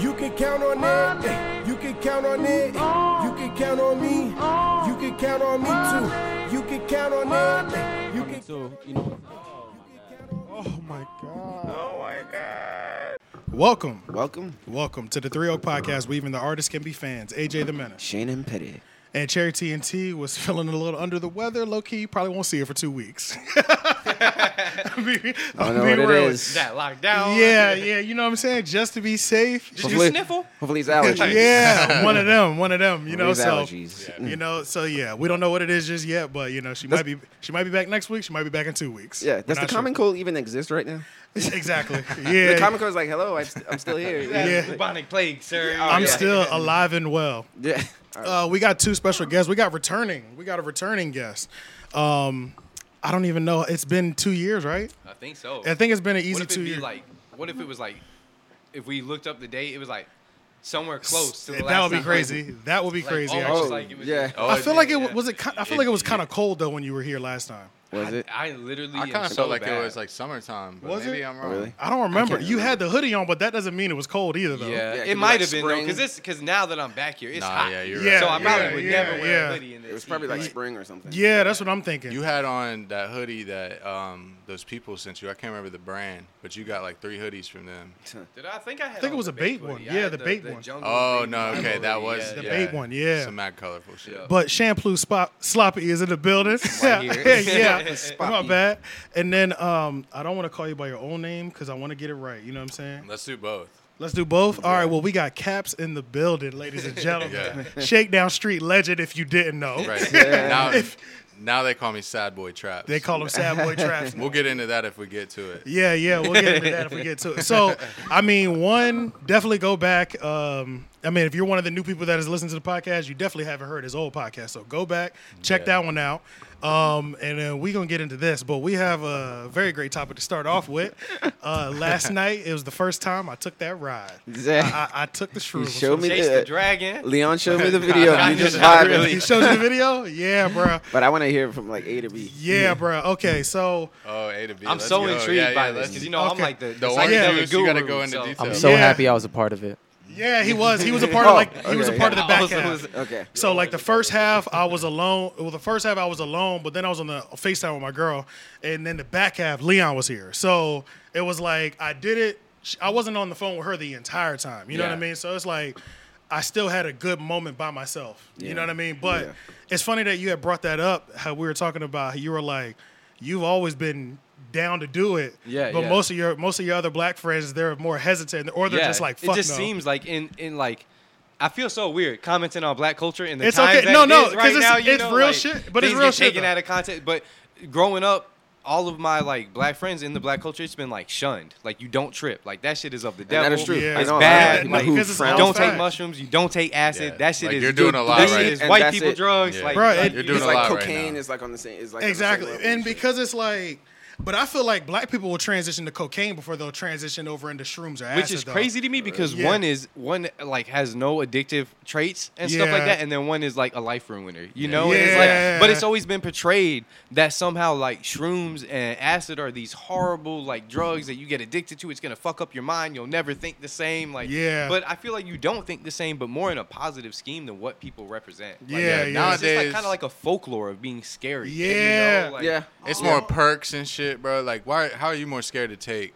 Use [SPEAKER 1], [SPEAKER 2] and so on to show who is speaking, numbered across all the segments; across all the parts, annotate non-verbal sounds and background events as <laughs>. [SPEAKER 1] You can count on it. eh, You can count on it. eh, You can count on me. You can count on me too. You can count on it. eh, You can.
[SPEAKER 2] So, you know
[SPEAKER 3] Oh my god. Oh my god. Welcome,
[SPEAKER 4] Welcome,
[SPEAKER 3] welcome to the Three Oak Podcast. We even the artists can be fans. AJ the Menace
[SPEAKER 4] Shane and Petty.
[SPEAKER 3] and Cherry TNT was <laughs> feeling a little under the weather. Low key, you probably won't see her for two weeks. <laughs> I mean,
[SPEAKER 4] I know what it is.
[SPEAKER 5] That lockdown.
[SPEAKER 3] Yeah, yeah, you know what I'm saying. Just to be safe.
[SPEAKER 5] Did you
[SPEAKER 4] Hopefully-
[SPEAKER 5] sniffle?
[SPEAKER 4] Hopefully it's allergies.
[SPEAKER 3] Yeah, one of them, one of them. You know,
[SPEAKER 4] Hopefully
[SPEAKER 3] so
[SPEAKER 4] it's allergies.
[SPEAKER 3] you know, so yeah, we don't know what it is just yet, but you know, she might be, she might be back next week. She might be back in two weeks.
[SPEAKER 4] Yeah,
[SPEAKER 3] We're
[SPEAKER 4] does the
[SPEAKER 3] not
[SPEAKER 4] common cold even exist right now?
[SPEAKER 3] sure. <laughs> exactly. Yeah,
[SPEAKER 4] <laughs> The common cold is like, hello, I'm, st- I'm still
[SPEAKER 3] <laughs>
[SPEAKER 4] here.
[SPEAKER 5] That's
[SPEAKER 3] Yeah.
[SPEAKER 5] bubonic plague, sir.
[SPEAKER 3] I'm
[SPEAKER 4] yeah.
[SPEAKER 3] still alive and well.
[SPEAKER 4] Yeah.
[SPEAKER 3] Uh, we got two special guests. We got returning. We got a returning guest. Um, I don't even know. It's been two years, right?
[SPEAKER 5] I think so.
[SPEAKER 3] I think it's been an
[SPEAKER 5] what
[SPEAKER 3] easy
[SPEAKER 5] if
[SPEAKER 3] two
[SPEAKER 5] it be
[SPEAKER 3] years.
[SPEAKER 5] like? What if it was like? If we looked up the date, it was like somewhere close to the last.
[SPEAKER 3] that would be
[SPEAKER 5] time.
[SPEAKER 3] crazy. That would be
[SPEAKER 5] Like,
[SPEAKER 3] crazy.
[SPEAKER 5] oh, it's
[SPEAKER 3] actually.
[SPEAKER 5] just like it was-
[SPEAKER 4] yeah.
[SPEAKER 5] oh,
[SPEAKER 3] I feel like it
[SPEAKER 5] yeah.
[SPEAKER 3] was. It, ki- I feel like it was kind of cold though when you were here last time.
[SPEAKER 4] Was it?
[SPEAKER 5] I literally.
[SPEAKER 6] I
[SPEAKER 5] kind of
[SPEAKER 6] felt like it was like summertime, but
[SPEAKER 3] Was
[SPEAKER 6] maybe
[SPEAKER 3] it?
[SPEAKER 6] I'm
[SPEAKER 4] Oh,
[SPEAKER 6] wrong.
[SPEAKER 4] really?
[SPEAKER 3] I don't remember. you had the hoodie on, but that doesn't mean it was cold either though.
[SPEAKER 5] Yeah,
[SPEAKER 4] it could be
[SPEAKER 5] it, might
[SPEAKER 4] like
[SPEAKER 5] have been though,
[SPEAKER 4] spring.
[SPEAKER 5] because this because now that I'm back here, it's
[SPEAKER 6] Nah,
[SPEAKER 5] hot.
[SPEAKER 6] yeah, you're
[SPEAKER 3] Yeah,
[SPEAKER 6] right.
[SPEAKER 5] so I probably
[SPEAKER 3] yeah,
[SPEAKER 5] would
[SPEAKER 3] yeah,
[SPEAKER 5] never wear
[SPEAKER 3] yeah.
[SPEAKER 5] a hoodie in this.
[SPEAKER 4] It was probably
[SPEAKER 5] heat.
[SPEAKER 4] like spring or something.
[SPEAKER 3] Yeah, that's what I'm thinking.
[SPEAKER 6] You had on that hoodie that um, those people sent you. I can't remember the brand, but you got like three hoodies from them.
[SPEAKER 5] Did I I think I had?
[SPEAKER 3] think it
[SPEAKER 5] on
[SPEAKER 3] was
[SPEAKER 5] the
[SPEAKER 3] a bait
[SPEAKER 5] hoodie.
[SPEAKER 3] one.
[SPEAKER 5] I
[SPEAKER 3] Yeah,
[SPEAKER 5] had
[SPEAKER 3] the bait one.
[SPEAKER 5] jungle
[SPEAKER 6] Oh
[SPEAKER 5] bait
[SPEAKER 6] no,
[SPEAKER 5] one.
[SPEAKER 6] okay, that was
[SPEAKER 5] Yeah,
[SPEAKER 3] The
[SPEAKER 5] yeah.
[SPEAKER 3] bait one, yeah.
[SPEAKER 6] some mad colorful shit.
[SPEAKER 5] Yeah.
[SPEAKER 3] But shampoo spot sloppy is in the building.
[SPEAKER 4] Right
[SPEAKER 3] yeah,
[SPEAKER 4] here.
[SPEAKER 3] <laughs>
[SPEAKER 5] <laughs>
[SPEAKER 3] yeah. my
[SPEAKER 4] Sloppy.
[SPEAKER 3] bad. And then um, I don't want to call you by your old name because I want to get it right. You know what I'm saying?
[SPEAKER 6] Let's do both.
[SPEAKER 3] Let's do both. All right. Well, we got caps in the building, ladies
[SPEAKER 6] <laughs>
[SPEAKER 3] and gentlemen. Shakedown Street legend. If you didn't know,
[SPEAKER 6] Right now, now they call me Sad Boy Traps.
[SPEAKER 3] they call him Sad Boy Traps.
[SPEAKER 6] We'll get into that if we get to it.
[SPEAKER 3] Yeah, yeah, we'll get into that if we get to it.
[SPEAKER 6] <laughs>
[SPEAKER 3] So, I mean, one, definitely go back. Um, I mean, if you're one of the new people that has listened to the podcast, you definitely haven't heard his old podcast. So go back, check
[SPEAKER 6] Yeah.
[SPEAKER 3] that one out. Um, and then we're going to get into this, but we have a very great topic to start off with. Uh,
[SPEAKER 6] <laughs>
[SPEAKER 3] last night, it was the first time I took that ride.
[SPEAKER 4] <laughs> Exactly.
[SPEAKER 3] I, I took the shroom.
[SPEAKER 4] showed me
[SPEAKER 5] Chase the
[SPEAKER 4] Uh,
[SPEAKER 5] dragon.
[SPEAKER 4] Leon
[SPEAKER 3] <laughs>
[SPEAKER 4] showed me the video.
[SPEAKER 5] Nah,
[SPEAKER 4] you just
[SPEAKER 5] not
[SPEAKER 4] vibing.
[SPEAKER 5] really.
[SPEAKER 3] He showed <laughs> you the video? Yeah, bro.
[SPEAKER 4] But I want to hear from like A to B.
[SPEAKER 3] Yeah, bro. Okay, so
[SPEAKER 6] Oh, A to B.
[SPEAKER 5] I'm
[SPEAKER 6] let's
[SPEAKER 5] so
[SPEAKER 6] go.
[SPEAKER 5] intrigued
[SPEAKER 6] Yeah,
[SPEAKER 5] by
[SPEAKER 6] yeah,
[SPEAKER 5] this
[SPEAKER 6] let's-
[SPEAKER 5] because you know I'm
[SPEAKER 3] Okay.
[SPEAKER 5] like the,
[SPEAKER 6] The
[SPEAKER 5] like
[SPEAKER 6] only
[SPEAKER 3] Yeah.
[SPEAKER 6] yeah,
[SPEAKER 5] the
[SPEAKER 6] news you got to
[SPEAKER 5] guru,
[SPEAKER 6] go into
[SPEAKER 5] so-
[SPEAKER 6] detail.
[SPEAKER 7] I'm so
[SPEAKER 3] Yeah.
[SPEAKER 7] happy I was a part of it. Oh,
[SPEAKER 3] yeah, he was. He was a part of like he was a
[SPEAKER 4] okay.
[SPEAKER 3] part of the
[SPEAKER 5] <laughs> I
[SPEAKER 3] back
[SPEAKER 5] also
[SPEAKER 3] half.
[SPEAKER 5] was-
[SPEAKER 4] Okay.
[SPEAKER 3] So like the first half, I was alone. Well, the first half I was alone, but then I was on the Facetime with my girl, and then the back half, Leon was here. So it was like I did it. sh- I wasn't on the phone with her the entire time. You know what I
[SPEAKER 6] Yeah.
[SPEAKER 3] mean? So it's like I still had a good moment by myself. You know
[SPEAKER 4] Yeah.
[SPEAKER 3] what I mean? But
[SPEAKER 4] Yeah.
[SPEAKER 3] it's funny that you had brought that up. How we were talking about how you were like, you've always been down to do it.
[SPEAKER 5] Yeah,
[SPEAKER 3] But
[SPEAKER 5] yeah.
[SPEAKER 3] most of your most of your other black friends, they're more hesitant, or they're just like, fuck
[SPEAKER 5] it just
[SPEAKER 3] no.
[SPEAKER 5] seems like in in like I feel so weird commenting on black culture in the
[SPEAKER 3] It's
[SPEAKER 5] times
[SPEAKER 3] okay.
[SPEAKER 5] that
[SPEAKER 3] No,
[SPEAKER 5] it
[SPEAKER 3] no, 'cause
[SPEAKER 5] is right
[SPEAKER 3] it's-
[SPEAKER 5] now. you
[SPEAKER 3] it's
[SPEAKER 5] know,
[SPEAKER 3] real
[SPEAKER 5] like,
[SPEAKER 3] shit, but it's
[SPEAKER 5] things
[SPEAKER 3] real
[SPEAKER 5] get
[SPEAKER 3] shit,
[SPEAKER 5] taken
[SPEAKER 3] though.
[SPEAKER 5] out of context. But growing up, all of my like black friends in the black culture, it's been like shunned. Like you don't trip. Like that shit is of the devil.
[SPEAKER 4] that is true.
[SPEAKER 3] Yeah.
[SPEAKER 4] I
[SPEAKER 5] It's
[SPEAKER 4] know, I
[SPEAKER 5] bad.
[SPEAKER 4] know
[SPEAKER 5] like
[SPEAKER 4] who
[SPEAKER 3] because it's
[SPEAKER 4] frowns
[SPEAKER 3] all
[SPEAKER 5] don't
[SPEAKER 3] facts.
[SPEAKER 5] take mushrooms. You don't take acid.
[SPEAKER 6] Yeah.
[SPEAKER 5] That shit
[SPEAKER 6] Like,
[SPEAKER 5] is
[SPEAKER 6] you're doing
[SPEAKER 5] good-
[SPEAKER 6] a lot
[SPEAKER 5] that
[SPEAKER 6] right
[SPEAKER 5] shit is
[SPEAKER 4] now.
[SPEAKER 5] white
[SPEAKER 4] And
[SPEAKER 5] people
[SPEAKER 4] that's it.
[SPEAKER 5] drugs.
[SPEAKER 6] Yeah.
[SPEAKER 5] Like
[SPEAKER 3] Bro,
[SPEAKER 5] like,
[SPEAKER 3] it-
[SPEAKER 6] You're doing
[SPEAKER 4] It's
[SPEAKER 6] a
[SPEAKER 4] like
[SPEAKER 6] lot right
[SPEAKER 4] cocaine
[SPEAKER 6] now.
[SPEAKER 4] is like on the same. Is like on the same
[SPEAKER 3] Exactly.
[SPEAKER 4] level
[SPEAKER 3] And
[SPEAKER 4] shit.
[SPEAKER 3] because it's like, but I feel like black people will transition to cocaine before they'll transition over into shrooms or acid.
[SPEAKER 5] which is
[SPEAKER 3] though.
[SPEAKER 5] crazy to me because
[SPEAKER 3] Yeah.
[SPEAKER 5] one is one like has no addictive traits and stuff
[SPEAKER 3] Yeah.
[SPEAKER 5] like that, and then one is like a life ruiner, you know. And
[SPEAKER 3] Yeah.
[SPEAKER 5] It's like, but it's always been portrayed that somehow like shrooms and acid are these horrible like drugs that you get addicted to. It's gonna fuck up your mind. You'll never think the same. Like
[SPEAKER 3] Yeah.
[SPEAKER 5] But I feel like you don't think the same, but more in a positive scheme than what people represent. Like,
[SPEAKER 3] Yeah,
[SPEAKER 6] yeah,
[SPEAKER 3] yeah.
[SPEAKER 5] It's just like
[SPEAKER 6] nowadays
[SPEAKER 5] kind of like a folklore of being scary. you know,
[SPEAKER 3] Yeah.
[SPEAKER 5] like-
[SPEAKER 4] yeah,
[SPEAKER 6] It's more perks and shit, bro. Like, why? How are you more scared to take?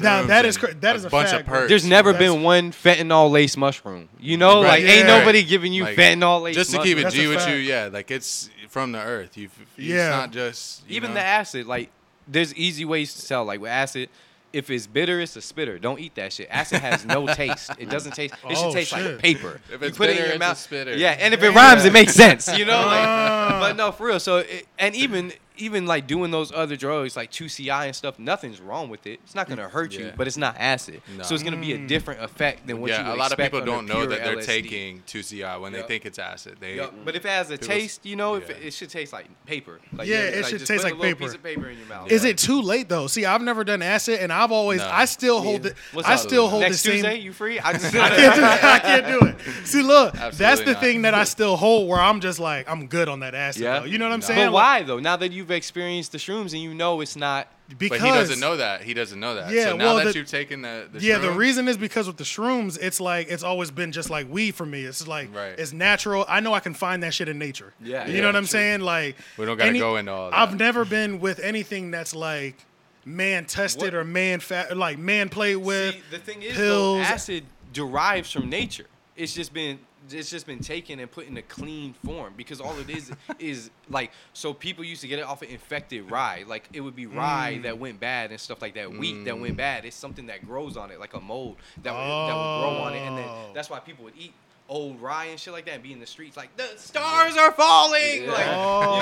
[SPEAKER 3] Now,
[SPEAKER 6] shrooms
[SPEAKER 3] that is
[SPEAKER 6] and
[SPEAKER 3] cra- that is a
[SPEAKER 6] bunch
[SPEAKER 3] fact,
[SPEAKER 6] of
[SPEAKER 3] bro.
[SPEAKER 6] perks.
[SPEAKER 5] There's never
[SPEAKER 3] That's-
[SPEAKER 5] been one fentanyl lace mushroom. You know,
[SPEAKER 6] Right.
[SPEAKER 5] like ain't
[SPEAKER 3] Yeah.
[SPEAKER 5] nobody giving you
[SPEAKER 6] Like,
[SPEAKER 5] fentanyl lace.
[SPEAKER 6] Just to keep it
[SPEAKER 3] That's a
[SPEAKER 6] G with
[SPEAKER 3] fact.
[SPEAKER 6] you, yeah. Like it's from the earth. You, f- it's
[SPEAKER 3] Yeah.
[SPEAKER 6] not just you
[SPEAKER 5] even
[SPEAKER 6] know?
[SPEAKER 5] the acid, like there's easy ways to tell. Like with acid, if it's bitter, it's a spitter. Don't eat that shit. Acid has
[SPEAKER 6] <laughs>
[SPEAKER 5] no taste. It doesn't taste. It should
[SPEAKER 3] Oh,
[SPEAKER 5] taste
[SPEAKER 3] shit.
[SPEAKER 5] like paper.
[SPEAKER 6] If
[SPEAKER 5] you
[SPEAKER 6] it's
[SPEAKER 5] put it in
[SPEAKER 6] bitter,
[SPEAKER 5] your
[SPEAKER 6] it's a
[SPEAKER 5] mouth.
[SPEAKER 6] spitter. Ah.
[SPEAKER 5] Yeah, and if it rhymes, it makes sense. You know, like, but no, for real. So it, and even even like doing those other drugs like 2CI and stuff, nothing's wrong with it. It's not gonna hurt you,
[SPEAKER 6] Yeah.
[SPEAKER 5] but it's not acid.
[SPEAKER 6] No.
[SPEAKER 5] So it's gonna be a different effect than what you.
[SPEAKER 6] yeah, a
[SPEAKER 5] would
[SPEAKER 6] lot of
[SPEAKER 5] expect
[SPEAKER 6] people
[SPEAKER 5] under
[SPEAKER 6] don't know
[SPEAKER 5] pure
[SPEAKER 6] that they're
[SPEAKER 5] LSD.
[SPEAKER 6] taking 2CI when
[SPEAKER 5] Yup.
[SPEAKER 6] they think it's acid. They
[SPEAKER 5] Yeah, but if it has a
[SPEAKER 6] People's-
[SPEAKER 5] taste, you know, if it,
[SPEAKER 6] yeah.
[SPEAKER 5] it should taste like paper. Like,
[SPEAKER 3] Yeah,
[SPEAKER 5] you know,
[SPEAKER 3] it should
[SPEAKER 5] just
[SPEAKER 3] taste
[SPEAKER 5] put
[SPEAKER 3] like
[SPEAKER 5] a little
[SPEAKER 3] paper.
[SPEAKER 5] Piece of paper in your mouth.
[SPEAKER 3] Is it too late though? See, I've never done acid, and I've always
[SPEAKER 6] No.
[SPEAKER 3] I still hold the
[SPEAKER 5] What's
[SPEAKER 3] I
[SPEAKER 5] up?
[SPEAKER 3] still hold
[SPEAKER 5] Next
[SPEAKER 3] the same.
[SPEAKER 5] Tuesday, you free? I just
[SPEAKER 3] I can't do it. <laughs> I can't do it. See, look, that's
[SPEAKER 6] Absolutely
[SPEAKER 3] the
[SPEAKER 6] not.
[SPEAKER 3] thing that I still hold where I'm just like I'm good on that acid.
[SPEAKER 5] Yeah.
[SPEAKER 3] Though. You know what I'm
[SPEAKER 6] No.
[SPEAKER 3] saying?
[SPEAKER 5] <laughs> But
[SPEAKER 3] Like,
[SPEAKER 5] why though? Now that you you've experienced the shrooms and you know it's not.
[SPEAKER 3] because
[SPEAKER 6] but he doesn't know that. He doesn't know that.
[SPEAKER 3] Yeah,
[SPEAKER 6] so now
[SPEAKER 3] well,
[SPEAKER 6] that
[SPEAKER 3] the-
[SPEAKER 6] you've taken the, the
[SPEAKER 3] yeah, the
[SPEAKER 6] shroom,
[SPEAKER 3] reason is because with the shrooms, it's like it's always been just like weed for me. It's like
[SPEAKER 6] Right.
[SPEAKER 3] it's natural. I know I can find that shit in nature.
[SPEAKER 4] Yeah,
[SPEAKER 3] you
[SPEAKER 6] yeah,
[SPEAKER 3] know what I'm
[SPEAKER 6] true.
[SPEAKER 3] saying? Like
[SPEAKER 6] We don't gotta go into all
[SPEAKER 3] I've
[SPEAKER 6] that.
[SPEAKER 3] never been with anything that's like man tested
[SPEAKER 5] What-
[SPEAKER 3] or man fa- like man played with.
[SPEAKER 5] See, the thing is, though,
[SPEAKER 3] pills.
[SPEAKER 5] acid derives from nature. It's just been it's just been taken and put in a clean form because all
[SPEAKER 3] <laughs>
[SPEAKER 5] it is is like so people used to get it off of infected rye. Like it would be rye
[SPEAKER 3] Mm.
[SPEAKER 5] that went bad and stuff like that. Wheat that went bad. It's something that grows on it, like a mold that would, that would grow on it, and then
[SPEAKER 3] Oh.
[SPEAKER 5] that's why people would eat. Old rye and shit like that, and be in the streets like the stars are falling, like you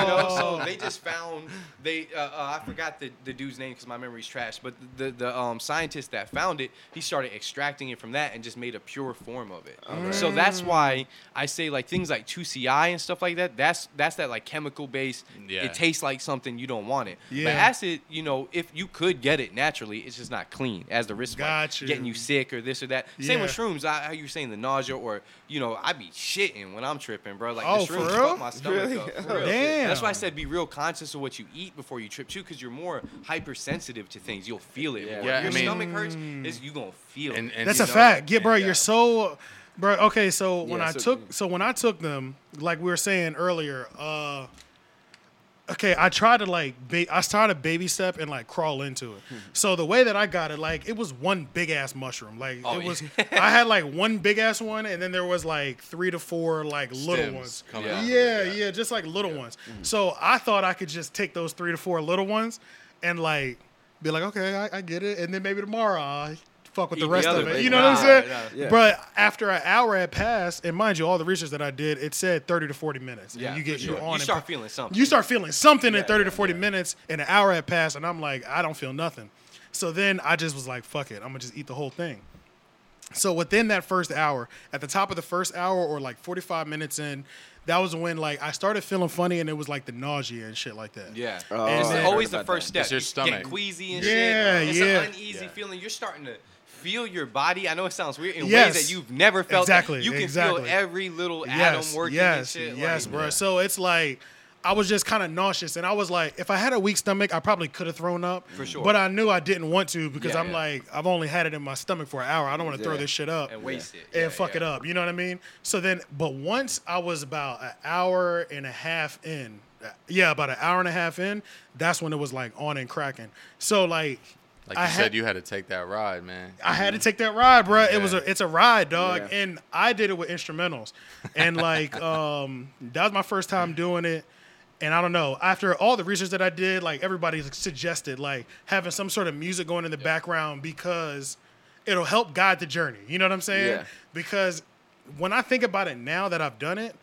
[SPEAKER 5] know.
[SPEAKER 3] Oh.
[SPEAKER 5] So they just found they uh, uh, I forgot the, the dude's name because my memory's trash. But the the um, scientist that found it, he started extracting it from that and just made a pure form of it.
[SPEAKER 3] Oh.
[SPEAKER 5] So that's why I say like things like 2CI and stuff like that. That's that's that like chemical based.
[SPEAKER 6] Yeah.
[SPEAKER 5] It tastes like something you don't want it.
[SPEAKER 3] Yeah.
[SPEAKER 5] But acid, you know, if you could get it naturally, it's just not clean as the risk of, like,
[SPEAKER 3] Got you.
[SPEAKER 5] getting you sick or this or that. Same with
[SPEAKER 3] Yeah.
[SPEAKER 5] shrooms. I, how you were saying the nausea or you know I be shitting when I'm tripping, bro. Like
[SPEAKER 3] Oh,
[SPEAKER 5] the
[SPEAKER 3] for
[SPEAKER 5] shrooms
[SPEAKER 3] real?
[SPEAKER 5] fuck my stomach
[SPEAKER 4] Really?
[SPEAKER 5] up. For
[SPEAKER 3] <laughs>
[SPEAKER 5] real.
[SPEAKER 3] Damn.
[SPEAKER 5] That's why I said be real conscious of what you eat before you trip too, because you're more hypersensitive to things. You'll feel it.
[SPEAKER 4] Yeah.
[SPEAKER 5] more.
[SPEAKER 6] Yeah, I
[SPEAKER 5] Your
[SPEAKER 6] mean-
[SPEAKER 5] stomach hurts.
[SPEAKER 3] mm.
[SPEAKER 5] Is you gonna feel
[SPEAKER 6] and-
[SPEAKER 5] it?
[SPEAKER 6] and uh,
[SPEAKER 3] That's
[SPEAKER 6] you
[SPEAKER 3] a
[SPEAKER 6] know
[SPEAKER 3] fact.
[SPEAKER 6] that.
[SPEAKER 3] Yeah, bro,
[SPEAKER 6] Yeah.
[SPEAKER 3] you're so, bro. Okay, so when
[SPEAKER 4] Yeah,
[SPEAKER 3] I
[SPEAKER 4] so-
[SPEAKER 3] took, so when I took them, like we were saying earlier, uh, okay, I tried to like, ba- I started baby step and like crawl into it.
[SPEAKER 6] Hmm.
[SPEAKER 3] So the way that I got it, like it was one big ass mushroom. Like
[SPEAKER 5] Oh,
[SPEAKER 3] it
[SPEAKER 5] yeah.
[SPEAKER 3] was, I
[SPEAKER 6] <laughs>
[SPEAKER 3] had like one big ass one, and then there was like three to four like little
[SPEAKER 6] Stems
[SPEAKER 3] ones.
[SPEAKER 6] coming
[SPEAKER 5] Yeah.
[SPEAKER 6] out of it, Mm-hmm.
[SPEAKER 3] Yeah, yeah, just like little ones. So I thought I could just take those three to four little ones and like be like, okay, I, I get it, and then maybe tomorrow I fuck with
[SPEAKER 5] Eat
[SPEAKER 3] the
[SPEAKER 5] the
[SPEAKER 3] rest
[SPEAKER 5] other
[SPEAKER 3] of it.
[SPEAKER 5] big
[SPEAKER 3] You know what I'm
[SPEAKER 5] one.
[SPEAKER 3] saying?
[SPEAKER 5] Yeah,
[SPEAKER 4] yeah.
[SPEAKER 3] But after an hour had passed, and mind you, all the research that I did, it said 30 to 40 minutes. Yeah,
[SPEAKER 5] Yeah,
[SPEAKER 3] you get
[SPEAKER 5] for
[SPEAKER 3] you
[SPEAKER 5] sure.
[SPEAKER 3] on.
[SPEAKER 5] You
[SPEAKER 3] and-
[SPEAKER 5] start feeling something.
[SPEAKER 3] You start feeling something in 30 to 40 minutes, and an hour had passed, and I'm like, I don't feel nothing. So then I just was like, fuck it, I'm gonna just eat the whole thing. So within that first hour, at the top of the first hour or like 45 minutes in, that was when like I started feeling funny and it was like the nausea and shit like that.
[SPEAKER 5] Yeah.
[SPEAKER 4] Oh,
[SPEAKER 5] it's
[SPEAKER 4] I heard
[SPEAKER 5] always the
[SPEAKER 4] about
[SPEAKER 5] first
[SPEAKER 6] that.
[SPEAKER 5] step.
[SPEAKER 6] It's your
[SPEAKER 5] You
[SPEAKER 6] stomach.
[SPEAKER 5] get queasy and
[SPEAKER 3] Yeah,
[SPEAKER 5] shit. It's
[SPEAKER 3] yeah.
[SPEAKER 5] an uneasy
[SPEAKER 6] Yeah.
[SPEAKER 5] feeling. You're starting to feel your body. I know it sounds weird in
[SPEAKER 3] Yes.
[SPEAKER 5] ways that you've never felt. that.
[SPEAKER 3] Exactly,
[SPEAKER 5] You can
[SPEAKER 3] exactly.
[SPEAKER 5] feel every little atom working
[SPEAKER 3] yes,
[SPEAKER 5] and shit.
[SPEAKER 3] Yes,
[SPEAKER 5] like,
[SPEAKER 3] bro. So it's like I was just kind of nauseous, and I was like, if I had a weak stomach, I probably could have thrown up.
[SPEAKER 5] For sure.
[SPEAKER 3] But I knew I didn't want to because
[SPEAKER 5] Yeah,
[SPEAKER 3] I'm
[SPEAKER 5] yeah.
[SPEAKER 3] like, I've only had it in my stomach for an hour. I don't want to throw
[SPEAKER 4] Yeah.
[SPEAKER 3] this shit up
[SPEAKER 5] And waste it.
[SPEAKER 3] and
[SPEAKER 5] Yeah,
[SPEAKER 3] fuck
[SPEAKER 5] yeah.
[SPEAKER 3] it up. You know what I mean? So then, but once I was about an hour and a half in, uh, yeah, about an hour and a half in, that's when it was like on and cracking. So like.
[SPEAKER 6] Like you
[SPEAKER 3] I
[SPEAKER 6] said,
[SPEAKER 3] had-
[SPEAKER 6] you had to take that ride, man.
[SPEAKER 3] I had to take that ride, bro. It
[SPEAKER 6] Yeah.
[SPEAKER 3] was a it's a ride, dog.
[SPEAKER 4] Yeah.
[SPEAKER 3] And I did it with instrumentals. And
[SPEAKER 4] <laughs>
[SPEAKER 3] like um that was my first time doing it. And I don't know, after all the research that I did, like everybody suggested like having some sort of music going in the background because it'll help guide the journey. You know what I'm saying?
[SPEAKER 4] Yeah.
[SPEAKER 3] Because when I think about it now that I've done it,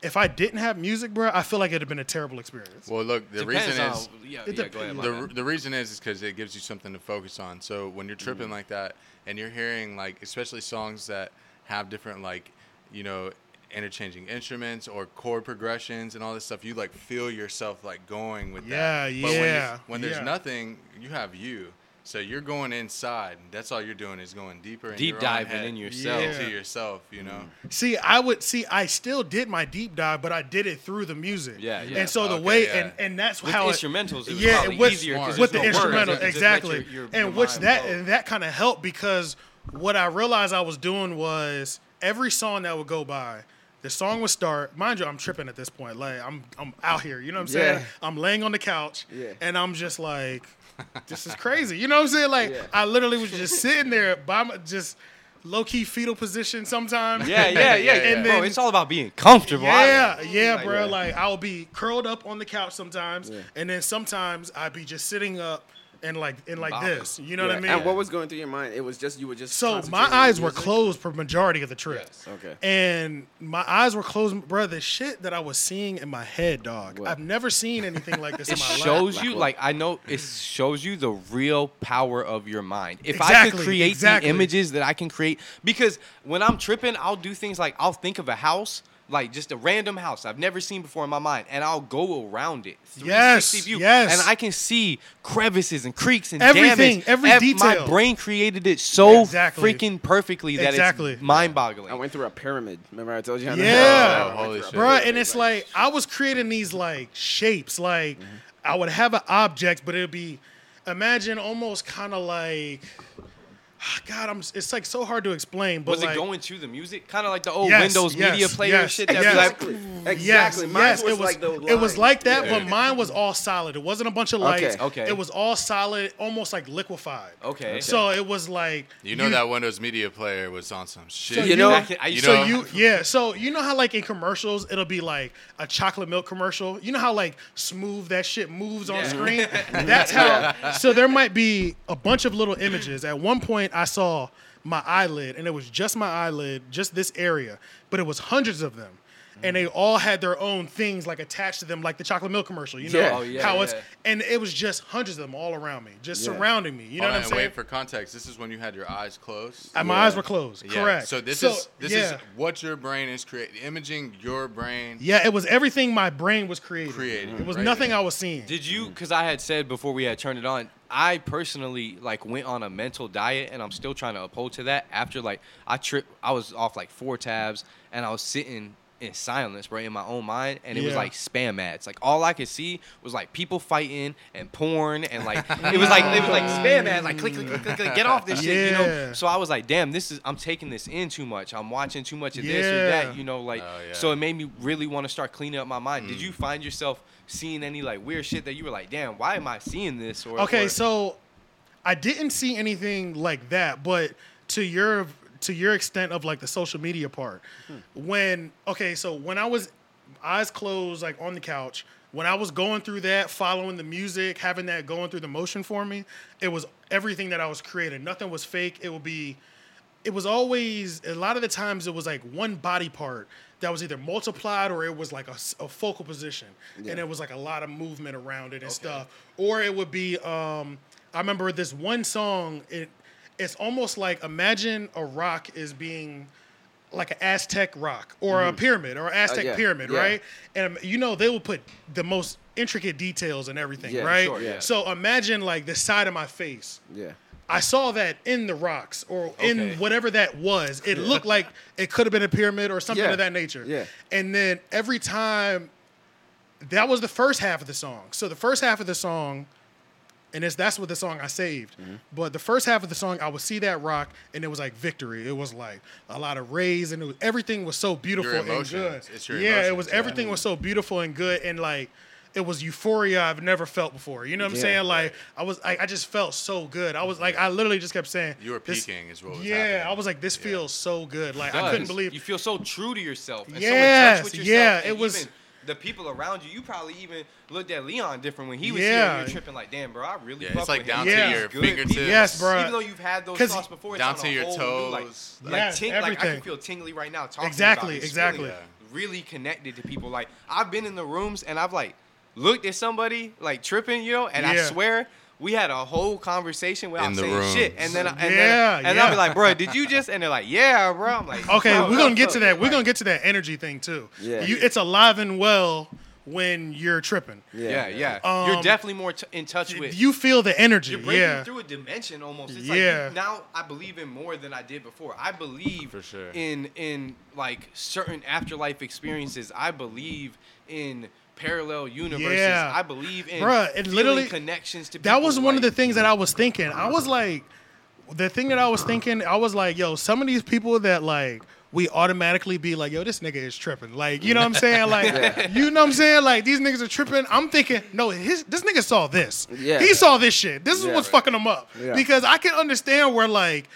[SPEAKER 3] if I didn't have music, bro, I feel like it'd have been a terrible experience.
[SPEAKER 6] Well, look, the
[SPEAKER 5] Depends
[SPEAKER 6] reason
[SPEAKER 5] on-
[SPEAKER 6] is
[SPEAKER 5] yeah,
[SPEAKER 3] It
[SPEAKER 5] yeah, go ahead,
[SPEAKER 3] depends.
[SPEAKER 5] my
[SPEAKER 6] the,
[SPEAKER 5] bad.
[SPEAKER 6] the reason is is because it gives you something to focus on. So when you're tripping
[SPEAKER 3] Mm-hmm.
[SPEAKER 6] like that, and you're hearing like especially songs that have different like you know interchanging instruments or chord progressions and all this stuff, you like feel yourself like going with that.
[SPEAKER 3] Yeah,
[SPEAKER 6] But when,
[SPEAKER 3] yeah,
[SPEAKER 6] there's- when there's
[SPEAKER 3] yeah.
[SPEAKER 6] nothing, you have you. So you're going inside. That's all you're doing is going deeper. In
[SPEAKER 5] Deep
[SPEAKER 6] your own
[SPEAKER 5] diving
[SPEAKER 6] head,
[SPEAKER 5] in yourself.
[SPEAKER 6] into
[SPEAKER 3] Yeah.
[SPEAKER 6] yourself. You know.
[SPEAKER 3] See, I would see. I still did my deep dive, but I did it through the music.
[SPEAKER 5] Yeah, yeah.
[SPEAKER 3] And so the
[SPEAKER 6] Okay,
[SPEAKER 3] way
[SPEAKER 6] yeah.
[SPEAKER 3] and and that's
[SPEAKER 5] With
[SPEAKER 3] how it-
[SPEAKER 5] instrumentals, it was probably
[SPEAKER 3] with,
[SPEAKER 5] easier 'cause
[SPEAKER 3] with the
[SPEAKER 5] there's no words.
[SPEAKER 3] instrumental
[SPEAKER 5] It just let
[SPEAKER 3] exactly,
[SPEAKER 5] your- your- your
[SPEAKER 3] and which
[SPEAKER 5] mind
[SPEAKER 3] that
[SPEAKER 5] flow.
[SPEAKER 3] and that kind of helped because what I realized I was doing was every song that would go by. The song would start, mind you, I'm tripping at this point. Like I'm, I'm out here. You know what I'm saying?
[SPEAKER 4] Yeah.
[SPEAKER 3] I'm laying on the couch,
[SPEAKER 4] Yeah.
[SPEAKER 3] and I'm just like, this is crazy. You know what I'm saying? Like
[SPEAKER 4] Yeah.
[SPEAKER 3] I literally was just sitting there by my, just low key fetal position sometimes.
[SPEAKER 5] Yeah,
[SPEAKER 3] <laughs>
[SPEAKER 5] yeah, yeah.
[SPEAKER 6] Yeah,
[SPEAKER 5] And
[SPEAKER 3] yeah.
[SPEAKER 5] bro, it's all about being comfortable. I-
[SPEAKER 3] Yeah, yeah,
[SPEAKER 5] Like,
[SPEAKER 3] bro.
[SPEAKER 5] yeah.
[SPEAKER 3] Like I'll be curled up on the couch sometimes,
[SPEAKER 4] Yeah.
[SPEAKER 3] and then sometimes I'd be just sitting up and like and like
[SPEAKER 5] Bob.
[SPEAKER 3] this. You know what I mean?
[SPEAKER 4] And what was going through your mind? It was just you were just
[SPEAKER 3] so my
[SPEAKER 4] concentrating on
[SPEAKER 3] eyes
[SPEAKER 4] the
[SPEAKER 3] were
[SPEAKER 4] music?
[SPEAKER 3] closed for majority of the trip.
[SPEAKER 5] Yes.
[SPEAKER 4] Okay.
[SPEAKER 3] And my eyes were closed, bro. The shit that I was seeing in my head, dog.
[SPEAKER 4] What?
[SPEAKER 3] I've never seen anything like this
[SPEAKER 5] it
[SPEAKER 3] in my life.
[SPEAKER 5] shows
[SPEAKER 4] Like
[SPEAKER 5] you
[SPEAKER 4] what?
[SPEAKER 5] like I know it shows you the real power of your mind. If I could
[SPEAKER 3] Exactly,
[SPEAKER 5] create
[SPEAKER 3] exactly.
[SPEAKER 5] the images that I can create because when I'm tripping, I'll do things like I'll think of a house like just a random house I've never seen before in my mind, and I'll go around it. 360
[SPEAKER 3] Yes, yes.
[SPEAKER 5] And I can see crevices and creeks and
[SPEAKER 3] Everything,
[SPEAKER 5] damage.
[SPEAKER 3] every
[SPEAKER 5] Ev-
[SPEAKER 3] detail.
[SPEAKER 5] My brain created it so
[SPEAKER 3] Exactly.
[SPEAKER 5] freaking perfectly that
[SPEAKER 3] Exactly.
[SPEAKER 5] it's mind-boggling.
[SPEAKER 4] I went through a pyramid. Remember I told you? how to-
[SPEAKER 3] Yeah.
[SPEAKER 6] Oh, holy shit.
[SPEAKER 5] Mm-hmm.
[SPEAKER 3] Bruh, and it's like I was creating these like shapes. Like I would have an object, but it'd be imagine almost kind of like <sighs> God, I'm it's like so hard to explain. But
[SPEAKER 5] Was
[SPEAKER 3] like-
[SPEAKER 5] it going to the music? Kind of like the old
[SPEAKER 3] Yes,
[SPEAKER 5] Windows
[SPEAKER 3] yes,
[SPEAKER 5] Media Player
[SPEAKER 3] yes,
[SPEAKER 5] shit. That
[SPEAKER 3] yes.
[SPEAKER 5] was
[SPEAKER 4] Exactly. Exactly. Mine
[SPEAKER 3] yes,
[SPEAKER 4] was,
[SPEAKER 3] it was
[SPEAKER 4] like those
[SPEAKER 3] it was
[SPEAKER 4] lines.
[SPEAKER 3] like that, but mine was all solid. It wasn't a bunch of lights.
[SPEAKER 5] okay.
[SPEAKER 3] It was all solid, almost like liquefied.
[SPEAKER 5] Okay.
[SPEAKER 3] So it was like
[SPEAKER 6] You know that Windows Media Player was on some shit.
[SPEAKER 4] you
[SPEAKER 5] like,
[SPEAKER 4] know-
[SPEAKER 5] I, can, I
[SPEAKER 6] you
[SPEAKER 5] used
[SPEAKER 3] So
[SPEAKER 6] know-
[SPEAKER 5] to,
[SPEAKER 3] you yeah, so you know how like in commercials it'll be like a chocolate milk commercial. You know how like smooth that shit moves on
[SPEAKER 5] Yeah.
[SPEAKER 3] screen.
[SPEAKER 6] <laughs>
[SPEAKER 3] That's how. So there might be a bunch of little images. At one point, I saw my eyelid, and it was just my eyelid, just this area, but it was hundreds of them. And they all had their own things like attached to them, like the chocolate milk commercial. You know
[SPEAKER 4] Yeah.
[SPEAKER 5] Oh, yeah,
[SPEAKER 3] how it's,
[SPEAKER 5] yeah.
[SPEAKER 3] and it was just hundreds of them all around me, just
[SPEAKER 4] Yeah.
[SPEAKER 3] surrounding me. You know
[SPEAKER 6] Hold
[SPEAKER 3] what
[SPEAKER 6] on,
[SPEAKER 3] I'm
[SPEAKER 6] and
[SPEAKER 3] saying?
[SPEAKER 6] wait for context. This is when you had your eyes closed.
[SPEAKER 3] And my eyes were closed.
[SPEAKER 6] Yeah.
[SPEAKER 3] Correct.
[SPEAKER 6] So this is this
[SPEAKER 3] yeah.
[SPEAKER 6] is what your brain is creating. Imaging your brain.
[SPEAKER 3] Yeah, it was everything my brain was creating.
[SPEAKER 6] Creating,
[SPEAKER 3] It was
[SPEAKER 6] right.
[SPEAKER 3] nothing I was seeing.
[SPEAKER 5] did you? Because I had said before we had turned it on, I personally like went on a mental diet, and I'm still trying to uphold to that. After like I trip, I was off like four tabs, and I was sitting in silence, right in my own mind, and it was
[SPEAKER 3] Yeah.
[SPEAKER 5] like spam ads. Like all I could see was like people fighting and porn,
[SPEAKER 3] <laughs>
[SPEAKER 5] and like it was like it was like spam ads, like click click click click, click get off this shit, you
[SPEAKER 3] Yeah.
[SPEAKER 5] know. So I was like, damn, this is I'm taking this in too much. I'm watching too much of this or
[SPEAKER 3] Yeah.
[SPEAKER 5] that, you know, like
[SPEAKER 6] Oh, yeah.
[SPEAKER 5] so it made me really want to start cleaning up my mind. Did
[SPEAKER 6] Mm.
[SPEAKER 5] you find yourself seeing any like weird shit that you were like, damn, why am I seeing this? Or
[SPEAKER 3] Okay,
[SPEAKER 5] or-
[SPEAKER 3] so I didn't see anything like that, but to your to your extent of like the social media part, when okay, so when I was eyes closed, like on the couch, when I was going through that, following the music, having that going through the motion for me, it was everything that I was creating. Nothing was fake. It would be it was always a lot of the times it was like one body part that was either multiplied or it was like a, s- a focal position and it was like a lot of movement around it and stuff or it would be um i remember this one song it it's almost like imagine a rock is being like an aztec rock or a pyramid or an aztec
[SPEAKER 4] Mm-hmm. Uh, yeah,
[SPEAKER 3] pyramid
[SPEAKER 4] yeah.
[SPEAKER 3] right and um, you know they will put the most intricate details and everything
[SPEAKER 4] Yeah,
[SPEAKER 3] right
[SPEAKER 5] sure, yeah.
[SPEAKER 3] so imagine like the side of my face
[SPEAKER 4] Yeah.
[SPEAKER 3] I saw that in the rocks or
[SPEAKER 6] Okay.
[SPEAKER 3] in whatever that was. It looked like it could have been a pyramid or something
[SPEAKER 4] Yeah.
[SPEAKER 3] of that nature.
[SPEAKER 4] Yeah.
[SPEAKER 3] And then every time that was the first half of the song. So the first half of the song, and it's that's what the song I saved.
[SPEAKER 6] Mm-hmm.
[SPEAKER 3] But the first half of the song, I would see that rock, and it was like victory. It was like a lot of rays, and it was, everything was so beautiful and
[SPEAKER 6] emotions.
[SPEAKER 3] good.
[SPEAKER 6] It's your
[SPEAKER 3] yeah, it was
[SPEAKER 6] emotions, yeah.
[SPEAKER 3] everything was so beautiful and good, and like it was euphoria I've never felt before. You know what I'm
[SPEAKER 4] Yeah.
[SPEAKER 3] saying? Like I was, I, I just felt so good. I was like, I literally just kept saying,
[SPEAKER 6] You were
[SPEAKER 3] this-
[SPEAKER 6] peaking is what was
[SPEAKER 3] yeah,
[SPEAKER 6] happening.
[SPEAKER 3] I was like, this feels so good. Like I couldn't
[SPEAKER 5] Does.
[SPEAKER 3] believe
[SPEAKER 5] you feel so true to yourself. And
[SPEAKER 3] Yes,
[SPEAKER 5] so in touch with yourself
[SPEAKER 3] yeah,
[SPEAKER 5] and
[SPEAKER 3] it was-
[SPEAKER 5] even the people around you. You probably even looked at Leon different when he was
[SPEAKER 3] Yeah.
[SPEAKER 5] here. And you're tripping like, damn, bro, I really.
[SPEAKER 6] Yeah,
[SPEAKER 5] fuck
[SPEAKER 6] it's like
[SPEAKER 5] with
[SPEAKER 6] down
[SPEAKER 5] him.
[SPEAKER 3] to
[SPEAKER 5] He's
[SPEAKER 6] your
[SPEAKER 5] good.
[SPEAKER 6] fingertips.
[SPEAKER 5] Even-
[SPEAKER 3] Yes, bruh.
[SPEAKER 5] Even though you've had those
[SPEAKER 3] 'Cause
[SPEAKER 5] thoughts before, it's
[SPEAKER 6] down
[SPEAKER 5] on
[SPEAKER 6] to
[SPEAKER 5] a
[SPEAKER 6] your
[SPEAKER 5] whole new, like-
[SPEAKER 6] toes.
[SPEAKER 5] Like,
[SPEAKER 3] Yes,
[SPEAKER 5] ting- like I
[SPEAKER 3] everything.
[SPEAKER 5] can feel tingly right now. Talking
[SPEAKER 3] Exactly,
[SPEAKER 5] about it. It's
[SPEAKER 3] exactly.
[SPEAKER 5] really- really connected to people. Like I've been in the rooms and I've like looked at somebody like tripping, you know, and I
[SPEAKER 3] Yeah.
[SPEAKER 5] swear we had a whole conversation without
[SPEAKER 6] In the
[SPEAKER 5] saying
[SPEAKER 6] room.
[SPEAKER 5] shit. And then I- and
[SPEAKER 3] Yeah,
[SPEAKER 5] then, and
[SPEAKER 3] yeah.
[SPEAKER 5] I'll be like, bro, did you just? And they're like, yeah, bro. I'm like,
[SPEAKER 3] Okay,
[SPEAKER 5] "Bro,
[SPEAKER 3] we're
[SPEAKER 5] bro,
[SPEAKER 3] gonna get
[SPEAKER 5] bro."
[SPEAKER 3] to that. We're gonna get to that energy thing too.
[SPEAKER 4] Yeah.
[SPEAKER 3] You, it's alive and well when you're tripping.
[SPEAKER 5] Yeah,
[SPEAKER 4] Yeah.
[SPEAKER 5] yeah.
[SPEAKER 3] Um,
[SPEAKER 5] You're definitely more t- in touch with.
[SPEAKER 3] You feel the energy.
[SPEAKER 5] You're breaking
[SPEAKER 3] yeah.
[SPEAKER 5] through a dimension almost. It's
[SPEAKER 3] Yeah.
[SPEAKER 5] like you- now I believe in more than I did before. I believe
[SPEAKER 6] For sure.
[SPEAKER 5] in in like certain afterlife experiences. I believe in parallel universes.
[SPEAKER 3] Yeah.
[SPEAKER 5] I believe in
[SPEAKER 3] Bruh, it
[SPEAKER 5] feeling
[SPEAKER 3] literally-
[SPEAKER 5] connections to
[SPEAKER 3] That
[SPEAKER 5] people,
[SPEAKER 3] was one of the
[SPEAKER 5] like-
[SPEAKER 3] things that I was thinking. I was like, the thing that I was thinking, I was like, yo, some of these people that like we automatically be like, yo, this nigga is tripping. Like, you know what I'm
[SPEAKER 4] <laughs>
[SPEAKER 3] saying? Like, you know what I'm saying? Like, these niggas are tripping. I'm thinking, no, his, this nigga saw this.
[SPEAKER 4] Yeah.
[SPEAKER 3] He saw this shit. This is
[SPEAKER 4] Yeah.
[SPEAKER 3] what's fucking him up.
[SPEAKER 4] Yeah.
[SPEAKER 3] Because I can understand where like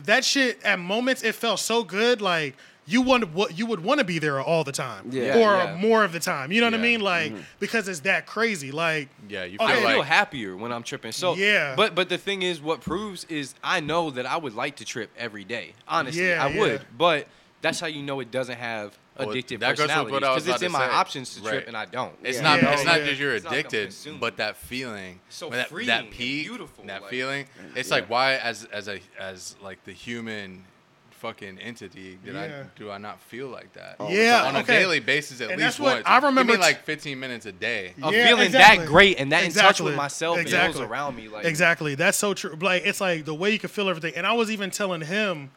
[SPEAKER 3] that shit at moments it felt so good, like you want what you would want to be there all the time,
[SPEAKER 4] Yeah. Mm-hmm.
[SPEAKER 3] or
[SPEAKER 5] Yeah.
[SPEAKER 3] more of the time. You know what I
[SPEAKER 6] Yeah.
[SPEAKER 3] mean? Like because it's that crazy. Like
[SPEAKER 6] Yeah, you
[SPEAKER 5] I
[SPEAKER 6] feel
[SPEAKER 5] feel
[SPEAKER 6] like-
[SPEAKER 5] happier when I'm tripping. So
[SPEAKER 3] Yeah.
[SPEAKER 5] But but the thing is, what proves is I know that I would like to trip every day. Honestly,
[SPEAKER 3] Yeah,
[SPEAKER 5] I would.
[SPEAKER 3] yeah.
[SPEAKER 5] But that's how you know it doesn't have
[SPEAKER 6] Well,
[SPEAKER 5] addictive
[SPEAKER 6] that goes with
[SPEAKER 5] personalities
[SPEAKER 6] what I was
[SPEAKER 5] because it's
[SPEAKER 6] about
[SPEAKER 5] in
[SPEAKER 6] to
[SPEAKER 5] my
[SPEAKER 6] say.
[SPEAKER 5] options to
[SPEAKER 6] Right.
[SPEAKER 5] trip and I don't.
[SPEAKER 6] It's
[SPEAKER 4] Yeah.
[SPEAKER 6] not.
[SPEAKER 3] Yeah,
[SPEAKER 6] it's not
[SPEAKER 3] yeah.
[SPEAKER 6] that you're
[SPEAKER 5] It's not gonna
[SPEAKER 6] addicted,
[SPEAKER 5] consume.
[SPEAKER 6] but that feeling.
[SPEAKER 5] So
[SPEAKER 6] when that,
[SPEAKER 5] freeing
[SPEAKER 6] That
[SPEAKER 5] and
[SPEAKER 6] peak.
[SPEAKER 5] beautiful,
[SPEAKER 6] That
[SPEAKER 5] like-
[SPEAKER 6] feeling. It's like why, as as a as like the human fucking entity, did
[SPEAKER 3] Yeah.
[SPEAKER 6] I do I not feel like that?
[SPEAKER 3] Yeah,
[SPEAKER 6] On
[SPEAKER 3] okay.
[SPEAKER 6] a daily basis, at
[SPEAKER 3] And that's
[SPEAKER 6] least
[SPEAKER 3] what
[SPEAKER 6] once.
[SPEAKER 3] I remember
[SPEAKER 6] Give
[SPEAKER 3] t-
[SPEAKER 6] me like 15 minutes a day.
[SPEAKER 5] Of
[SPEAKER 3] Yeah,
[SPEAKER 5] feeling
[SPEAKER 3] exactly.
[SPEAKER 5] that great and that in touch
[SPEAKER 3] Exactly.
[SPEAKER 5] with myself and
[SPEAKER 3] Exactly.
[SPEAKER 5] those around me. Like
[SPEAKER 3] exactly. That's so true. Like it's like the way you can feel everything. And I was even telling him,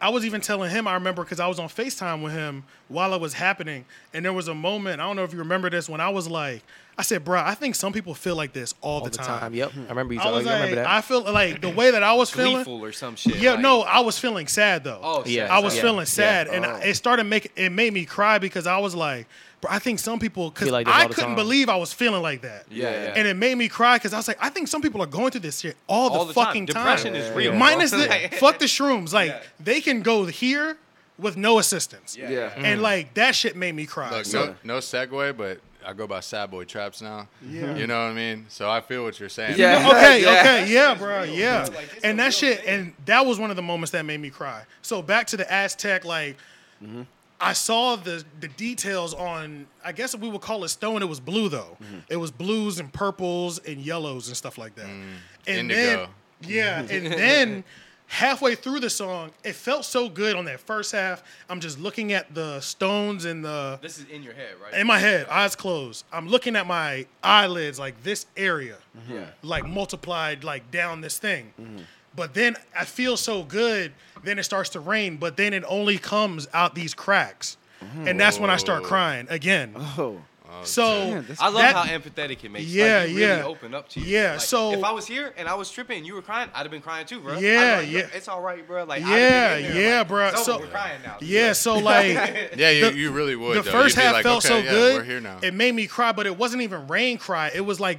[SPEAKER 3] I was even telling him, I remember because I was on FaceTime with him while it was happening. And there was a moment, I don't know if you remember this, when I was like, I said, bro, I think some people feel like this all,
[SPEAKER 8] all the time. Yep, I remember you.
[SPEAKER 3] I was
[SPEAKER 8] you
[SPEAKER 3] like,
[SPEAKER 8] remember that?
[SPEAKER 3] I feel like the way that I was feeling.
[SPEAKER 9] Gleeful or some shit.
[SPEAKER 3] Yeah,
[SPEAKER 9] like-
[SPEAKER 3] no, I was feeling sad though.
[SPEAKER 9] Oh, sad, Oh.
[SPEAKER 3] I was
[SPEAKER 9] sad.
[SPEAKER 3] feeling
[SPEAKER 8] Yeah,
[SPEAKER 3] sad,
[SPEAKER 8] yeah.
[SPEAKER 3] and I, it started making it made me cry because I was like, bro, I think some people because
[SPEAKER 8] Feel like this
[SPEAKER 3] I
[SPEAKER 8] all the
[SPEAKER 3] couldn't
[SPEAKER 8] time.
[SPEAKER 3] believe I was feeling like that.
[SPEAKER 9] Yeah, yeah.
[SPEAKER 3] And it made me cry because I was like, I think some people are going through this shit all,
[SPEAKER 9] All
[SPEAKER 3] the,
[SPEAKER 9] the time.
[SPEAKER 3] fucking time.
[SPEAKER 9] Depression is real, bro.
[SPEAKER 3] Minus the
[SPEAKER 9] <laughs> Like-
[SPEAKER 3] fuck the shrooms. Like
[SPEAKER 9] Yeah.
[SPEAKER 3] they can go here with no assistance.
[SPEAKER 9] Yeah.
[SPEAKER 4] Yeah.
[SPEAKER 3] And like that shit made me cry.
[SPEAKER 6] Look,
[SPEAKER 3] so
[SPEAKER 6] no, no segue, but I go by Sad Boy Traps now.
[SPEAKER 3] Yeah.
[SPEAKER 6] You know what I mean? So I feel what you're saying.
[SPEAKER 4] Yeah.
[SPEAKER 3] okay,
[SPEAKER 4] <laughs> Yeah.
[SPEAKER 3] okay, yeah,
[SPEAKER 9] shit is
[SPEAKER 3] bro,
[SPEAKER 9] real,
[SPEAKER 3] yeah.
[SPEAKER 9] bro. Like, it's
[SPEAKER 3] and
[SPEAKER 9] a
[SPEAKER 3] that
[SPEAKER 9] real
[SPEAKER 3] shit,
[SPEAKER 9] thing.
[SPEAKER 3] and that was one of the moments that made me cry. So back to the Aztec, like
[SPEAKER 4] Mm-hmm.
[SPEAKER 3] I saw the the details on. I guess if we would call it stone. It was blue though.
[SPEAKER 4] Mm-hmm.
[SPEAKER 3] It was blues and purples and yellows and stuff like that.
[SPEAKER 4] Mm.
[SPEAKER 3] And
[SPEAKER 6] Indigo.
[SPEAKER 3] then
[SPEAKER 4] <laughs>
[SPEAKER 3] yeah, and then. Halfway through the song, it felt so good on that first half. I'm just looking at the stones and the
[SPEAKER 9] This is in your head, right?
[SPEAKER 3] in my head, eyes closed. I'm looking at my eyelids, like this area,
[SPEAKER 9] Mm-hmm.
[SPEAKER 3] like multiplied, like down this thing. But then I feel so good. Then it starts to rain, but then it only comes out these cracks,
[SPEAKER 9] Mm-hmm.
[SPEAKER 3] and that's when I start
[SPEAKER 6] Whoa.
[SPEAKER 3] crying again.
[SPEAKER 4] Oh.
[SPEAKER 3] so
[SPEAKER 4] that's-
[SPEAKER 9] I love
[SPEAKER 3] that-
[SPEAKER 9] how empathetic it makes.
[SPEAKER 3] Yeah,
[SPEAKER 9] Yeah, like, you
[SPEAKER 3] yeah.
[SPEAKER 9] Really open up to you.
[SPEAKER 3] Yeah,
[SPEAKER 9] Like,
[SPEAKER 3] so-
[SPEAKER 9] if I was here and I was tripping and you were crying, I'd have been crying too, bro. I'd be
[SPEAKER 3] Yeah,
[SPEAKER 9] like, "Yo,
[SPEAKER 3] yeah.
[SPEAKER 9] It's all right, bro. Like, I'd
[SPEAKER 3] yeah,
[SPEAKER 9] have been in there,
[SPEAKER 3] yeah,
[SPEAKER 9] like,
[SPEAKER 3] bro.
[SPEAKER 9] it's over,
[SPEAKER 3] So
[SPEAKER 9] we're crying now.
[SPEAKER 3] yeah, so
[SPEAKER 9] <laughs>
[SPEAKER 3] like
[SPEAKER 6] Yeah, you,
[SPEAKER 3] The-
[SPEAKER 6] you really would.
[SPEAKER 3] the
[SPEAKER 6] though.
[SPEAKER 3] first
[SPEAKER 6] You'd be
[SPEAKER 3] half
[SPEAKER 6] like,
[SPEAKER 3] felt
[SPEAKER 6] okay,
[SPEAKER 3] so
[SPEAKER 6] yeah,
[SPEAKER 3] good.
[SPEAKER 6] We're here now.
[SPEAKER 3] It made me cry, but it wasn't even rain cry. It was like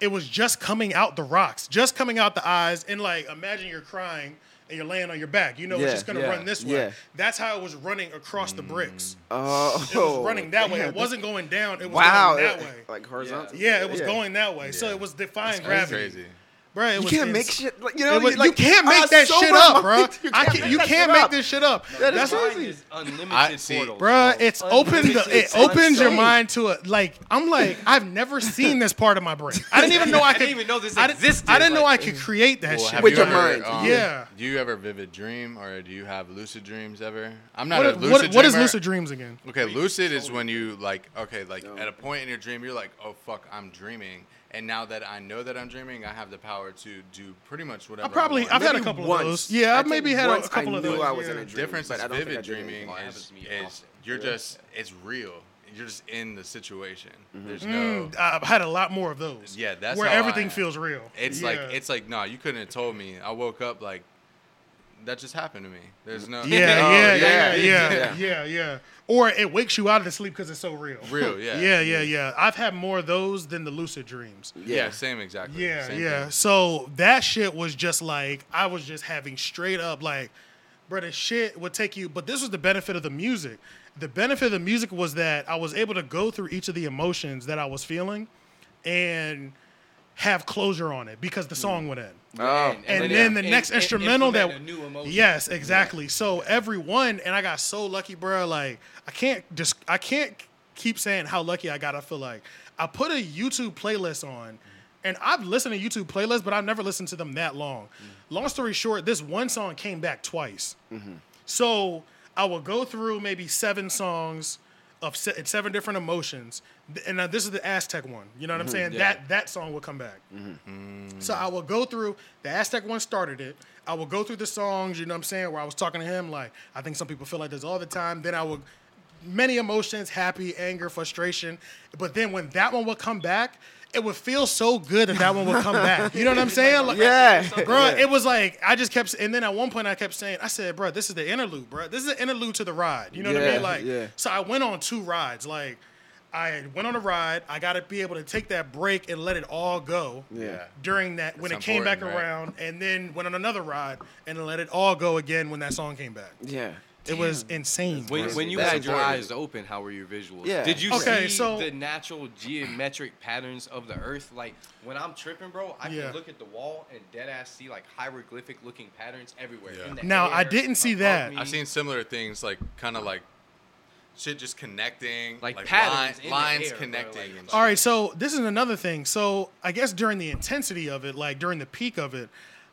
[SPEAKER 3] it was just coming out the rocks, just coming out the eyes, and like imagine you're crying and you're laying on your back. You know
[SPEAKER 4] Yeah,
[SPEAKER 3] it's just gonna
[SPEAKER 9] yeah,
[SPEAKER 3] run this way.
[SPEAKER 4] yeah.
[SPEAKER 3] That's how it was running across the bricks.
[SPEAKER 4] Oh.
[SPEAKER 3] It was running that way. It wasn't going down. It was
[SPEAKER 4] Wow.
[SPEAKER 3] going that
[SPEAKER 4] it-
[SPEAKER 3] way.
[SPEAKER 4] Like horizontal.
[SPEAKER 3] yeah, it was going that way. So it was defying
[SPEAKER 6] That's
[SPEAKER 3] gravity.
[SPEAKER 6] crazy.
[SPEAKER 3] Bro, it
[SPEAKER 4] You
[SPEAKER 3] was
[SPEAKER 4] can't
[SPEAKER 3] ins-
[SPEAKER 4] make shit. Like, you
[SPEAKER 3] It
[SPEAKER 4] know,
[SPEAKER 3] was-
[SPEAKER 4] like,
[SPEAKER 3] you can't make
[SPEAKER 4] uh,
[SPEAKER 3] that shit
[SPEAKER 4] sober
[SPEAKER 3] up, bro.
[SPEAKER 4] <laughs> mind,
[SPEAKER 3] I can't, you
[SPEAKER 4] that shit
[SPEAKER 3] can't
[SPEAKER 4] up.
[SPEAKER 3] make this shit up.
[SPEAKER 4] That is
[SPEAKER 3] That's
[SPEAKER 9] Your
[SPEAKER 3] what
[SPEAKER 9] mind is unlimited
[SPEAKER 6] I- see,
[SPEAKER 9] portals,
[SPEAKER 3] Bruh, it's open. The, it
[SPEAKER 4] It's
[SPEAKER 3] opens your
[SPEAKER 4] insane.
[SPEAKER 3] mind to it. Like I'm like I've never seen this part of my brain. I didn't
[SPEAKER 6] <laughs>
[SPEAKER 3] even know I,
[SPEAKER 9] I
[SPEAKER 3] could.
[SPEAKER 9] didn't even know this
[SPEAKER 3] I didn't,
[SPEAKER 9] existed,
[SPEAKER 3] I didn't know I
[SPEAKER 9] like-
[SPEAKER 3] could create that
[SPEAKER 6] Well,
[SPEAKER 3] shit.
[SPEAKER 6] have
[SPEAKER 4] With
[SPEAKER 6] you
[SPEAKER 4] your
[SPEAKER 6] ever,
[SPEAKER 4] mind.
[SPEAKER 6] um,
[SPEAKER 3] Yeah.
[SPEAKER 6] Do you ever vivid dream or do you have lucid dreams ever? I'm not
[SPEAKER 3] What,
[SPEAKER 6] a
[SPEAKER 3] what-
[SPEAKER 6] lucid
[SPEAKER 3] what is
[SPEAKER 6] dreamer.
[SPEAKER 3] lucid dreams again?
[SPEAKER 6] Okay, lucid is when you like okay, like at a point in your dream you're like, "Oh fuck, I'm dreaming." And now that I know that I'm dreaming, I have the power to do pretty much whatever
[SPEAKER 3] I probably
[SPEAKER 6] I
[SPEAKER 3] I've
[SPEAKER 6] want.
[SPEAKER 3] had a
[SPEAKER 4] Maybe
[SPEAKER 3] couple
[SPEAKER 4] once.
[SPEAKER 3] of those. Yeah, I've
[SPEAKER 4] think
[SPEAKER 3] maybe had a,
[SPEAKER 4] once
[SPEAKER 3] couple
[SPEAKER 4] I
[SPEAKER 3] of those.
[SPEAKER 4] knew I was in
[SPEAKER 3] yeah.
[SPEAKER 4] a dream.
[SPEAKER 6] difference
[SPEAKER 4] but
[SPEAKER 6] is
[SPEAKER 4] I don't think I
[SPEAKER 6] vivid
[SPEAKER 4] did anything
[SPEAKER 6] dreaming
[SPEAKER 9] Oh, it happens
[SPEAKER 6] is,
[SPEAKER 9] to me
[SPEAKER 6] is
[SPEAKER 9] often.
[SPEAKER 6] you're
[SPEAKER 4] Yeah.
[SPEAKER 6] just it's real. You're just in the situation. There's no
[SPEAKER 3] Mm, I've had a lot more of those.
[SPEAKER 6] Yeah, that's
[SPEAKER 3] where
[SPEAKER 6] how I
[SPEAKER 3] everything
[SPEAKER 6] am.
[SPEAKER 3] feels real.
[SPEAKER 6] It's like
[SPEAKER 3] Yeah.
[SPEAKER 6] it's like nah, you couldn't have told me. I woke up like that just happened to me. There's no <laughs>
[SPEAKER 3] Yeah,
[SPEAKER 4] Oh,
[SPEAKER 3] yeah, yeah,
[SPEAKER 4] yeah,
[SPEAKER 3] yeah, yeah,
[SPEAKER 4] yeah.
[SPEAKER 3] yeah, Or it wakes you out of the sleep because it's so real.
[SPEAKER 6] real.
[SPEAKER 3] <laughs>
[SPEAKER 6] Yeah.
[SPEAKER 3] Yeah, yeah, yeah. I've had more of those than the lucid dreams.
[SPEAKER 6] Yeah, same exactly.
[SPEAKER 3] Yeah,
[SPEAKER 6] same
[SPEAKER 3] yeah.
[SPEAKER 6] thing.
[SPEAKER 3] So that shit was just like I was just having straight up like, bro, the shit would take you. But this was the benefit of the music. The benefit of the music was that I was able to go through each of the emotions that I was feeling, and have closure on it because the
[SPEAKER 6] Mm.
[SPEAKER 3] song would end.
[SPEAKER 4] Oh.
[SPEAKER 3] And,
[SPEAKER 9] yeah.
[SPEAKER 3] then the
[SPEAKER 9] And-
[SPEAKER 3] next
[SPEAKER 9] and
[SPEAKER 3] instrumental that
[SPEAKER 9] implement a new emotion.
[SPEAKER 3] yes, exactly. So every one, and I got so lucky, bro. Like I can't just I can't keep saying how lucky I got. I feel like I put a YouTube playlist on, and I've listened to YouTube playlists, but I've never listened to them that long.
[SPEAKER 9] Mm.
[SPEAKER 3] Long story short, this one song came back twice. So I will go through maybe seven songs of se- it's seven different emotions, Th- and now this is the Aztec one. You know what I'm saying? That that song will come back. Mm. So I will go through the Aztec one started it. I will go through the songs. You know what I'm saying? Where I was talking to him, like I think some people feel like this all the time. Then I will many emotions, happy, anger, frustration. But then when that one would come back, it would feel so good that that one would come back. You know what I'm saying? Like,
[SPEAKER 4] Yeah. <laughs>
[SPEAKER 3] bro. It was like I just kept, and then at one point I kept saying, I said, bro, this is the interlude, bro. This is the interlude to the ride. You know what I
[SPEAKER 4] Yeah,
[SPEAKER 3] mean? Like,
[SPEAKER 4] yeah.
[SPEAKER 3] so I went on two rides. Like, I went on a ride. I got to be able to take that break and let it all go.
[SPEAKER 4] Yeah.
[SPEAKER 3] During that, when it
[SPEAKER 6] That's
[SPEAKER 3] came back
[SPEAKER 6] important, right?
[SPEAKER 3] around, and then went on another ride and let it all go again when that song came back.
[SPEAKER 4] Yeah.
[SPEAKER 3] It was insane.
[SPEAKER 9] When,
[SPEAKER 3] bro.
[SPEAKER 9] when you
[SPEAKER 4] That's
[SPEAKER 9] had your
[SPEAKER 4] important.
[SPEAKER 9] eyes open, how were your visuals?
[SPEAKER 4] Yeah.
[SPEAKER 9] Did you
[SPEAKER 3] Okay,
[SPEAKER 9] see
[SPEAKER 3] so-
[SPEAKER 9] the natural geometric patterns of the earth? Like when I'm tripping, bro, I
[SPEAKER 3] Yeah.
[SPEAKER 9] can look at the wall and dead ass see like hieroglyphic looking patterns everywhere.
[SPEAKER 6] Yeah.
[SPEAKER 9] in the
[SPEAKER 3] Now, I
[SPEAKER 9] air,
[SPEAKER 3] didn't see
[SPEAKER 9] above
[SPEAKER 3] that.
[SPEAKER 9] me.
[SPEAKER 6] I've seen similar things like kind of like shit just connecting,
[SPEAKER 9] Like
[SPEAKER 6] lines,
[SPEAKER 9] patterns in the
[SPEAKER 6] lines
[SPEAKER 9] air, bro,
[SPEAKER 6] connecting.
[SPEAKER 9] like-
[SPEAKER 6] and
[SPEAKER 3] All right, so this is another thing. So I guess during the intensity of it, like during the peak of it,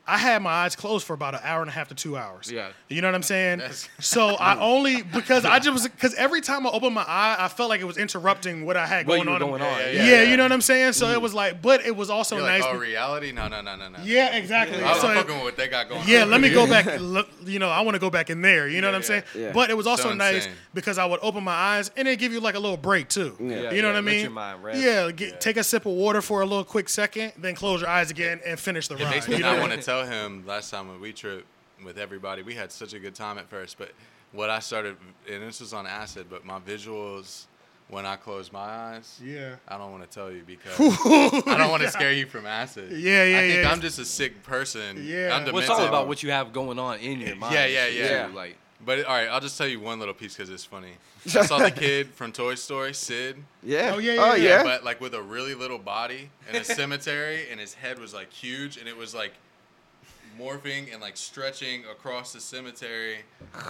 [SPEAKER 3] I had my eyes closed for about an hour and a half to two hours.
[SPEAKER 5] Yeah.
[SPEAKER 3] You know what I'm saying? so I only because I just was because every time I opened my eye, I felt like it was interrupting what I had
[SPEAKER 5] What
[SPEAKER 3] going
[SPEAKER 5] you were
[SPEAKER 3] on.
[SPEAKER 5] going on.
[SPEAKER 3] Yeah,
[SPEAKER 5] Yeah,
[SPEAKER 6] yeah.
[SPEAKER 3] you know what I'm saying. So it was like, but it was also
[SPEAKER 6] You're
[SPEAKER 3] nice.
[SPEAKER 6] like, oh,
[SPEAKER 3] be-
[SPEAKER 6] reality? No, no, no, no, no.
[SPEAKER 3] yeah, exactly.
[SPEAKER 6] I was
[SPEAKER 3] So it-
[SPEAKER 6] fucking with what they got going on.
[SPEAKER 3] yeah, let
[SPEAKER 6] <laughs>
[SPEAKER 3] me
[SPEAKER 6] over
[SPEAKER 3] go
[SPEAKER 6] here.
[SPEAKER 3] back. Look, you know, I want to go back in there. You know what I'm saying?
[SPEAKER 4] yeah.
[SPEAKER 3] But it was also
[SPEAKER 6] So
[SPEAKER 3] nice
[SPEAKER 6] insane.
[SPEAKER 3] because I would open my eyes and it give you like a little break too.
[SPEAKER 5] Yeah,
[SPEAKER 3] you know
[SPEAKER 5] yeah,
[SPEAKER 3] what I
[SPEAKER 5] let
[SPEAKER 3] mean?
[SPEAKER 5] your mind rest.
[SPEAKER 3] Yeah, get, take a sip of water for a little quick second, then close your eyes again and finish the
[SPEAKER 6] It
[SPEAKER 3] ride.
[SPEAKER 6] makes me
[SPEAKER 3] you know
[SPEAKER 6] not
[SPEAKER 3] what I
[SPEAKER 6] want
[SPEAKER 3] mean?
[SPEAKER 6] to tell him last time when we tripped with everybody, we had such a good time at first. But what I started, and this was on acid, but my visuals when I closed my eyes,
[SPEAKER 3] Yeah.
[SPEAKER 6] I don't want to tell you
[SPEAKER 3] <laughs>
[SPEAKER 6] because I don't want to scare you from acid.
[SPEAKER 3] Yeah, yeah,
[SPEAKER 6] I think
[SPEAKER 3] yeah.
[SPEAKER 6] I'm just a sick person.
[SPEAKER 3] Yeah.
[SPEAKER 6] I'm
[SPEAKER 5] Well, it's
[SPEAKER 6] demented.
[SPEAKER 5] all about what you have going on in your mind.
[SPEAKER 6] Yeah, yeah,
[SPEAKER 5] and shit,
[SPEAKER 6] yeah.
[SPEAKER 5] too,
[SPEAKER 6] <laughs>
[SPEAKER 5] Like,
[SPEAKER 6] But all right, I'll just tell you one little piece because it's
[SPEAKER 3] <laughs>
[SPEAKER 6] funny. I saw the kid from Toy Story, Sid.
[SPEAKER 4] Yeah.
[SPEAKER 3] Oh, yeah, yeah,
[SPEAKER 4] Oh
[SPEAKER 3] yeah,
[SPEAKER 4] yeah.
[SPEAKER 6] but like with a really little body in a cemetery, and his head was like huge, and it was like morphing and like stretching across the cemetery,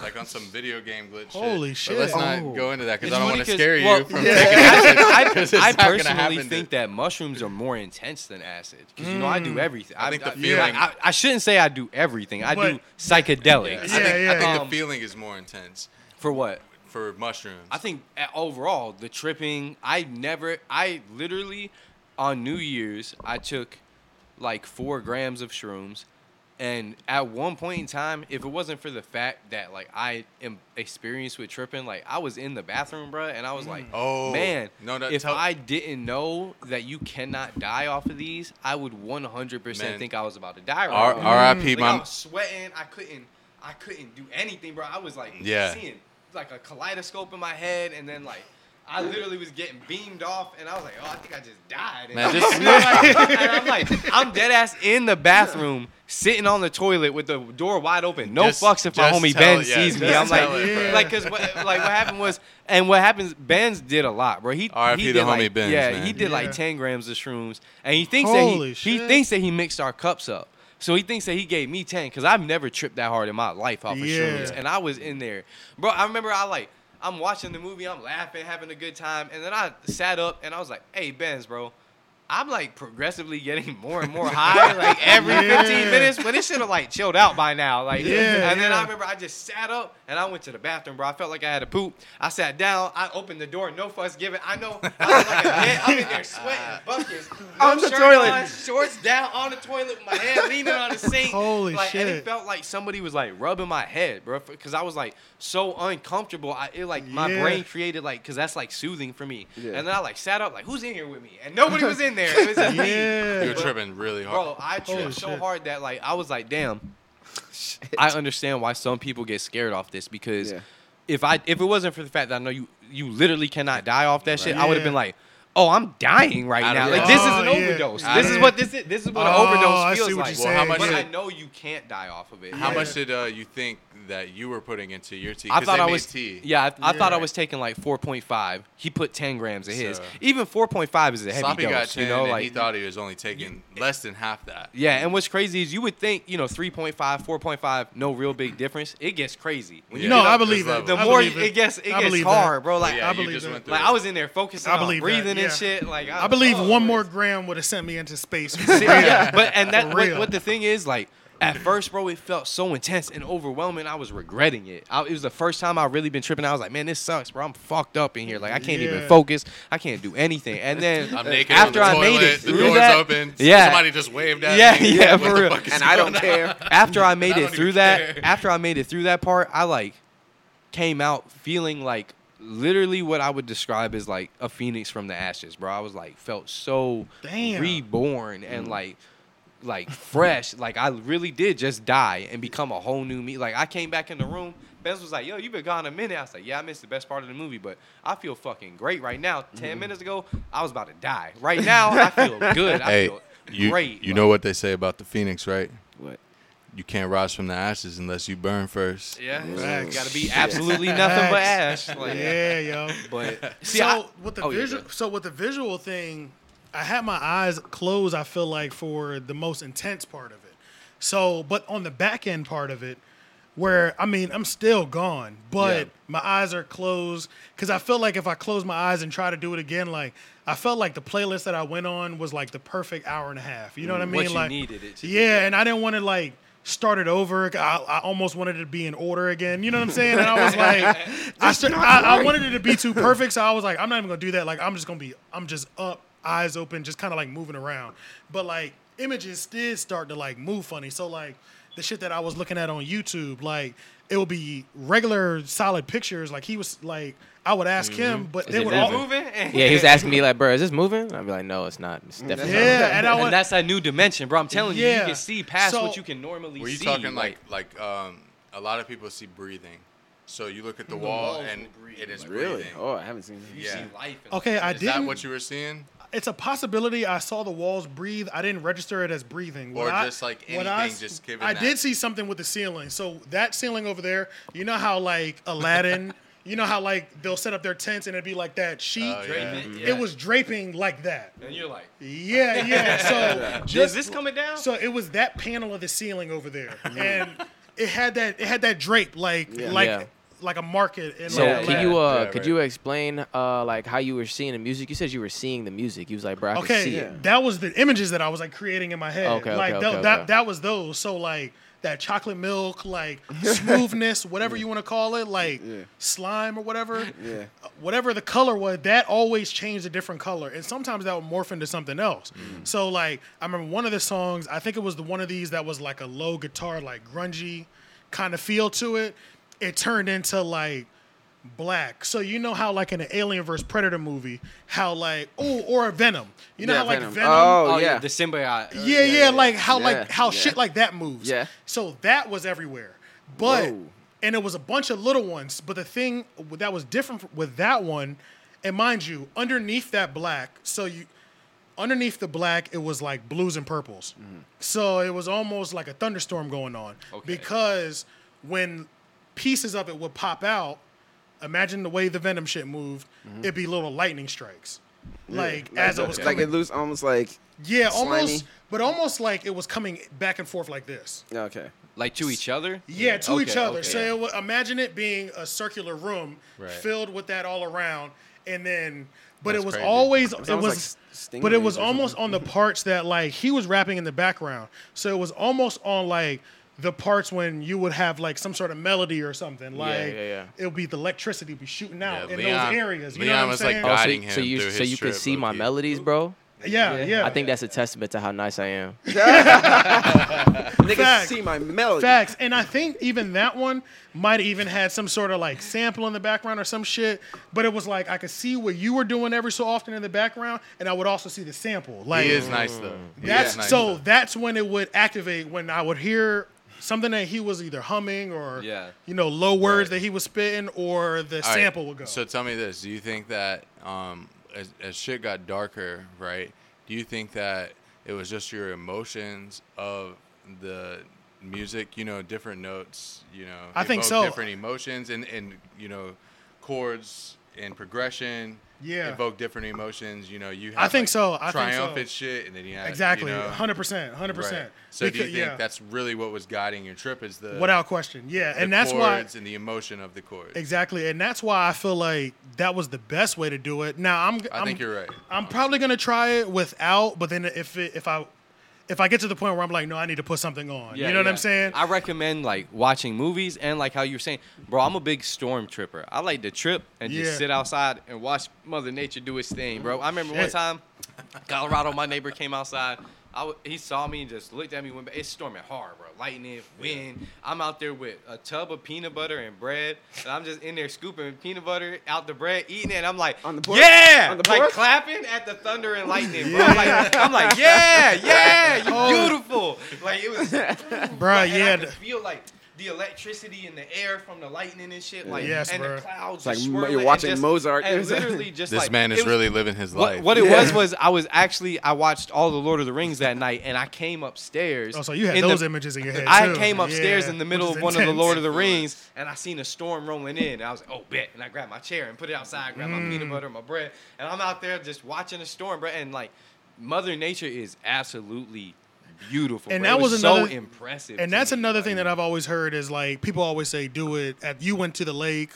[SPEAKER 6] like on some video game glitch.
[SPEAKER 3] Holy
[SPEAKER 6] But let's
[SPEAKER 3] shit.
[SPEAKER 6] not
[SPEAKER 4] Oh.
[SPEAKER 6] go into that because
[SPEAKER 5] It's
[SPEAKER 6] I don't
[SPEAKER 5] funny
[SPEAKER 6] want to
[SPEAKER 5] 'cause-
[SPEAKER 6] scare you
[SPEAKER 5] well,
[SPEAKER 6] from
[SPEAKER 5] yeah.
[SPEAKER 6] taking acid. <laughs> Because
[SPEAKER 5] I, I
[SPEAKER 6] it's not gonna
[SPEAKER 5] personally
[SPEAKER 6] happen
[SPEAKER 5] think
[SPEAKER 6] to-
[SPEAKER 5] that mushrooms are more intense than acid because you know I
[SPEAKER 3] Mm.
[SPEAKER 5] do everything.
[SPEAKER 6] I think the
[SPEAKER 5] I,
[SPEAKER 6] feeling-
[SPEAKER 5] I, I shouldn't say I do everything. I do
[SPEAKER 3] But-
[SPEAKER 6] I
[SPEAKER 5] psychedelics
[SPEAKER 6] think, I
[SPEAKER 3] yeah.
[SPEAKER 6] think
[SPEAKER 5] Um,
[SPEAKER 6] the feeling is more intense
[SPEAKER 5] for what?
[SPEAKER 6] for mushrooms.
[SPEAKER 5] I think uh, overall the tripping. I never. I literally on New Year's I took like four grams of shrooms, and at one point in time, if it wasn't for the fact that like I am experienced with tripping, like I was in the bathroom, bruh, and I was like,
[SPEAKER 6] Oh.
[SPEAKER 5] man,
[SPEAKER 6] No, no,
[SPEAKER 5] if
[SPEAKER 6] tell-
[SPEAKER 5] I didn't know that you cannot die off of these, I would one hundred percent
[SPEAKER 6] Man.
[SPEAKER 5] think I was about to die. Right
[SPEAKER 6] R-
[SPEAKER 5] now.
[SPEAKER 6] R.I.P.
[SPEAKER 5] Like,
[SPEAKER 6] my-
[SPEAKER 5] I was sweating. I couldn't. I couldn't do anything, bro. I was like
[SPEAKER 6] Yeah.
[SPEAKER 5] seeing like a kaleidoscope in my head, and then like I literally was getting beamed off, and I was like, oh, I think I just died. And <laughs>
[SPEAKER 6] Man,
[SPEAKER 5] I'm
[SPEAKER 6] just-
[SPEAKER 5] and
[SPEAKER 6] <laughs>
[SPEAKER 5] I'm like, I'm dead ass in the bathroom, sitting on the toilet with the door wide open. No
[SPEAKER 6] Just-
[SPEAKER 5] fucks if my
[SPEAKER 6] just
[SPEAKER 5] homie
[SPEAKER 6] tell-
[SPEAKER 5] Ben
[SPEAKER 6] yeah,
[SPEAKER 5] sees me.
[SPEAKER 6] just
[SPEAKER 5] I'm like,
[SPEAKER 6] tell it, bro.
[SPEAKER 5] like, cause what, like what happened was, and what happens, Ben's did a lot, bro. He,
[SPEAKER 6] R.I.P.
[SPEAKER 5] he
[SPEAKER 6] the
[SPEAKER 5] did like,
[SPEAKER 6] homie Benz,
[SPEAKER 5] yeah,
[SPEAKER 6] man.
[SPEAKER 5] he did
[SPEAKER 3] Yeah.
[SPEAKER 5] like ten grams of shrooms, and he thinks
[SPEAKER 3] Holy
[SPEAKER 5] that he, he
[SPEAKER 3] shit.
[SPEAKER 5] thinks that he mixed our cups up. So he thinks that he gave me ten because I've never tripped that hard in my life off of
[SPEAKER 3] Yeah.
[SPEAKER 5] shrooms, and I was in there, bro. I remember I like I'm watching the movie, I'm laughing, having a good time, and then I sat up and I was like, "Hey, Benz, bro." I'm like progressively getting more and
[SPEAKER 3] <laughs>
[SPEAKER 5] more high, like every
[SPEAKER 3] Yeah.
[SPEAKER 5] 15 minutes. But it should have like chilled out by now, like.
[SPEAKER 3] Yeah,
[SPEAKER 5] and then
[SPEAKER 3] yeah.
[SPEAKER 5] I remember I just sat up and I went to the bathroom, bro. I felt like I had to poop. I sat down. I opened the door, no fuss given. I know I was like a dead. I'm in
[SPEAKER 3] <laughs>
[SPEAKER 5] there sweating buckets.
[SPEAKER 4] On
[SPEAKER 5] No
[SPEAKER 4] the
[SPEAKER 5] shirt
[SPEAKER 4] toilet.
[SPEAKER 5] on, shorts down on the toilet, with my head leaning on the sink.
[SPEAKER 3] Holy
[SPEAKER 5] like, And
[SPEAKER 3] shit.
[SPEAKER 5] it felt like somebody was like rubbing my head, bro, because I was like so uncomfortable. I it like my
[SPEAKER 3] Yeah.
[SPEAKER 5] brain created like because that's like soothing for me.
[SPEAKER 4] Yeah.
[SPEAKER 5] And then I like sat up like, who's in here with me? And nobody was in there. It
[SPEAKER 3] <laughs>
[SPEAKER 5] was just me.
[SPEAKER 6] you were
[SPEAKER 3] Yeah.
[SPEAKER 6] tripping really
[SPEAKER 5] Bro,
[SPEAKER 6] hard.
[SPEAKER 5] I tripped
[SPEAKER 3] Holy
[SPEAKER 5] so
[SPEAKER 3] shit.
[SPEAKER 5] hard that like I was like, damn. I understand why some people get scared off this because
[SPEAKER 4] Yeah.
[SPEAKER 5] if I if it wasn't for the fact that I know you you literally cannot die off that shit, I would
[SPEAKER 3] Yeah.
[SPEAKER 5] have been like, oh, I'm dying right
[SPEAKER 6] I
[SPEAKER 5] now.
[SPEAKER 6] don't-
[SPEAKER 5] Like this is
[SPEAKER 3] Oh,
[SPEAKER 5] an
[SPEAKER 3] yeah.
[SPEAKER 5] overdose.
[SPEAKER 6] I
[SPEAKER 5] This
[SPEAKER 6] don't-
[SPEAKER 5] is what this is. This is what an
[SPEAKER 3] Oh, I
[SPEAKER 5] overdose
[SPEAKER 3] see
[SPEAKER 5] feels
[SPEAKER 3] what
[SPEAKER 5] like.
[SPEAKER 3] you're
[SPEAKER 6] Well, how
[SPEAKER 3] saying.
[SPEAKER 6] much-
[SPEAKER 5] But
[SPEAKER 3] Yeah.
[SPEAKER 5] I know you can't die off of it.
[SPEAKER 6] How
[SPEAKER 5] Yeah.
[SPEAKER 6] much did uh, you think that you were putting into your tea?
[SPEAKER 5] I
[SPEAKER 6] 'Cause
[SPEAKER 5] thought
[SPEAKER 6] they
[SPEAKER 5] I
[SPEAKER 6] made
[SPEAKER 5] was
[SPEAKER 6] tea.
[SPEAKER 5] yeah, I, I
[SPEAKER 6] Yeah.
[SPEAKER 5] thought I was taking like 4.5. He put 10 grams of his.
[SPEAKER 6] So-
[SPEAKER 5] Even 4.5 is a heavy
[SPEAKER 6] Sloppy
[SPEAKER 5] dose,
[SPEAKER 6] got 10,
[SPEAKER 5] you know,
[SPEAKER 6] and
[SPEAKER 5] like
[SPEAKER 6] he thought he was only taking less than half that.
[SPEAKER 5] Yeah, and what's crazy is you would think, you know, 3.5, 4.5, no real big difference. It gets crazy. When you
[SPEAKER 3] No,
[SPEAKER 5] get
[SPEAKER 3] I
[SPEAKER 5] up-
[SPEAKER 3] believe
[SPEAKER 6] this
[SPEAKER 3] it.
[SPEAKER 6] level.
[SPEAKER 5] the
[SPEAKER 3] I
[SPEAKER 5] more
[SPEAKER 3] believe
[SPEAKER 5] you- it gets it
[SPEAKER 3] I
[SPEAKER 5] gets
[SPEAKER 3] believe
[SPEAKER 5] hard,
[SPEAKER 3] that.
[SPEAKER 5] bro. Like
[SPEAKER 6] Yeah,
[SPEAKER 3] I
[SPEAKER 6] you
[SPEAKER 3] believe
[SPEAKER 6] just
[SPEAKER 3] that.
[SPEAKER 6] went through
[SPEAKER 5] like
[SPEAKER 6] it.
[SPEAKER 5] I was in there focusing
[SPEAKER 3] I
[SPEAKER 5] on
[SPEAKER 3] believe that,
[SPEAKER 5] breathing
[SPEAKER 3] yeah.
[SPEAKER 5] and shit. Like
[SPEAKER 3] I believe
[SPEAKER 5] oh,
[SPEAKER 3] one
[SPEAKER 5] like-
[SPEAKER 3] more gram would have sent me into
[SPEAKER 5] <laughs>
[SPEAKER 3] space. <laughs>
[SPEAKER 5] yeah, but and that
[SPEAKER 3] For
[SPEAKER 5] what,
[SPEAKER 3] real.
[SPEAKER 5] what the thing is like at first, bro, it felt so intense and overwhelming. I was regretting it. I, it was the first time I really been tripping. I was like, man, this sucks, bro. I'm fucked up in here. Like I can't
[SPEAKER 3] Yeah.
[SPEAKER 5] even focus. I can't do anything. And then
[SPEAKER 6] <laughs> I'm naked
[SPEAKER 5] after
[SPEAKER 6] on the
[SPEAKER 5] I
[SPEAKER 6] toilet,
[SPEAKER 5] made it
[SPEAKER 6] the
[SPEAKER 5] through
[SPEAKER 6] door's
[SPEAKER 5] that,
[SPEAKER 6] open.
[SPEAKER 5] yeah,
[SPEAKER 6] Somebody just waved at
[SPEAKER 5] yeah,
[SPEAKER 6] me.
[SPEAKER 5] yeah,
[SPEAKER 6] What
[SPEAKER 5] for
[SPEAKER 6] the
[SPEAKER 5] real.
[SPEAKER 6] fuck is
[SPEAKER 4] And I
[SPEAKER 6] going
[SPEAKER 4] don't
[SPEAKER 6] on?
[SPEAKER 4] care.
[SPEAKER 5] after I made
[SPEAKER 6] I
[SPEAKER 5] it
[SPEAKER 6] don't
[SPEAKER 5] through
[SPEAKER 6] even
[SPEAKER 5] that,
[SPEAKER 6] care.
[SPEAKER 5] after I made it through that part, I like came out feeling like literally what I would describe as like a phoenix from the ashes, bro. I was like felt so
[SPEAKER 3] Damn.
[SPEAKER 5] reborn and
[SPEAKER 6] Mm-hmm.
[SPEAKER 5] like like fresh. like I really did just die and become a whole new me. Like I came back in the room. Benz was like, "Yo, you been gone a minute." I was like, "Yeah, I missed the best part of the movie, but I feel fucking great right now. 10
[SPEAKER 6] Mm-hmm.
[SPEAKER 5] minutes ago, I was about to die. Right now, I feel good. I
[SPEAKER 6] Hey,
[SPEAKER 5] feel
[SPEAKER 6] you,
[SPEAKER 5] great.
[SPEAKER 6] you
[SPEAKER 5] Like,
[SPEAKER 6] know what they say about the phoenix, right?
[SPEAKER 4] What?
[SPEAKER 6] You can't rise from the ashes unless you burn first.
[SPEAKER 5] Yeah,
[SPEAKER 3] Facts.
[SPEAKER 5] gotta be absolutely
[SPEAKER 6] <laughs>
[SPEAKER 5] nothing but ash. Like,
[SPEAKER 3] yeah, yo.
[SPEAKER 5] But
[SPEAKER 3] <laughs>
[SPEAKER 5] see,
[SPEAKER 3] so
[SPEAKER 5] I-
[SPEAKER 3] with the
[SPEAKER 5] oh, yeah,
[SPEAKER 3] visual,
[SPEAKER 5] go.
[SPEAKER 3] so with the visual thing, I had my eyes closed. I feel like for the most intense part of it. So, but on the back end part of it, where I mean I'm still gone, but
[SPEAKER 6] Yeah.
[SPEAKER 3] my eyes are closed because I felt like if I close my eyes and try to do it again, like I felt like the playlist that I went on was like the perfect hour and a half. You know what I mean?
[SPEAKER 5] Mm, What you
[SPEAKER 3] like
[SPEAKER 5] needed it to be,
[SPEAKER 3] Yeah, and I didn't want to like start it over. I, I almost wanted it to be in order again. You know what I'm saying? And I was like, I, sta- I, I wanted it to be too perfect, so I was like, I'm not even gonna do that. Like I'm just gonna be, I'm just up, eyes open, just kind of like moving around. But like images did start to like move funny. So like the shit that I was looking at on YouTube, like it would be regular solid pictures. Like he was like, I would ask him, but
[SPEAKER 8] Is
[SPEAKER 3] they
[SPEAKER 8] it
[SPEAKER 3] would
[SPEAKER 8] moving?
[SPEAKER 3] all.
[SPEAKER 5] moving.
[SPEAKER 8] Yeah, he was asking me like, "Bro, is this moving?" I'd be like, "No, it's not. It's definitely not moving."
[SPEAKER 3] Yeah, and I
[SPEAKER 5] And
[SPEAKER 3] would.
[SPEAKER 5] that's that new dimension, bro. I'm telling you,
[SPEAKER 3] Yeah.
[SPEAKER 5] you can see past
[SPEAKER 3] So-
[SPEAKER 5] what you can normally
[SPEAKER 6] Were you
[SPEAKER 5] see.
[SPEAKER 6] talking like like um, a lot of people see breathing, so you look at the, wall
[SPEAKER 5] walls
[SPEAKER 6] and
[SPEAKER 5] will breathe,
[SPEAKER 6] it is
[SPEAKER 5] like-
[SPEAKER 6] breathing.
[SPEAKER 4] Really? Oh, I haven't seen that.
[SPEAKER 5] you see
[SPEAKER 6] Yeah.
[SPEAKER 5] life. and-
[SPEAKER 3] Okay, I
[SPEAKER 6] Is
[SPEAKER 3] didn't.
[SPEAKER 6] that what you were seeing?
[SPEAKER 3] it's a possibility. I saw the walls breathe. I didn't register it as breathing.
[SPEAKER 6] Or
[SPEAKER 3] I-
[SPEAKER 6] just, like,
[SPEAKER 3] what I,
[SPEAKER 6] anything,
[SPEAKER 3] s-
[SPEAKER 6] just given
[SPEAKER 3] I
[SPEAKER 6] that-
[SPEAKER 3] did see something with the ceiling. So that ceiling over there, you know how like
[SPEAKER 6] <laughs>
[SPEAKER 3] Aladdin, you know how like they'll set up their tents and it'd be like that sheet.
[SPEAKER 6] Oh,
[SPEAKER 5] Draping,
[SPEAKER 6] yeah.
[SPEAKER 5] yeah.
[SPEAKER 3] It was draping like that.
[SPEAKER 5] And you're like,
[SPEAKER 3] Yeah,
[SPEAKER 6] <laughs>
[SPEAKER 3] yeah. So
[SPEAKER 5] is this coming down?
[SPEAKER 3] so it was that panel of the ceiling over there, and it had that it had that drape like like
[SPEAKER 8] Yeah.
[SPEAKER 3] like a market. And
[SPEAKER 8] So
[SPEAKER 3] like
[SPEAKER 8] can you
[SPEAKER 6] Yeah,
[SPEAKER 8] uh
[SPEAKER 6] right,
[SPEAKER 8] could
[SPEAKER 6] right.
[SPEAKER 8] you explain uh like how you were seeing the music? You said you were seeing the music. You was like, "Bro, I can
[SPEAKER 3] Okay,
[SPEAKER 8] see
[SPEAKER 4] yeah.
[SPEAKER 8] it."
[SPEAKER 3] that was the images that I was like creating in my head.
[SPEAKER 8] Okay, okay,
[SPEAKER 3] like tho-
[SPEAKER 8] okay,
[SPEAKER 3] that
[SPEAKER 8] okay.
[SPEAKER 3] that was those. So like that chocolate milk,
[SPEAKER 8] <laughs>
[SPEAKER 3] like smoothness, whatever you want to call it, like
[SPEAKER 4] Yeah.
[SPEAKER 3] slime or whatever.
[SPEAKER 4] Yeah.
[SPEAKER 3] Uh, Whatever the color was, that always changed a different color, and sometimes that would morph into something else.
[SPEAKER 4] Mm.
[SPEAKER 3] So like I remember one of the songs, I think it was the one of these that was like a low guitar, like grungy kind of feel to it. It turned into like black. So you know how like in an Alien vs Predator movie, how like oh or Venom. You know
[SPEAKER 4] Yeah,
[SPEAKER 3] how like
[SPEAKER 4] Venom.
[SPEAKER 3] Venom.
[SPEAKER 4] Oh, yeah.
[SPEAKER 5] the symbiote. Uh,
[SPEAKER 3] yeah, yeah, like how like
[SPEAKER 4] Yeah,
[SPEAKER 3] how
[SPEAKER 4] yeah.
[SPEAKER 3] shit like that moves.
[SPEAKER 4] Yeah.
[SPEAKER 3] So that was everywhere, but
[SPEAKER 4] Whoa.
[SPEAKER 3] and it was a bunch of little ones. But the thing that was different with that one, and mind you, underneath that black, so you underneath the black, it was like blues and purples. So it was almost like a thunderstorm going on
[SPEAKER 5] Okay.
[SPEAKER 3] because when pieces of it would pop out, imagine the way the venom shit moved, it'd be little lightning strikes. Like as it was
[SPEAKER 4] like
[SPEAKER 3] coming,
[SPEAKER 4] it looks almost like
[SPEAKER 3] yeah,
[SPEAKER 4] Slimy.
[SPEAKER 3] almost, but almost like it was coming back and forth like this.
[SPEAKER 4] okay.
[SPEAKER 5] like to each other.
[SPEAKER 3] Yeah, to
[SPEAKER 5] Okay,
[SPEAKER 3] each other.
[SPEAKER 5] okay.
[SPEAKER 3] So it wa- imagine it being a circular room
[SPEAKER 6] Right.
[SPEAKER 3] filled with that all around, and then, but
[SPEAKER 6] That's
[SPEAKER 3] it was
[SPEAKER 6] crazy.
[SPEAKER 3] always
[SPEAKER 4] It
[SPEAKER 3] it
[SPEAKER 4] sounds
[SPEAKER 3] was,
[SPEAKER 4] like s-
[SPEAKER 3] but it was
[SPEAKER 4] stingrays or
[SPEAKER 3] almost on the parts that like he was rapping in the background. So it was almost on like the parts when you would have like some sort of melody or something. Like
[SPEAKER 8] yeah, yeah.
[SPEAKER 3] it would be the electricity be shooting out
[SPEAKER 6] Yeah,
[SPEAKER 3] in
[SPEAKER 6] Leon-
[SPEAKER 3] those areas. You
[SPEAKER 6] Leon
[SPEAKER 3] know what I'm
[SPEAKER 6] was, like,
[SPEAKER 3] saying?
[SPEAKER 8] Oh, so,
[SPEAKER 6] guiding
[SPEAKER 8] so
[SPEAKER 6] him
[SPEAKER 8] you
[SPEAKER 6] through
[SPEAKER 8] so
[SPEAKER 6] his
[SPEAKER 8] you could
[SPEAKER 6] trip,
[SPEAKER 8] see my
[SPEAKER 6] low-key.
[SPEAKER 8] melodies, bro.
[SPEAKER 3] yeah, yeah.
[SPEAKER 8] I think that's a testament to how nice I am.
[SPEAKER 4] Niggas
[SPEAKER 3] Facts.
[SPEAKER 4] see my melody.
[SPEAKER 3] Facts. And I think even that one might even had some sort of like sample in the background or some shit. But it was like I could see what you were doing every so often in the background, and I would also see the sample. Like
[SPEAKER 6] He is nice though. He
[SPEAKER 3] that's
[SPEAKER 6] is nice,
[SPEAKER 3] so
[SPEAKER 6] though.
[SPEAKER 3] that's when it would activate when I would hear something that he was either humming or
[SPEAKER 5] Yeah.
[SPEAKER 3] you know, low words
[SPEAKER 6] Right.
[SPEAKER 3] that he was spitting or the
[SPEAKER 6] All right,
[SPEAKER 3] sample would go.
[SPEAKER 6] So tell me this: Do you think that um, as, as shit got darker, right? Do you think that it was just your emotions of the music? You know, different notes. You know,
[SPEAKER 3] I think
[SPEAKER 6] evoke
[SPEAKER 3] so.
[SPEAKER 6] Different emotions and and you know, chords and progression.
[SPEAKER 3] Yeah.
[SPEAKER 6] evoke different emotions. You know, you. Have,
[SPEAKER 3] I think
[SPEAKER 6] like,
[SPEAKER 3] so, I think so.
[SPEAKER 6] triumphant shit, and then you have
[SPEAKER 3] exactly.
[SPEAKER 6] You know,
[SPEAKER 3] Hundred percent. Hundred percent.
[SPEAKER 6] right. So do you think that's really what was guiding your trip? Is the
[SPEAKER 3] without question. Yeah.
[SPEAKER 6] the
[SPEAKER 3] And that's why
[SPEAKER 6] chords and the emotion of the chords?
[SPEAKER 3] Exactly, and that's why I feel like that was the best way to do it. Now I'm.
[SPEAKER 6] I
[SPEAKER 3] I'm-
[SPEAKER 6] think you're right.
[SPEAKER 3] I'm probably gonna try it without, but then if it, if I if I get to the point where I'm like, no, I need to put something on.
[SPEAKER 5] Yeah,
[SPEAKER 3] you know what
[SPEAKER 5] yeah.
[SPEAKER 3] I'm saying?
[SPEAKER 5] I recommend like watching movies and like how you were saying, bro. I'm a big storm tripper. I like to trip and
[SPEAKER 3] Yeah.
[SPEAKER 5] just sit outside and watch Mother Nature do its thing, bro. I remember one
[SPEAKER 3] Shit.
[SPEAKER 5] time, Colorado, my neighbor came outside. I w- he saw me and just looked at me. Went back. It's storming hard, bro. Lightning, wind. I'm out there with a tub of peanut butter and bread, and I'm just in there scooping peanut butter out the bread, eating it. And I'm like,
[SPEAKER 4] On the porch?
[SPEAKER 5] yeah,
[SPEAKER 4] On the
[SPEAKER 5] like
[SPEAKER 4] porch?
[SPEAKER 5] clapping at the thunder and lightning, bro. Like, I'm like, yeah, yeah, you
[SPEAKER 3] Oh.
[SPEAKER 5] beautiful. Like it was
[SPEAKER 3] Bruh,
[SPEAKER 5] and
[SPEAKER 3] yeah.
[SPEAKER 5] I could
[SPEAKER 3] th-
[SPEAKER 5] feel like the electricity in the air from the lightning and shit, like
[SPEAKER 3] Yes,
[SPEAKER 5] and
[SPEAKER 3] bruh.
[SPEAKER 5] the clouds.
[SPEAKER 4] like
[SPEAKER 5] just
[SPEAKER 4] Mo- you're
[SPEAKER 5] swirling and
[SPEAKER 4] watching
[SPEAKER 5] just-
[SPEAKER 4] Mozart. <laughs>
[SPEAKER 5] And literally just
[SPEAKER 6] This
[SPEAKER 5] like,
[SPEAKER 6] man is
[SPEAKER 5] it was-
[SPEAKER 6] really living his
[SPEAKER 5] What,
[SPEAKER 6] life.
[SPEAKER 5] what it
[SPEAKER 4] Yeah.
[SPEAKER 5] was was I was actually I watched all the Lord of the Rings that night, and I came upstairs.
[SPEAKER 3] Oh, so you had
[SPEAKER 5] in the-
[SPEAKER 3] those images in your head.
[SPEAKER 5] I
[SPEAKER 3] too.
[SPEAKER 5] came upstairs
[SPEAKER 3] Yeah,
[SPEAKER 5] in the middle
[SPEAKER 3] which <laughs>
[SPEAKER 5] of
[SPEAKER 3] is
[SPEAKER 5] one of the
[SPEAKER 3] intense.
[SPEAKER 5] Lord of the Rings, and I seen a storm rolling in. And I was like, "Oh, bet!" And I grabbed my chair and put it outside. Grabbed my
[SPEAKER 3] Mm.
[SPEAKER 5] peanut butter, my bread, and I'm out there just watching the storm, bro. And like, Mother Nature is absolutely beautiful.
[SPEAKER 3] And
[SPEAKER 5] bro. It
[SPEAKER 3] that was another-
[SPEAKER 5] so impressive.
[SPEAKER 3] And
[SPEAKER 5] to
[SPEAKER 3] that's
[SPEAKER 5] me,
[SPEAKER 3] another
[SPEAKER 5] like-
[SPEAKER 3] thing that I've always heard is like people always say do it at you went to the lake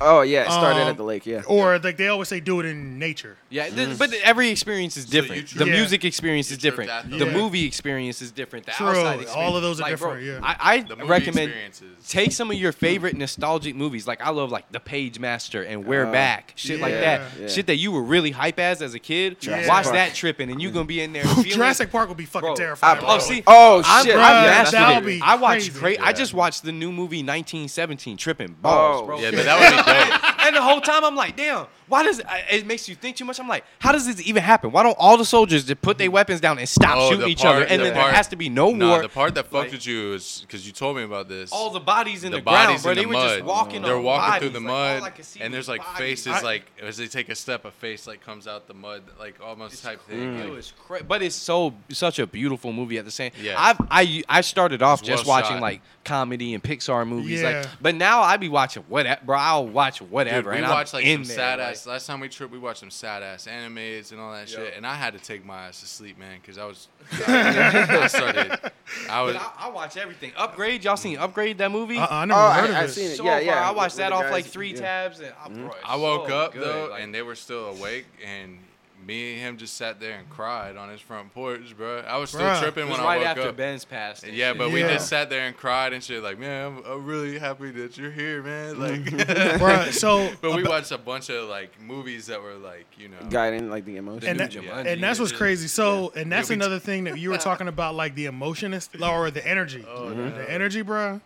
[SPEAKER 4] Oh yeah, it started
[SPEAKER 3] Um,
[SPEAKER 4] at the lake. Yeah.
[SPEAKER 3] or like they always say do it in nature.
[SPEAKER 5] Yeah, th- but every experience is
[SPEAKER 6] you
[SPEAKER 5] different.
[SPEAKER 6] tripped-
[SPEAKER 5] the
[SPEAKER 3] Yeah.
[SPEAKER 5] music experience is
[SPEAKER 6] Mm. You tripped
[SPEAKER 5] different.
[SPEAKER 6] at the
[SPEAKER 5] The
[SPEAKER 3] lake.
[SPEAKER 5] movie experience is different. The
[SPEAKER 3] True,
[SPEAKER 5] outside
[SPEAKER 3] all
[SPEAKER 5] experience.
[SPEAKER 3] of those are
[SPEAKER 5] like, Bro,
[SPEAKER 3] different, yeah.
[SPEAKER 5] I,
[SPEAKER 6] The
[SPEAKER 5] I
[SPEAKER 6] movie
[SPEAKER 5] recommend
[SPEAKER 6] experiences.
[SPEAKER 5] take some of your favorite nostalgic movies. Like I love like The Page Master and We're
[SPEAKER 4] Oh,
[SPEAKER 5] Back, shit like
[SPEAKER 3] yeah.
[SPEAKER 5] that.
[SPEAKER 4] Yeah.
[SPEAKER 5] Shit that you were really hype as as a kid.
[SPEAKER 3] Jurassic
[SPEAKER 5] Watch
[SPEAKER 4] Park.
[SPEAKER 5] that tripping, and you gonna be in there. feeling,
[SPEAKER 3] Jurassic Park would be fucking
[SPEAKER 5] Bro,
[SPEAKER 3] terrifying.
[SPEAKER 4] I-
[SPEAKER 5] Oh, see,
[SPEAKER 4] Oh,
[SPEAKER 5] I'm-
[SPEAKER 4] shit.
[SPEAKER 5] Bruh,
[SPEAKER 4] Yeah,
[SPEAKER 3] that's
[SPEAKER 5] that'll
[SPEAKER 3] what it is.
[SPEAKER 5] be I watched
[SPEAKER 3] crazy.
[SPEAKER 5] cra-
[SPEAKER 6] Yeah.
[SPEAKER 5] I just watched the new movie 1917, tripping balls,
[SPEAKER 4] Oh,
[SPEAKER 5] bro.
[SPEAKER 6] Yeah,
[SPEAKER 5] <laughs>
[SPEAKER 6] but that would be dope.
[SPEAKER 5] And the whole time I'm like, damn, why does I- it makes you think too much? I'm like, how does this even happen? Why don't all the soldiers just put their weapons down and stop
[SPEAKER 6] Oh,
[SPEAKER 5] shooting
[SPEAKER 6] the
[SPEAKER 5] each
[SPEAKER 6] part-
[SPEAKER 5] other? And
[SPEAKER 6] the
[SPEAKER 5] then there
[SPEAKER 6] part-
[SPEAKER 5] has to be no
[SPEAKER 6] No,
[SPEAKER 5] war.
[SPEAKER 6] the part that fucked
[SPEAKER 5] like-
[SPEAKER 6] with you is because you told me about this.
[SPEAKER 5] all the bodies in the,
[SPEAKER 6] the
[SPEAKER 5] ground,
[SPEAKER 6] bodies
[SPEAKER 5] bro.
[SPEAKER 6] in the
[SPEAKER 5] They were
[SPEAKER 6] mud.
[SPEAKER 5] just walking.
[SPEAKER 6] They're
[SPEAKER 5] on
[SPEAKER 6] walking
[SPEAKER 5] bodies.
[SPEAKER 6] through the
[SPEAKER 5] Like, all
[SPEAKER 6] mud,
[SPEAKER 5] I could see
[SPEAKER 6] and
[SPEAKER 5] was
[SPEAKER 6] there's like
[SPEAKER 5] bodies.
[SPEAKER 6] faces,
[SPEAKER 3] I-
[SPEAKER 6] like as they take a step, a face like comes out the mud, like almost type thing.
[SPEAKER 5] It
[SPEAKER 6] like-
[SPEAKER 5] was cra- but it's so such a beautiful movie at the same.
[SPEAKER 6] Yeah.
[SPEAKER 5] I've, I I started off
[SPEAKER 6] It's
[SPEAKER 5] just
[SPEAKER 6] well
[SPEAKER 5] watching
[SPEAKER 6] shot.
[SPEAKER 5] like comedy and Pixar movies, like.
[SPEAKER 3] Yeah.
[SPEAKER 5] But now I be watching whatever, bro. I'll watch
[SPEAKER 6] Dude,
[SPEAKER 5] whatever,
[SPEAKER 6] we
[SPEAKER 5] and
[SPEAKER 6] watched
[SPEAKER 5] I'm
[SPEAKER 6] like
[SPEAKER 5] in there,
[SPEAKER 6] some sad
[SPEAKER 5] like-
[SPEAKER 6] ass. Last time we tripped, we watched some sad ass animes and all that
[SPEAKER 5] Yo.
[SPEAKER 6] shit, and I had to take my ass to sleep, man, because I
[SPEAKER 5] <laughs>
[SPEAKER 6] was. I started. I was.
[SPEAKER 5] But I, I watch everything. Upgrade, y'all seen Upgrade that movie?
[SPEAKER 3] Uh-uh, I never
[SPEAKER 4] Oh,
[SPEAKER 3] heard
[SPEAKER 4] I-
[SPEAKER 3] of
[SPEAKER 4] I
[SPEAKER 3] this.
[SPEAKER 4] seen it.
[SPEAKER 5] so
[SPEAKER 4] Yeah,
[SPEAKER 5] far,
[SPEAKER 4] yeah,
[SPEAKER 5] I watched
[SPEAKER 4] with
[SPEAKER 5] that
[SPEAKER 4] the
[SPEAKER 5] off
[SPEAKER 4] guys-
[SPEAKER 5] like three
[SPEAKER 4] yeah.
[SPEAKER 5] tabs, and I, bro, it's
[SPEAKER 6] Mm-hmm. I woke
[SPEAKER 5] so
[SPEAKER 6] up
[SPEAKER 5] good,
[SPEAKER 6] though,
[SPEAKER 5] like-
[SPEAKER 6] and they were still awake, and me and him just sat there and cried on his front porch, bro. I was still
[SPEAKER 3] Bruh.
[SPEAKER 5] it
[SPEAKER 6] tripping
[SPEAKER 5] was
[SPEAKER 6] when
[SPEAKER 5] right
[SPEAKER 6] I woke
[SPEAKER 5] after
[SPEAKER 6] up.
[SPEAKER 5] Ben's passed. and
[SPEAKER 6] Yeah,
[SPEAKER 5] shit.
[SPEAKER 6] but we
[SPEAKER 3] Yeah.
[SPEAKER 6] just sat there and cried and shit. Like, man, I'm, I'm really happy that you're here, man.
[SPEAKER 3] <laughs>
[SPEAKER 6] Like, <laughs>
[SPEAKER 3] Bruh,
[SPEAKER 5] <laughs>
[SPEAKER 3] so
[SPEAKER 6] but we watched a bunch of like movies that were like, you know,
[SPEAKER 4] Guiding like the emotion.
[SPEAKER 3] and,
[SPEAKER 5] new
[SPEAKER 3] that-
[SPEAKER 5] Jumanji,
[SPEAKER 3] and that's what's
[SPEAKER 6] yeah.
[SPEAKER 3] crazy. So, and that's
[SPEAKER 6] we-
[SPEAKER 3] another thing that you were
[SPEAKER 5] <laughs>
[SPEAKER 3] talking about, like the emotionist or the energy,
[SPEAKER 5] Oh,
[SPEAKER 3] the energy, bro.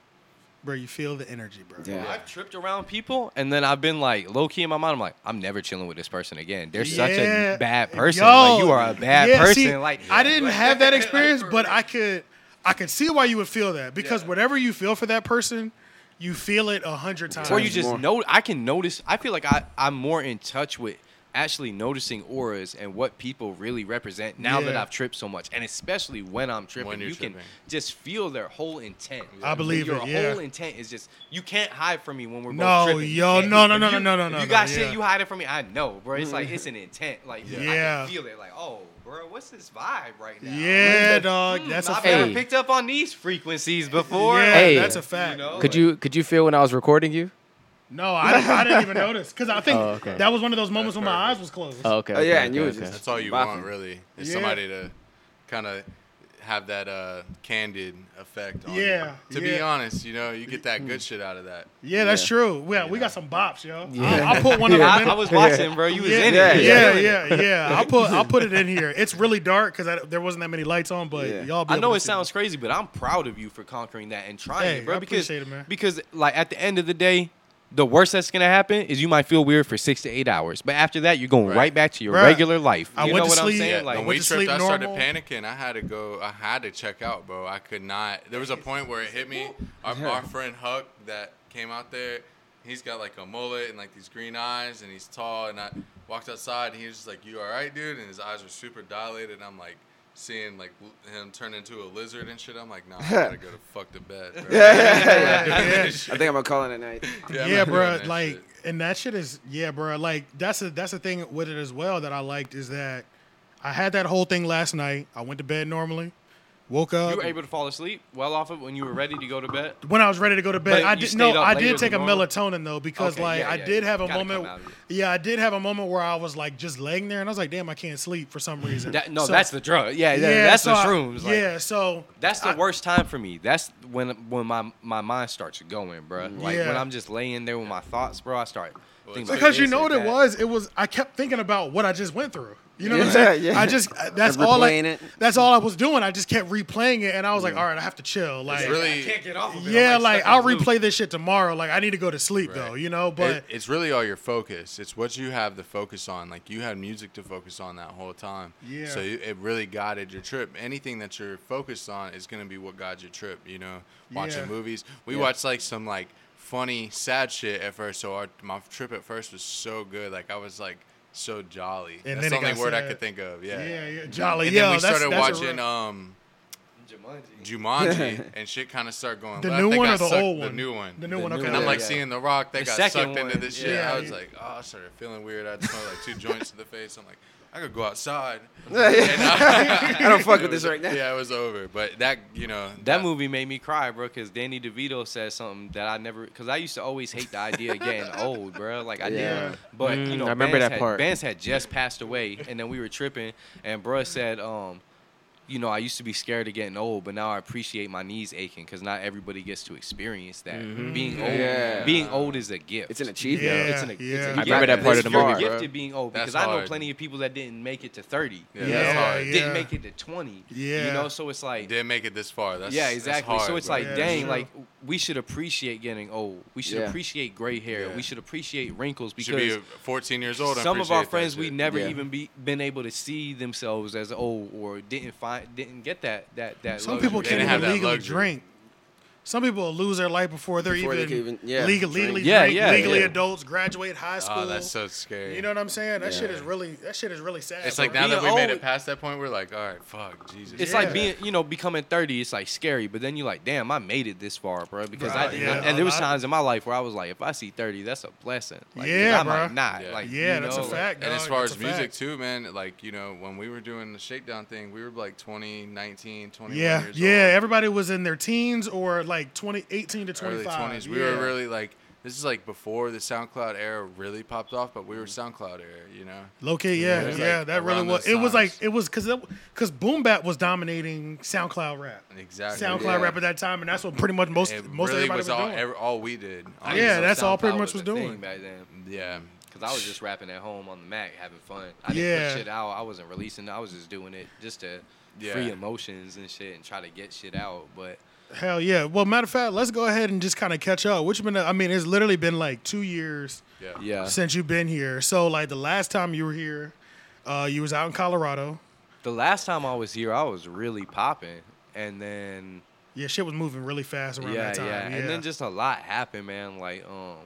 [SPEAKER 3] Bro, you feel the energy, bro.
[SPEAKER 4] Yeah.
[SPEAKER 5] I've tripped around people, and then I've been like low key in my mind. I'm like, I'm never chilling with this person again. They're such
[SPEAKER 3] Yeah.
[SPEAKER 5] a bad person.
[SPEAKER 3] Yo,
[SPEAKER 5] like you are a bad
[SPEAKER 3] yeah,
[SPEAKER 5] person.
[SPEAKER 3] see,
[SPEAKER 5] like
[SPEAKER 3] I didn't
[SPEAKER 5] like-
[SPEAKER 3] have
[SPEAKER 5] <laughs>
[SPEAKER 3] that experience,
[SPEAKER 5] Like,
[SPEAKER 3] but I could, I could see why you would feel that because whatever you feel for that person, you feel it a hundred times.
[SPEAKER 5] or you just
[SPEAKER 4] more.
[SPEAKER 5] know I can notice. I feel like I I'm more in touch with actually noticing auras and what people really represent now that
[SPEAKER 3] Yeah.
[SPEAKER 5] I've tripped so much, and especially when I'm tripping,
[SPEAKER 6] When you're
[SPEAKER 5] you can
[SPEAKER 6] tripping.
[SPEAKER 5] just feel their whole intent.
[SPEAKER 3] I believe
[SPEAKER 5] Your
[SPEAKER 3] it, yeah.
[SPEAKER 5] whole intent is just you can't hide from me when we're
[SPEAKER 3] No,
[SPEAKER 5] both tripping. You
[SPEAKER 3] yo,
[SPEAKER 5] can't.
[SPEAKER 3] no, no,
[SPEAKER 5] If
[SPEAKER 3] no,
[SPEAKER 5] you-
[SPEAKER 3] no, no, no,
[SPEAKER 5] if
[SPEAKER 3] no,
[SPEAKER 5] You
[SPEAKER 3] no,
[SPEAKER 5] got shit,
[SPEAKER 3] yeah. Mm-hmm.
[SPEAKER 5] you hide it from me. I know, bro. It's like it's an intent. Like I
[SPEAKER 3] Yeah.
[SPEAKER 5] can feel it. Like oh, bro, what's this vibe right now? Hmm. mm,
[SPEAKER 3] yeah, dog. That's a
[SPEAKER 5] I've
[SPEAKER 3] fact.
[SPEAKER 5] never
[SPEAKER 8] Hey.
[SPEAKER 5] picked up on these frequencies before.
[SPEAKER 3] Yeah,
[SPEAKER 8] Hey.
[SPEAKER 3] that's a fact.
[SPEAKER 5] You know?
[SPEAKER 8] Could you could you feel when I was recording you?
[SPEAKER 3] No, I didn't, I didn't even
[SPEAKER 5] <laughs>
[SPEAKER 3] notice because I think
[SPEAKER 8] Oh, okay.
[SPEAKER 3] that was one of those moments
[SPEAKER 6] That's
[SPEAKER 3] when my
[SPEAKER 6] perfect.
[SPEAKER 3] eyes was closed.
[SPEAKER 8] Oh, okay.
[SPEAKER 4] Oh, yeah,
[SPEAKER 8] okay,
[SPEAKER 4] and you
[SPEAKER 8] okay,
[SPEAKER 4] was
[SPEAKER 8] okay.
[SPEAKER 4] just-
[SPEAKER 6] that's all you
[SPEAKER 4] Bopping.
[SPEAKER 6] want, really, is
[SPEAKER 3] Yeah.
[SPEAKER 6] somebody to kind of have that uh, candid effect. on you.
[SPEAKER 3] Yeah,
[SPEAKER 6] To be
[SPEAKER 3] yeah. Mm.
[SPEAKER 6] honest, you know, you get that good shit out of that.
[SPEAKER 3] Yeah, that's
[SPEAKER 4] Yeah.
[SPEAKER 3] true. Yeah, we got some bops, yo. I'll, I'll put one
[SPEAKER 5] <laughs>
[SPEAKER 3] of
[SPEAKER 5] I,
[SPEAKER 3] them.
[SPEAKER 5] I
[SPEAKER 3] in.
[SPEAKER 5] was watching, bro. You was
[SPEAKER 3] yeah,
[SPEAKER 5] in
[SPEAKER 3] yeah,
[SPEAKER 5] it.
[SPEAKER 3] yeah, yeah, I'll put I'll put it in here. It's really dark because there wasn't that many lights on, but
[SPEAKER 4] Yeah.
[SPEAKER 3] y'all. Be
[SPEAKER 5] I
[SPEAKER 3] able
[SPEAKER 5] know
[SPEAKER 3] to
[SPEAKER 5] it
[SPEAKER 3] see
[SPEAKER 5] sounds crazy, but I'm proud of you for conquering that and trying
[SPEAKER 3] Hey,
[SPEAKER 5] it, bro.
[SPEAKER 3] I
[SPEAKER 5] because
[SPEAKER 3] appreciate it, man.
[SPEAKER 5] because like at the end of the day, the worst that's gonna happen is you might feel weird for six to eight hours, but after that, you're going right,
[SPEAKER 6] Right.
[SPEAKER 5] back to your
[SPEAKER 3] Bruh,
[SPEAKER 5] regular life.
[SPEAKER 3] I
[SPEAKER 5] you
[SPEAKER 3] went
[SPEAKER 5] know
[SPEAKER 3] to
[SPEAKER 5] what
[SPEAKER 3] sleep-
[SPEAKER 5] I'm saying?
[SPEAKER 3] Yeah,
[SPEAKER 5] Like
[SPEAKER 6] when
[SPEAKER 3] went
[SPEAKER 6] we
[SPEAKER 3] to
[SPEAKER 6] tripped,
[SPEAKER 3] sleep
[SPEAKER 6] I started
[SPEAKER 3] normal.
[SPEAKER 6] panicking. I had to go. I had to check out, bro. I could not. There was a point where it hit me. Our, our friend Huck that came out there, he's got like a mullet and like these green eyes, and he's tall. And I walked outside, and he was just like, "You all right, dude?" And his eyes were super dilated. And I'm like. Seeing like l- him turn into a lizard and shit, I'm like, nah, I gotta go
[SPEAKER 3] <laughs>
[SPEAKER 6] to fuck the bed. Bro.
[SPEAKER 4] I think I'm gonna call it
[SPEAKER 3] <laughs>
[SPEAKER 4] a night.
[SPEAKER 6] Yeah, I'm
[SPEAKER 3] yeah,
[SPEAKER 6] not doing
[SPEAKER 3] bro.
[SPEAKER 6] that
[SPEAKER 3] Like,
[SPEAKER 6] shit.
[SPEAKER 3] and that shit is yeah, bro. Like that's a that's the thing with it as well that I liked is that I had that whole thing last night. I went to bed normally, woke
[SPEAKER 5] you
[SPEAKER 3] up
[SPEAKER 5] were able to fall asleep well off it when you were ready to go to bed.
[SPEAKER 3] when I was ready to go to bed.
[SPEAKER 5] But
[SPEAKER 3] I
[SPEAKER 5] you
[SPEAKER 3] did
[SPEAKER 5] stayed
[SPEAKER 3] no,
[SPEAKER 5] up
[SPEAKER 3] I
[SPEAKER 5] later
[SPEAKER 3] did take a
[SPEAKER 5] than normal?
[SPEAKER 3] melatonin though because
[SPEAKER 5] Okay,
[SPEAKER 3] like
[SPEAKER 5] yeah,
[SPEAKER 3] I
[SPEAKER 5] yeah,
[SPEAKER 3] did
[SPEAKER 5] you
[SPEAKER 3] have a
[SPEAKER 5] gotta come
[SPEAKER 3] moment.
[SPEAKER 5] out of it.
[SPEAKER 3] Yeah, I did have a moment where I was like just laying there and I was like, damn, I can't sleep for some reason.
[SPEAKER 5] That, no,
[SPEAKER 3] So-
[SPEAKER 5] that's the drug. Yeah, yeah, that's
[SPEAKER 3] so
[SPEAKER 5] the
[SPEAKER 3] I-
[SPEAKER 5] shrooms. Like,
[SPEAKER 3] yeah, so
[SPEAKER 5] That's the worst time for me. That's when when my my mind starts going, bro. Like
[SPEAKER 3] Yeah.
[SPEAKER 5] when I'm just laying there with my thoughts, bro. I start thinking about
[SPEAKER 3] because you
[SPEAKER 5] this
[SPEAKER 3] know what
[SPEAKER 5] and
[SPEAKER 3] it
[SPEAKER 5] that.
[SPEAKER 3] was. It was I kept thinking about what I just went through. You know what I'm
[SPEAKER 4] Yeah,
[SPEAKER 3] saying?
[SPEAKER 4] yeah.
[SPEAKER 3] I
[SPEAKER 4] <laughs>
[SPEAKER 3] just that's
[SPEAKER 4] And
[SPEAKER 3] all I
[SPEAKER 4] replaying it.
[SPEAKER 3] that's all I was doing. I just kept replaying it, and I was like, all right, I have to chill. Like,
[SPEAKER 6] It's really,
[SPEAKER 5] get off of it. I'm,
[SPEAKER 3] yeah, like,
[SPEAKER 5] stuck in
[SPEAKER 3] I'll
[SPEAKER 5] a loop.
[SPEAKER 3] replay this shit tomorrow. Like I need to go to sleep though,
[SPEAKER 6] Right.
[SPEAKER 3] you know. But
[SPEAKER 6] It- it's really all your focus. It's what you have to focus on. Like you had music to focus on that whole time.
[SPEAKER 3] Yeah.
[SPEAKER 6] So you, it really guided your trip. Anything that you're focused on is gonna be what guides your trip. You know, watching
[SPEAKER 3] Yeah.
[SPEAKER 6] movies. We watched like some like funny, sad shit at first. So our my trip at first was so good. Like I was like so jolly.
[SPEAKER 3] And then
[SPEAKER 6] That's the
[SPEAKER 3] it
[SPEAKER 6] only
[SPEAKER 3] got
[SPEAKER 6] word I
[SPEAKER 3] sad.
[SPEAKER 6] could think of. Yeah.
[SPEAKER 3] yeah, yeah, jolly.
[SPEAKER 6] And
[SPEAKER 3] yo,
[SPEAKER 6] then we
[SPEAKER 3] that's-
[SPEAKER 6] started
[SPEAKER 3] that's a
[SPEAKER 6] watching
[SPEAKER 3] real-
[SPEAKER 6] um
[SPEAKER 5] Jumanji.
[SPEAKER 3] <laughs>
[SPEAKER 6] Jumanji and shit kind of started going.
[SPEAKER 3] The
[SPEAKER 6] left.
[SPEAKER 3] new
[SPEAKER 6] They
[SPEAKER 3] one
[SPEAKER 6] got
[SPEAKER 3] or the
[SPEAKER 6] sucked-
[SPEAKER 3] old
[SPEAKER 6] The
[SPEAKER 3] one?
[SPEAKER 6] new one.
[SPEAKER 3] The new one,
[SPEAKER 5] new
[SPEAKER 3] okay.
[SPEAKER 6] And I'm
[SPEAKER 5] Yeah,
[SPEAKER 6] like
[SPEAKER 5] yeah.
[SPEAKER 6] seeing The Rock, they
[SPEAKER 5] The
[SPEAKER 6] got
[SPEAKER 5] second
[SPEAKER 6] sucked into
[SPEAKER 5] one,
[SPEAKER 6] this
[SPEAKER 5] yeah.
[SPEAKER 6] shit. I
[SPEAKER 3] Yeah,
[SPEAKER 6] was
[SPEAKER 3] yeah.
[SPEAKER 6] like, oh, I started feeling weird. I smelled like two joints to the face. I'm like, I could
[SPEAKER 5] <laughs>
[SPEAKER 6] go outside.
[SPEAKER 4] I don't fuck with
[SPEAKER 6] It was-
[SPEAKER 4] this right now.
[SPEAKER 6] Yeah, it was over. But that, you know,
[SPEAKER 5] That movie made me cry, bro, because Danny DeVito said something that I never, because I used to always hate the idea of <laughs> getting old, bro. Like I
[SPEAKER 4] Yeah.
[SPEAKER 5] did, but
[SPEAKER 8] Mm,
[SPEAKER 5] you know,
[SPEAKER 8] I remember
[SPEAKER 5] Vance
[SPEAKER 8] that
[SPEAKER 5] had,
[SPEAKER 8] part.
[SPEAKER 5] Vance had just passed away, and then we were tripping, and bro said, um, you know, I used to be scared of getting old, but now I appreciate my knees aching because not everybody gets to experience that.
[SPEAKER 8] Mm-hmm.
[SPEAKER 5] Being old,
[SPEAKER 4] Yeah.
[SPEAKER 5] being old is a gift.
[SPEAKER 4] It's an achievement.
[SPEAKER 3] Yeah,
[SPEAKER 5] It's an, it's a
[SPEAKER 3] yeah. I
[SPEAKER 5] gift.
[SPEAKER 8] remember that part of the
[SPEAKER 5] You're
[SPEAKER 8] movie, bro.
[SPEAKER 5] gifted being old
[SPEAKER 6] That's
[SPEAKER 5] because I know
[SPEAKER 6] hard.
[SPEAKER 5] plenty of people that didn't make it to thirty.
[SPEAKER 6] Yeah,
[SPEAKER 5] you
[SPEAKER 6] that's
[SPEAKER 5] know,
[SPEAKER 6] hard.
[SPEAKER 3] Yeah.
[SPEAKER 5] Didn't make it to twenty.
[SPEAKER 3] Yeah.
[SPEAKER 5] You know, so it's like
[SPEAKER 6] didn't make it this far. That's
[SPEAKER 5] yeah,
[SPEAKER 6] that's
[SPEAKER 5] exactly. so
[SPEAKER 6] hard,
[SPEAKER 5] it's
[SPEAKER 6] bro.
[SPEAKER 5] like,
[SPEAKER 3] Yeah,
[SPEAKER 5] dang,
[SPEAKER 3] sure.
[SPEAKER 5] like we should appreciate getting old. We should
[SPEAKER 4] Yeah.
[SPEAKER 5] appreciate gray hair.
[SPEAKER 6] Yeah.
[SPEAKER 5] We should appreciate wrinkles
[SPEAKER 6] You should be
[SPEAKER 5] because
[SPEAKER 6] 14 years old. and
[SPEAKER 5] some of our
[SPEAKER 6] appreciate that
[SPEAKER 5] friends we
[SPEAKER 6] shit.
[SPEAKER 5] never
[SPEAKER 4] Yeah.
[SPEAKER 5] even be, been able to see themselves as old or didn't find didn't get that that that.
[SPEAKER 3] Some
[SPEAKER 5] luxury.
[SPEAKER 3] people
[SPEAKER 6] They
[SPEAKER 3] can't
[SPEAKER 6] didn't
[SPEAKER 3] even
[SPEAKER 6] have that
[SPEAKER 3] legally
[SPEAKER 6] luxury.
[SPEAKER 3] drink. Some people lose their life before they're
[SPEAKER 4] Before they
[SPEAKER 3] even,
[SPEAKER 4] can even- yeah,
[SPEAKER 3] legal,
[SPEAKER 4] drink.
[SPEAKER 3] legally
[SPEAKER 5] Yeah,
[SPEAKER 3] drink,
[SPEAKER 5] yeah,
[SPEAKER 3] legally
[SPEAKER 5] yeah.
[SPEAKER 3] adults, graduate high school.
[SPEAKER 6] Oh, that's so scary.
[SPEAKER 3] you know what I'm saying? That shit is really that shit is really sad.
[SPEAKER 6] it's like
[SPEAKER 3] bro.
[SPEAKER 6] now that we
[SPEAKER 5] Being
[SPEAKER 6] made
[SPEAKER 5] old-
[SPEAKER 6] it past that point, we're like, all right, fuck, Jesus.
[SPEAKER 5] It's
[SPEAKER 3] Yeah.
[SPEAKER 5] like being, you know, becoming 30, it's like scary, but then you're like, damn, I made it this far, bro. Because I
[SPEAKER 3] Bruh,
[SPEAKER 5] did
[SPEAKER 3] yeah,
[SPEAKER 5] not. And there was
[SPEAKER 3] a lot-
[SPEAKER 5] times in my life where I was like, if I see 30, that's a blessing. Like, 'cause
[SPEAKER 3] Yeah,
[SPEAKER 5] I might
[SPEAKER 3] bruh.
[SPEAKER 5] not.
[SPEAKER 6] Yeah.
[SPEAKER 5] Like,
[SPEAKER 3] Yeah,
[SPEAKER 5] you
[SPEAKER 3] that's a
[SPEAKER 5] know,
[SPEAKER 3] fact.
[SPEAKER 6] And as
[SPEAKER 3] dog.
[SPEAKER 6] far
[SPEAKER 3] That's
[SPEAKER 6] as
[SPEAKER 3] a
[SPEAKER 6] music
[SPEAKER 3] fact.
[SPEAKER 6] too, man, like you know, when we were doing the shakedown thing, we were like 20, 19, 21
[SPEAKER 3] yeah,
[SPEAKER 6] years
[SPEAKER 3] yeah,
[SPEAKER 6] old.
[SPEAKER 3] everybody was in their teens or like 20, 18 to
[SPEAKER 6] early
[SPEAKER 3] 25.
[SPEAKER 6] twenties. We
[SPEAKER 3] yeah.
[SPEAKER 6] were really like this is like before the SoundCloud era really popped off, but we were
[SPEAKER 3] Mm-hmm.
[SPEAKER 6] SoundCloud era, you know.
[SPEAKER 3] Low key,
[SPEAKER 6] It
[SPEAKER 3] yeah,
[SPEAKER 6] was,
[SPEAKER 3] yeah.
[SPEAKER 6] like,
[SPEAKER 3] that really
[SPEAKER 6] around
[SPEAKER 3] was.
[SPEAKER 6] those
[SPEAKER 3] It was like
[SPEAKER 6] times.
[SPEAKER 3] it was because because boom bap was dominating SoundCloud rap,
[SPEAKER 6] Exactly.
[SPEAKER 3] SoundCloud
[SPEAKER 4] Yeah.
[SPEAKER 3] rap at that time, and that's what pretty much most
[SPEAKER 6] It
[SPEAKER 3] most
[SPEAKER 6] really
[SPEAKER 3] everybody
[SPEAKER 6] was all
[SPEAKER 3] doing.
[SPEAKER 6] every, all we did.
[SPEAKER 5] I
[SPEAKER 3] Yeah,
[SPEAKER 5] didn't know
[SPEAKER 3] that's all pretty
[SPEAKER 5] SoundCloud
[SPEAKER 3] much was
[SPEAKER 5] was a thing
[SPEAKER 3] doing.
[SPEAKER 5] back then.
[SPEAKER 6] Yeah.
[SPEAKER 5] Because I was just rapping at home on the Mac, having fun. I didn't
[SPEAKER 3] Yeah.
[SPEAKER 5] put shit out. I wasn't releasing. I was just doing it just to
[SPEAKER 6] Yeah.
[SPEAKER 5] free emotions and shit and try to get shit out. But
[SPEAKER 3] Hell yeah. Well, matter of fact, let's go ahead and just kind of catch up. Which been, I mean, it's literally been like two years
[SPEAKER 6] Yeah.
[SPEAKER 5] yeah,
[SPEAKER 3] since you've been here. So like the last time you were here, uh, you was out in Colorado.
[SPEAKER 5] the last time I was here, I was really popping. And then
[SPEAKER 3] Yeah, shit was moving really fast around
[SPEAKER 5] yeah,
[SPEAKER 3] that time.
[SPEAKER 5] yeah, and then just a lot happened, man. Like um,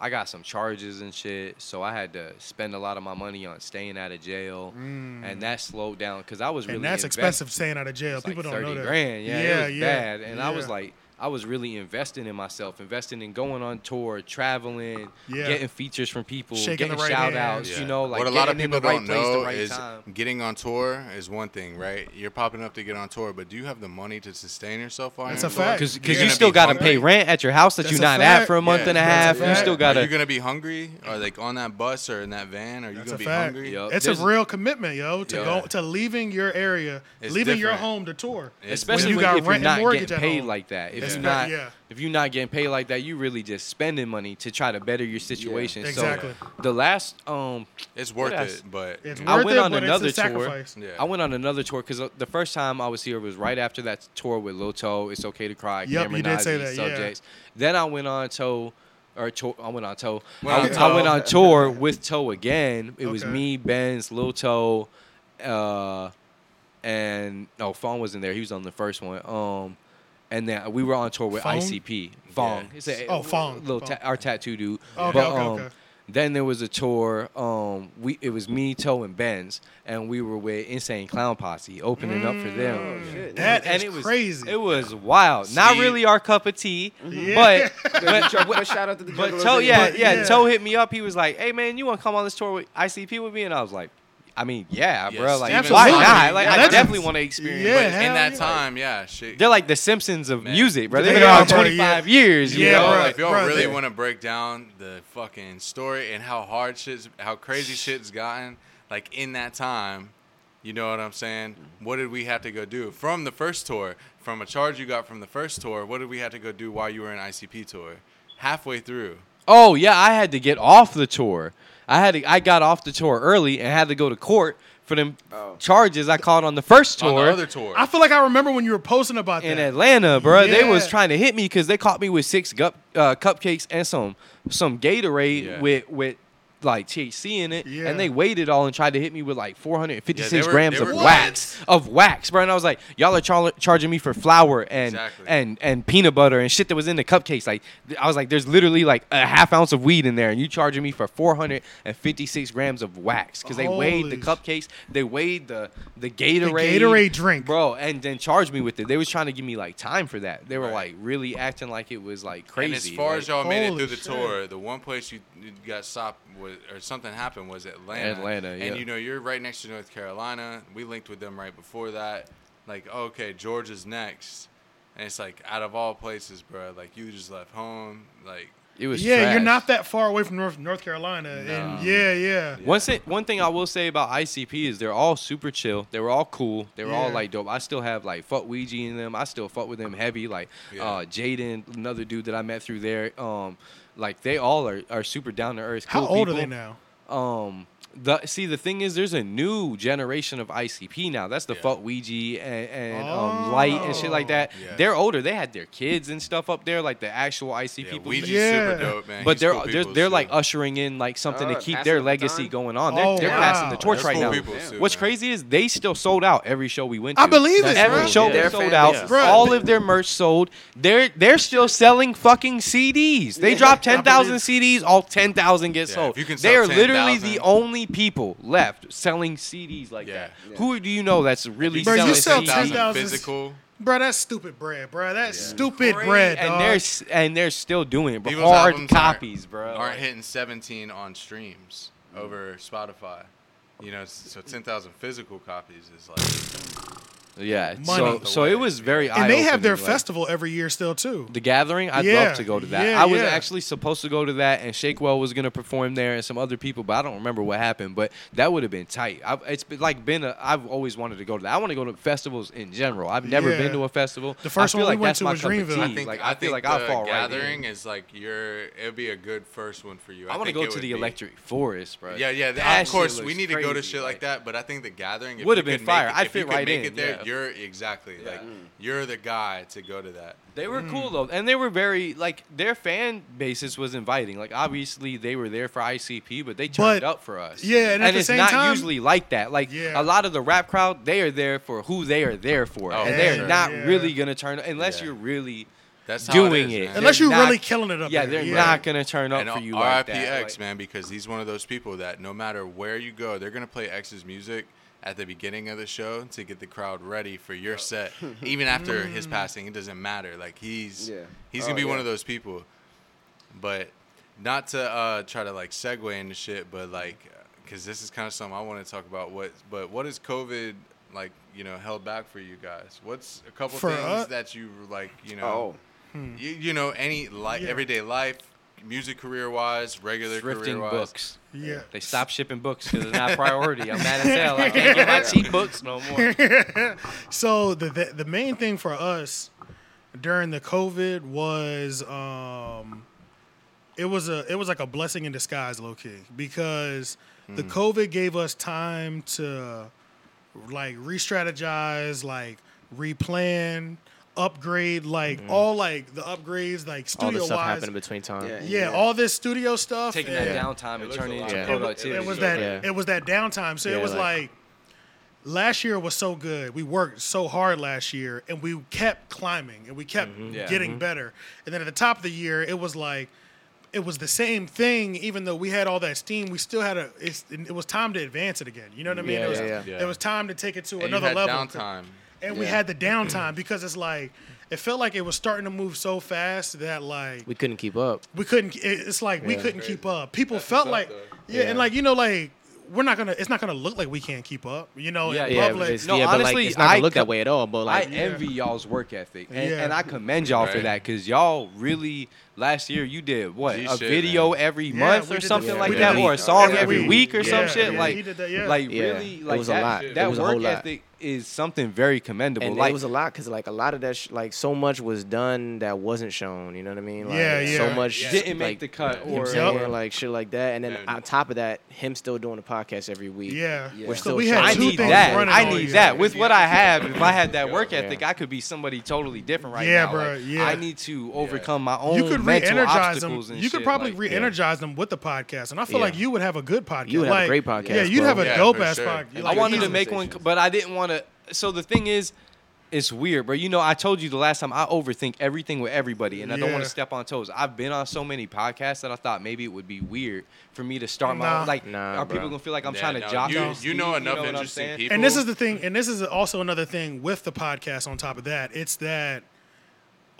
[SPEAKER 5] I got some charges and shit, so I had to spend a lot of my money on staying out of jail, and that slowed down because I was
[SPEAKER 3] Mm. And
[SPEAKER 5] really
[SPEAKER 3] that's
[SPEAKER 5] invest-
[SPEAKER 3] expensive staying out of jail.
[SPEAKER 5] It's
[SPEAKER 3] People
[SPEAKER 5] like
[SPEAKER 3] don't know
[SPEAKER 5] 30
[SPEAKER 3] that.
[SPEAKER 5] grand. Yeah,
[SPEAKER 3] yeah,
[SPEAKER 5] it was bad. And I was like, I was really investing in myself, investing in going on tour, traveling,
[SPEAKER 3] Yeah.
[SPEAKER 5] getting features from people,
[SPEAKER 3] Shaking the
[SPEAKER 5] getting
[SPEAKER 3] right
[SPEAKER 5] shout
[SPEAKER 3] hands.
[SPEAKER 5] outs,
[SPEAKER 6] Yeah.
[SPEAKER 5] you know, like
[SPEAKER 6] what a lot of
[SPEAKER 5] getting in
[SPEAKER 6] people
[SPEAKER 5] the right
[SPEAKER 6] don't
[SPEAKER 5] place
[SPEAKER 6] know
[SPEAKER 5] the right
[SPEAKER 6] is
[SPEAKER 5] time.
[SPEAKER 6] getting on tour is one thing, right? You're popping up to get on tour, but do you have the money to sustain yourself on
[SPEAKER 3] That's
[SPEAKER 6] your
[SPEAKER 3] a
[SPEAKER 6] tour?
[SPEAKER 3] fact.
[SPEAKER 5] Because
[SPEAKER 3] You're
[SPEAKER 5] you
[SPEAKER 6] gonna
[SPEAKER 5] still
[SPEAKER 6] be
[SPEAKER 5] got to
[SPEAKER 6] hungry.
[SPEAKER 5] pay rent at your house that
[SPEAKER 3] That's
[SPEAKER 5] you're
[SPEAKER 3] a
[SPEAKER 5] not at
[SPEAKER 3] fact.
[SPEAKER 5] for a month
[SPEAKER 6] Yeah,
[SPEAKER 5] and a half.
[SPEAKER 3] that's a
[SPEAKER 5] You still
[SPEAKER 3] fact.
[SPEAKER 5] got
[SPEAKER 6] Are you
[SPEAKER 5] to.
[SPEAKER 6] gonna be hungry, or like on that bus, or in that van? Are you
[SPEAKER 3] That's
[SPEAKER 6] gonna
[SPEAKER 3] a
[SPEAKER 6] be
[SPEAKER 3] fact.
[SPEAKER 6] hungry?
[SPEAKER 5] Yup.
[SPEAKER 3] it's
[SPEAKER 5] There's-
[SPEAKER 3] a real commitment, yo, to
[SPEAKER 6] Yeah.
[SPEAKER 3] go to leaving your area,
[SPEAKER 6] It's
[SPEAKER 3] leaving your
[SPEAKER 6] different.
[SPEAKER 3] home to tour.
[SPEAKER 6] It's
[SPEAKER 5] Especially
[SPEAKER 3] when you
[SPEAKER 5] when-
[SPEAKER 3] got
[SPEAKER 5] if
[SPEAKER 3] rent and
[SPEAKER 5] you're not
[SPEAKER 3] mortgage
[SPEAKER 5] getting
[SPEAKER 3] at
[SPEAKER 5] paid
[SPEAKER 3] home.
[SPEAKER 5] like that. If
[SPEAKER 3] That's not-
[SPEAKER 5] you're not,
[SPEAKER 3] yeah.
[SPEAKER 5] if you're not getting paid like that, you really just spending money to try to better your situation.
[SPEAKER 3] Exactly.
[SPEAKER 5] So the last um,
[SPEAKER 6] It's worth
[SPEAKER 5] What else?
[SPEAKER 6] it, but
[SPEAKER 3] It's
[SPEAKER 5] I
[SPEAKER 3] worth
[SPEAKER 5] went
[SPEAKER 3] it,
[SPEAKER 5] on
[SPEAKER 3] but
[SPEAKER 5] another
[SPEAKER 3] it's a
[SPEAKER 5] tour.
[SPEAKER 3] sacrifice.
[SPEAKER 6] yeah.
[SPEAKER 5] I went on another tour because the first time I was here was right after that tour with Lil Toe. It's okay to cry.
[SPEAKER 3] Yup,
[SPEAKER 5] Cameron
[SPEAKER 3] you did say
[SPEAKER 5] Nazzi,
[SPEAKER 3] that, yeah.
[SPEAKER 5] Subjects. Then I went on tour, or tour, I went on tour.
[SPEAKER 6] Went
[SPEAKER 5] I,
[SPEAKER 6] on
[SPEAKER 5] I went on
[SPEAKER 6] tour.
[SPEAKER 5] tour with Toe again. It was
[SPEAKER 3] Okay.
[SPEAKER 5] me, Benz, Lil Toe, uh, and no, Fong wasn't there. He was on the first one. Um, and then we were on tour with
[SPEAKER 3] Fong?
[SPEAKER 5] ICP Fong.
[SPEAKER 6] Yeah.
[SPEAKER 5] It's a-
[SPEAKER 3] Oh, Fong.
[SPEAKER 5] Little
[SPEAKER 3] Fong.
[SPEAKER 5] ta- our tattoo dude.
[SPEAKER 3] Okay,
[SPEAKER 5] but,
[SPEAKER 3] okay,
[SPEAKER 5] um,
[SPEAKER 3] okay.
[SPEAKER 5] then there was a tour. Um, we it was me, Toe, and Benz, and we were with Insane Clown Posse opening up for them.
[SPEAKER 3] That
[SPEAKER 5] and
[SPEAKER 3] is
[SPEAKER 5] it was
[SPEAKER 3] crazy.
[SPEAKER 5] It was wild. Not
[SPEAKER 6] Mm. Oh, See?
[SPEAKER 5] really our cup of tea,
[SPEAKER 3] Yeah. <laughs>
[SPEAKER 5] but
[SPEAKER 4] But, shout out to the
[SPEAKER 5] but
[SPEAKER 4] Juggalos
[SPEAKER 5] Toe,
[SPEAKER 4] anyway.
[SPEAKER 5] yeah,
[SPEAKER 3] But,
[SPEAKER 5] yeah,
[SPEAKER 3] yeah.
[SPEAKER 5] Toe hit me up. He was like, "Hey man, you want to come on this tour with ICP with me?" And I was like, "I mean, yeah,
[SPEAKER 6] Yes,
[SPEAKER 5] bro. Like,
[SPEAKER 3] Absolutely.
[SPEAKER 5] why not? Like, I
[SPEAKER 3] Legends.
[SPEAKER 5] definitely want to experience."
[SPEAKER 3] Yeah,
[SPEAKER 5] Yeah.
[SPEAKER 6] But in
[SPEAKER 3] hell
[SPEAKER 6] that
[SPEAKER 3] yeah.
[SPEAKER 6] time, yeah, shit.
[SPEAKER 5] They're like the Simpsons of
[SPEAKER 6] Man.
[SPEAKER 5] music, bro. They've
[SPEAKER 3] They
[SPEAKER 5] been around
[SPEAKER 3] are, bro,
[SPEAKER 5] 25 years. you
[SPEAKER 3] Yeah,
[SPEAKER 6] yeah,
[SPEAKER 5] know?
[SPEAKER 3] bro.
[SPEAKER 6] if y'all
[SPEAKER 3] bro,
[SPEAKER 6] really
[SPEAKER 3] yeah.
[SPEAKER 6] want to break down the fucking story and how hard shit's, how crazy shit's gotten, like in that time, you know what I'm saying? What did we have to go do from the first tour? From a charge you got from the first tour, what did we have to go do while you were in ICP tour? Halfway through,
[SPEAKER 5] Oh yeah, I had to get off the tour. I had to, I got off the tour early and had to go to court for them
[SPEAKER 4] Oh.
[SPEAKER 5] charges I caught on the first tour
[SPEAKER 6] on the other tour,
[SPEAKER 3] I feel like I remember when you were posting about
[SPEAKER 5] in
[SPEAKER 3] that.
[SPEAKER 5] Atlanta, bro. They was
[SPEAKER 3] Yeah.
[SPEAKER 5] trying to hit me because they caught me with six gup, uh, cupcakes and some some Gatorade
[SPEAKER 6] Yeah.
[SPEAKER 5] with with like THC in it,
[SPEAKER 3] Yeah.
[SPEAKER 5] and they weighed it all and tried to hit me with like 456
[SPEAKER 6] Yeah, they were-
[SPEAKER 5] grams
[SPEAKER 6] they
[SPEAKER 5] of
[SPEAKER 6] were-
[SPEAKER 5] wax of wax, bro. And I was like, y'all are char- charging me for flour and
[SPEAKER 6] Exactly.
[SPEAKER 5] and and peanut butter and shit that was in the cupcakes. Like th- I was like, there's literally like a half ounce of weed in there, and you charging me for 456 grams of wax because they weighed the
[SPEAKER 3] Holy
[SPEAKER 5] cupcakes, they weighed the the Gatorade,
[SPEAKER 3] Gatorade drink.
[SPEAKER 5] bro bro, Oh, and then charged me with it. They was trying to give me like time for that. They were
[SPEAKER 6] Right.
[SPEAKER 5] like really acting like it was like crazy.
[SPEAKER 6] And as far
[SPEAKER 5] like-
[SPEAKER 6] as y'all made it
[SPEAKER 3] Holy
[SPEAKER 6] through the
[SPEAKER 3] shit.
[SPEAKER 6] tour, the one place you you got stopped was was, or something happened was Atlanta.
[SPEAKER 8] Atlanta, yeah.
[SPEAKER 6] And you know, you're right next to North Carolina. We linked with them right before that. Like, oh, okay, Georgia's next, and it's like out of all places, bro. Like you just left home. Like
[SPEAKER 8] It was
[SPEAKER 3] yeah, you're
[SPEAKER 8] trash.
[SPEAKER 3] not that far away from North North Carolina, and yeah, yeah.
[SPEAKER 5] One, thing, one thing I will say about ICP is they're all super chill. They were all cool. They were all
[SPEAKER 3] Yeah.
[SPEAKER 5] like dope. I still have like fuck Ouija in them. I still fuck with them heavy. Like
[SPEAKER 6] Yeah.
[SPEAKER 5] uh, Jaden, another dude that I met through there. Um, like they all are, are super down to earth.
[SPEAKER 3] How
[SPEAKER 5] cool
[SPEAKER 3] old are
[SPEAKER 5] people.
[SPEAKER 3] they now?
[SPEAKER 5] Um, the see the thing is, there's a new generation of ICP now. That's the
[SPEAKER 6] Yeah. Oh.
[SPEAKER 5] fuck Ouija and, and um, light and shit like that.
[SPEAKER 6] Yeah.
[SPEAKER 5] They're older. They had their kids and stuff up there, like the actual ICP
[SPEAKER 6] yeah,
[SPEAKER 5] people.
[SPEAKER 6] Ouija's
[SPEAKER 3] Yeah.
[SPEAKER 6] super dope, man.
[SPEAKER 5] But
[SPEAKER 6] He's
[SPEAKER 5] they're
[SPEAKER 6] cool
[SPEAKER 5] they're,
[SPEAKER 6] people
[SPEAKER 5] they're
[SPEAKER 6] as
[SPEAKER 5] like uh,
[SPEAKER 6] shit.
[SPEAKER 5] ushering in like something
[SPEAKER 4] Uh,
[SPEAKER 5] to keep
[SPEAKER 4] passing
[SPEAKER 5] their
[SPEAKER 4] the
[SPEAKER 5] legacy
[SPEAKER 4] baton?
[SPEAKER 5] going on. They're,
[SPEAKER 3] Oh,
[SPEAKER 5] they're
[SPEAKER 3] wow.
[SPEAKER 5] passing the torch
[SPEAKER 6] They're
[SPEAKER 5] right
[SPEAKER 6] cool
[SPEAKER 5] now.
[SPEAKER 6] people as shit,
[SPEAKER 5] What's
[SPEAKER 6] man.
[SPEAKER 5] crazy is they still sold out every show we went to.
[SPEAKER 3] I believe it.
[SPEAKER 5] Every
[SPEAKER 3] bro.
[SPEAKER 5] show
[SPEAKER 8] Yeah.
[SPEAKER 5] they sold out.
[SPEAKER 8] Yeah.
[SPEAKER 3] Bro.
[SPEAKER 5] All of their merch sold. They're they're still selling fucking CDs. They dropped ten thousand CDs. All ten thousand get
[SPEAKER 6] Yeah,
[SPEAKER 5] sold.
[SPEAKER 6] if you can sell
[SPEAKER 5] they are literally
[SPEAKER 6] 10,000.
[SPEAKER 5] the only people left selling CDs like
[SPEAKER 6] Yeah.
[SPEAKER 5] that. Who do you know that's really
[SPEAKER 3] Bro, you
[SPEAKER 5] selling
[SPEAKER 3] sell
[SPEAKER 5] CDs?
[SPEAKER 3] 10,000
[SPEAKER 6] 10,000 physical.
[SPEAKER 3] Bro, that's stupid bread, bro. That's stupid bread,
[SPEAKER 5] and
[SPEAKER 3] dog.
[SPEAKER 5] they're s- and they're still doing it, but
[SPEAKER 6] People's
[SPEAKER 5] hard
[SPEAKER 6] albums aren't-
[SPEAKER 5] copies, bro.
[SPEAKER 6] Aren't hitting 17 on streams
[SPEAKER 5] Mm.
[SPEAKER 6] over Spotify. You know, s- so 10,000 physical copies is like
[SPEAKER 5] Yeah.
[SPEAKER 3] Money.
[SPEAKER 5] So so it was very.
[SPEAKER 3] and they have their
[SPEAKER 5] eye-opening, like,
[SPEAKER 3] festival every year still too.
[SPEAKER 5] The Gathering. I'd
[SPEAKER 3] Yeah,
[SPEAKER 5] love to go to that.
[SPEAKER 3] yeah,
[SPEAKER 5] I was
[SPEAKER 3] yeah.
[SPEAKER 5] actually supposed to go to that, and Shakewell was gonna perform there, and some other people, but I don't remember what happened. But that would have been tight. I've, it's been like been. A, I've always wanted to go to that. I want to go to festivals in general. I've never
[SPEAKER 3] Yeah.
[SPEAKER 5] been to a festival.
[SPEAKER 3] The first
[SPEAKER 5] I feel
[SPEAKER 3] one we
[SPEAKER 5] like
[SPEAKER 3] went
[SPEAKER 5] that's
[SPEAKER 3] to
[SPEAKER 5] my
[SPEAKER 3] was
[SPEAKER 5] cup of
[SPEAKER 3] Dreamville.
[SPEAKER 5] tea.
[SPEAKER 3] I
[SPEAKER 6] I think
[SPEAKER 5] like
[SPEAKER 6] I,
[SPEAKER 5] I feel
[SPEAKER 6] think
[SPEAKER 5] like
[SPEAKER 6] the
[SPEAKER 5] I fall
[SPEAKER 6] gathering
[SPEAKER 5] right. in.
[SPEAKER 6] is like your it'd be a good first one for you.
[SPEAKER 5] I want to
[SPEAKER 6] think
[SPEAKER 5] go
[SPEAKER 6] it
[SPEAKER 5] to
[SPEAKER 6] would
[SPEAKER 5] the
[SPEAKER 6] be-
[SPEAKER 5] Electric Forest, bro.
[SPEAKER 6] Yeah, yeah.
[SPEAKER 5] That
[SPEAKER 6] of course,
[SPEAKER 5] shit
[SPEAKER 6] we
[SPEAKER 5] looks
[SPEAKER 6] need to go to
[SPEAKER 5] crazy,
[SPEAKER 6] shit like, that. But I think the gathering if
[SPEAKER 5] Would
[SPEAKER 6] you
[SPEAKER 5] have been
[SPEAKER 6] could
[SPEAKER 5] fire.
[SPEAKER 6] Make it,
[SPEAKER 5] I'd
[SPEAKER 6] if you
[SPEAKER 5] fit
[SPEAKER 6] could
[SPEAKER 5] right
[SPEAKER 6] make
[SPEAKER 5] in,
[SPEAKER 6] It there,
[SPEAKER 5] yeah. Mm.
[SPEAKER 6] You're exactly like you're the guy to go to that.
[SPEAKER 5] They were cool
[SPEAKER 3] Mm.
[SPEAKER 5] though, and they were very like their fan basis was inviting. Like obviously they were there for ICP, but they turned
[SPEAKER 3] But-
[SPEAKER 5] up for us.
[SPEAKER 3] yeah, and at the
[SPEAKER 5] it's
[SPEAKER 3] same
[SPEAKER 5] not
[SPEAKER 3] time-
[SPEAKER 5] usually like that. Like
[SPEAKER 3] Yeah.
[SPEAKER 5] a lot of the rap crowd, they are there for who they are there for,
[SPEAKER 6] Oh,
[SPEAKER 5] and
[SPEAKER 6] for
[SPEAKER 5] they're
[SPEAKER 6] sure.
[SPEAKER 5] not
[SPEAKER 3] Yeah.
[SPEAKER 5] really gonna turn unless
[SPEAKER 6] Yeah.
[SPEAKER 5] you're really
[SPEAKER 6] That's how
[SPEAKER 5] doing it.
[SPEAKER 6] it. is, man.
[SPEAKER 3] Unless
[SPEAKER 5] They're
[SPEAKER 3] you're
[SPEAKER 5] not-
[SPEAKER 3] really killing it up
[SPEAKER 5] yeah,
[SPEAKER 3] there,
[SPEAKER 5] they're
[SPEAKER 3] yeah.
[SPEAKER 5] not gonna turn up
[SPEAKER 6] and
[SPEAKER 5] for you
[SPEAKER 6] RIPX,
[SPEAKER 5] like that. Like,
[SPEAKER 6] man, because he's one of those people that no matter where you go, they're gonna play X's music at the beginning of the show to get the crowd ready for
[SPEAKER 4] Oh.
[SPEAKER 6] your set.
[SPEAKER 4] <laughs>
[SPEAKER 6] Even after his passing, it doesn't matter. Like he's
[SPEAKER 4] Mm. Yeah.
[SPEAKER 6] he's gonna
[SPEAKER 4] Oh,
[SPEAKER 6] be one
[SPEAKER 4] yeah.
[SPEAKER 6] of those people. But not to uh, try to like segue into shit, but like, because this is kind of something I want to talk about. What but what is COVID? Like you know, held back for you guys. What's a couple
[SPEAKER 3] For
[SPEAKER 6] things
[SPEAKER 3] us?
[SPEAKER 6] that you like? You know,
[SPEAKER 4] Oh.
[SPEAKER 6] you, you know, any like
[SPEAKER 3] Yeah.
[SPEAKER 6] everyday life, music career wise, regular career
[SPEAKER 5] thrifting
[SPEAKER 6] wise.
[SPEAKER 5] books.
[SPEAKER 3] yeah.
[SPEAKER 5] They stopped shipping books because it's not priority. I'm mad as hell. I
[SPEAKER 3] <laughs>
[SPEAKER 5] can't get my cheap books no more.
[SPEAKER 3] So the, the the main thing for us during the COVID was um it was a it was like a blessing in disguise, low key, because
[SPEAKER 5] Hmm.
[SPEAKER 3] the COVID gave us time to like re-strategize, like replan, upgrade, like
[SPEAKER 5] Hmm.
[SPEAKER 3] all like the upgrades, like
[SPEAKER 8] All
[SPEAKER 3] studio
[SPEAKER 8] this stuff
[SPEAKER 3] wise.
[SPEAKER 8] happened in between time.
[SPEAKER 4] Yeah.
[SPEAKER 3] yeah, all this studio stuff.
[SPEAKER 5] Taking
[SPEAKER 3] and-
[SPEAKER 5] that downtime and
[SPEAKER 6] looks
[SPEAKER 5] turning
[SPEAKER 6] a
[SPEAKER 5] it
[SPEAKER 6] lot
[SPEAKER 5] into
[SPEAKER 8] better. It
[SPEAKER 5] productivity.
[SPEAKER 3] it was that
[SPEAKER 8] Yeah.
[SPEAKER 3] it was that downtime. So it
[SPEAKER 8] Yeah,
[SPEAKER 3] was like,
[SPEAKER 8] like-
[SPEAKER 3] last year was so good. We worked so hard last year, and we kept climbing and we kept
[SPEAKER 6] Mm-hmm.
[SPEAKER 5] Yeah.
[SPEAKER 3] getting
[SPEAKER 8] Mm-hmm.
[SPEAKER 3] better. And then at the top of the year, it was like it was the same thing. Even though we had all that steam, we still had a. It's, it was time to advance it again. You know what I mean?
[SPEAKER 8] Yeah,
[SPEAKER 3] it was,
[SPEAKER 8] yeah,
[SPEAKER 6] yeah.
[SPEAKER 3] It was time to take it to
[SPEAKER 6] And
[SPEAKER 3] another
[SPEAKER 6] you had
[SPEAKER 3] level
[SPEAKER 6] downtime.
[SPEAKER 3] and we
[SPEAKER 4] Yeah.
[SPEAKER 8] <clears throat>
[SPEAKER 3] had the downtime because it's like it felt like it was starting to move so fast that like
[SPEAKER 8] We couldn't keep up.
[SPEAKER 3] we couldn't it- it's like we couldn't keep up people felt
[SPEAKER 6] what's
[SPEAKER 3] like
[SPEAKER 6] up, though.
[SPEAKER 3] yeah, and like you know like we're not gonna it's not gonna look like we can't keep up you know
[SPEAKER 5] Yeah,
[SPEAKER 3] in
[SPEAKER 8] Yeah,
[SPEAKER 3] public
[SPEAKER 8] it's,
[SPEAKER 5] No,
[SPEAKER 8] yeah, but
[SPEAKER 5] honestly,
[SPEAKER 8] like, it's not gonna
[SPEAKER 5] I
[SPEAKER 8] look
[SPEAKER 5] co-
[SPEAKER 8] that way at all. But like,
[SPEAKER 5] I envy y'all's work ethic, and,
[SPEAKER 3] Yeah.
[SPEAKER 5] and I commend y'all for
[SPEAKER 6] Right.
[SPEAKER 5] that because y'all really last year you did what
[SPEAKER 6] Gee
[SPEAKER 5] a
[SPEAKER 6] shit,
[SPEAKER 5] video
[SPEAKER 6] man.
[SPEAKER 5] every
[SPEAKER 3] Yeah,
[SPEAKER 5] month
[SPEAKER 3] we
[SPEAKER 5] or
[SPEAKER 3] did
[SPEAKER 5] something
[SPEAKER 3] that.
[SPEAKER 5] like
[SPEAKER 8] We
[SPEAKER 5] that,
[SPEAKER 8] did
[SPEAKER 5] or a
[SPEAKER 8] that.
[SPEAKER 5] song
[SPEAKER 3] Yeah,
[SPEAKER 5] every
[SPEAKER 3] we-
[SPEAKER 5] week or some
[SPEAKER 3] yeah,
[SPEAKER 5] shit.
[SPEAKER 3] yeah,
[SPEAKER 5] like,
[SPEAKER 3] he did that, yeah.
[SPEAKER 5] like
[SPEAKER 8] Yeah,
[SPEAKER 5] really,
[SPEAKER 8] it
[SPEAKER 5] like
[SPEAKER 8] was a
[SPEAKER 5] that,
[SPEAKER 8] lot.
[SPEAKER 5] that
[SPEAKER 8] It was a
[SPEAKER 5] work
[SPEAKER 8] whole lot.
[SPEAKER 5] ethic is something very commendable.
[SPEAKER 8] and
[SPEAKER 5] like
[SPEAKER 8] it was a lot because like a lot of that sh- like so much was done that wasn't shown. You know what I mean? Like,
[SPEAKER 3] Yeah, yeah.
[SPEAKER 8] So much
[SPEAKER 5] didn't
[SPEAKER 8] like,
[SPEAKER 5] make the cut,
[SPEAKER 8] you know what
[SPEAKER 5] or
[SPEAKER 8] I'm
[SPEAKER 3] Yup.
[SPEAKER 8] saying? like shit like that, and then
[SPEAKER 6] Dude.
[SPEAKER 8] on top of that, him still doing the podcast every week.
[SPEAKER 3] yeah,
[SPEAKER 4] Yeah.
[SPEAKER 8] We're
[SPEAKER 3] So
[SPEAKER 8] still
[SPEAKER 3] we had
[SPEAKER 5] I
[SPEAKER 8] trying.
[SPEAKER 3] two
[SPEAKER 5] need
[SPEAKER 3] things
[SPEAKER 5] that.
[SPEAKER 3] running
[SPEAKER 5] I
[SPEAKER 3] all
[SPEAKER 5] need
[SPEAKER 3] year.
[SPEAKER 5] that. With what I have, if I had that
[SPEAKER 6] Yeah.
[SPEAKER 5] work ethic, I could be somebody totally different right
[SPEAKER 3] Yeah,
[SPEAKER 5] now.
[SPEAKER 3] bro,
[SPEAKER 5] Like,
[SPEAKER 3] yeah.
[SPEAKER 5] I need to overcome my own
[SPEAKER 3] you could
[SPEAKER 5] mental
[SPEAKER 3] re-energize them
[SPEAKER 5] obstacles and
[SPEAKER 3] you could
[SPEAKER 5] shit,
[SPEAKER 3] probably
[SPEAKER 5] like-
[SPEAKER 3] re-energize them with the podcast and i feel
[SPEAKER 8] Yeah.
[SPEAKER 3] like you would have a good podcast
[SPEAKER 8] You would have a
[SPEAKER 3] like,
[SPEAKER 8] great podcast,
[SPEAKER 3] yeah you'd
[SPEAKER 8] bro.
[SPEAKER 3] have a
[SPEAKER 6] Yeah,
[SPEAKER 3] dope
[SPEAKER 6] for
[SPEAKER 3] ass
[SPEAKER 6] sure.
[SPEAKER 3] podcast
[SPEAKER 5] I
[SPEAKER 3] like,
[SPEAKER 5] wanted to
[SPEAKER 3] easily.
[SPEAKER 5] make one, but I didn't want to. So the thing is, it's weird, bro. You know, I told you the last time I overthink everything with everybody, and I don't want
[SPEAKER 3] Yeah.
[SPEAKER 5] to step on toes. I've been on so many podcasts that I thought maybe it would be weird for me to start my
[SPEAKER 3] Nah.
[SPEAKER 5] own. Like,
[SPEAKER 8] Nah,
[SPEAKER 5] are
[SPEAKER 8] bro.
[SPEAKER 5] people gonna feel like I'm
[SPEAKER 6] Yeah,
[SPEAKER 5] trying to
[SPEAKER 6] no,
[SPEAKER 5] jock?
[SPEAKER 6] you-
[SPEAKER 5] them,
[SPEAKER 6] you
[SPEAKER 5] Steve?
[SPEAKER 6] know enough
[SPEAKER 5] what I'm
[SPEAKER 6] interesting
[SPEAKER 5] saying?
[SPEAKER 6] people.
[SPEAKER 3] and this is the thing and this is also another thing with the podcast on top of that it's that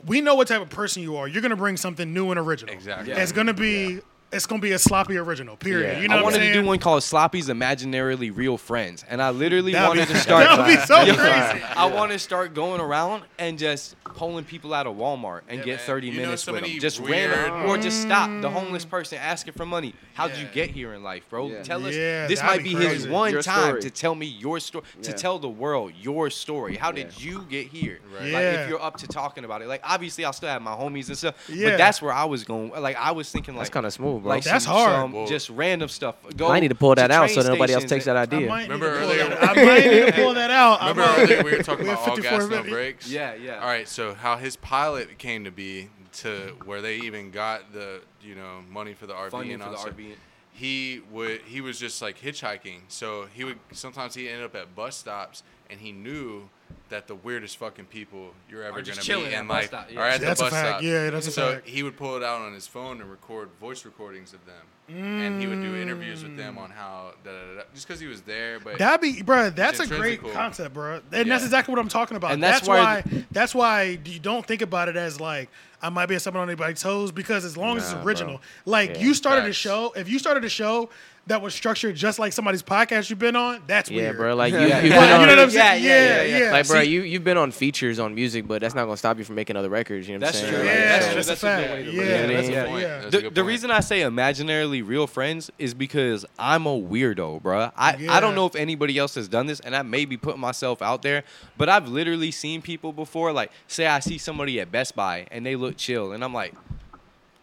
[SPEAKER 3] we know what type of person you are you're gonna bring something new and original
[SPEAKER 6] Exactly.
[SPEAKER 3] it's gonna be it's gonna be a sloppy original. Period.
[SPEAKER 8] Yeah.
[SPEAKER 3] You know
[SPEAKER 5] I
[SPEAKER 3] what
[SPEAKER 5] wanted
[SPEAKER 3] I'm saying?
[SPEAKER 5] to do one called Sloppy's Imaginarily Real Friends, and I literally
[SPEAKER 3] That'd
[SPEAKER 5] wanted
[SPEAKER 3] be- <laughs>
[SPEAKER 5] to start.
[SPEAKER 3] that'd be so
[SPEAKER 5] Yo,
[SPEAKER 3] crazy.
[SPEAKER 5] I want to start going around and just pulling people out of Walmart and
[SPEAKER 6] Yeah,
[SPEAKER 5] get
[SPEAKER 6] man.
[SPEAKER 5] 30
[SPEAKER 6] You know
[SPEAKER 5] minutes
[SPEAKER 6] so
[SPEAKER 5] with them,
[SPEAKER 6] many
[SPEAKER 5] just
[SPEAKER 6] weird-
[SPEAKER 5] random, or just stop the
[SPEAKER 3] Mm.
[SPEAKER 5] homeless person asking for money. How'd you
[SPEAKER 6] Yeah.
[SPEAKER 5] get here in life, bro?
[SPEAKER 4] Yeah.
[SPEAKER 5] Tell us.
[SPEAKER 3] Yeah,
[SPEAKER 5] this
[SPEAKER 3] that'd
[SPEAKER 5] might
[SPEAKER 3] be
[SPEAKER 5] be, his
[SPEAKER 3] crazy.
[SPEAKER 5] one
[SPEAKER 4] Your
[SPEAKER 5] time
[SPEAKER 4] story.
[SPEAKER 5] to tell me your story, to
[SPEAKER 4] Yeah.
[SPEAKER 5] tell the world your story. How did you get here?
[SPEAKER 6] Right.
[SPEAKER 5] Like,
[SPEAKER 3] Yeah.
[SPEAKER 5] if you're up to talking about it, like obviously I'll still have my homies and stuff,
[SPEAKER 3] Yeah.
[SPEAKER 5] but that's where I was going. Like I was thinking, like
[SPEAKER 8] That's kind of smooth, bro.
[SPEAKER 5] like
[SPEAKER 3] That's
[SPEAKER 5] some-
[SPEAKER 3] hard.
[SPEAKER 5] some
[SPEAKER 6] Whoa.
[SPEAKER 5] just random stuff. Go
[SPEAKER 8] I need to pull that out
[SPEAKER 5] train
[SPEAKER 8] so nobody else
[SPEAKER 5] stations
[SPEAKER 8] takes that
[SPEAKER 5] and-
[SPEAKER 3] I
[SPEAKER 8] idea.
[SPEAKER 3] might, need to
[SPEAKER 6] Remember
[SPEAKER 3] pull
[SPEAKER 6] earlier-
[SPEAKER 3] that, I might need to pull that out. I
[SPEAKER 6] Remember
[SPEAKER 3] might-
[SPEAKER 6] earlier
[SPEAKER 3] <laughs>
[SPEAKER 6] we were talking
[SPEAKER 3] We have
[SPEAKER 6] about all
[SPEAKER 3] 54
[SPEAKER 6] gas, no
[SPEAKER 3] minutes.
[SPEAKER 6] brakes?
[SPEAKER 5] Yeah, yeah.
[SPEAKER 6] All right, so how his pilot came to be to where they even got the you know money for the RV
[SPEAKER 9] Funding
[SPEAKER 6] and
[SPEAKER 9] for
[SPEAKER 6] all
[SPEAKER 9] the
[SPEAKER 6] that stuff,
[SPEAKER 9] RV.
[SPEAKER 6] He would he was just like hitchhiking, so he would sometimes he ended up at bus stops, and he knew that the weirdest fucking people you're ever
[SPEAKER 9] Are just
[SPEAKER 6] gonna
[SPEAKER 9] chilling
[SPEAKER 6] meet
[SPEAKER 9] at
[SPEAKER 6] in
[SPEAKER 9] bus
[SPEAKER 6] life
[SPEAKER 9] stop, yeah.
[SPEAKER 6] are at
[SPEAKER 3] That's a
[SPEAKER 6] the bus
[SPEAKER 3] fact,
[SPEAKER 6] stop.
[SPEAKER 3] yeah, that's a
[SPEAKER 6] so
[SPEAKER 3] fact.
[SPEAKER 6] he would pull it out on his phone and record voice recordings of them, and he would do interviews with
[SPEAKER 3] Mm.
[SPEAKER 6] them on how da da da, da just because he was there, but
[SPEAKER 3] That'd be, bro. That's a great
[SPEAKER 6] intrinsical.
[SPEAKER 3] concept, bro. And that's
[SPEAKER 6] Yeah.
[SPEAKER 3] exactly what I'm talking about.
[SPEAKER 5] And
[SPEAKER 3] that's,
[SPEAKER 5] that's
[SPEAKER 3] why.
[SPEAKER 5] why-
[SPEAKER 3] that's why you don't think about it as like I might be stepping on anybody's toes because as long as it's
[SPEAKER 8] Nah,
[SPEAKER 3] original,
[SPEAKER 8] bro.
[SPEAKER 3] like
[SPEAKER 8] Yeah.
[SPEAKER 3] you started a
[SPEAKER 6] Facts.
[SPEAKER 3] show. If you started a show that was structured just like somebody's podcast you've been on, that's
[SPEAKER 8] yeah,
[SPEAKER 3] weird.
[SPEAKER 8] bro. <laughs> Like you,
[SPEAKER 5] Yeah.
[SPEAKER 8] you've
[SPEAKER 3] But
[SPEAKER 8] been
[SPEAKER 3] you
[SPEAKER 8] on,
[SPEAKER 3] know what I'm saying?
[SPEAKER 5] Yeah, yeah,
[SPEAKER 3] Yeah,
[SPEAKER 5] yeah,
[SPEAKER 3] yeah.
[SPEAKER 5] yeah.
[SPEAKER 8] like, bro,
[SPEAKER 3] See,
[SPEAKER 8] you you've been on features on music, but that's not gonna stop you from making other records. You know what
[SPEAKER 5] That's
[SPEAKER 8] I'm
[SPEAKER 5] true.
[SPEAKER 8] saying?
[SPEAKER 3] Yeah,
[SPEAKER 8] Like,
[SPEAKER 5] That's
[SPEAKER 8] so-
[SPEAKER 5] true.
[SPEAKER 3] that's a
[SPEAKER 5] That's a good
[SPEAKER 3] fact.
[SPEAKER 5] way
[SPEAKER 3] Yeah,
[SPEAKER 5] to look
[SPEAKER 8] at
[SPEAKER 3] that's
[SPEAKER 8] it.
[SPEAKER 3] a
[SPEAKER 8] Yeah.
[SPEAKER 3] good point.
[SPEAKER 6] Yeah. That's a
[SPEAKER 5] The,
[SPEAKER 6] good
[SPEAKER 5] the
[SPEAKER 6] point.
[SPEAKER 5] reason I say imaginarily real friends is because I'm a weirdo, bruh. I, I
[SPEAKER 3] Yeah.
[SPEAKER 5] don't know if anybody else has done this, and I may be putting myself out there, but I've literally seen people before. Like, say I see somebody at Best Buy and they look chill, and I'm like,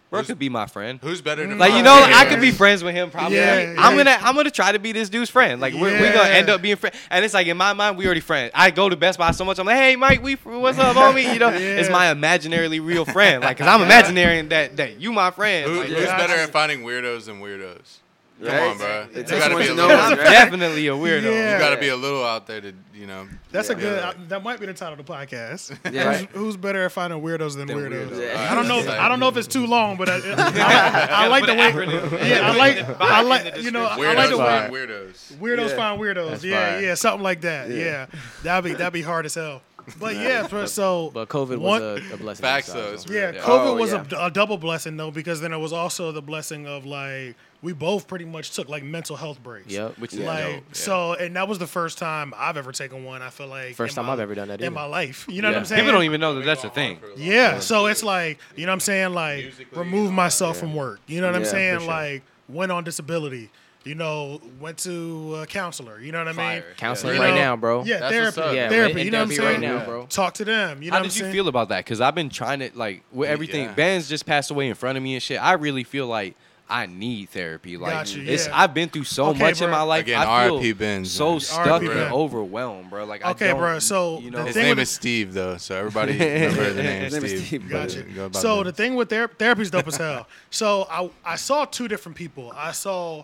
[SPEAKER 5] bro,
[SPEAKER 6] Who's-
[SPEAKER 5] could be my friend.
[SPEAKER 6] who's better
[SPEAKER 3] Mm.
[SPEAKER 6] than
[SPEAKER 5] Like you know, I could be friends with him probably.
[SPEAKER 3] Oh, Yeah,
[SPEAKER 5] Like,
[SPEAKER 3] yeah.
[SPEAKER 5] I'm gonna I'm gonna try to be this dude's friend. Like we're, we're gonna
[SPEAKER 3] Yeah.
[SPEAKER 5] end up being friends. And it's like in my mind we already friends. I go to Best Buy so much. I'm like, hey Mike, we what's up, homie? You know, it's
[SPEAKER 3] Yeah.
[SPEAKER 5] my imaginarily real friend. Like, cause I'm imaginary that that you my friend.
[SPEAKER 6] Who,
[SPEAKER 5] Like,
[SPEAKER 6] who's
[SPEAKER 3] yeah.
[SPEAKER 6] better at finding weirdos than weirdos? Come
[SPEAKER 4] Right?
[SPEAKER 6] on, bro.
[SPEAKER 4] It
[SPEAKER 6] You
[SPEAKER 4] takes
[SPEAKER 6] gotta
[SPEAKER 4] one
[SPEAKER 6] be
[SPEAKER 4] to
[SPEAKER 6] a
[SPEAKER 4] know
[SPEAKER 6] little.
[SPEAKER 4] one,
[SPEAKER 5] I'm
[SPEAKER 6] You
[SPEAKER 4] right?
[SPEAKER 5] definitely a weirdo.
[SPEAKER 3] Yeah.
[SPEAKER 6] gotta be a little out there to you know.
[SPEAKER 3] That's a
[SPEAKER 6] Yeah.
[SPEAKER 3] good. that might be the title of the <laughs> podcast.
[SPEAKER 4] Yeah.
[SPEAKER 3] Who's, who's better at finding weirdos than, weirdos?
[SPEAKER 4] weirdos.
[SPEAKER 3] I don't know. If, I don't know if it's too long, but I, <laughs> I, I like the way. Yeah, I like. I like. You know, I
[SPEAKER 6] Weirdos
[SPEAKER 3] like the way
[SPEAKER 6] find weirdos.
[SPEAKER 3] weirdos
[SPEAKER 4] Yeah.
[SPEAKER 3] find weirdos.
[SPEAKER 8] That's
[SPEAKER 3] yeah,
[SPEAKER 8] fire.
[SPEAKER 3] yeah, something like that. Yeah. that'd be that'd be hard as hell. But yeah, for, so
[SPEAKER 8] But COVID
[SPEAKER 3] one-
[SPEAKER 8] was a, a blessing.
[SPEAKER 6] Facts,
[SPEAKER 8] in disguise,
[SPEAKER 6] though. It's
[SPEAKER 8] though.
[SPEAKER 3] yeah,
[SPEAKER 6] Yeah.
[SPEAKER 3] COVID
[SPEAKER 4] Oh,
[SPEAKER 3] was
[SPEAKER 4] yeah.
[SPEAKER 3] A, a double blessing though, because then it was also the blessing of like we both pretty much took like mental health breaks.
[SPEAKER 8] Yep. Which is
[SPEAKER 3] Like
[SPEAKER 8] dope.
[SPEAKER 3] so, and that was the first time I've ever taken one. I feel like
[SPEAKER 8] First
[SPEAKER 3] in
[SPEAKER 8] time
[SPEAKER 3] my-
[SPEAKER 8] I've ever done that
[SPEAKER 3] in
[SPEAKER 8] either.
[SPEAKER 3] my life. You know what
[SPEAKER 8] Yeah.
[SPEAKER 3] I'm saying?
[SPEAKER 5] People don't even know that that's a thing.
[SPEAKER 3] Yeah, so it's like you know what I'm saying, like
[SPEAKER 6] Musically,
[SPEAKER 3] remove
[SPEAKER 6] uh,
[SPEAKER 3] myself from work. You know what I'm
[SPEAKER 4] Yeah, for
[SPEAKER 3] saying,
[SPEAKER 8] sure.
[SPEAKER 3] like went on disability. You know, went to a counselor. You know what I mean?
[SPEAKER 6] Fire.
[SPEAKER 8] Counseling
[SPEAKER 3] You
[SPEAKER 8] right
[SPEAKER 3] know?
[SPEAKER 8] now, bro.
[SPEAKER 3] Yeah,
[SPEAKER 6] That's what's
[SPEAKER 3] therapy.
[SPEAKER 6] up. Yeah,
[SPEAKER 3] therapy.
[SPEAKER 8] it-
[SPEAKER 3] you
[SPEAKER 8] it
[SPEAKER 3] know what I'm
[SPEAKER 8] does
[SPEAKER 3] saying?
[SPEAKER 8] be right now, bro.
[SPEAKER 3] Talk to them. You know
[SPEAKER 5] How
[SPEAKER 3] what I'm
[SPEAKER 5] did you
[SPEAKER 3] saying?
[SPEAKER 5] feel about that? Because I've been trying to like with everything.
[SPEAKER 6] yeah.
[SPEAKER 5] Bands just passed away in front of me and shit. I really feel like I need therapy. Like
[SPEAKER 3] Gotcha,
[SPEAKER 5] it's,
[SPEAKER 3] yeah.
[SPEAKER 5] I've been through so
[SPEAKER 3] Okay,
[SPEAKER 5] much
[SPEAKER 3] bro.
[SPEAKER 5] in my life.
[SPEAKER 6] Again,
[SPEAKER 5] I feel
[SPEAKER 6] RIP Benz,
[SPEAKER 5] so
[SPEAKER 6] man.
[SPEAKER 5] stuck
[SPEAKER 3] RIP
[SPEAKER 5] and
[SPEAKER 3] Benz.
[SPEAKER 5] overwhelmed, bro. Like
[SPEAKER 3] Okay,
[SPEAKER 5] I don't,
[SPEAKER 3] bro, so
[SPEAKER 5] you
[SPEAKER 3] the
[SPEAKER 5] know,
[SPEAKER 6] His
[SPEAKER 3] thing
[SPEAKER 6] name
[SPEAKER 3] with-
[SPEAKER 6] is Steve, though,
[SPEAKER 3] <laughs>
[SPEAKER 6] so everybody remember the name
[SPEAKER 4] His name is
[SPEAKER 6] Steve.
[SPEAKER 4] Steve.
[SPEAKER 6] But
[SPEAKER 3] Gotcha.
[SPEAKER 6] go about
[SPEAKER 3] So
[SPEAKER 6] that.
[SPEAKER 3] the thing with ther- therapy's dope as hell. So I I saw two different people. I saw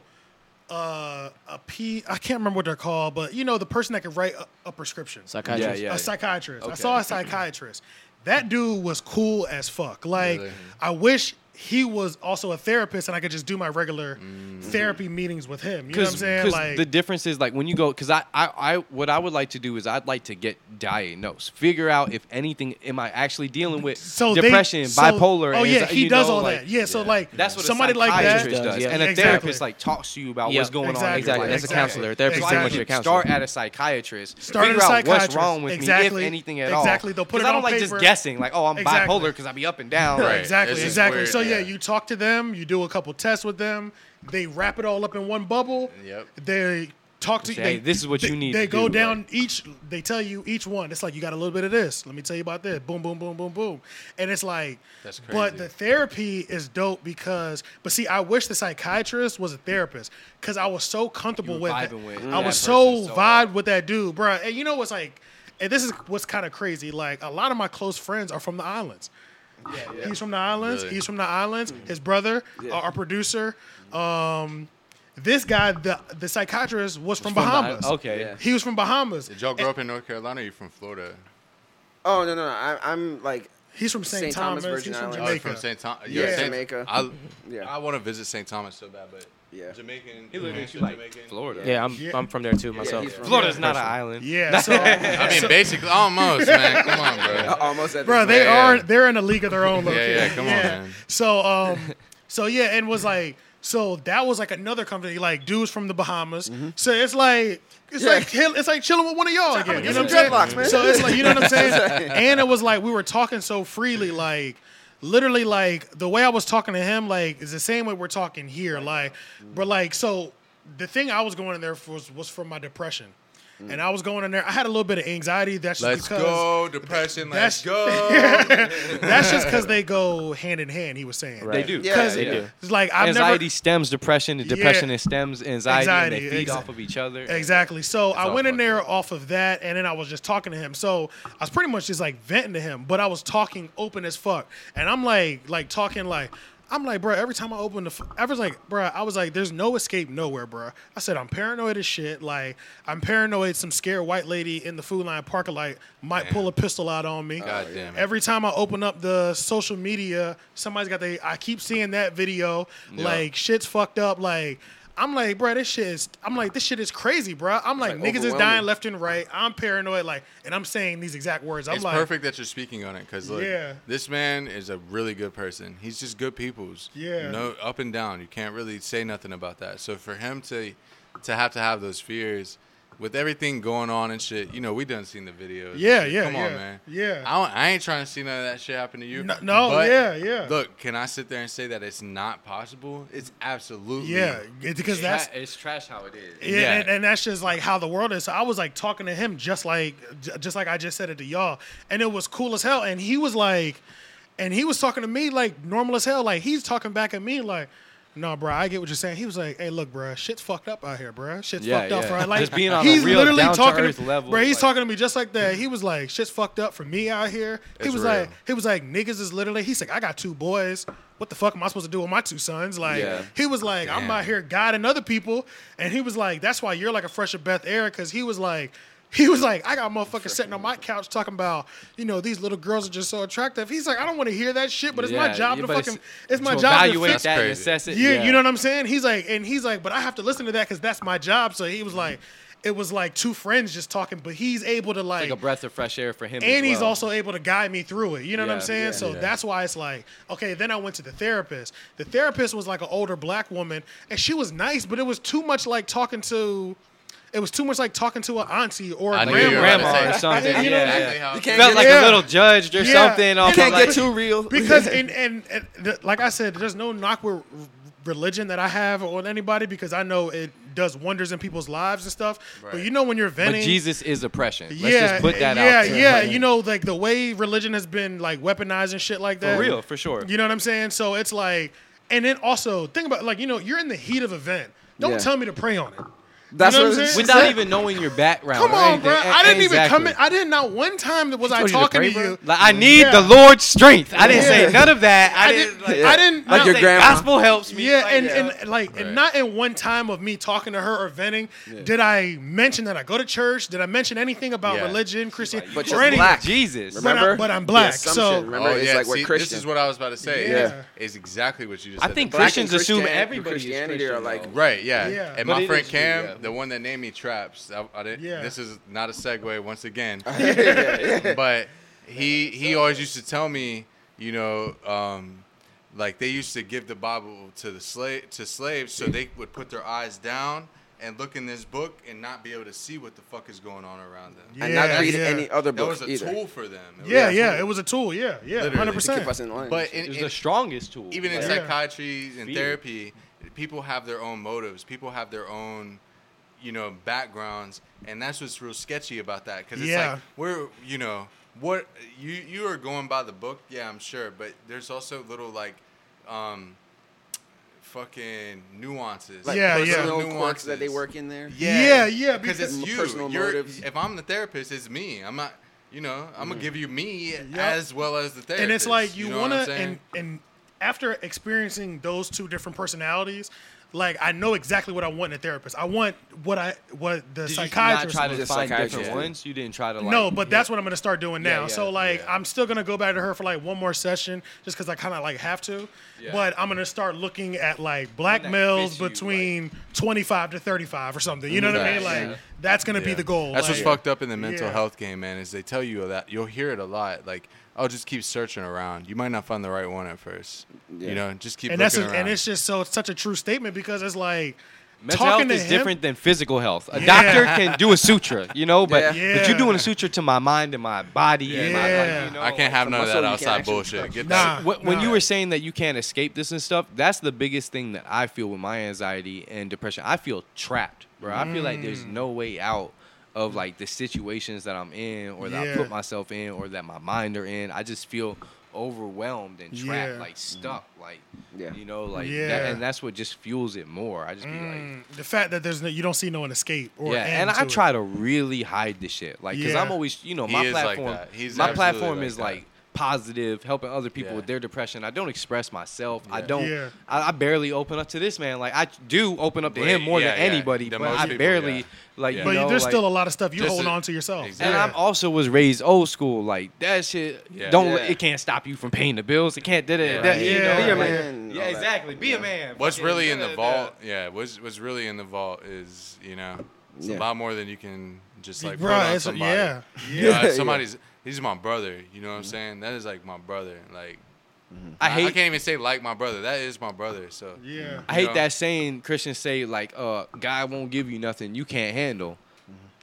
[SPEAKER 3] uh, a P. I can't remember what they're called, but you know the person that could write a, a prescription.
[SPEAKER 8] Psychiatrist.
[SPEAKER 5] Yeah, yeah.
[SPEAKER 3] a psychiatrist. I saw a psychiatrist. That dude was cool as fuck. Like
[SPEAKER 6] Really?
[SPEAKER 3] I wish he was also a therapist and I could just do my regular therapy meetings with him. You know what I'm saying? Like
[SPEAKER 5] the difference is like when you go because I, I I what I would like to do is I'd like to get diagnosed, figure out if anything am I actually dealing with
[SPEAKER 3] so they-
[SPEAKER 5] depression,
[SPEAKER 3] so-
[SPEAKER 5] bipolar.
[SPEAKER 3] Oh yeah,
[SPEAKER 5] anxi-
[SPEAKER 3] he
[SPEAKER 5] you
[SPEAKER 3] does
[SPEAKER 5] know,
[SPEAKER 3] all
[SPEAKER 5] like,
[SPEAKER 3] that. Yeah, so like
[SPEAKER 5] That's what a
[SPEAKER 3] somebody like that.
[SPEAKER 5] psychiatrist does,
[SPEAKER 8] Yeah.
[SPEAKER 5] and a
[SPEAKER 3] Exactly.
[SPEAKER 5] therapist like talks to you about
[SPEAKER 8] Yeah.
[SPEAKER 5] what's going on.
[SPEAKER 3] Exactly.
[SPEAKER 8] Exactly. That's
[SPEAKER 3] Exactly.
[SPEAKER 8] a counselor. Therapist
[SPEAKER 5] So
[SPEAKER 8] pretty
[SPEAKER 5] I
[SPEAKER 8] much your
[SPEAKER 5] should
[SPEAKER 8] counselor.
[SPEAKER 5] start at a psychiatrist,
[SPEAKER 3] Start at
[SPEAKER 5] figure
[SPEAKER 3] a
[SPEAKER 5] out what's
[SPEAKER 3] psychiatrist.
[SPEAKER 5] wrong with me,
[SPEAKER 3] Exactly.
[SPEAKER 5] if anything at
[SPEAKER 3] Exactly.
[SPEAKER 5] all.
[SPEAKER 3] They'll put
[SPEAKER 5] 'Cause
[SPEAKER 3] it
[SPEAKER 5] I
[SPEAKER 3] on
[SPEAKER 5] don't like just
[SPEAKER 3] paper.
[SPEAKER 5] guessing, like, oh, I'm
[SPEAKER 3] Exactly.
[SPEAKER 5] bipolar because I be up and down.
[SPEAKER 6] Right.
[SPEAKER 5] Like,
[SPEAKER 3] Exactly,
[SPEAKER 6] This is
[SPEAKER 3] exactly.
[SPEAKER 6] weird,
[SPEAKER 3] so yeah,
[SPEAKER 6] yeah.
[SPEAKER 3] you talk to them, you do a couple tests with them, they wrap it all up in one bubble.
[SPEAKER 6] Yep.
[SPEAKER 3] They talk to you.
[SPEAKER 5] Say,
[SPEAKER 3] They,
[SPEAKER 5] "Hey, this is what
[SPEAKER 3] they-
[SPEAKER 5] you need
[SPEAKER 3] They
[SPEAKER 5] to
[SPEAKER 3] go
[SPEAKER 5] do,"
[SPEAKER 3] down each. They tell you each one. It's like you got a little bit of this. Let me tell you about this. Boom, boom, boom, boom, boom. And it's like,
[SPEAKER 6] That's crazy.
[SPEAKER 3] but the therapy is dope because. But see, I wish the psychiatrist was a therapist because I was so comfortable
[SPEAKER 5] You
[SPEAKER 3] with.
[SPEAKER 5] were
[SPEAKER 3] it.
[SPEAKER 5] vibing with Mm.
[SPEAKER 3] I
[SPEAKER 5] that
[SPEAKER 3] was
[SPEAKER 5] person
[SPEAKER 3] so
[SPEAKER 5] so
[SPEAKER 3] vibed
[SPEAKER 5] hard.
[SPEAKER 3] with that dude, bruh. And you know what's like. And this is what's kind of crazy. Like a lot of my close friends are from the islands. He's from the islands.
[SPEAKER 6] Really?
[SPEAKER 3] He's from the islands. His brother, our, our producer, um, this guy, the the psychiatrist, was from Bahamas.
[SPEAKER 5] Okay.
[SPEAKER 4] Yeah.
[SPEAKER 3] he was from Bahamas.
[SPEAKER 6] Did y'all grow up in North Carolina or you from Florida?
[SPEAKER 4] Oh no, no, no. I, I'm like,
[SPEAKER 3] He's from St.
[SPEAKER 4] St.
[SPEAKER 3] Thomas.
[SPEAKER 4] Thomas, Virgin
[SPEAKER 3] he's from
[SPEAKER 4] Islands.
[SPEAKER 6] I was Oh, from
[SPEAKER 3] Jamaica.
[SPEAKER 6] St. Thomas.
[SPEAKER 4] Yeah,
[SPEAKER 6] Saint-
[SPEAKER 4] Jamaica.
[SPEAKER 6] I,
[SPEAKER 4] Yeah.
[SPEAKER 6] I want to visit St. Thomas so bad, but
[SPEAKER 4] Yeah.
[SPEAKER 6] Jamaican.
[SPEAKER 5] He looked at you
[SPEAKER 6] Jamaican,
[SPEAKER 5] like
[SPEAKER 6] Jamaican.
[SPEAKER 5] Florida.
[SPEAKER 8] Yeah, I'm
[SPEAKER 3] Yeah.
[SPEAKER 8] I'm from there too myself.
[SPEAKER 4] he's from-
[SPEAKER 5] Florida's not an island.
[SPEAKER 3] Yeah, so,
[SPEAKER 6] I mean, basically, almost, man. Come on,
[SPEAKER 3] <laughs>
[SPEAKER 6] bro.
[SPEAKER 4] <laughs> almost at
[SPEAKER 3] bro,
[SPEAKER 4] this
[SPEAKER 3] they
[SPEAKER 6] Yeah,
[SPEAKER 3] are
[SPEAKER 6] yeah.
[SPEAKER 3] they're in a league of their own.
[SPEAKER 6] Yeah,
[SPEAKER 3] low-key.
[SPEAKER 6] yeah, come on, man.
[SPEAKER 3] So, um, so yeah, and was like, So that was like another company, like dudes from the Bahamas. So it's like it's like hill- it's like chilling with one of y'all again. You
[SPEAKER 4] get
[SPEAKER 3] know what
[SPEAKER 4] some
[SPEAKER 3] I'm
[SPEAKER 4] dreadlocks,
[SPEAKER 3] saying?
[SPEAKER 4] man.
[SPEAKER 3] So it's like you know what I'm saying. and it was like we were talking so freely, like literally, like the way I was talking to him, like is the same way we're talking here, like but like so the thing I was going in there for was, was for my depression. And I was going in there. I had a little bit of anxiety. That's just
[SPEAKER 6] Let's
[SPEAKER 3] because
[SPEAKER 6] go, depression. Let's
[SPEAKER 3] that's- <laughs>
[SPEAKER 6] go.
[SPEAKER 3] that's
[SPEAKER 5] <laughs>
[SPEAKER 3] just because they go hand in hand. He was saying
[SPEAKER 8] Right.
[SPEAKER 5] They do.
[SPEAKER 4] Yeah,
[SPEAKER 3] because
[SPEAKER 4] yeah.
[SPEAKER 3] it's like I've never
[SPEAKER 5] anxiety stems depression, and depression
[SPEAKER 3] Yeah.
[SPEAKER 5] stems anxiety, and
[SPEAKER 3] Anxiety,
[SPEAKER 5] they feed
[SPEAKER 3] exa-
[SPEAKER 5] off of each other.
[SPEAKER 3] Exactly. So I
[SPEAKER 5] all
[SPEAKER 3] went in
[SPEAKER 5] fucked
[SPEAKER 3] there off of that, and then I was just talking to him. So I was pretty much just like venting to him, but I was talking open as fuck, and I'm like, like talking like. I'm like, bro. Every time I open the, f- I was like, bro. I was like, there's no escape nowhere, bro. I said, I'm paranoid as shit. Like, I'm paranoid. Some scared white lady in the food line parking lot might pull a pistol out on me.
[SPEAKER 6] God damn it.
[SPEAKER 3] Every time I open up the social media, somebody's got they. I keep seeing that video. Like, shit's fucked up. Like, I'm like, bro, this shit is. I'm like, this shit is crazy, bro. I'm like,
[SPEAKER 4] like,
[SPEAKER 3] niggas is dying
[SPEAKER 4] overwhelming.
[SPEAKER 3] left and right. I'm paranoid, like, and I'm saying these exact words. I'm
[SPEAKER 6] it's
[SPEAKER 3] like,
[SPEAKER 6] perfect that you're speaking on it because look,
[SPEAKER 3] Yeah.
[SPEAKER 6] this man is a really good person. He's just good people's.
[SPEAKER 3] Yeah.
[SPEAKER 6] No up and down. You can't really say nothing about that. So for him to to have to have those fears with everything going on and shit, you know, we done seen the videos. and
[SPEAKER 3] Yeah,
[SPEAKER 6] shit.
[SPEAKER 3] yeah,
[SPEAKER 6] Come on,
[SPEAKER 3] yeah,
[SPEAKER 6] man.
[SPEAKER 3] yeah.
[SPEAKER 6] I, don't- I ain't trying to see none of that shit happen to you.
[SPEAKER 3] No- no,
[SPEAKER 6] But,
[SPEAKER 3] yeah, yeah.
[SPEAKER 6] Look, can I sit there and say that it's not possible? It's absolutely
[SPEAKER 3] yeah, it- because that's.
[SPEAKER 9] it's trash how it is.
[SPEAKER 3] Yeah,
[SPEAKER 6] Yeah.
[SPEAKER 3] And, and that's just like how the world is. So I was like talking to him just like j- just like I just said it to y'all, and it was cool as hell. And he was like, and he was talking to me like normal as hell. Like he's talking back at me like. No, bro, I get what you're saying. He was like, "Hey, look, bro, shit's fucked up out here, bro. Shit's
[SPEAKER 5] Yeah,
[SPEAKER 3] fucked up,
[SPEAKER 5] yeah.
[SPEAKER 3] bro." Like,
[SPEAKER 5] Just being on a
[SPEAKER 3] he's
[SPEAKER 5] real
[SPEAKER 3] literally talking
[SPEAKER 5] down-to-earth level,
[SPEAKER 3] bro. He's
[SPEAKER 5] like-
[SPEAKER 3] talking to me just like that.
[SPEAKER 5] <laughs>
[SPEAKER 3] He was like, "Shit's fucked up for me out here." He
[SPEAKER 6] It's
[SPEAKER 3] was
[SPEAKER 6] real.
[SPEAKER 3] like, he was like, "Niggas is literally." He's like, "I got two boys. What the fuck am I supposed to do with my two sons?" Like,
[SPEAKER 5] Yeah.
[SPEAKER 3] he was like, I'm
[SPEAKER 6] Damn.
[SPEAKER 3] out here guiding other people. And he was like, that's why you're like a fresher Beth Eric, because he was like, <laughs> he was like, I got motherfuckers sitting on my couch talking about, you know, these little girls are just so attractive. He's like, I don't want to hear that shit, but it's my
[SPEAKER 5] Yeah,
[SPEAKER 3] job
[SPEAKER 5] you-
[SPEAKER 3] to
[SPEAKER 5] but
[SPEAKER 3] fucking, it's my
[SPEAKER 5] to
[SPEAKER 3] job to
[SPEAKER 5] evaluate
[SPEAKER 3] fix
[SPEAKER 5] that and
[SPEAKER 6] That's crazy.
[SPEAKER 5] assess it.
[SPEAKER 3] yeah, you know what I'm saying? He's like, and he's like, but I have to listen to that because that's my job. So he was like, it was like two friends just talking, but he's able to like,
[SPEAKER 5] like a breath of fresh air for him. as
[SPEAKER 3] and he's
[SPEAKER 5] well.
[SPEAKER 3] also able to guide me through it. You know what I'm
[SPEAKER 5] Yeah,
[SPEAKER 3] saying?
[SPEAKER 5] yeah.
[SPEAKER 3] so
[SPEAKER 6] Yeah.
[SPEAKER 3] that's why it's like, okay, then I went to the therapist. The therapist was like an older black woman, and she was nice, but it was too much like talking to it was too much like talking to an auntie or a
[SPEAKER 6] I knew you
[SPEAKER 3] grandma.
[SPEAKER 6] were
[SPEAKER 5] grandma
[SPEAKER 6] gonna say
[SPEAKER 3] <laughs>
[SPEAKER 5] or
[SPEAKER 6] that.
[SPEAKER 5] something,
[SPEAKER 6] That's
[SPEAKER 5] yeah,
[SPEAKER 6] exactly
[SPEAKER 5] yeah.
[SPEAKER 6] how
[SPEAKER 4] You
[SPEAKER 6] it
[SPEAKER 4] can't
[SPEAKER 5] felt
[SPEAKER 4] get
[SPEAKER 5] like
[SPEAKER 4] it.
[SPEAKER 3] Yeah.
[SPEAKER 5] a little judged or
[SPEAKER 3] Yeah.
[SPEAKER 5] something. Off
[SPEAKER 4] You can't
[SPEAKER 5] of like,
[SPEAKER 4] get too real.
[SPEAKER 5] <laughs>
[SPEAKER 3] because and and, and the, like I said, there's no knock with r- religion that I have on anybody because I know it does wonders in people's lives and stuff. But
[SPEAKER 6] Right.
[SPEAKER 3] you know when you're
[SPEAKER 5] but
[SPEAKER 3] venting,
[SPEAKER 5] Jesus is oppression. Let's just put that
[SPEAKER 3] yeah,
[SPEAKER 5] out
[SPEAKER 3] Yeah,
[SPEAKER 5] there.
[SPEAKER 3] yeah. You know, like the way religion has been like weaponized and shit like that.
[SPEAKER 5] For real, for sure.
[SPEAKER 3] You know what I'm saying? So it's like, and then also think about like you know you're in the heat of event. Don't
[SPEAKER 4] Yeah.
[SPEAKER 3] tell me to pray on it.
[SPEAKER 4] That's
[SPEAKER 3] You know
[SPEAKER 4] what
[SPEAKER 3] what I'm
[SPEAKER 4] I'm
[SPEAKER 3] saying?
[SPEAKER 5] Without even knowing your background.
[SPEAKER 3] Come
[SPEAKER 5] or
[SPEAKER 3] on,
[SPEAKER 5] anything.
[SPEAKER 3] bro.
[SPEAKER 5] A-
[SPEAKER 3] I didn't even come
[SPEAKER 5] exactly.
[SPEAKER 3] in. I didn't not one time that was I
[SPEAKER 5] told you to
[SPEAKER 3] talking
[SPEAKER 5] pray,
[SPEAKER 3] to,
[SPEAKER 5] bro?
[SPEAKER 3] you.
[SPEAKER 5] Like, I need
[SPEAKER 3] Yeah.
[SPEAKER 5] the Lord's strength. I didn't
[SPEAKER 3] Yeah.
[SPEAKER 5] say none of that. I,
[SPEAKER 3] I
[SPEAKER 5] didn't.
[SPEAKER 3] didn't.
[SPEAKER 5] like,
[SPEAKER 4] Yeah.
[SPEAKER 3] I didn't.
[SPEAKER 4] Like
[SPEAKER 3] not
[SPEAKER 4] your
[SPEAKER 3] say-
[SPEAKER 4] grandma.
[SPEAKER 5] gospel helps me.
[SPEAKER 3] Yeah,
[SPEAKER 5] Like,
[SPEAKER 3] and, and like and
[SPEAKER 6] Right.
[SPEAKER 3] not in one time of me talking to her or venting did I mention that I go to church. Did I mention anything about
[SPEAKER 6] Yeah.
[SPEAKER 3] religion, Christian,
[SPEAKER 4] But
[SPEAKER 3] or
[SPEAKER 4] you're
[SPEAKER 3] anything?
[SPEAKER 4] black.
[SPEAKER 5] Jesus.
[SPEAKER 3] But, I,
[SPEAKER 4] Remember?
[SPEAKER 3] but I'm
[SPEAKER 4] The
[SPEAKER 3] black,
[SPEAKER 4] assumption,
[SPEAKER 3] so
[SPEAKER 4] remember,
[SPEAKER 6] oh,
[SPEAKER 4] it's
[SPEAKER 6] yeah.
[SPEAKER 4] like
[SPEAKER 6] See,
[SPEAKER 4] we're Christian.
[SPEAKER 6] this is what I was about to say.
[SPEAKER 3] Yeah.
[SPEAKER 6] It's- It's exactly what you just
[SPEAKER 5] I
[SPEAKER 6] said.
[SPEAKER 5] think
[SPEAKER 6] The
[SPEAKER 4] Black and
[SPEAKER 5] Christians assume
[SPEAKER 4] Christian-
[SPEAKER 5] everybody is
[SPEAKER 4] Christianity are
[SPEAKER 5] Christian,
[SPEAKER 4] like
[SPEAKER 5] though.
[SPEAKER 6] Right, yeah.
[SPEAKER 3] Yeah.
[SPEAKER 6] And
[SPEAKER 5] But it
[SPEAKER 6] my
[SPEAKER 5] is
[SPEAKER 6] friend
[SPEAKER 5] true,
[SPEAKER 6] Cam,
[SPEAKER 5] yeah.
[SPEAKER 6] the one that named me Traps, I, I didn't,
[SPEAKER 3] Yeah.
[SPEAKER 6] this is not a segue
[SPEAKER 4] <laughs>
[SPEAKER 6] once again, but he he always used to tell me, you know, um, like they used to give the Bible to the slave to slaves so they would put their eyes down and look in this book and not be able to see what the fuck is going on around them.
[SPEAKER 3] Yeah,
[SPEAKER 4] and not read
[SPEAKER 3] yeah.
[SPEAKER 4] any other
[SPEAKER 6] That was
[SPEAKER 4] books
[SPEAKER 6] a
[SPEAKER 4] either.
[SPEAKER 6] tool for them. It
[SPEAKER 3] Yeah,
[SPEAKER 6] was a
[SPEAKER 3] yeah,
[SPEAKER 6] tool.
[SPEAKER 3] it was a tool. Yeah, yeah,
[SPEAKER 6] Literally.
[SPEAKER 3] hundred
[SPEAKER 4] To keep
[SPEAKER 3] percent.
[SPEAKER 4] us in line.
[SPEAKER 6] But in,
[SPEAKER 5] It was
[SPEAKER 6] in-
[SPEAKER 5] the strongest tool.
[SPEAKER 6] even in
[SPEAKER 5] Like,
[SPEAKER 3] Yeah.
[SPEAKER 6] psychiatry and
[SPEAKER 5] Fear.
[SPEAKER 6] therapy, people have their own motives. People have their own, you know, backgrounds, and that's what's real sketchy about that. Because it's
[SPEAKER 3] Yeah.
[SPEAKER 6] like we're, you know, what you you are going by the book, yeah, I'm sure, but there's also little like, um, fucking nuances,
[SPEAKER 3] Yeah, yeah.
[SPEAKER 6] personal
[SPEAKER 4] personal quirks that they work in there.
[SPEAKER 3] Yeah,
[SPEAKER 6] Yeah,
[SPEAKER 3] yeah,
[SPEAKER 6] because it's
[SPEAKER 4] because-
[SPEAKER 6] you.
[SPEAKER 4] Personal
[SPEAKER 6] You're-
[SPEAKER 4] motives.
[SPEAKER 6] If I'm the therapist, it's me. I'm not. You know, I'm gonna give you me as well as the therapist.
[SPEAKER 3] Mm-hmm. and it's like you,
[SPEAKER 6] know what
[SPEAKER 3] want
[SPEAKER 6] I'm
[SPEAKER 3] to
[SPEAKER 6] saying?
[SPEAKER 3] and and after experiencing those two different personalities like i know exactly what i want in a therapist i want what i what the
[SPEAKER 5] Did you not
[SPEAKER 3] psychiatrist
[SPEAKER 5] try
[SPEAKER 3] wants.
[SPEAKER 5] to
[SPEAKER 4] The
[SPEAKER 5] find different
[SPEAKER 4] psychiatrist.
[SPEAKER 5] ones? You didn't try to like.
[SPEAKER 3] no but that's what i'm gonna start doing now
[SPEAKER 5] yeah,
[SPEAKER 3] so like
[SPEAKER 6] yeah.
[SPEAKER 3] i'm still gonna go back to her for like one more session just because i kind of like have to but i'm gonna start looking at like black
[SPEAKER 9] that
[SPEAKER 3] males
[SPEAKER 9] fits you,
[SPEAKER 3] between 25 to 35 or something. You know what I mean? Like
[SPEAKER 6] Facts.
[SPEAKER 3] that's gonna be
[SPEAKER 6] Yeah.
[SPEAKER 3] the goal.
[SPEAKER 6] That's what's
[SPEAKER 3] Like,
[SPEAKER 6] fucked up in the mental
[SPEAKER 3] yeah.
[SPEAKER 6] health game, man. Is they tell you that you'll hear it a lot. Like, oh, just keep searching around. You might not find the right one at first.
[SPEAKER 4] Yeah.
[SPEAKER 6] You know, just keep
[SPEAKER 3] And that's
[SPEAKER 6] looking
[SPEAKER 3] a,
[SPEAKER 6] around.
[SPEAKER 3] and it's just so such a true statement because it's like
[SPEAKER 5] Mental
[SPEAKER 3] talking
[SPEAKER 5] health
[SPEAKER 3] to
[SPEAKER 5] is
[SPEAKER 3] him-
[SPEAKER 5] different than physical health. A
[SPEAKER 3] Yeah.
[SPEAKER 5] doctor can do a suture, you know, but
[SPEAKER 3] Yeah.
[SPEAKER 5] but you're doing a suture to my mind and my body. And my,
[SPEAKER 3] Yeah.
[SPEAKER 5] like, you know,
[SPEAKER 6] I can't have none of
[SPEAKER 4] muscle
[SPEAKER 6] that
[SPEAKER 4] you can't
[SPEAKER 6] outside
[SPEAKER 4] actually
[SPEAKER 6] bullshit.
[SPEAKER 4] touch.
[SPEAKER 6] Get
[SPEAKER 3] Nah.
[SPEAKER 6] that.
[SPEAKER 5] Wh- when you
[SPEAKER 3] Nah.
[SPEAKER 5] were saying that you can't escape this and stuff, that's the biggest thing that I feel with my anxiety and depression. I feel trapped, bro. I feel like there's no way out of like the situations that I'm in or that
[SPEAKER 3] Yeah.
[SPEAKER 5] I put myself in or that my mind are in. I just feel overwhelmed and trapped,
[SPEAKER 3] Yeah.
[SPEAKER 5] like stuck, like
[SPEAKER 4] Yeah.
[SPEAKER 5] you know, like
[SPEAKER 3] Yeah.
[SPEAKER 5] that, and that's what just fuels it more. I just be like,
[SPEAKER 3] Mm, the fact that there's no, you don't see no an escape or
[SPEAKER 5] yeah,
[SPEAKER 3] end
[SPEAKER 5] and I
[SPEAKER 3] to it.
[SPEAKER 5] try to really hide the shit, like, cause
[SPEAKER 3] Yeah.
[SPEAKER 5] I'm always, you know,
[SPEAKER 6] He
[SPEAKER 5] my
[SPEAKER 6] is like
[SPEAKER 5] platform,
[SPEAKER 6] that. He's
[SPEAKER 5] my
[SPEAKER 6] absolutely
[SPEAKER 5] platform
[SPEAKER 6] like
[SPEAKER 5] is
[SPEAKER 6] that.
[SPEAKER 5] like positive, helping other people
[SPEAKER 6] Yeah.
[SPEAKER 5] with their depression. I don't express myself. I don't.
[SPEAKER 3] Yeah.
[SPEAKER 5] I, I barely open up to this man. Like I do open up to
[SPEAKER 6] Way-
[SPEAKER 5] him more
[SPEAKER 6] yeah,
[SPEAKER 5] than
[SPEAKER 6] yeah.
[SPEAKER 5] anybody,
[SPEAKER 6] Than
[SPEAKER 5] but
[SPEAKER 6] most
[SPEAKER 5] I
[SPEAKER 6] people,
[SPEAKER 5] barely
[SPEAKER 6] yeah.
[SPEAKER 5] like.
[SPEAKER 6] Yeah.
[SPEAKER 5] You
[SPEAKER 3] But
[SPEAKER 5] know,
[SPEAKER 3] there's
[SPEAKER 5] like-
[SPEAKER 3] still a lot of stuff you
[SPEAKER 6] Just
[SPEAKER 3] hold
[SPEAKER 6] a-
[SPEAKER 3] on to yourself.
[SPEAKER 6] Exactly.
[SPEAKER 5] and
[SPEAKER 3] Yeah.
[SPEAKER 5] I'm also was raised old school. Like that shit.
[SPEAKER 6] Yeah.
[SPEAKER 5] Don't
[SPEAKER 4] Yeah.
[SPEAKER 5] it can't stop you from paying the bills. It can't. Da, da, da,
[SPEAKER 6] Right.
[SPEAKER 5] you
[SPEAKER 3] Yeah.
[SPEAKER 5] know,
[SPEAKER 3] Be a
[SPEAKER 5] like-
[SPEAKER 4] man and all
[SPEAKER 9] Yeah,
[SPEAKER 4] that.
[SPEAKER 9] exactly. Be a man.
[SPEAKER 6] What's
[SPEAKER 9] Fucking
[SPEAKER 6] really in
[SPEAKER 9] da- da-
[SPEAKER 6] the vault? Yeah, what's what's really in the vault is you know it's
[SPEAKER 4] Yeah.
[SPEAKER 6] a lot more than you can just like put
[SPEAKER 3] Bruh,
[SPEAKER 6] on
[SPEAKER 3] it's-
[SPEAKER 6] somebody.
[SPEAKER 3] yeah.
[SPEAKER 6] You know, if
[SPEAKER 4] Yeah. <laughs> Mm-hmm.
[SPEAKER 6] somebody's he's my brother. You know what I'm saying? That is like my brother. Like
[SPEAKER 5] I
[SPEAKER 6] I
[SPEAKER 5] hate.
[SPEAKER 6] can't even say like my brother. That is my brother. So
[SPEAKER 3] Yeah.
[SPEAKER 5] I hate
[SPEAKER 6] Yeah.
[SPEAKER 5] that saying Christians say like, uh, God won't give you nothing you can't handle.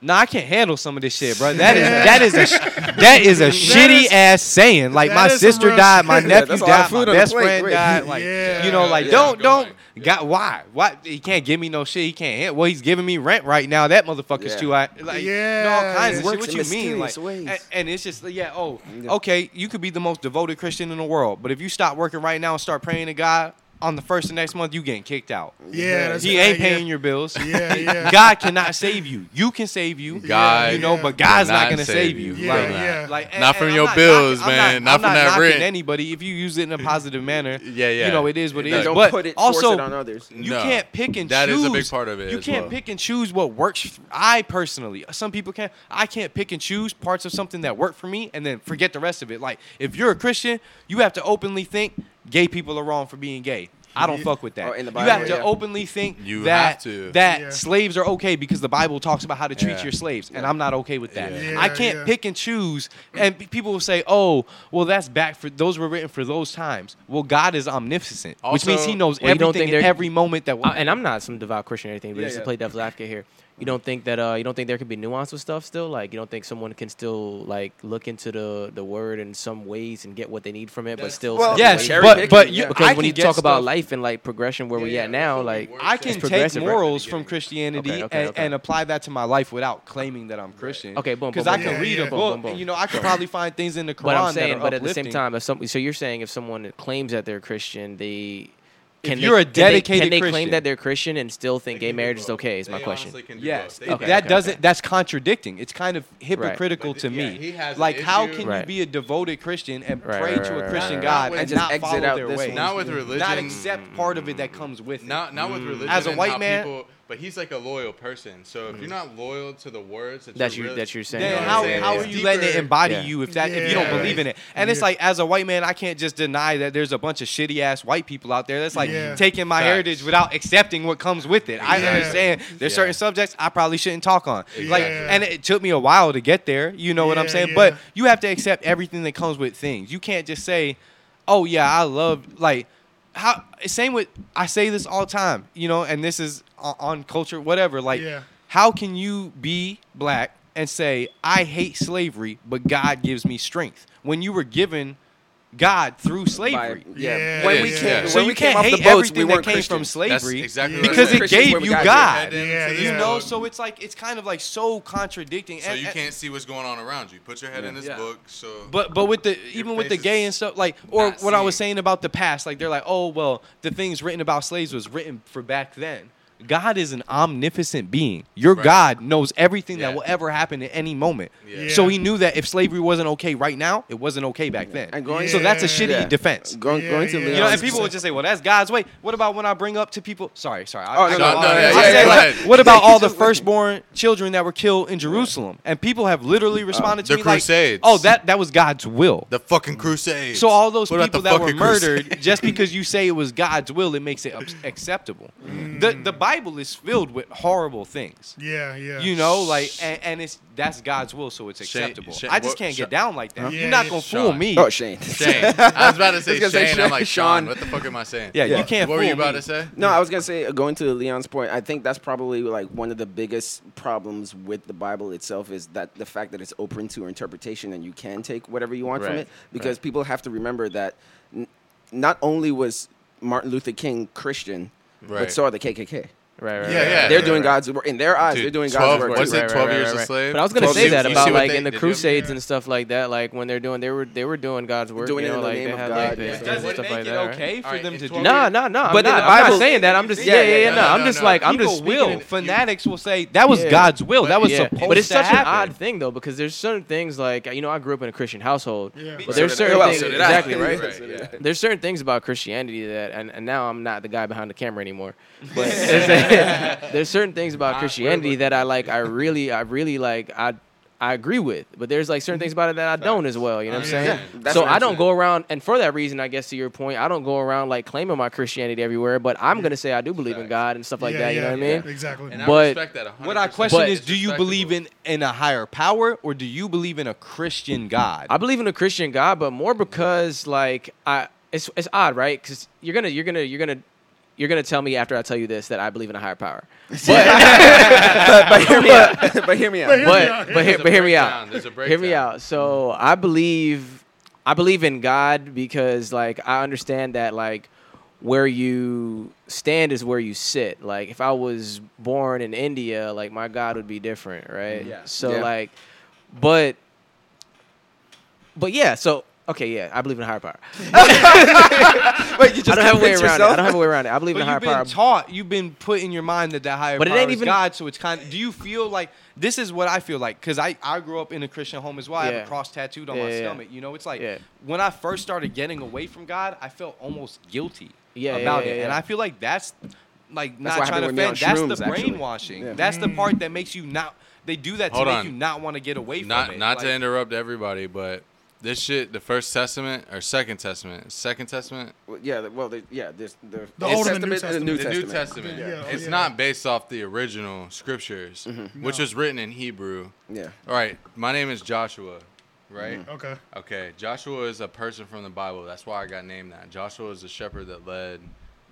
[SPEAKER 5] No, I can't handle some of this shit, bro. That is that is a sh- that is a shitty
[SPEAKER 3] is-
[SPEAKER 5] ass saying. Like
[SPEAKER 3] that
[SPEAKER 5] my
[SPEAKER 3] is some
[SPEAKER 5] sister
[SPEAKER 3] real
[SPEAKER 5] died, my
[SPEAKER 3] shit.
[SPEAKER 4] Yeah,
[SPEAKER 5] nephew
[SPEAKER 4] that's a lot of
[SPEAKER 5] died, my
[SPEAKER 4] food on the
[SPEAKER 5] best
[SPEAKER 4] plate,
[SPEAKER 5] friend
[SPEAKER 4] right?
[SPEAKER 5] died. Like
[SPEAKER 3] Yeah.
[SPEAKER 5] you know, like
[SPEAKER 6] Yeah,
[SPEAKER 5] don't
[SPEAKER 6] keep
[SPEAKER 5] don't
[SPEAKER 6] going.
[SPEAKER 5] God why why he can't give me no shit he can't handle. Well, he's giving me rent right now. That motherfucker's
[SPEAKER 4] Yeah.
[SPEAKER 5] too high. Like
[SPEAKER 3] Yeah.
[SPEAKER 5] all kinds
[SPEAKER 3] It
[SPEAKER 5] of
[SPEAKER 4] works
[SPEAKER 5] shit.
[SPEAKER 4] in
[SPEAKER 5] What you mean? Like
[SPEAKER 4] mysterious ways.
[SPEAKER 5] a- and it's just yeah, oh,
[SPEAKER 4] Yeah.
[SPEAKER 5] okay, you could be the most devoted Christian in the world, but if you stop working right now and start praying to God on the first of next month, you getting kicked out.
[SPEAKER 3] Yeah, that's
[SPEAKER 5] he
[SPEAKER 3] right,
[SPEAKER 5] ain't
[SPEAKER 3] yeah.
[SPEAKER 5] paying your bills.
[SPEAKER 3] Yeah, yeah.
[SPEAKER 5] <laughs> God cannot save you. You can save you.
[SPEAKER 6] God
[SPEAKER 5] you know,
[SPEAKER 3] yeah.
[SPEAKER 5] but God's not
[SPEAKER 6] cannot
[SPEAKER 5] gonna
[SPEAKER 6] save
[SPEAKER 5] save you.
[SPEAKER 6] you
[SPEAKER 3] Yeah,
[SPEAKER 5] Like,
[SPEAKER 3] yeah.
[SPEAKER 5] like, and-
[SPEAKER 6] Not from
[SPEAKER 5] and
[SPEAKER 6] your
[SPEAKER 5] I'm
[SPEAKER 6] bills,
[SPEAKER 5] knocking- I'm
[SPEAKER 6] man. Not
[SPEAKER 5] I'm
[SPEAKER 6] from that
[SPEAKER 5] knocking
[SPEAKER 6] rent.
[SPEAKER 5] Anybody, if you use it in a positive manner,
[SPEAKER 6] Yeah, yeah.
[SPEAKER 5] you know, it is what it
[SPEAKER 6] Yeah,
[SPEAKER 5] is.
[SPEAKER 4] Don't
[SPEAKER 5] But
[SPEAKER 4] put it force
[SPEAKER 5] also,
[SPEAKER 4] it on others.
[SPEAKER 5] you
[SPEAKER 6] No.
[SPEAKER 5] can't pick and
[SPEAKER 6] That
[SPEAKER 5] choose.
[SPEAKER 6] is a big part of it
[SPEAKER 5] You
[SPEAKER 6] as
[SPEAKER 5] can't
[SPEAKER 6] well.
[SPEAKER 5] pick and choose what works. I personally, some people can. I can't pick and choose parts of something that worked for me and then forget the rest of it. Like if you're a Christian, you have to openly think gay people are wrong for being gay. I don't fuck with that.
[SPEAKER 4] Oh, in the
[SPEAKER 5] you have
[SPEAKER 4] Bible,
[SPEAKER 5] to
[SPEAKER 4] yeah.
[SPEAKER 5] openly think
[SPEAKER 6] You
[SPEAKER 5] that
[SPEAKER 6] have to.
[SPEAKER 5] that
[SPEAKER 3] Yeah.
[SPEAKER 5] slaves are okay because the Bible talks about how to treat
[SPEAKER 6] Yeah.
[SPEAKER 5] your slaves, and I'm not okay with that.
[SPEAKER 6] Yeah.
[SPEAKER 3] Yeah,
[SPEAKER 5] I can't
[SPEAKER 3] yeah.
[SPEAKER 5] pick pick and choose. And pe- people will say, "Oh, well, that's back for those were written for those times." Well, God is omniscient, which
[SPEAKER 6] Also-
[SPEAKER 5] means He knows
[SPEAKER 8] Well, you don't
[SPEAKER 5] everything
[SPEAKER 8] think
[SPEAKER 5] in
[SPEAKER 8] there-
[SPEAKER 5] every moment that. we
[SPEAKER 8] I- Uh, and I'm not some devout Christian or anything, but
[SPEAKER 4] Yeah,
[SPEAKER 8] just
[SPEAKER 4] yeah.
[SPEAKER 8] to play devil's advocate here, you don't think that uh, you don't think there could be nuance with stuff still? Like you don't think someone can still like look into the the word in some ways and get what they need from it, but still
[SPEAKER 4] Well,
[SPEAKER 8] step
[SPEAKER 5] yes,
[SPEAKER 8] away?
[SPEAKER 4] cherry
[SPEAKER 5] but
[SPEAKER 4] picking,
[SPEAKER 5] but
[SPEAKER 4] yeah.
[SPEAKER 5] you,
[SPEAKER 8] because
[SPEAKER 5] I
[SPEAKER 8] when
[SPEAKER 5] can
[SPEAKER 8] you
[SPEAKER 5] get
[SPEAKER 8] talk about
[SPEAKER 5] stuff-
[SPEAKER 8] life and like progression where we're
[SPEAKER 6] yeah,
[SPEAKER 8] at now,
[SPEAKER 6] that's what we
[SPEAKER 8] like
[SPEAKER 6] were
[SPEAKER 5] I
[SPEAKER 6] it's
[SPEAKER 5] can take
[SPEAKER 8] progressive, right?
[SPEAKER 5] morals from Christianity
[SPEAKER 8] Okay, okay,
[SPEAKER 5] and,
[SPEAKER 8] okay.
[SPEAKER 5] and apply that to my life without claiming that I'm Christian.
[SPEAKER 8] Okay, boom,
[SPEAKER 5] Because
[SPEAKER 8] boom,
[SPEAKER 5] I
[SPEAKER 8] boom,
[SPEAKER 5] can
[SPEAKER 3] boom,
[SPEAKER 5] read
[SPEAKER 3] boom,
[SPEAKER 5] a
[SPEAKER 8] boom,
[SPEAKER 5] book,
[SPEAKER 8] boom, boom.
[SPEAKER 5] and you know I could probably find things in the Quran
[SPEAKER 8] But I'm
[SPEAKER 5] that
[SPEAKER 8] saying,
[SPEAKER 5] are
[SPEAKER 8] but at the same
[SPEAKER 5] uplifting.
[SPEAKER 8] time, if some, so you're saying if someone claims that they're Christian, they
[SPEAKER 5] If
[SPEAKER 8] can
[SPEAKER 5] you're a
[SPEAKER 8] they, can they-
[SPEAKER 5] dedicated
[SPEAKER 8] can they,
[SPEAKER 5] Christian.
[SPEAKER 8] claim that they're Christian and still think
[SPEAKER 6] They
[SPEAKER 8] gay
[SPEAKER 6] can do
[SPEAKER 8] marriage is
[SPEAKER 6] both.
[SPEAKER 8] okay? Is my
[SPEAKER 6] They
[SPEAKER 8] question.
[SPEAKER 6] honestly can do
[SPEAKER 5] Yes,
[SPEAKER 6] both. They
[SPEAKER 8] Okay,
[SPEAKER 6] do.
[SPEAKER 5] that
[SPEAKER 8] okay,
[SPEAKER 5] doesn't. That's contradicting. It's kind of hypocritical
[SPEAKER 6] But
[SPEAKER 5] to
[SPEAKER 6] th- yeah,
[SPEAKER 5] me.
[SPEAKER 6] he has an
[SPEAKER 5] like, how
[SPEAKER 6] issue-
[SPEAKER 5] can you
[SPEAKER 8] Right.
[SPEAKER 5] be a devoted Christian and
[SPEAKER 8] Right,
[SPEAKER 5] pray
[SPEAKER 8] right,
[SPEAKER 5] to
[SPEAKER 8] right,
[SPEAKER 5] a
[SPEAKER 8] right,
[SPEAKER 5] Christian
[SPEAKER 8] right.
[SPEAKER 5] God
[SPEAKER 4] Not
[SPEAKER 5] and
[SPEAKER 4] with-
[SPEAKER 5] not
[SPEAKER 4] exit
[SPEAKER 5] follow
[SPEAKER 4] out
[SPEAKER 5] their
[SPEAKER 4] this
[SPEAKER 5] ways?
[SPEAKER 4] one.
[SPEAKER 6] Not with religion.
[SPEAKER 5] Not accept part of it that comes with it.
[SPEAKER 6] Not not with religion.
[SPEAKER 5] As a
[SPEAKER 6] and
[SPEAKER 5] white
[SPEAKER 6] how
[SPEAKER 5] man- Mm.
[SPEAKER 6] people- but he's like a loyal person. So if you're not loyal to the words that,
[SPEAKER 8] That
[SPEAKER 6] you're
[SPEAKER 8] you-
[SPEAKER 6] really-
[SPEAKER 8] that you're saying,
[SPEAKER 5] Then
[SPEAKER 8] Yeah,
[SPEAKER 5] how,
[SPEAKER 8] yeah,
[SPEAKER 5] how
[SPEAKER 8] yeah.
[SPEAKER 5] are you letting it
[SPEAKER 6] Deeper-
[SPEAKER 5] embody
[SPEAKER 8] Yeah.
[SPEAKER 5] you if that if you don't
[SPEAKER 3] Yeah.
[SPEAKER 5] believe in it? And it's
[SPEAKER 3] Yeah.
[SPEAKER 5] like as a white man, I can't just deny that there's a bunch of shitty ass white people out there that's like
[SPEAKER 3] Yeah.
[SPEAKER 5] taking my
[SPEAKER 6] Facts.
[SPEAKER 5] heritage without accepting what comes with it. I
[SPEAKER 6] Yeah.
[SPEAKER 5] understand there's
[SPEAKER 6] Yeah.
[SPEAKER 5] certain subjects I probably shouldn't talk on. Like
[SPEAKER 3] Exactly.
[SPEAKER 5] and it took me a while to get there. You know what I'm
[SPEAKER 3] Yeah,
[SPEAKER 5] saying?
[SPEAKER 3] yeah.
[SPEAKER 5] But you have to accept everything that comes with things. You can't just say, "Oh yeah, I love like how." Same with I say this all the time, you know, and this is on, on culture, whatever. Like,
[SPEAKER 3] Yeah.
[SPEAKER 5] how can you be black and say I hate slavery, but God gives me strength when you were given God through slavery?
[SPEAKER 4] By- yeah.
[SPEAKER 3] Yeah.
[SPEAKER 4] When
[SPEAKER 6] It
[SPEAKER 4] we
[SPEAKER 6] is,
[SPEAKER 4] came,
[SPEAKER 6] yeah.
[SPEAKER 4] when
[SPEAKER 5] So
[SPEAKER 4] we
[SPEAKER 5] you
[SPEAKER 4] came
[SPEAKER 5] can't
[SPEAKER 4] off
[SPEAKER 5] hate
[SPEAKER 4] the boats,
[SPEAKER 5] everything
[SPEAKER 4] we
[SPEAKER 5] that
[SPEAKER 4] weren't
[SPEAKER 5] came
[SPEAKER 4] Christian.
[SPEAKER 5] from
[SPEAKER 6] That's
[SPEAKER 5] slavery
[SPEAKER 6] exactly
[SPEAKER 4] Yeah.
[SPEAKER 6] what I
[SPEAKER 5] because
[SPEAKER 6] said.
[SPEAKER 5] it
[SPEAKER 4] Christians
[SPEAKER 5] gave
[SPEAKER 4] where we
[SPEAKER 5] you
[SPEAKER 4] got
[SPEAKER 5] God.
[SPEAKER 6] Goddamn
[SPEAKER 3] Yeah,
[SPEAKER 6] to this
[SPEAKER 5] You
[SPEAKER 3] yeah.
[SPEAKER 5] know,
[SPEAKER 6] book.
[SPEAKER 5] so it's like it's kind of like so contradicting.
[SPEAKER 6] So
[SPEAKER 5] And-
[SPEAKER 6] you
[SPEAKER 5] and-
[SPEAKER 6] can't see what's going on around you. Put your head in this book. So
[SPEAKER 5] But but with the even with the
[SPEAKER 6] face is
[SPEAKER 5] gay and stuff like or what
[SPEAKER 6] not
[SPEAKER 5] I was
[SPEAKER 6] seeing.
[SPEAKER 5] saying about the past, like they're like, oh well, the things written about slaves was written for back then. God is an omnipotent being. Your
[SPEAKER 6] Right.
[SPEAKER 5] God knows everything
[SPEAKER 6] Yeah.
[SPEAKER 5] that will ever happen at any moment.
[SPEAKER 6] Yeah.
[SPEAKER 5] So
[SPEAKER 3] Yeah.
[SPEAKER 5] he knew that if slavery wasn't okay right now, it wasn't okay back then.
[SPEAKER 4] And going-
[SPEAKER 5] So that's a
[SPEAKER 3] Yeah.
[SPEAKER 5] shitty defense.
[SPEAKER 4] Going,
[SPEAKER 3] Yeah,
[SPEAKER 4] going
[SPEAKER 3] yeah.
[SPEAKER 4] to Leon's
[SPEAKER 5] You know, and
[SPEAKER 3] Honestly.
[SPEAKER 5] people would just say, "Well, that's God's way." What about when I bring up to people? Sorry, sorry. I,
[SPEAKER 4] Oh,
[SPEAKER 5] I
[SPEAKER 4] no,
[SPEAKER 5] got
[SPEAKER 4] no,
[SPEAKER 5] off
[SPEAKER 4] no,
[SPEAKER 5] on
[SPEAKER 4] yeah,
[SPEAKER 5] that.
[SPEAKER 4] yeah,
[SPEAKER 5] I said,
[SPEAKER 4] go
[SPEAKER 5] like,
[SPEAKER 6] ahead.
[SPEAKER 5] what about
[SPEAKER 4] Yeah,
[SPEAKER 5] all
[SPEAKER 4] you
[SPEAKER 5] the
[SPEAKER 4] just went-
[SPEAKER 5] firstborn children that were killed in Jerusalem? And people have literally responded to
[SPEAKER 6] The
[SPEAKER 5] me
[SPEAKER 6] Crusades.
[SPEAKER 5] like, "Oh, that that was God's will."
[SPEAKER 6] the fucking crusades.
[SPEAKER 5] So all those
[SPEAKER 6] What about
[SPEAKER 5] people
[SPEAKER 6] the
[SPEAKER 5] that were
[SPEAKER 6] fucking Crusades?
[SPEAKER 5] murdered, just because you say it was God's will, it makes it ups- acceptable. The the Bible is filled with horrible things.
[SPEAKER 3] Yeah, yeah.
[SPEAKER 5] You know, like, and, and it's that's God's will, so it's
[SPEAKER 6] Shane-
[SPEAKER 5] acceptable.
[SPEAKER 6] Shane-
[SPEAKER 5] I just
[SPEAKER 6] what-
[SPEAKER 5] can't
[SPEAKER 6] Sha-
[SPEAKER 5] get down like that.
[SPEAKER 3] Yeah,
[SPEAKER 5] You're not
[SPEAKER 3] yeah.
[SPEAKER 5] gonna fool
[SPEAKER 6] Sean.
[SPEAKER 5] me.
[SPEAKER 4] Oh, Shane.
[SPEAKER 6] <laughs> Shane.
[SPEAKER 5] <laughs>
[SPEAKER 6] I was about to say
[SPEAKER 4] I was gonna
[SPEAKER 6] Shane.
[SPEAKER 4] say
[SPEAKER 6] I'm like Sean.
[SPEAKER 4] Sean.
[SPEAKER 6] What the fuck am I saying?
[SPEAKER 5] yeah,
[SPEAKER 4] Yeah.
[SPEAKER 5] you can't.
[SPEAKER 6] What were
[SPEAKER 5] fool
[SPEAKER 6] you about
[SPEAKER 5] me.
[SPEAKER 6] to say?
[SPEAKER 4] No, I was gonna say uh, going to Leon's point. I think that's probably like one of the biggest problems with the Bible itself is that the fact that it's open to interpretation and you can take whatever you want from
[SPEAKER 6] Right,
[SPEAKER 4] it. Because people have to remember that n- not only was Martin Luther King Christian,
[SPEAKER 6] Right.
[SPEAKER 4] but so are the KKK.
[SPEAKER 8] Right, right,
[SPEAKER 6] Yeah,
[SPEAKER 8] right,
[SPEAKER 6] yeah.
[SPEAKER 8] right,
[SPEAKER 4] they're
[SPEAKER 8] right,
[SPEAKER 4] doing
[SPEAKER 8] right.
[SPEAKER 4] God's work in their eyes.
[SPEAKER 6] Dude,
[SPEAKER 4] they're doing
[SPEAKER 6] 12
[SPEAKER 4] God's work
[SPEAKER 6] what's
[SPEAKER 4] too.
[SPEAKER 6] it, 12 years a slave?
[SPEAKER 8] But I was gonna
[SPEAKER 6] 12
[SPEAKER 8] say
[SPEAKER 6] years
[SPEAKER 8] that
[SPEAKER 6] a slave.
[SPEAKER 8] about
[SPEAKER 6] You see what
[SPEAKER 8] like
[SPEAKER 6] they-
[SPEAKER 8] in the
[SPEAKER 6] they do?
[SPEAKER 8] Crusades and stuff like that. Like when they're doing, they were they were doing God's work.
[SPEAKER 4] Doing
[SPEAKER 8] you
[SPEAKER 4] it
[SPEAKER 8] know,
[SPEAKER 4] in the
[SPEAKER 8] like
[SPEAKER 4] name
[SPEAKER 8] they
[SPEAKER 4] of
[SPEAKER 8] had
[SPEAKER 4] God,
[SPEAKER 8] like
[SPEAKER 4] yeah.
[SPEAKER 8] the,
[SPEAKER 4] It
[SPEAKER 8] stuff like that. right?
[SPEAKER 5] okay
[SPEAKER 6] Alright, in 12
[SPEAKER 8] No, no, no.
[SPEAKER 4] But
[SPEAKER 8] But
[SPEAKER 4] then
[SPEAKER 8] not,
[SPEAKER 4] the
[SPEAKER 8] I'm
[SPEAKER 4] Bible-
[SPEAKER 8] not saying that. I'm just
[SPEAKER 4] Yeah,
[SPEAKER 8] yeah, yeah,
[SPEAKER 4] yeah,
[SPEAKER 8] yeah.
[SPEAKER 4] yeah,
[SPEAKER 8] no,
[SPEAKER 6] no,
[SPEAKER 8] I'm
[SPEAKER 6] no,
[SPEAKER 8] just
[SPEAKER 6] no.
[SPEAKER 8] like I'm
[SPEAKER 5] People
[SPEAKER 8] just
[SPEAKER 5] speaking
[SPEAKER 8] will.
[SPEAKER 5] in- fanatics will say that was
[SPEAKER 8] Yeah.
[SPEAKER 5] God's will. That was
[SPEAKER 8] Yeah,
[SPEAKER 5] supposed
[SPEAKER 8] but it's
[SPEAKER 5] to
[SPEAKER 8] such
[SPEAKER 5] happen.
[SPEAKER 8] an odd thing though because there's certain things like you know I grew up in a Christian household,
[SPEAKER 3] Yeah.
[SPEAKER 8] but
[SPEAKER 6] So
[SPEAKER 8] there's
[SPEAKER 6] did-
[SPEAKER 8] certain
[SPEAKER 6] well,
[SPEAKER 8] things
[SPEAKER 6] so did I.
[SPEAKER 8] exactly right.
[SPEAKER 6] Right, yeah.
[SPEAKER 8] There's certain things about Christianity that, and, and now I'm not the guy behind the camera anymore. But there's, <laughs> there's certain things about Christianity that I like. I really, I really like. I I agree with, but there's like certain things about it that I don't as well. You know what I'm saying?
[SPEAKER 4] Yeah, that's
[SPEAKER 8] so
[SPEAKER 4] what
[SPEAKER 8] I
[SPEAKER 4] I'm
[SPEAKER 8] don't
[SPEAKER 4] saying.
[SPEAKER 8] go around, and for that reason, I guess to your point, I don't go around like claiming my Christianity everywhere. But I'm gonna say I do believe in God and stuff like that. you know what I mean?
[SPEAKER 3] Exactly.
[SPEAKER 6] And I
[SPEAKER 8] But-
[SPEAKER 6] respect that 100%.
[SPEAKER 5] What I question
[SPEAKER 8] But-
[SPEAKER 5] is, do you believe in in a higher power or do you believe in a Christian God?
[SPEAKER 8] I believe in a Christian God, but more because like I, it's it's odd, right? Because you're gonna you're gonna you're gonna you're gonna tell me after I tell you this that I believe in a higher power.
[SPEAKER 4] but, but hear me out. <laughs> But hear me out.
[SPEAKER 3] Hear me out,
[SPEAKER 8] But but,
[SPEAKER 3] hear
[SPEAKER 8] he-
[SPEAKER 6] There's a
[SPEAKER 8] but hear me
[SPEAKER 6] breakdown,
[SPEAKER 8] out.
[SPEAKER 6] There's a
[SPEAKER 8] Hear
[SPEAKER 6] breakdown.
[SPEAKER 8] me out. So I believe I believe in God because like I understand that like where you stand is where you sit. Like if I was born in India, like my God would be different, right? Yeah. So
[SPEAKER 4] Yeah.
[SPEAKER 8] like but but yeah, so okay, yeah, I believe in a higher power.
[SPEAKER 4] Wait, you
[SPEAKER 8] <laughs> I
[SPEAKER 4] just
[SPEAKER 8] don't have a
[SPEAKER 4] convinced
[SPEAKER 8] way around it. I
[SPEAKER 4] yourself?
[SPEAKER 8] don't have a way around it. I believe
[SPEAKER 5] but
[SPEAKER 8] in a higher
[SPEAKER 5] you've been
[SPEAKER 8] power.
[SPEAKER 5] taught, you've been put in your mind that that higher
[SPEAKER 8] But it
[SPEAKER 5] power
[SPEAKER 8] ain't
[SPEAKER 5] is
[SPEAKER 8] even-
[SPEAKER 5] God. So it's kind of. Do you feel like this is what I feel like? Because I I grew up in a Christian home as well. I have
[SPEAKER 8] Yeah.
[SPEAKER 5] a cross tattooed on
[SPEAKER 8] Yeah,
[SPEAKER 5] my
[SPEAKER 8] yeah, yeah.
[SPEAKER 5] stomach. You know, it's like
[SPEAKER 8] Yeah.
[SPEAKER 5] when I first started getting away from God, I felt almost guilty
[SPEAKER 8] Yeah, yeah,
[SPEAKER 5] about
[SPEAKER 8] yeah,
[SPEAKER 5] it,
[SPEAKER 8] yeah.
[SPEAKER 5] and I feel like that's like
[SPEAKER 4] That's
[SPEAKER 5] not
[SPEAKER 4] what
[SPEAKER 5] trying to
[SPEAKER 4] happened with me
[SPEAKER 5] offend.
[SPEAKER 4] on
[SPEAKER 5] That's the
[SPEAKER 4] shrooms, actually.
[SPEAKER 5] brainwashing.
[SPEAKER 4] Yeah.
[SPEAKER 5] That's the part that makes you not. They do that to
[SPEAKER 6] Mm-hmm. Hold
[SPEAKER 5] make
[SPEAKER 6] on.
[SPEAKER 5] you not want to get away from
[SPEAKER 6] not
[SPEAKER 5] it.
[SPEAKER 6] not
[SPEAKER 5] Like-
[SPEAKER 6] to interrupt everybody, but this shit, the First Testament or Second Testament, Second Testament,
[SPEAKER 4] Well, Yeah, well, there- yeah, there's the,
[SPEAKER 3] The
[SPEAKER 4] Old
[SPEAKER 3] Old and the New
[SPEAKER 4] and the New
[SPEAKER 6] the
[SPEAKER 4] Testament.
[SPEAKER 6] New Testament.
[SPEAKER 3] Yeah,
[SPEAKER 6] it's
[SPEAKER 3] yeah.
[SPEAKER 6] not based off the original scriptures, which was written in Hebrew.
[SPEAKER 4] Yeah.
[SPEAKER 6] All right, my name is Joshua, right?
[SPEAKER 3] <laughs> Okay.
[SPEAKER 6] Okay, Joshua is a person from the Bible. That's why I got named that. Joshua is the shepherd that led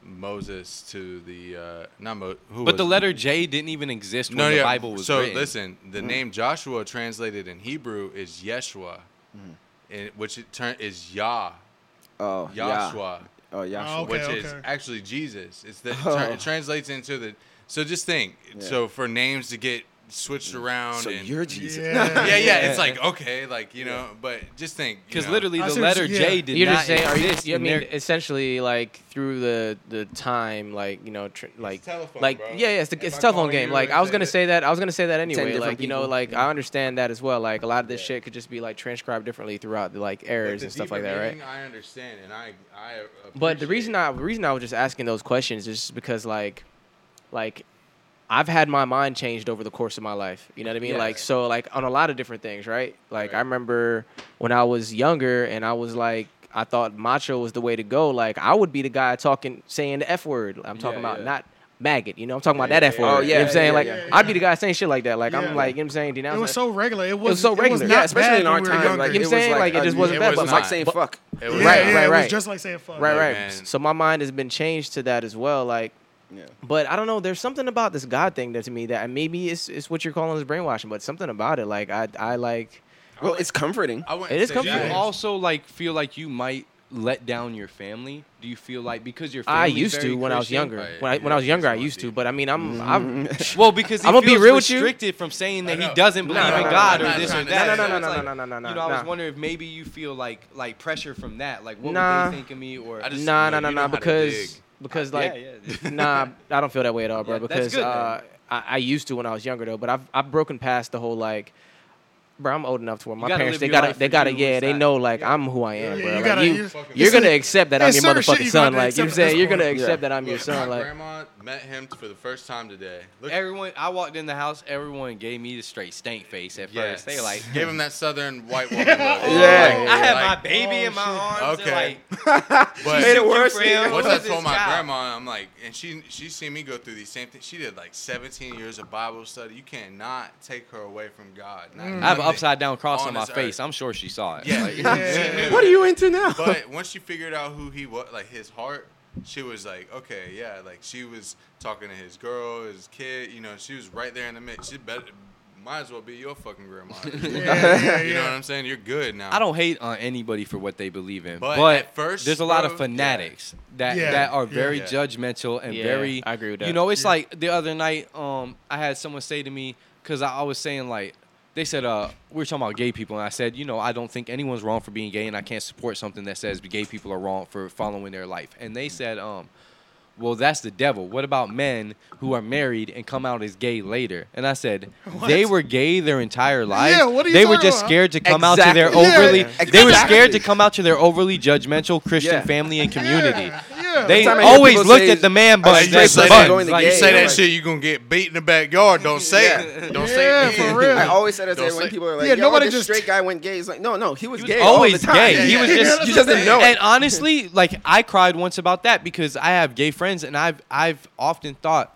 [SPEAKER 6] Moses to the uh, not Mo- who
[SPEAKER 5] But the
[SPEAKER 6] was-
[SPEAKER 5] letter J didn't even exist when
[SPEAKER 6] no,
[SPEAKER 5] the
[SPEAKER 6] yeah.
[SPEAKER 5] Bible was
[SPEAKER 6] so
[SPEAKER 5] written.
[SPEAKER 6] listen, the name Joshua translated in Hebrew is Yeshua, and, which it turn is Yah,
[SPEAKER 4] Oh, yeah.
[SPEAKER 6] Yahshua,
[SPEAKER 4] Oh, Yahshua.
[SPEAKER 3] Okay,
[SPEAKER 6] which is
[SPEAKER 3] okay.
[SPEAKER 6] actually Jesus. It's <laughs> the tra- it translates into the. So just think. So for names to get switched around.
[SPEAKER 4] So
[SPEAKER 6] and,
[SPEAKER 4] you're Jesus. <laughs>
[SPEAKER 3] Yeah.
[SPEAKER 6] <laughs> yeah, yeah, it's <laughs> like okay, like you know, but just think, you
[SPEAKER 5] Because
[SPEAKER 6] know.
[SPEAKER 5] literally,
[SPEAKER 3] I
[SPEAKER 5] the
[SPEAKER 3] see what
[SPEAKER 5] letter
[SPEAKER 3] you- yeah.
[SPEAKER 5] J did
[SPEAKER 8] You're
[SPEAKER 5] not
[SPEAKER 8] just saying, are you?
[SPEAKER 5] exist.
[SPEAKER 8] I
[SPEAKER 5] in
[SPEAKER 8] mean,
[SPEAKER 5] their-
[SPEAKER 8] essentially, like through the the time, like you know, tr- like
[SPEAKER 6] telephone,
[SPEAKER 8] like
[SPEAKER 6] bro.
[SPEAKER 8] yeah, yeah, it's, the,
[SPEAKER 6] If
[SPEAKER 8] it's
[SPEAKER 6] I
[SPEAKER 8] a telephone
[SPEAKER 6] call
[SPEAKER 8] game.
[SPEAKER 6] you
[SPEAKER 8] Like
[SPEAKER 6] and
[SPEAKER 8] I was
[SPEAKER 6] say
[SPEAKER 8] gonna
[SPEAKER 6] it-
[SPEAKER 8] say that, I was gonna say that anyway.
[SPEAKER 4] different
[SPEAKER 8] Like you know,
[SPEAKER 4] people.
[SPEAKER 8] like I understand that as well. Like a lot of this shit could just be like transcribed differently throughout the like
[SPEAKER 6] But
[SPEAKER 8] errors
[SPEAKER 6] the
[SPEAKER 8] and stuff
[SPEAKER 6] deeper
[SPEAKER 8] like that, right?
[SPEAKER 6] meaning, I understand, and I, I.
[SPEAKER 8] But the reason
[SPEAKER 6] appreciate
[SPEAKER 8] I the reason I was just asking those questions is just because like like I've had my mind changed over the course of my life. You know what I mean?
[SPEAKER 6] Yeah.
[SPEAKER 8] Like so like on a lot of different things, right? Like I
[SPEAKER 6] Right.
[SPEAKER 8] remember when I was younger and I was like I thought macho was the way to go. Like I would be the guy talking saying the F word. I'm talking
[SPEAKER 5] Yeah,
[SPEAKER 8] about
[SPEAKER 5] yeah.
[SPEAKER 8] not maggot, you know, I'm talking about
[SPEAKER 6] Yeah,
[SPEAKER 8] that F
[SPEAKER 6] yeah,
[SPEAKER 8] word.
[SPEAKER 4] Oh,
[SPEAKER 6] yeah.
[SPEAKER 8] you know what
[SPEAKER 4] yeah,
[SPEAKER 8] I'm saying?
[SPEAKER 4] yeah,
[SPEAKER 8] like
[SPEAKER 4] yeah,
[SPEAKER 3] yeah.
[SPEAKER 8] I'd be the guy saying shit like that. Like
[SPEAKER 3] Yeah.
[SPEAKER 8] I'm like, you know what I'm saying?
[SPEAKER 3] It
[SPEAKER 8] denouncing
[SPEAKER 3] was so regular. It was,
[SPEAKER 8] so regular.
[SPEAKER 3] It was
[SPEAKER 8] Yeah,
[SPEAKER 3] not
[SPEAKER 4] especially
[SPEAKER 3] bad
[SPEAKER 4] in
[SPEAKER 3] when
[SPEAKER 4] our
[SPEAKER 3] we were
[SPEAKER 4] time.
[SPEAKER 3] younger.
[SPEAKER 4] Like,
[SPEAKER 8] You
[SPEAKER 4] it
[SPEAKER 8] know what I'm
[SPEAKER 4] was
[SPEAKER 8] saying?
[SPEAKER 4] like,
[SPEAKER 8] Like, it just wasn't
[SPEAKER 6] bad,
[SPEAKER 4] It
[SPEAKER 6] but
[SPEAKER 4] was
[SPEAKER 6] like-
[SPEAKER 4] like saying
[SPEAKER 8] but-
[SPEAKER 4] fuck.
[SPEAKER 6] it. It
[SPEAKER 3] yeah,
[SPEAKER 6] was
[SPEAKER 8] Right,
[SPEAKER 3] yeah,
[SPEAKER 8] right,
[SPEAKER 3] it was
[SPEAKER 8] right.
[SPEAKER 3] just like saying fuck.
[SPEAKER 8] right,
[SPEAKER 6] Yeah,
[SPEAKER 8] right.
[SPEAKER 6] man.
[SPEAKER 8] So my mind has been changed to that as well. Like,
[SPEAKER 4] Yeah.
[SPEAKER 8] but I don't know. There's something about this God thing that to me that and maybe it's it's what you're calling this brainwashing, but something about it. Like I I like
[SPEAKER 4] Well, it's comforting.
[SPEAKER 6] I wouldn't
[SPEAKER 8] It is
[SPEAKER 6] say
[SPEAKER 8] comforting.
[SPEAKER 5] Do you
[SPEAKER 6] that.
[SPEAKER 5] also like feel like you might let down your family? Do you feel like because your family
[SPEAKER 8] I used to when I was younger.
[SPEAKER 6] Right,
[SPEAKER 8] When I when I was
[SPEAKER 6] yeah,
[SPEAKER 8] younger, I
[SPEAKER 6] it's
[SPEAKER 8] used to.
[SPEAKER 6] deep.
[SPEAKER 8] But I mean, I'm <laughs> I'm
[SPEAKER 5] <laughs> Well, because he
[SPEAKER 8] I'm gonna be
[SPEAKER 5] feels
[SPEAKER 8] real with you.
[SPEAKER 5] restricted from saying that
[SPEAKER 6] I
[SPEAKER 5] he
[SPEAKER 6] know.
[SPEAKER 5] doesn't believe
[SPEAKER 8] no,
[SPEAKER 5] in
[SPEAKER 8] no,
[SPEAKER 5] God
[SPEAKER 8] no,
[SPEAKER 5] or
[SPEAKER 8] no,
[SPEAKER 5] this
[SPEAKER 8] no,
[SPEAKER 5] or
[SPEAKER 8] no,
[SPEAKER 5] that.
[SPEAKER 8] no,
[SPEAKER 5] So
[SPEAKER 8] no,
[SPEAKER 5] it's
[SPEAKER 8] no,
[SPEAKER 5] like,
[SPEAKER 8] no, no, no, no,
[SPEAKER 5] You know, I was
[SPEAKER 8] nah.
[SPEAKER 5] wondering if maybe you feel like like pressure from that. Like, what
[SPEAKER 8] Nah.
[SPEAKER 5] would they think of me? Or
[SPEAKER 6] I just-
[SPEAKER 8] nah
[SPEAKER 6] you know,
[SPEAKER 8] nah nah
[SPEAKER 6] you know
[SPEAKER 8] nah
[SPEAKER 6] how to
[SPEAKER 8] because
[SPEAKER 6] dig.
[SPEAKER 8] because
[SPEAKER 5] Uh, Yeah,
[SPEAKER 8] like
[SPEAKER 5] yeah.
[SPEAKER 8] <laughs> nah I don't feel that way at all, bro.
[SPEAKER 5] Yeah, that's
[SPEAKER 8] because
[SPEAKER 5] good,
[SPEAKER 8] uh, I I used to when I was younger though, but I've I've broken past the whole like. Bro, I'm old enough to where my
[SPEAKER 5] gotta
[SPEAKER 8] parents
[SPEAKER 5] live
[SPEAKER 8] they
[SPEAKER 5] your
[SPEAKER 8] gotta
[SPEAKER 5] life
[SPEAKER 8] they
[SPEAKER 5] and
[SPEAKER 8] gotta
[SPEAKER 5] do
[SPEAKER 8] yeah
[SPEAKER 5] what's
[SPEAKER 8] they
[SPEAKER 5] not-
[SPEAKER 8] know like I'm who I am,
[SPEAKER 3] Yeah,
[SPEAKER 8] bro.
[SPEAKER 3] you
[SPEAKER 8] Like,
[SPEAKER 3] gotta-
[SPEAKER 8] you
[SPEAKER 3] you-
[SPEAKER 8] you're
[SPEAKER 3] it's
[SPEAKER 8] gonna
[SPEAKER 3] a-
[SPEAKER 8] accept that I'm
[SPEAKER 3] there's
[SPEAKER 8] your
[SPEAKER 3] certain shit
[SPEAKER 8] motherfucking
[SPEAKER 3] you
[SPEAKER 8] son.
[SPEAKER 3] gotta
[SPEAKER 8] Like you know what I'm
[SPEAKER 3] accept at
[SPEAKER 8] saying,
[SPEAKER 3] this
[SPEAKER 8] you're gonna
[SPEAKER 3] point.
[SPEAKER 8] accept that I'm your
[SPEAKER 6] Look,
[SPEAKER 5] <laughs>
[SPEAKER 8] son.
[SPEAKER 6] My
[SPEAKER 8] Like
[SPEAKER 6] grandma Met him for the first time today. Look,
[SPEAKER 9] Everyone, I walked in the house. Everyone gave me the straight stank face at first. They like,
[SPEAKER 5] <laughs>
[SPEAKER 6] gave him that southern white woman. look.
[SPEAKER 9] yeah, I had
[SPEAKER 6] Like, "Oh,
[SPEAKER 9] my baby in my arms.
[SPEAKER 6] Okay.
[SPEAKER 9] Okay, and
[SPEAKER 6] But-
[SPEAKER 8] <laughs>
[SPEAKER 9] like, worse.
[SPEAKER 6] Once I told my grandma, I'm like, and she she seen me go through these same things. She did like 17 years of Bible study. You cannot take her away from God. Not
[SPEAKER 5] I have an
[SPEAKER 6] nothing.
[SPEAKER 5] upside down cross on,
[SPEAKER 6] On
[SPEAKER 5] my
[SPEAKER 6] this earth.
[SPEAKER 5] face. I'm sure she saw it.
[SPEAKER 6] Yeah.
[SPEAKER 5] Like,
[SPEAKER 6] She knew.
[SPEAKER 4] What are you into now?
[SPEAKER 6] But once she figured out who he was, like his heart, she was like, okay, yeah, like she was talking to his girl, his kid. You know, she was right there in the mix. She better might as well be your fucking grandma. You know what I'm saying? You're good now.
[SPEAKER 5] I don't hate on anybody for what they believe in, but,
[SPEAKER 6] But at
[SPEAKER 5] first,
[SPEAKER 6] first,
[SPEAKER 5] there's a lot of
[SPEAKER 6] bro, yeah.
[SPEAKER 5] fanatics that
[SPEAKER 3] Yeah,
[SPEAKER 5] that are
[SPEAKER 3] yeah.
[SPEAKER 5] very
[SPEAKER 6] Yeah.
[SPEAKER 5] judgmental and
[SPEAKER 8] Yeah,
[SPEAKER 5] very.
[SPEAKER 8] I agree with
[SPEAKER 5] You
[SPEAKER 8] that.
[SPEAKER 5] know, it's like the other night, um, I had someone say to me because I, I was saying like. They said uh, we were talking about gay people, and I said, you know, I don't think anyone's wrong for being gay, and I can't support something that says gay people are wrong for following their life. And they said, um, well, that's the devil. What about men who are married and come out as gay later? And
[SPEAKER 3] <laughs>
[SPEAKER 5] I said, they were gay their entire lives.
[SPEAKER 3] what are you
[SPEAKER 5] they were
[SPEAKER 3] talking
[SPEAKER 5] just
[SPEAKER 3] about?
[SPEAKER 5] scared to come out to
[SPEAKER 4] Exactly.
[SPEAKER 5] their
[SPEAKER 4] Yeah,
[SPEAKER 5] overly.
[SPEAKER 4] yeah.
[SPEAKER 5] They were
[SPEAKER 4] Exactly.
[SPEAKER 5] scared to come out to their overly judgmental Christian
[SPEAKER 4] Yeah.
[SPEAKER 5] family and community.
[SPEAKER 3] yeah.
[SPEAKER 4] Every
[SPEAKER 5] They
[SPEAKER 4] time I hear
[SPEAKER 5] always
[SPEAKER 4] people
[SPEAKER 5] looked
[SPEAKER 4] say,
[SPEAKER 5] at the man
[SPEAKER 4] "Are
[SPEAKER 5] bun.
[SPEAKER 4] you
[SPEAKER 5] that
[SPEAKER 4] straight
[SPEAKER 5] bun,"
[SPEAKER 4] or going to
[SPEAKER 5] like,
[SPEAKER 4] gay?"
[SPEAKER 6] You say
[SPEAKER 4] Yeah,
[SPEAKER 6] that
[SPEAKER 4] like-
[SPEAKER 6] shit, you gonna get beat in the backyard. Don't say it. Don't say
[SPEAKER 3] Yeah,
[SPEAKER 6] it.
[SPEAKER 3] for real.
[SPEAKER 6] <laughs>
[SPEAKER 4] I always said that
[SPEAKER 6] Don't
[SPEAKER 4] when
[SPEAKER 6] say-
[SPEAKER 4] people are like,
[SPEAKER 3] Yeah,
[SPEAKER 4] "Yo,
[SPEAKER 3] nobody
[SPEAKER 4] this
[SPEAKER 3] just-
[SPEAKER 4] straight guy went gay." He's like, "No, no, he was,
[SPEAKER 5] He was
[SPEAKER 4] gay
[SPEAKER 5] always
[SPEAKER 4] all the time.
[SPEAKER 5] gay. He
[SPEAKER 4] Yeah,
[SPEAKER 5] was
[SPEAKER 4] yeah. <laughs>
[SPEAKER 5] just
[SPEAKER 4] you just didn't know
[SPEAKER 5] And
[SPEAKER 4] it."
[SPEAKER 5] honestly, like I cried once about that because I have gay friends, and I've I've often thought,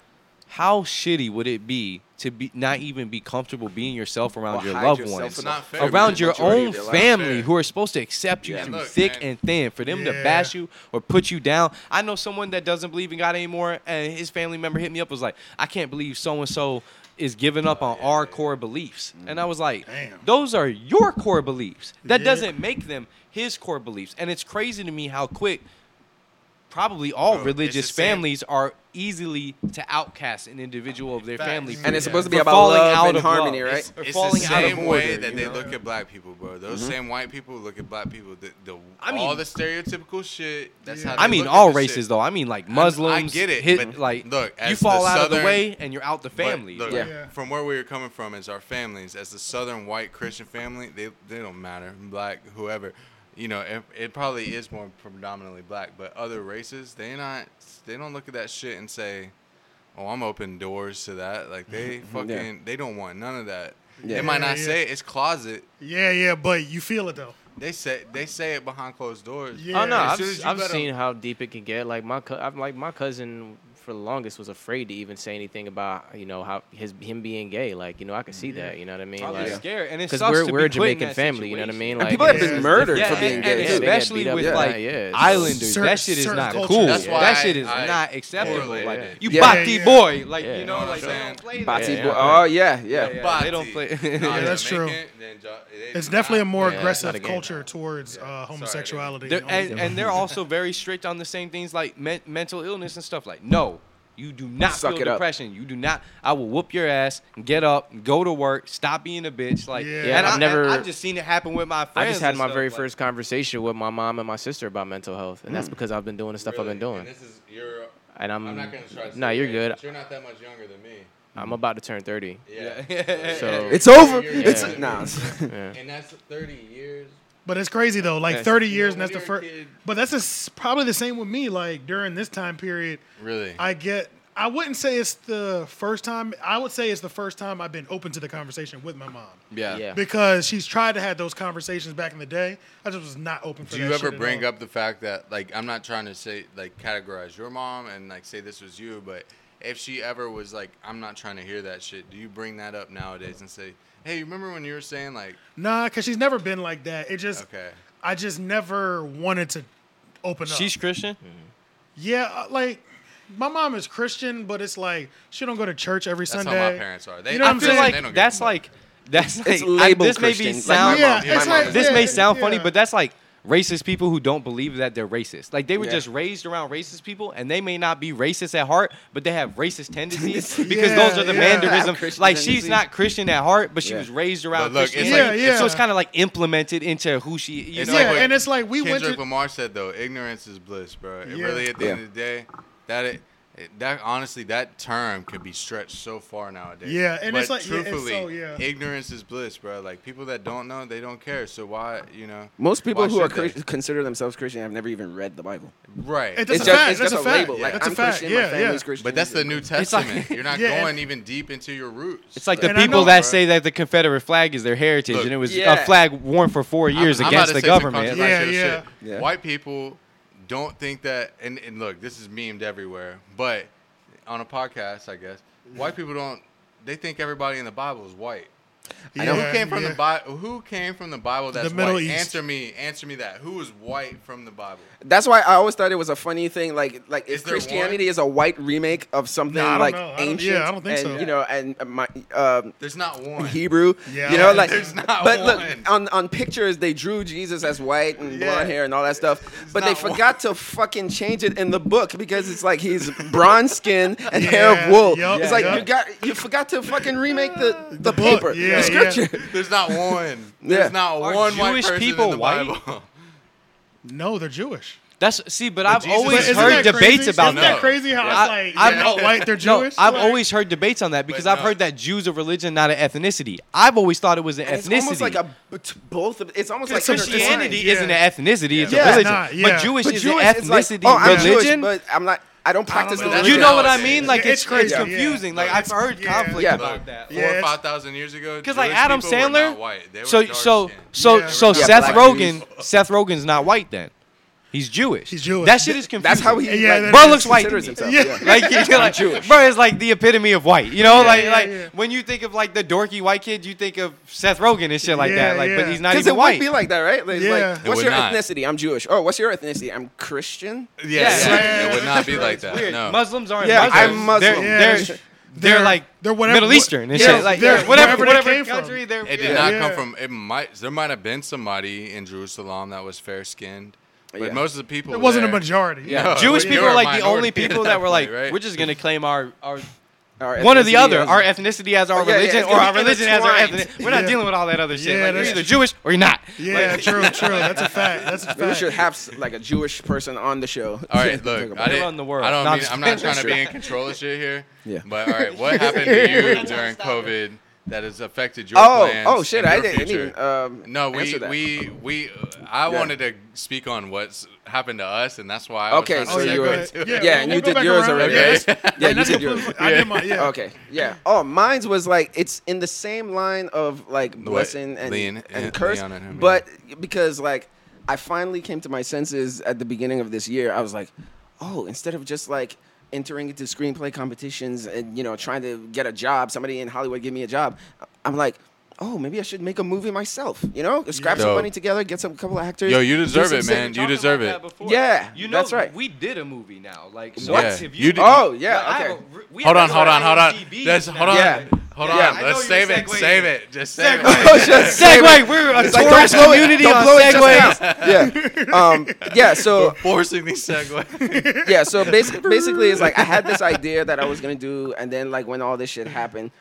[SPEAKER 5] how shitty would it be to be not even be comfortable being yourself around
[SPEAKER 4] Or
[SPEAKER 5] your
[SPEAKER 4] hide
[SPEAKER 5] loved
[SPEAKER 4] yourself
[SPEAKER 5] ones,
[SPEAKER 4] from
[SPEAKER 6] Not fair.
[SPEAKER 5] around
[SPEAKER 6] the
[SPEAKER 5] your
[SPEAKER 4] majority
[SPEAKER 5] own
[SPEAKER 4] of their life.
[SPEAKER 5] family
[SPEAKER 6] Fair.
[SPEAKER 5] who are supposed to accept you
[SPEAKER 4] Yeah,
[SPEAKER 5] through
[SPEAKER 6] look,
[SPEAKER 5] thick
[SPEAKER 6] man.
[SPEAKER 5] and thin. For them to
[SPEAKER 3] Yeah.
[SPEAKER 5] bash you or put you down. I know someone that doesn't believe in God anymore, and his family member hit me up was like, I can't believe so and so is giving up on our core beliefs. And I was like,
[SPEAKER 3] Damn.
[SPEAKER 5] those are your core beliefs. That
[SPEAKER 3] Yeah.
[SPEAKER 5] doesn't make them his core beliefs. And it's crazy to me how quick probably all
[SPEAKER 6] Bro, it's
[SPEAKER 5] religious
[SPEAKER 6] the same.
[SPEAKER 5] families are easily to outcast an individual of their
[SPEAKER 6] Facts.
[SPEAKER 5] family.
[SPEAKER 4] And it's
[SPEAKER 5] for-
[SPEAKER 4] supposed to be
[SPEAKER 5] for
[SPEAKER 4] about
[SPEAKER 5] falling
[SPEAKER 4] love
[SPEAKER 5] out
[SPEAKER 4] and
[SPEAKER 5] of
[SPEAKER 4] harmony,
[SPEAKER 5] love.
[SPEAKER 4] right?
[SPEAKER 5] It's- or
[SPEAKER 6] It's
[SPEAKER 5] falling
[SPEAKER 6] the
[SPEAKER 5] out of
[SPEAKER 6] same
[SPEAKER 5] order,
[SPEAKER 6] way that
[SPEAKER 5] you
[SPEAKER 6] they
[SPEAKER 5] know?
[SPEAKER 6] look at black people, bro. Those
[SPEAKER 3] Mm-hmm.
[SPEAKER 6] same white people look at black people. The, the
[SPEAKER 5] I mean-
[SPEAKER 6] all the stereotypical shit. That's how. They
[SPEAKER 5] I mean,
[SPEAKER 6] look
[SPEAKER 5] all
[SPEAKER 6] at this
[SPEAKER 5] races
[SPEAKER 6] shit.
[SPEAKER 5] though. I mean, like Muslims.
[SPEAKER 6] get it,
[SPEAKER 5] hit-
[SPEAKER 6] but
[SPEAKER 5] like,
[SPEAKER 6] look,
[SPEAKER 5] you
[SPEAKER 6] as
[SPEAKER 5] fall
[SPEAKER 6] the
[SPEAKER 5] out of the
[SPEAKER 6] Southern-
[SPEAKER 5] way and you're out the
[SPEAKER 6] But
[SPEAKER 5] family.
[SPEAKER 6] look,
[SPEAKER 4] Yeah.
[SPEAKER 3] Yeah.
[SPEAKER 6] From where we were coming from, as our families, as the Southern white Christian family, they they don't matter. Black, whoever, you know, it, it probably is more predominantly black, but other races, they not they don't look at that shit and say, "Oh, I'm open doors to that." Like they fucking they don't want none of that.
[SPEAKER 4] Yeah.
[SPEAKER 6] They might
[SPEAKER 3] Yeah,
[SPEAKER 6] not
[SPEAKER 3] yeah.
[SPEAKER 6] say it, it's closet.
[SPEAKER 3] Yeah, yeah, but you feel it though.
[SPEAKER 6] They say they say it behind closed doors.
[SPEAKER 3] Yeah.
[SPEAKER 8] Oh no,
[SPEAKER 6] As
[SPEAKER 8] I've,
[SPEAKER 6] soon as you
[SPEAKER 8] I've
[SPEAKER 6] let 'em-
[SPEAKER 8] seen how deep it can get. Like my cou- I'm like my cousin for the longest was afraid to even say anything about you know how his him being gay. Like you know I could see that. You know what I mean?
[SPEAKER 5] I was
[SPEAKER 8] Like
[SPEAKER 5] Mm, scared, and it
[SPEAKER 8] because
[SPEAKER 5] sucks
[SPEAKER 8] we're
[SPEAKER 5] to
[SPEAKER 8] we're
[SPEAKER 5] be
[SPEAKER 8] a
[SPEAKER 5] put in
[SPEAKER 8] Jamaican
[SPEAKER 5] that
[SPEAKER 8] family. You know what I
[SPEAKER 5] situation.
[SPEAKER 8] mean?
[SPEAKER 4] And
[SPEAKER 8] Like
[SPEAKER 4] people have
[SPEAKER 8] it's-
[SPEAKER 4] been
[SPEAKER 3] it's-
[SPEAKER 4] murdered
[SPEAKER 5] Yeah,
[SPEAKER 4] for being
[SPEAKER 5] and,
[SPEAKER 4] gay.
[SPEAKER 5] and
[SPEAKER 8] Yeah,
[SPEAKER 4] too.
[SPEAKER 8] they get
[SPEAKER 5] especially
[SPEAKER 8] beat up
[SPEAKER 5] with
[SPEAKER 8] and
[SPEAKER 5] like
[SPEAKER 8] that, yeah, it's-
[SPEAKER 5] Islanders,
[SPEAKER 3] Certain-
[SPEAKER 5] that shit is
[SPEAKER 3] certain
[SPEAKER 5] not
[SPEAKER 3] cultures.
[SPEAKER 5] cool.
[SPEAKER 6] That's why
[SPEAKER 5] That shit
[SPEAKER 6] I-
[SPEAKER 5] is
[SPEAKER 6] I
[SPEAKER 5] not acceptable.
[SPEAKER 6] correlate
[SPEAKER 5] Like
[SPEAKER 6] it.
[SPEAKER 5] you
[SPEAKER 4] Yeah.
[SPEAKER 5] Bati
[SPEAKER 3] Yeah.
[SPEAKER 5] boy, like
[SPEAKER 8] Yeah.
[SPEAKER 5] you know,
[SPEAKER 6] You know
[SPEAKER 5] like
[SPEAKER 6] what I'm
[SPEAKER 5] they
[SPEAKER 6] saying?
[SPEAKER 5] don't play that.
[SPEAKER 4] Bati
[SPEAKER 8] Yeah,
[SPEAKER 4] boy-
[SPEAKER 8] yeah.
[SPEAKER 4] Oh yeah, yeah.
[SPEAKER 5] Yeah,
[SPEAKER 6] Bati.
[SPEAKER 5] they don't play-
[SPEAKER 6] Nah,
[SPEAKER 5] Yeah,
[SPEAKER 3] that's true.
[SPEAKER 6] Jamaican, then Jo- it
[SPEAKER 3] It's
[SPEAKER 6] is
[SPEAKER 3] definitely a
[SPEAKER 6] not-
[SPEAKER 3] more
[SPEAKER 8] Yeah, not
[SPEAKER 3] aggressive
[SPEAKER 8] a game.
[SPEAKER 3] culture towards uh, homosexuality.
[SPEAKER 5] They're,
[SPEAKER 3] and all
[SPEAKER 5] and,
[SPEAKER 3] that.
[SPEAKER 5] and they're also very strict on the same things like men- mental illness and stuff. Like, no, you do not
[SPEAKER 4] Suck
[SPEAKER 5] feel
[SPEAKER 4] it up.
[SPEAKER 5] depression. You do not. I will whoop your ass. Get up. Go to work. Stop being a bitch. Like,
[SPEAKER 3] Yeah.
[SPEAKER 5] and
[SPEAKER 3] Yeah,
[SPEAKER 5] I,
[SPEAKER 8] I've
[SPEAKER 5] and
[SPEAKER 8] never-
[SPEAKER 5] I've just seen it happen with my friends.
[SPEAKER 8] I just had
[SPEAKER 5] and
[SPEAKER 8] my
[SPEAKER 5] stuff,
[SPEAKER 8] very
[SPEAKER 5] like- Mm.
[SPEAKER 8] first conversation with my mom and my sister about mental health, and that's because I've been doing the stuff
[SPEAKER 6] Really?
[SPEAKER 8] I've been doing.
[SPEAKER 6] And this is your.
[SPEAKER 8] And I'm,
[SPEAKER 6] I'm not gonna try. to
[SPEAKER 8] Mm. Nah,
[SPEAKER 6] say
[SPEAKER 8] you're
[SPEAKER 6] it,
[SPEAKER 8] good.
[SPEAKER 6] but You're not that much younger than me.
[SPEAKER 8] I'm about to turn 30.
[SPEAKER 6] <laughs> Yeah.
[SPEAKER 8] So
[SPEAKER 4] It's over.
[SPEAKER 6] Yeah.
[SPEAKER 4] It's nah.
[SPEAKER 8] yeah.
[SPEAKER 6] And that's 30 years.
[SPEAKER 3] But it's crazy though, like 30
[SPEAKER 6] You
[SPEAKER 3] years, and
[SPEAKER 6] know,
[SPEAKER 3] that's the
[SPEAKER 6] when you're a
[SPEAKER 3] first.
[SPEAKER 6] kid-
[SPEAKER 3] But that's just probably the same with me. Like during this time period,
[SPEAKER 6] Really?
[SPEAKER 3] I get. I wouldn't say it's the first time. I would say it's the first time I've been open to the conversation with my mom
[SPEAKER 5] yeah.
[SPEAKER 8] Yeah.
[SPEAKER 3] because she's tried to have those conversations back in the day. I just was not open for.
[SPEAKER 6] Do you ever bring up the fact that, like, I'm not trying to say, like, categorize your mom and, like, say this was you, but if she ever was like, I'm not trying to hear that shit, do you bring that up nowadays and say, hey, you remember when you were saying, like,
[SPEAKER 3] Nah, because she's never been like that. It just.
[SPEAKER 6] okay.
[SPEAKER 3] I just never wanted to open up.
[SPEAKER 5] She's Christian.
[SPEAKER 3] Yeah, uh, like my mom is Christian, but it's like she don't go to church every
[SPEAKER 6] That's
[SPEAKER 3] Sunday.
[SPEAKER 6] how my parents are. They,
[SPEAKER 3] You know what I'm
[SPEAKER 5] I feel
[SPEAKER 3] saying?
[SPEAKER 6] they
[SPEAKER 5] like
[SPEAKER 6] don't give a
[SPEAKER 5] that's
[SPEAKER 6] fuck.
[SPEAKER 5] like that's like
[SPEAKER 4] It's
[SPEAKER 5] I-
[SPEAKER 4] labeled
[SPEAKER 5] this may
[SPEAKER 4] Christian.
[SPEAKER 5] be
[SPEAKER 4] Like, my
[SPEAKER 5] sound.
[SPEAKER 3] yeah,
[SPEAKER 6] my
[SPEAKER 3] it's
[SPEAKER 6] mom-
[SPEAKER 3] like,
[SPEAKER 5] this
[SPEAKER 3] yeah,
[SPEAKER 5] may sound funny,
[SPEAKER 3] yeah.
[SPEAKER 5] but that's like racist people who don't believe that they're racist. Like they were
[SPEAKER 4] Yeah.
[SPEAKER 5] just raised around racist people, and they may not be racist at heart, but they have racist tendencies
[SPEAKER 3] <laughs>
[SPEAKER 5] because
[SPEAKER 3] Yeah,
[SPEAKER 5] those are the
[SPEAKER 3] yeah.
[SPEAKER 5] mannerisms.
[SPEAKER 4] Christian
[SPEAKER 5] Like she's
[SPEAKER 4] tendencies.
[SPEAKER 5] not Christian at heart, but she
[SPEAKER 4] Yeah.
[SPEAKER 5] was raised around
[SPEAKER 6] But look, it's
[SPEAKER 5] Christianity,
[SPEAKER 3] like- Yeah, yeah.
[SPEAKER 5] so it's kind of like implemented into who she. You
[SPEAKER 6] It's
[SPEAKER 5] know,
[SPEAKER 3] yeah,
[SPEAKER 6] like what
[SPEAKER 3] and it's like we
[SPEAKER 6] Kendrick
[SPEAKER 3] went to
[SPEAKER 6] Lamar said though, ignorance is bliss, bro. It
[SPEAKER 3] Yeah.
[SPEAKER 6] really at the
[SPEAKER 4] Yeah.
[SPEAKER 6] end of the day, that it It- That honestly, that term could be stretched so far nowadays.
[SPEAKER 3] Yeah, and
[SPEAKER 6] But
[SPEAKER 3] it's like- yeah, it's
[SPEAKER 6] truthfully,
[SPEAKER 3] so- yeah.
[SPEAKER 6] ignorance is bliss, bro. Like people that don't know, they don't care. So why, you know?
[SPEAKER 4] Most people
[SPEAKER 6] why
[SPEAKER 4] who are
[SPEAKER 6] should they?
[SPEAKER 4] Chris- consider themselves Christian have never even read the Bible.
[SPEAKER 6] right.
[SPEAKER 3] It doesn't- That's
[SPEAKER 4] it's
[SPEAKER 3] a
[SPEAKER 4] just,
[SPEAKER 3] fact,
[SPEAKER 4] It's
[SPEAKER 3] that's
[SPEAKER 4] just
[SPEAKER 3] a
[SPEAKER 4] a,
[SPEAKER 3] fact,
[SPEAKER 4] label. Like
[SPEAKER 3] that's a
[SPEAKER 4] I'm
[SPEAKER 3] fact,
[SPEAKER 4] Christian.
[SPEAKER 3] yeah,
[SPEAKER 4] my family's
[SPEAKER 3] yeah.
[SPEAKER 4] Christian.
[SPEAKER 6] but that's the New
[SPEAKER 5] like-
[SPEAKER 6] Testament. You're
[SPEAKER 3] <laughs>
[SPEAKER 6] not
[SPEAKER 3] Yeah, and-
[SPEAKER 6] going even deep into your roots.
[SPEAKER 5] It's like the
[SPEAKER 3] And I
[SPEAKER 5] people
[SPEAKER 3] know-
[SPEAKER 5] that say that the Confederate flag is their heritage,
[SPEAKER 6] Look,
[SPEAKER 5] and it was
[SPEAKER 4] yeah.
[SPEAKER 5] a flag worn for four years
[SPEAKER 6] I'm- I'm
[SPEAKER 5] against
[SPEAKER 6] about
[SPEAKER 5] the
[SPEAKER 6] to say some
[SPEAKER 5] government.
[SPEAKER 3] Yeah.
[SPEAKER 6] controversial shit.
[SPEAKER 4] yeah.
[SPEAKER 6] White people don't think that, and, and look, this is memed everywhere, but on a podcast, I guess, white people don't. They think everybody in the Bible is white.
[SPEAKER 3] I
[SPEAKER 6] who came from the Bible? Who came from the Bible? That's
[SPEAKER 3] Middle
[SPEAKER 6] white.
[SPEAKER 3] East.
[SPEAKER 6] Answer me. Answer me that. Who is white from the Bible?
[SPEAKER 4] That's why I always thought it was a funny thing. Like, like
[SPEAKER 6] Is
[SPEAKER 4] if
[SPEAKER 6] there
[SPEAKER 4] Christianity is a white remake of something
[SPEAKER 3] Nah, I don't
[SPEAKER 4] like
[SPEAKER 3] know. I don't-
[SPEAKER 4] ancient,
[SPEAKER 3] yeah, I don't think
[SPEAKER 4] and,
[SPEAKER 3] so.
[SPEAKER 4] you know, and uh, my um,
[SPEAKER 6] There's
[SPEAKER 3] <laughs>
[SPEAKER 6] not one.
[SPEAKER 4] Hebrew,
[SPEAKER 3] Yeah,
[SPEAKER 4] you know, like.
[SPEAKER 6] there's not
[SPEAKER 4] but
[SPEAKER 6] one.
[SPEAKER 4] look, on on pictures they drew Jesus as white and
[SPEAKER 6] Yeah.
[SPEAKER 4] blonde hair and all that stuff, but they
[SPEAKER 6] not one.
[SPEAKER 4] forgot to fucking change it in the book because it's like he's bronze skin and hair
[SPEAKER 3] Yeah,
[SPEAKER 4] of wool.
[SPEAKER 3] yup,
[SPEAKER 4] it's like
[SPEAKER 3] yup.
[SPEAKER 4] you got you forgot to fucking remake the the,
[SPEAKER 3] book,
[SPEAKER 4] paper,
[SPEAKER 3] yeah,
[SPEAKER 4] the
[SPEAKER 3] yeah.
[SPEAKER 4] scripture.
[SPEAKER 6] There's not one.
[SPEAKER 3] <laughs>
[SPEAKER 4] Yeah.
[SPEAKER 6] There's not
[SPEAKER 5] Are
[SPEAKER 6] one white
[SPEAKER 5] Jewish
[SPEAKER 6] person
[SPEAKER 5] people
[SPEAKER 6] in the
[SPEAKER 5] white?
[SPEAKER 6] Bible.
[SPEAKER 3] No, they're Jewish.
[SPEAKER 5] That's see, but I've
[SPEAKER 6] Jesus
[SPEAKER 5] always
[SPEAKER 6] is-
[SPEAKER 3] Isn't
[SPEAKER 5] heard
[SPEAKER 3] that crazy?
[SPEAKER 5] debates about
[SPEAKER 3] Isn't
[SPEAKER 6] that.
[SPEAKER 3] that crazy how
[SPEAKER 5] I-
[SPEAKER 3] it's like
[SPEAKER 5] I've
[SPEAKER 3] they're not
[SPEAKER 5] al-
[SPEAKER 3] white, they're
[SPEAKER 5] No,
[SPEAKER 3] Jewish?
[SPEAKER 5] I've
[SPEAKER 3] Like-
[SPEAKER 5] always heard debates on that because
[SPEAKER 6] But
[SPEAKER 5] I've
[SPEAKER 6] no.
[SPEAKER 5] heard that Jews are religion, not an ethnicity. I've always thought it was an
[SPEAKER 4] And
[SPEAKER 5] ethnicity.
[SPEAKER 4] It's almost like a it's both. Of, it's almost
[SPEAKER 3] It's
[SPEAKER 4] like
[SPEAKER 3] a-
[SPEAKER 5] Christianity
[SPEAKER 3] Yeah.
[SPEAKER 5] isn't an ethnicity; it's
[SPEAKER 4] Yeah.
[SPEAKER 5] a religion.
[SPEAKER 3] Nah, yeah.
[SPEAKER 5] But Jewish
[SPEAKER 4] But
[SPEAKER 5] is
[SPEAKER 4] Jewish,
[SPEAKER 5] an
[SPEAKER 4] it's like,
[SPEAKER 5] ethnicity,
[SPEAKER 4] oh, I'm Jewish,
[SPEAKER 5] religion.
[SPEAKER 4] but I'm not. I don't practice
[SPEAKER 3] know.
[SPEAKER 4] the
[SPEAKER 6] That's
[SPEAKER 4] religion.
[SPEAKER 5] you know what I
[SPEAKER 6] Yeah,
[SPEAKER 5] mean? Like
[SPEAKER 3] it's
[SPEAKER 5] it's, it's,
[SPEAKER 3] crazy.
[SPEAKER 5] confusing.
[SPEAKER 3] Yeah.
[SPEAKER 5] Like I've heard
[SPEAKER 3] Yeah.
[SPEAKER 5] conflict
[SPEAKER 4] Yeah.
[SPEAKER 5] about
[SPEAKER 6] <laughs> Like
[SPEAKER 9] that.
[SPEAKER 6] four
[SPEAKER 3] Yeah,
[SPEAKER 6] or
[SPEAKER 3] it's-
[SPEAKER 6] five thousand years ago.
[SPEAKER 5] Because like
[SPEAKER 6] Jewish
[SPEAKER 5] Adam
[SPEAKER 6] people were
[SPEAKER 5] Sandler,
[SPEAKER 6] not white. They were
[SPEAKER 5] so
[SPEAKER 6] dark
[SPEAKER 5] so
[SPEAKER 6] skinned.
[SPEAKER 5] so
[SPEAKER 3] Yeah,
[SPEAKER 5] so
[SPEAKER 3] right.
[SPEAKER 4] Yeah,
[SPEAKER 5] Seth
[SPEAKER 4] black
[SPEAKER 5] Rogen,
[SPEAKER 4] dudes.
[SPEAKER 5] Seth Rogen's not white then. He's Jewish.
[SPEAKER 3] He's Jewish.
[SPEAKER 5] That shit is confusing.
[SPEAKER 4] That's how he.
[SPEAKER 3] Yeah,
[SPEAKER 4] like,
[SPEAKER 3] that
[SPEAKER 5] Bro looks white. to
[SPEAKER 4] considers
[SPEAKER 5] me.
[SPEAKER 4] himself.
[SPEAKER 3] Yeah.
[SPEAKER 4] Yeah.
[SPEAKER 5] <laughs> Like, you're like bro, it's like the epitome of white. You know, like
[SPEAKER 3] yeah,
[SPEAKER 5] like
[SPEAKER 3] yeah.
[SPEAKER 5] when you think of like the dorky white kid, you think of Seth Rogen and shit like
[SPEAKER 3] Yeah,
[SPEAKER 5] that. Like,
[SPEAKER 3] yeah.
[SPEAKER 5] but he's not
[SPEAKER 4] Because
[SPEAKER 5] even
[SPEAKER 4] it
[SPEAKER 5] white.
[SPEAKER 4] would be like that, right? Like, it's
[SPEAKER 3] Yeah.
[SPEAKER 4] like,
[SPEAKER 3] It
[SPEAKER 4] what's
[SPEAKER 6] would
[SPEAKER 4] your
[SPEAKER 6] not.
[SPEAKER 4] ethnicity? I'm Jewish. Oh, what's your ethnicity? I'm Christian.
[SPEAKER 5] Yeah.
[SPEAKER 6] Yeah, yeah,
[SPEAKER 3] Yeah.
[SPEAKER 6] it would not be like that.
[SPEAKER 5] Weird.
[SPEAKER 6] No.
[SPEAKER 5] Muslims aren't.
[SPEAKER 4] Yeah,
[SPEAKER 5] Muslims.
[SPEAKER 4] I'm Muslim.
[SPEAKER 5] They're,
[SPEAKER 3] Yeah,
[SPEAKER 5] they're,
[SPEAKER 3] they're-
[SPEAKER 5] they're, like
[SPEAKER 3] they're whatever-
[SPEAKER 5] Middle Eastern and
[SPEAKER 3] yeah,
[SPEAKER 5] shit. Like
[SPEAKER 3] they're
[SPEAKER 5] yeah, whatever,
[SPEAKER 3] wherever they
[SPEAKER 5] whatever
[SPEAKER 3] came from.
[SPEAKER 5] country they're.
[SPEAKER 6] It did
[SPEAKER 5] yeah.
[SPEAKER 6] not
[SPEAKER 3] Yeah.
[SPEAKER 6] come from. It might. There might have been somebody in Jerusalem that was fair skinned, but
[SPEAKER 4] Yeah.
[SPEAKER 6] most of the people.
[SPEAKER 3] It wasn't a
[SPEAKER 6] there-
[SPEAKER 3] majority.
[SPEAKER 6] No,
[SPEAKER 5] Jewish
[SPEAKER 6] you're
[SPEAKER 5] people are
[SPEAKER 6] a
[SPEAKER 5] like the only
[SPEAKER 6] minority at
[SPEAKER 5] people that were like,
[SPEAKER 6] point, right?
[SPEAKER 5] we're just gonna claim our our
[SPEAKER 4] Our
[SPEAKER 5] one or the
[SPEAKER 4] ethnicity
[SPEAKER 5] other,
[SPEAKER 4] is-
[SPEAKER 5] our ethnicity as our
[SPEAKER 4] Yeah, yeah,
[SPEAKER 5] religion,
[SPEAKER 4] it's
[SPEAKER 5] or
[SPEAKER 4] gonna
[SPEAKER 5] our
[SPEAKER 4] be
[SPEAKER 5] religion as our
[SPEAKER 4] intertwined.
[SPEAKER 5] ethnicity. We're not
[SPEAKER 3] Yeah.
[SPEAKER 5] dealing with all that other shit.
[SPEAKER 3] Yeah,
[SPEAKER 5] like,
[SPEAKER 3] that's-
[SPEAKER 5] you're either Jewish or you're not.
[SPEAKER 3] Yeah, true, true. That's <laughs> a fact. That's a
[SPEAKER 4] Maybe we
[SPEAKER 3] fact.
[SPEAKER 4] should
[SPEAKER 5] <laughs>
[SPEAKER 4] have s- like a Jewish person on the show.
[SPEAKER 6] All right,
[SPEAKER 4] <laughs> Talk
[SPEAKER 6] look,
[SPEAKER 4] about
[SPEAKER 6] I
[SPEAKER 4] it.
[SPEAKER 6] didn't.
[SPEAKER 5] run the world.
[SPEAKER 6] I don't
[SPEAKER 5] No, I'm
[SPEAKER 6] mean.
[SPEAKER 5] just
[SPEAKER 6] I'm not
[SPEAKER 5] kidding. <laughs>
[SPEAKER 6] trying to be in control of shit here.
[SPEAKER 4] Yeah.
[SPEAKER 6] But all right,
[SPEAKER 4] <laughs>
[SPEAKER 6] what happened to you during COVID that has affected your
[SPEAKER 4] Oh,
[SPEAKER 6] plans?
[SPEAKER 4] oh shit!
[SPEAKER 6] and
[SPEAKER 4] I
[SPEAKER 6] your
[SPEAKER 4] didn't
[SPEAKER 6] future?
[SPEAKER 4] even. Um,
[SPEAKER 6] No, we
[SPEAKER 4] answer that.
[SPEAKER 6] we we. I
[SPEAKER 4] Yeah.
[SPEAKER 6] wanted to speak on what's happened to us, and that's why. I
[SPEAKER 4] Okay,
[SPEAKER 6] was
[SPEAKER 4] so
[SPEAKER 6] trying to
[SPEAKER 4] you
[SPEAKER 6] segue
[SPEAKER 4] were-
[SPEAKER 6] into it.
[SPEAKER 4] Yeah, and you did yours already.
[SPEAKER 6] Okay.
[SPEAKER 4] That's-
[SPEAKER 5] <laughs>
[SPEAKER 4] Yeah, you
[SPEAKER 3] that's
[SPEAKER 4] did yours.
[SPEAKER 3] completely- I did my yeah.
[SPEAKER 4] Okay. Yeah. Oh, mine's was like it's in the same line of like blessing and
[SPEAKER 6] Leon-
[SPEAKER 4] and
[SPEAKER 6] yeah,
[SPEAKER 4] curse,
[SPEAKER 6] Leon and him,
[SPEAKER 4] but because like I finally came to my senses at the beginning of this year, I was like, oh, instead of just like entering into screenplay competitions and you know trying to get a job, somebody in Hollywood give me a job, I'm like. Oh, maybe I should make a movie myself. You know, scrap some
[SPEAKER 6] Yo.
[SPEAKER 4] money together, get some couple of actors.
[SPEAKER 6] Yo, you
[SPEAKER 4] do
[SPEAKER 6] deserve
[SPEAKER 4] some
[SPEAKER 6] it,
[SPEAKER 4] shit.
[SPEAKER 6] man. You deserve it.
[SPEAKER 4] Yeah,
[SPEAKER 5] you know
[SPEAKER 4] that's right.
[SPEAKER 5] We did a movie now, like so.
[SPEAKER 6] What?
[SPEAKER 5] if
[SPEAKER 6] Yeah.
[SPEAKER 5] you,
[SPEAKER 6] You did-
[SPEAKER 4] Oh yeah,
[SPEAKER 5] Like, I
[SPEAKER 4] okay.
[SPEAKER 5] have a re- we
[SPEAKER 6] Hold on,
[SPEAKER 5] have a
[SPEAKER 6] hold on, hold on.
[SPEAKER 5] IMDb
[SPEAKER 6] That's hold on,
[SPEAKER 4] Yeah.
[SPEAKER 6] hold
[SPEAKER 4] Yeah.
[SPEAKER 6] on.
[SPEAKER 5] I know
[SPEAKER 6] Let's
[SPEAKER 5] you
[SPEAKER 6] save
[SPEAKER 5] were
[SPEAKER 6] it,
[SPEAKER 5] segueing.
[SPEAKER 6] save it, just save
[SPEAKER 5] Segue.
[SPEAKER 6] it.
[SPEAKER 4] Oh, shit, save <laughs> it.
[SPEAKER 5] Segway. We're a
[SPEAKER 4] It's uh, like,
[SPEAKER 5] tourist
[SPEAKER 4] don't blow it.
[SPEAKER 5] community
[SPEAKER 4] Don't
[SPEAKER 5] on
[SPEAKER 4] blow it just
[SPEAKER 5] segways.
[SPEAKER 4] now. yeah. Um, yeah.
[SPEAKER 6] <laughs>
[SPEAKER 4] So
[SPEAKER 6] Forcing these segues.
[SPEAKER 4] yeah. So
[SPEAKER 6] <laughs>
[SPEAKER 4] basically, basically, it's like I had this idea that I was gonna do, and then like when all this shit happened,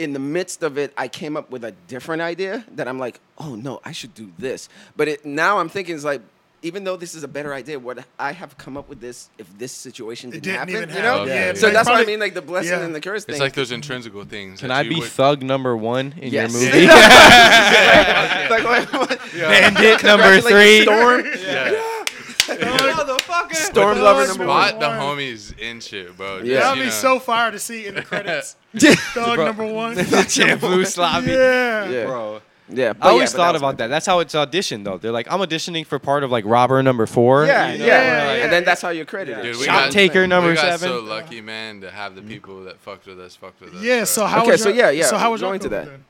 [SPEAKER 4] in the midst of it, I came up with a different idea that I'm like, oh no, I should do this. But it, now I'm thinking it's like. Even though this is a better idea, what I have come up with this if this situation didn't,
[SPEAKER 3] didn't
[SPEAKER 4] happen,
[SPEAKER 3] even
[SPEAKER 4] you know.
[SPEAKER 6] happen. Yeah,
[SPEAKER 4] so
[SPEAKER 6] yeah.
[SPEAKER 4] that's what I
[SPEAKER 3] Probably-
[SPEAKER 4] mean, like the blessing
[SPEAKER 3] yeah.
[SPEAKER 4] and the curse thing.
[SPEAKER 6] It's like those intrinsical things.
[SPEAKER 5] Can
[SPEAKER 6] that
[SPEAKER 5] I
[SPEAKER 6] you
[SPEAKER 5] be
[SPEAKER 6] would-
[SPEAKER 5] thug number one in
[SPEAKER 4] yes.
[SPEAKER 5] your
[SPEAKER 8] <laughs>
[SPEAKER 5] movie? <laughs>
[SPEAKER 4] Like, what- <laughs>
[SPEAKER 5] Bandit number
[SPEAKER 4] Congratulations,
[SPEAKER 5] three.
[SPEAKER 4] Storm.
[SPEAKER 6] <laughs>
[SPEAKER 4] <laughs>
[SPEAKER 6] Yeah.
[SPEAKER 9] Motherfucker.
[SPEAKER 4] Storm lover number one.
[SPEAKER 6] Spot the homies in shit, bro.
[SPEAKER 4] Yeah.
[SPEAKER 6] Just,
[SPEAKER 3] That'd
[SPEAKER 6] you
[SPEAKER 3] be
[SPEAKER 6] know.
[SPEAKER 3] so fire to see in the <laughs> credits. Thug number one.
[SPEAKER 5] Blue sloppy.
[SPEAKER 3] <laughs> Yeah.
[SPEAKER 4] Yeah.
[SPEAKER 5] Bro.
[SPEAKER 4] Yeah, but
[SPEAKER 5] I always
[SPEAKER 4] yeah, but
[SPEAKER 5] thought
[SPEAKER 4] was my-
[SPEAKER 5] about that. That's how it's auditioned, though. They're like, I'm auditioning for part of like robber number four.
[SPEAKER 4] Yeah, yeah,
[SPEAKER 5] you know,
[SPEAKER 3] Yeah,
[SPEAKER 5] or, like-
[SPEAKER 3] yeah.
[SPEAKER 4] and then that's how you're credited.
[SPEAKER 6] Dude, we
[SPEAKER 5] Shot
[SPEAKER 6] got,
[SPEAKER 5] taker number
[SPEAKER 6] we got
[SPEAKER 5] seven.
[SPEAKER 6] so lucky, man, to have the
[SPEAKER 4] Mm.
[SPEAKER 6] people that fucked with us, fucked with us.
[SPEAKER 3] Yeah.
[SPEAKER 6] bro.
[SPEAKER 3] So how?
[SPEAKER 4] Okay,
[SPEAKER 3] was
[SPEAKER 4] so
[SPEAKER 3] your-
[SPEAKER 4] yeah, yeah,
[SPEAKER 3] So how was your
[SPEAKER 4] going to
[SPEAKER 3] COVID
[SPEAKER 4] that.
[SPEAKER 3] then?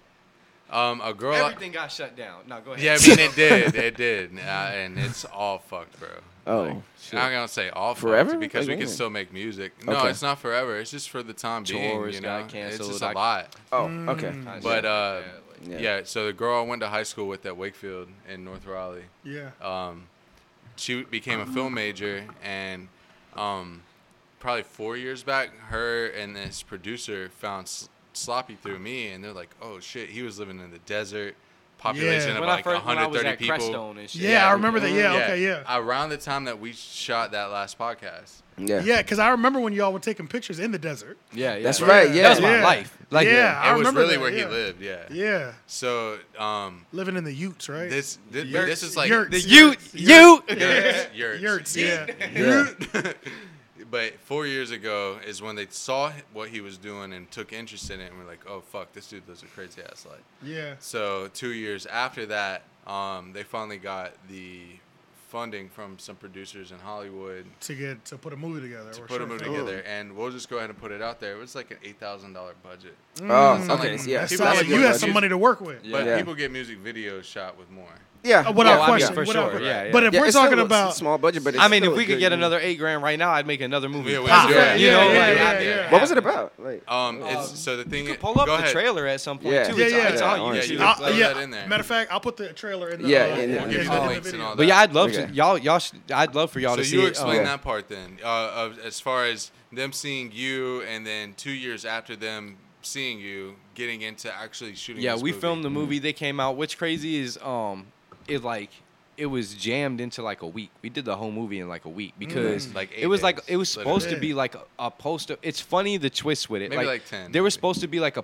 [SPEAKER 6] um, a girl.
[SPEAKER 9] Everything got shut down. No, go ahead.
[SPEAKER 6] yeah, I
[SPEAKER 3] <laughs>
[SPEAKER 6] mean it did, it did, uh, and it's all fucked, bro.
[SPEAKER 4] Oh,
[SPEAKER 6] Like, I'm gonna say all fucked
[SPEAKER 4] Forever?
[SPEAKER 6] because
[SPEAKER 4] Like,
[SPEAKER 6] we can
[SPEAKER 4] what?
[SPEAKER 6] still make music. No,
[SPEAKER 4] Okay.
[SPEAKER 6] it's not forever. It's just for the time being.
[SPEAKER 5] Tours
[SPEAKER 6] You
[SPEAKER 5] got
[SPEAKER 6] know, it's
[SPEAKER 5] canceled,
[SPEAKER 6] just a
[SPEAKER 5] like-
[SPEAKER 6] lot.
[SPEAKER 4] Oh, okay.
[SPEAKER 6] But uh,
[SPEAKER 4] Yeah.
[SPEAKER 6] yeah. so the girl I went to high school with at Wakefield in North Raleigh,
[SPEAKER 3] Yeah.
[SPEAKER 6] um, she became a film major, and um, probably four years back, her and this producer found S- Sloppy through me, and they're like, "Oh shit, he was living in the desert." population
[SPEAKER 3] Yeah.
[SPEAKER 6] of
[SPEAKER 5] When I
[SPEAKER 6] like
[SPEAKER 5] first when I was
[SPEAKER 6] 130
[SPEAKER 5] at
[SPEAKER 6] people.
[SPEAKER 5] Crestone and shit.
[SPEAKER 3] Yeah, I remember that. Yeah, okay, yeah.
[SPEAKER 6] Around the time that we shot that last podcast.
[SPEAKER 4] Yeah.
[SPEAKER 3] Yeah, because I remember when y'all were taking pictures in the desert.
[SPEAKER 5] Yeah, yeah.
[SPEAKER 4] That's right, yeah.
[SPEAKER 5] That was my
[SPEAKER 3] Yeah.
[SPEAKER 5] life. Like
[SPEAKER 3] Yeah. I
[SPEAKER 6] it was
[SPEAKER 3] remember
[SPEAKER 6] really
[SPEAKER 3] that,
[SPEAKER 6] where he
[SPEAKER 3] yeah.
[SPEAKER 6] lived, yeah.
[SPEAKER 3] Yeah,
[SPEAKER 6] So um,
[SPEAKER 3] living in the Utes, right?
[SPEAKER 6] this this, but this is like
[SPEAKER 3] Yurts.
[SPEAKER 5] The Ute, Ute.
[SPEAKER 6] <laughs> Yurts, yurts.
[SPEAKER 3] Yurts, yeah.
[SPEAKER 6] <laughs> But four years ago is when they saw what he was doing and took interest in it, and were like, "Oh fuck, this dude lives a crazy ass life."
[SPEAKER 3] yeah.
[SPEAKER 6] So two years after that, um, they finally got the funding from some producers in Hollywood
[SPEAKER 3] To get to put a movie together.
[SPEAKER 6] to
[SPEAKER 3] or
[SPEAKER 6] put a
[SPEAKER 3] short
[SPEAKER 6] movie
[SPEAKER 3] film.
[SPEAKER 6] together, and we'll just go ahead and put it out there. It was like an eight thousand dollar budget,
[SPEAKER 4] Oh, okay. so yeah.
[SPEAKER 3] That
[SPEAKER 6] People
[SPEAKER 3] sounds
[SPEAKER 6] get
[SPEAKER 3] like you
[SPEAKER 4] a good
[SPEAKER 3] had
[SPEAKER 6] budget.
[SPEAKER 3] some money to work with.
[SPEAKER 6] but
[SPEAKER 4] Yeah.
[SPEAKER 6] people get music videos shot with more.
[SPEAKER 4] Yeah.
[SPEAKER 3] Uh,
[SPEAKER 4] yeah,
[SPEAKER 6] Oh,
[SPEAKER 3] Without
[SPEAKER 5] I mean,
[SPEAKER 3] question,
[SPEAKER 5] for
[SPEAKER 3] without
[SPEAKER 5] sure,
[SPEAKER 3] question.
[SPEAKER 5] yeah, yeah.
[SPEAKER 3] But if
[SPEAKER 4] Yeah,
[SPEAKER 3] we're
[SPEAKER 4] it's
[SPEAKER 3] talking
[SPEAKER 4] still a s-
[SPEAKER 3] about
[SPEAKER 4] small budget, but it's
[SPEAKER 5] I mean,
[SPEAKER 4] still
[SPEAKER 5] if
[SPEAKER 4] a
[SPEAKER 5] we could
[SPEAKER 4] good
[SPEAKER 5] get
[SPEAKER 4] movie.
[SPEAKER 5] another eight grand right now, I'd make another movie.
[SPEAKER 6] Yeah, we
[SPEAKER 5] pop.
[SPEAKER 6] do it.
[SPEAKER 5] You know,
[SPEAKER 3] Yeah,
[SPEAKER 5] like,
[SPEAKER 3] yeah,
[SPEAKER 5] I'd
[SPEAKER 3] yeah,
[SPEAKER 5] make
[SPEAKER 3] yeah.
[SPEAKER 4] what was it about? Like,
[SPEAKER 6] Um, it's, so the thing
[SPEAKER 5] You could pull up
[SPEAKER 6] go
[SPEAKER 5] the
[SPEAKER 6] ahead.
[SPEAKER 5] trailer at some point
[SPEAKER 4] Yeah.
[SPEAKER 5] too.
[SPEAKER 4] Yeah,
[SPEAKER 5] It's,
[SPEAKER 3] yeah,
[SPEAKER 5] it's
[SPEAKER 4] yeah.
[SPEAKER 5] on
[SPEAKER 4] Yeah,
[SPEAKER 5] YouTube.
[SPEAKER 6] you
[SPEAKER 3] I'll-
[SPEAKER 6] Throw
[SPEAKER 3] yeah,
[SPEAKER 6] that in there.
[SPEAKER 3] Matter of fact, I'll put the trailer in the
[SPEAKER 4] Yeah,
[SPEAKER 3] uh,
[SPEAKER 4] in the-
[SPEAKER 6] We'll give you
[SPEAKER 4] in
[SPEAKER 6] the links and all that.
[SPEAKER 5] But yeah, I'd love
[SPEAKER 4] Okay.
[SPEAKER 5] to y'all y'all should, I'd love for y'all
[SPEAKER 6] so
[SPEAKER 5] to see
[SPEAKER 6] you
[SPEAKER 5] it.
[SPEAKER 6] explain
[SPEAKER 5] Um,
[SPEAKER 6] that part then, uh, of, as far as them seeing you, and then two years after them seeing you, getting into actually shooting.
[SPEAKER 5] Yeah,
[SPEAKER 6] this
[SPEAKER 5] we
[SPEAKER 6] movie.
[SPEAKER 5] filmed the movie. They came out. What's crazy is um, it like it was jammed into like a week. We did the whole movie in like a week because
[SPEAKER 6] Like eight
[SPEAKER 5] it was like
[SPEAKER 6] days,
[SPEAKER 5] it was supposed to
[SPEAKER 3] literally.
[SPEAKER 5] be like a, a post. It's funny the twist with it.
[SPEAKER 6] Maybe like 10,
[SPEAKER 5] There
[SPEAKER 6] maybe. Mm-hmm.
[SPEAKER 5] was supposed to be like a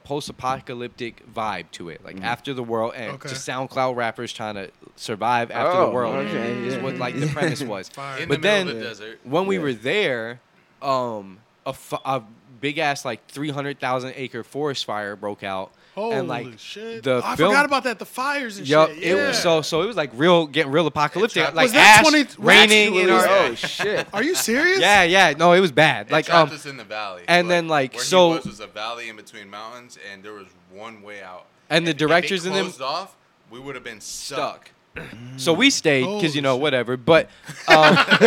[SPEAKER 5] post-apocalyptic vibe to it, like after the world and
[SPEAKER 3] Okay.
[SPEAKER 5] just SoundCloud rappers trying to survive after
[SPEAKER 4] Oh,
[SPEAKER 5] the world
[SPEAKER 4] okay,
[SPEAKER 5] is
[SPEAKER 4] yeah.
[SPEAKER 5] what like the
[SPEAKER 6] <laughs>
[SPEAKER 5] premise was.
[SPEAKER 3] Fire.
[SPEAKER 6] in
[SPEAKER 5] but
[SPEAKER 6] the middle
[SPEAKER 5] then
[SPEAKER 6] of the desert.
[SPEAKER 5] when we
[SPEAKER 4] Yeah.
[SPEAKER 5] were there, um, a, f- a big ass like three hundred thousand acre forest fire broke out,
[SPEAKER 3] Holy
[SPEAKER 5] and like
[SPEAKER 3] shit!
[SPEAKER 5] the
[SPEAKER 3] I
[SPEAKER 5] film.
[SPEAKER 3] forgot about that. The fires and
[SPEAKER 5] Yup,
[SPEAKER 3] shit. Yeah.
[SPEAKER 5] it was so so it was like real getting real apocalyptic,
[SPEAKER 6] trapped-
[SPEAKER 5] like
[SPEAKER 3] Was that
[SPEAKER 5] ash
[SPEAKER 3] 20
[SPEAKER 5] raining in our.
[SPEAKER 4] oh shit.
[SPEAKER 3] Are you <laughs> serious?
[SPEAKER 5] Yeah, yeah, no, it was bad.
[SPEAKER 6] It
[SPEAKER 5] Like
[SPEAKER 6] trapped
[SPEAKER 5] um,
[SPEAKER 6] us in the valley,
[SPEAKER 5] and then, like,
[SPEAKER 6] where
[SPEAKER 5] so-
[SPEAKER 6] he was, was a valley in between mountains, and there was one way out.
[SPEAKER 5] And the
[SPEAKER 6] If- if it
[SPEAKER 5] directors and them-
[SPEAKER 6] closed off. We would have been stuck.
[SPEAKER 5] Stuck. <clears throat> so we stayed because
[SPEAKER 3] Holy
[SPEAKER 5] you know
[SPEAKER 3] shit.
[SPEAKER 5] whatever. But um, but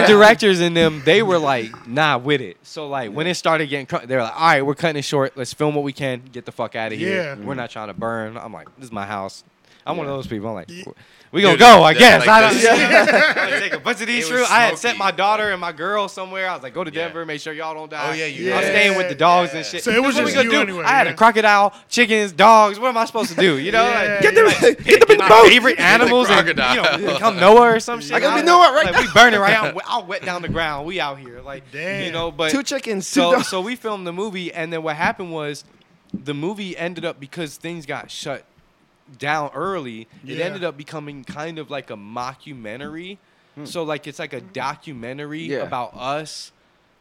[SPEAKER 5] the directors in them they were like not with it. So like when it started getting, cr- they were like, all right, we're cutting it short. Let's film what we can. Get the fuck out of
[SPEAKER 3] Yeah.
[SPEAKER 5] here. We're not trying to burn. I'm like, this is my house. I'm one of those people. I'm like, we gonna
[SPEAKER 6] Dude,
[SPEAKER 5] go. I
[SPEAKER 6] that-
[SPEAKER 5] guess.
[SPEAKER 6] like
[SPEAKER 5] I
[SPEAKER 6] that-
[SPEAKER 5] don't, I'm <laughs> gonna take a bunch of these
[SPEAKER 6] It was
[SPEAKER 5] through. I had
[SPEAKER 6] smoky.
[SPEAKER 5] sent my daughter and my girl somewhere. I was like, go to
[SPEAKER 6] Yeah.
[SPEAKER 5] Denver, make sure y'all don't die.
[SPEAKER 6] Oh, yeah, you
[SPEAKER 5] I'm
[SPEAKER 3] did.
[SPEAKER 5] staying with the dogs
[SPEAKER 6] Yeah.
[SPEAKER 5] and shit.
[SPEAKER 3] So it was
[SPEAKER 5] What we
[SPEAKER 3] just
[SPEAKER 5] gonna
[SPEAKER 3] you
[SPEAKER 5] do?
[SPEAKER 3] anyway,
[SPEAKER 5] I had
[SPEAKER 3] yeah.
[SPEAKER 5] a crocodile, chickens, dogs. What am I supposed to do? You know,
[SPEAKER 3] Yeah,
[SPEAKER 5] like,
[SPEAKER 3] Get them- yeah.
[SPEAKER 5] get them in my favorite animals and you
[SPEAKER 6] crocodile.
[SPEAKER 5] know become Noah or some shit.
[SPEAKER 4] I gotta be
[SPEAKER 5] I'll-
[SPEAKER 4] Noah right
[SPEAKER 5] like, We burning right out. I'll wet down the ground. We out here, like
[SPEAKER 3] Damn.
[SPEAKER 5] you know. But
[SPEAKER 4] Two chickens, two
[SPEAKER 5] so
[SPEAKER 4] dogs.
[SPEAKER 5] so we filmed the movie, and then what happened was the movie ended up because things got shut down early. It
[SPEAKER 3] Yeah.
[SPEAKER 5] ended up becoming kind of like a mockumentary. So like it's like a documentary
[SPEAKER 4] Yeah.
[SPEAKER 5] about us.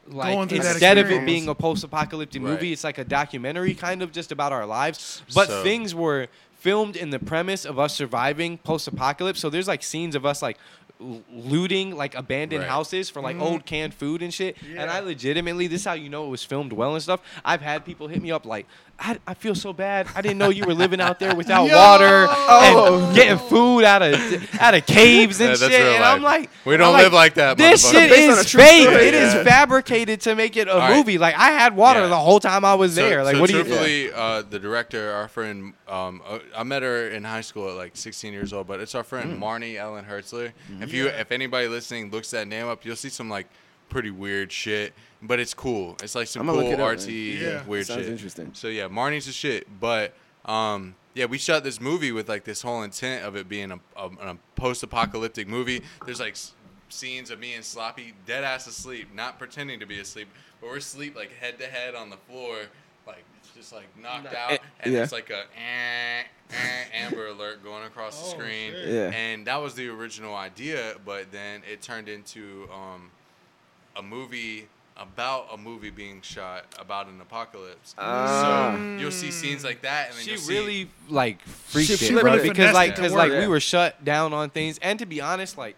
[SPEAKER 5] Like
[SPEAKER 3] Going through that
[SPEAKER 5] instead of it
[SPEAKER 3] experience.
[SPEAKER 5] being a post-apocalyptic movie,
[SPEAKER 6] Right.
[SPEAKER 5] it's like a documentary kind of just about our lives. But
[SPEAKER 6] So-
[SPEAKER 5] things were filmed in the premise of us surviving post-apocalypse. So there's like scenes of us like l- looting like abandoned
[SPEAKER 6] Right.
[SPEAKER 5] houses for like old
[SPEAKER 4] Mm-hmm.
[SPEAKER 5] canned food and shit. And I
[SPEAKER 3] Yeah.
[SPEAKER 5] legitimately, this is how you know it was filmed well and stuff. I've had people hit me up like, I, I feel so bad. I didn't know you were living out
[SPEAKER 4] <laughs>
[SPEAKER 5] there without
[SPEAKER 3] Yo!
[SPEAKER 5] water
[SPEAKER 4] Oh.
[SPEAKER 5] and getting food out of out of caves and
[SPEAKER 6] Yeah, that's
[SPEAKER 5] shit.
[SPEAKER 6] real
[SPEAKER 5] And I'm
[SPEAKER 6] life.
[SPEAKER 5] like,
[SPEAKER 6] We don't
[SPEAKER 5] I'm
[SPEAKER 6] live like that,
[SPEAKER 5] This
[SPEAKER 6] motherfucker."
[SPEAKER 5] shit
[SPEAKER 4] Based on a
[SPEAKER 5] is
[SPEAKER 4] true
[SPEAKER 5] fake.
[SPEAKER 4] story,
[SPEAKER 5] It is
[SPEAKER 6] yeah.
[SPEAKER 5] fabricated to make it a
[SPEAKER 6] right.
[SPEAKER 5] movie. Like I had water
[SPEAKER 6] Yeah.
[SPEAKER 5] the whole time I was there. like what do you?
[SPEAKER 6] truthfully, uh, the director, our friend, um, uh, I met her in high school at like 16 years old, but it's our friend Marnie Ellen Hertzler. If you, if anybody listening looks that name up, you'll see some like pretty weird shit, but it's cool. It's like some
[SPEAKER 4] I'ma look
[SPEAKER 6] cool
[SPEAKER 4] it up,
[SPEAKER 6] artsy
[SPEAKER 3] man. Yeah.
[SPEAKER 6] weird
[SPEAKER 4] Sounds
[SPEAKER 6] shit.
[SPEAKER 4] interesting.
[SPEAKER 6] So yeah, Marnie's the shit, but um, yeah, we shot this movie with like this whole intent of it being a, a, a post-apocalyptic movie. There's like s- scenes of me and Sloppy dead ass asleep, not pretending to be asleep, but we're asleep like head to head on the floor, like just like knocked out, and
[SPEAKER 4] Yeah.
[SPEAKER 6] it's like a eh, eh, Amber Alert going across the
[SPEAKER 3] Oh,
[SPEAKER 6] screen.
[SPEAKER 3] shit.
[SPEAKER 4] Yeah.
[SPEAKER 6] And that was the original idea, but then it turned into um, a movie about a movie being shot about an apocalypse.
[SPEAKER 5] Ah.
[SPEAKER 6] so you'll see scenes like that, and then
[SPEAKER 5] She
[SPEAKER 6] you'll see-
[SPEAKER 5] really like freaked
[SPEAKER 4] She-
[SPEAKER 5] it,
[SPEAKER 4] she
[SPEAKER 5] bro,
[SPEAKER 4] really
[SPEAKER 5] because
[SPEAKER 3] finessed
[SPEAKER 5] like
[SPEAKER 3] it to
[SPEAKER 5] because
[SPEAKER 3] work.
[SPEAKER 5] like we were shut down on things, and to be honest, like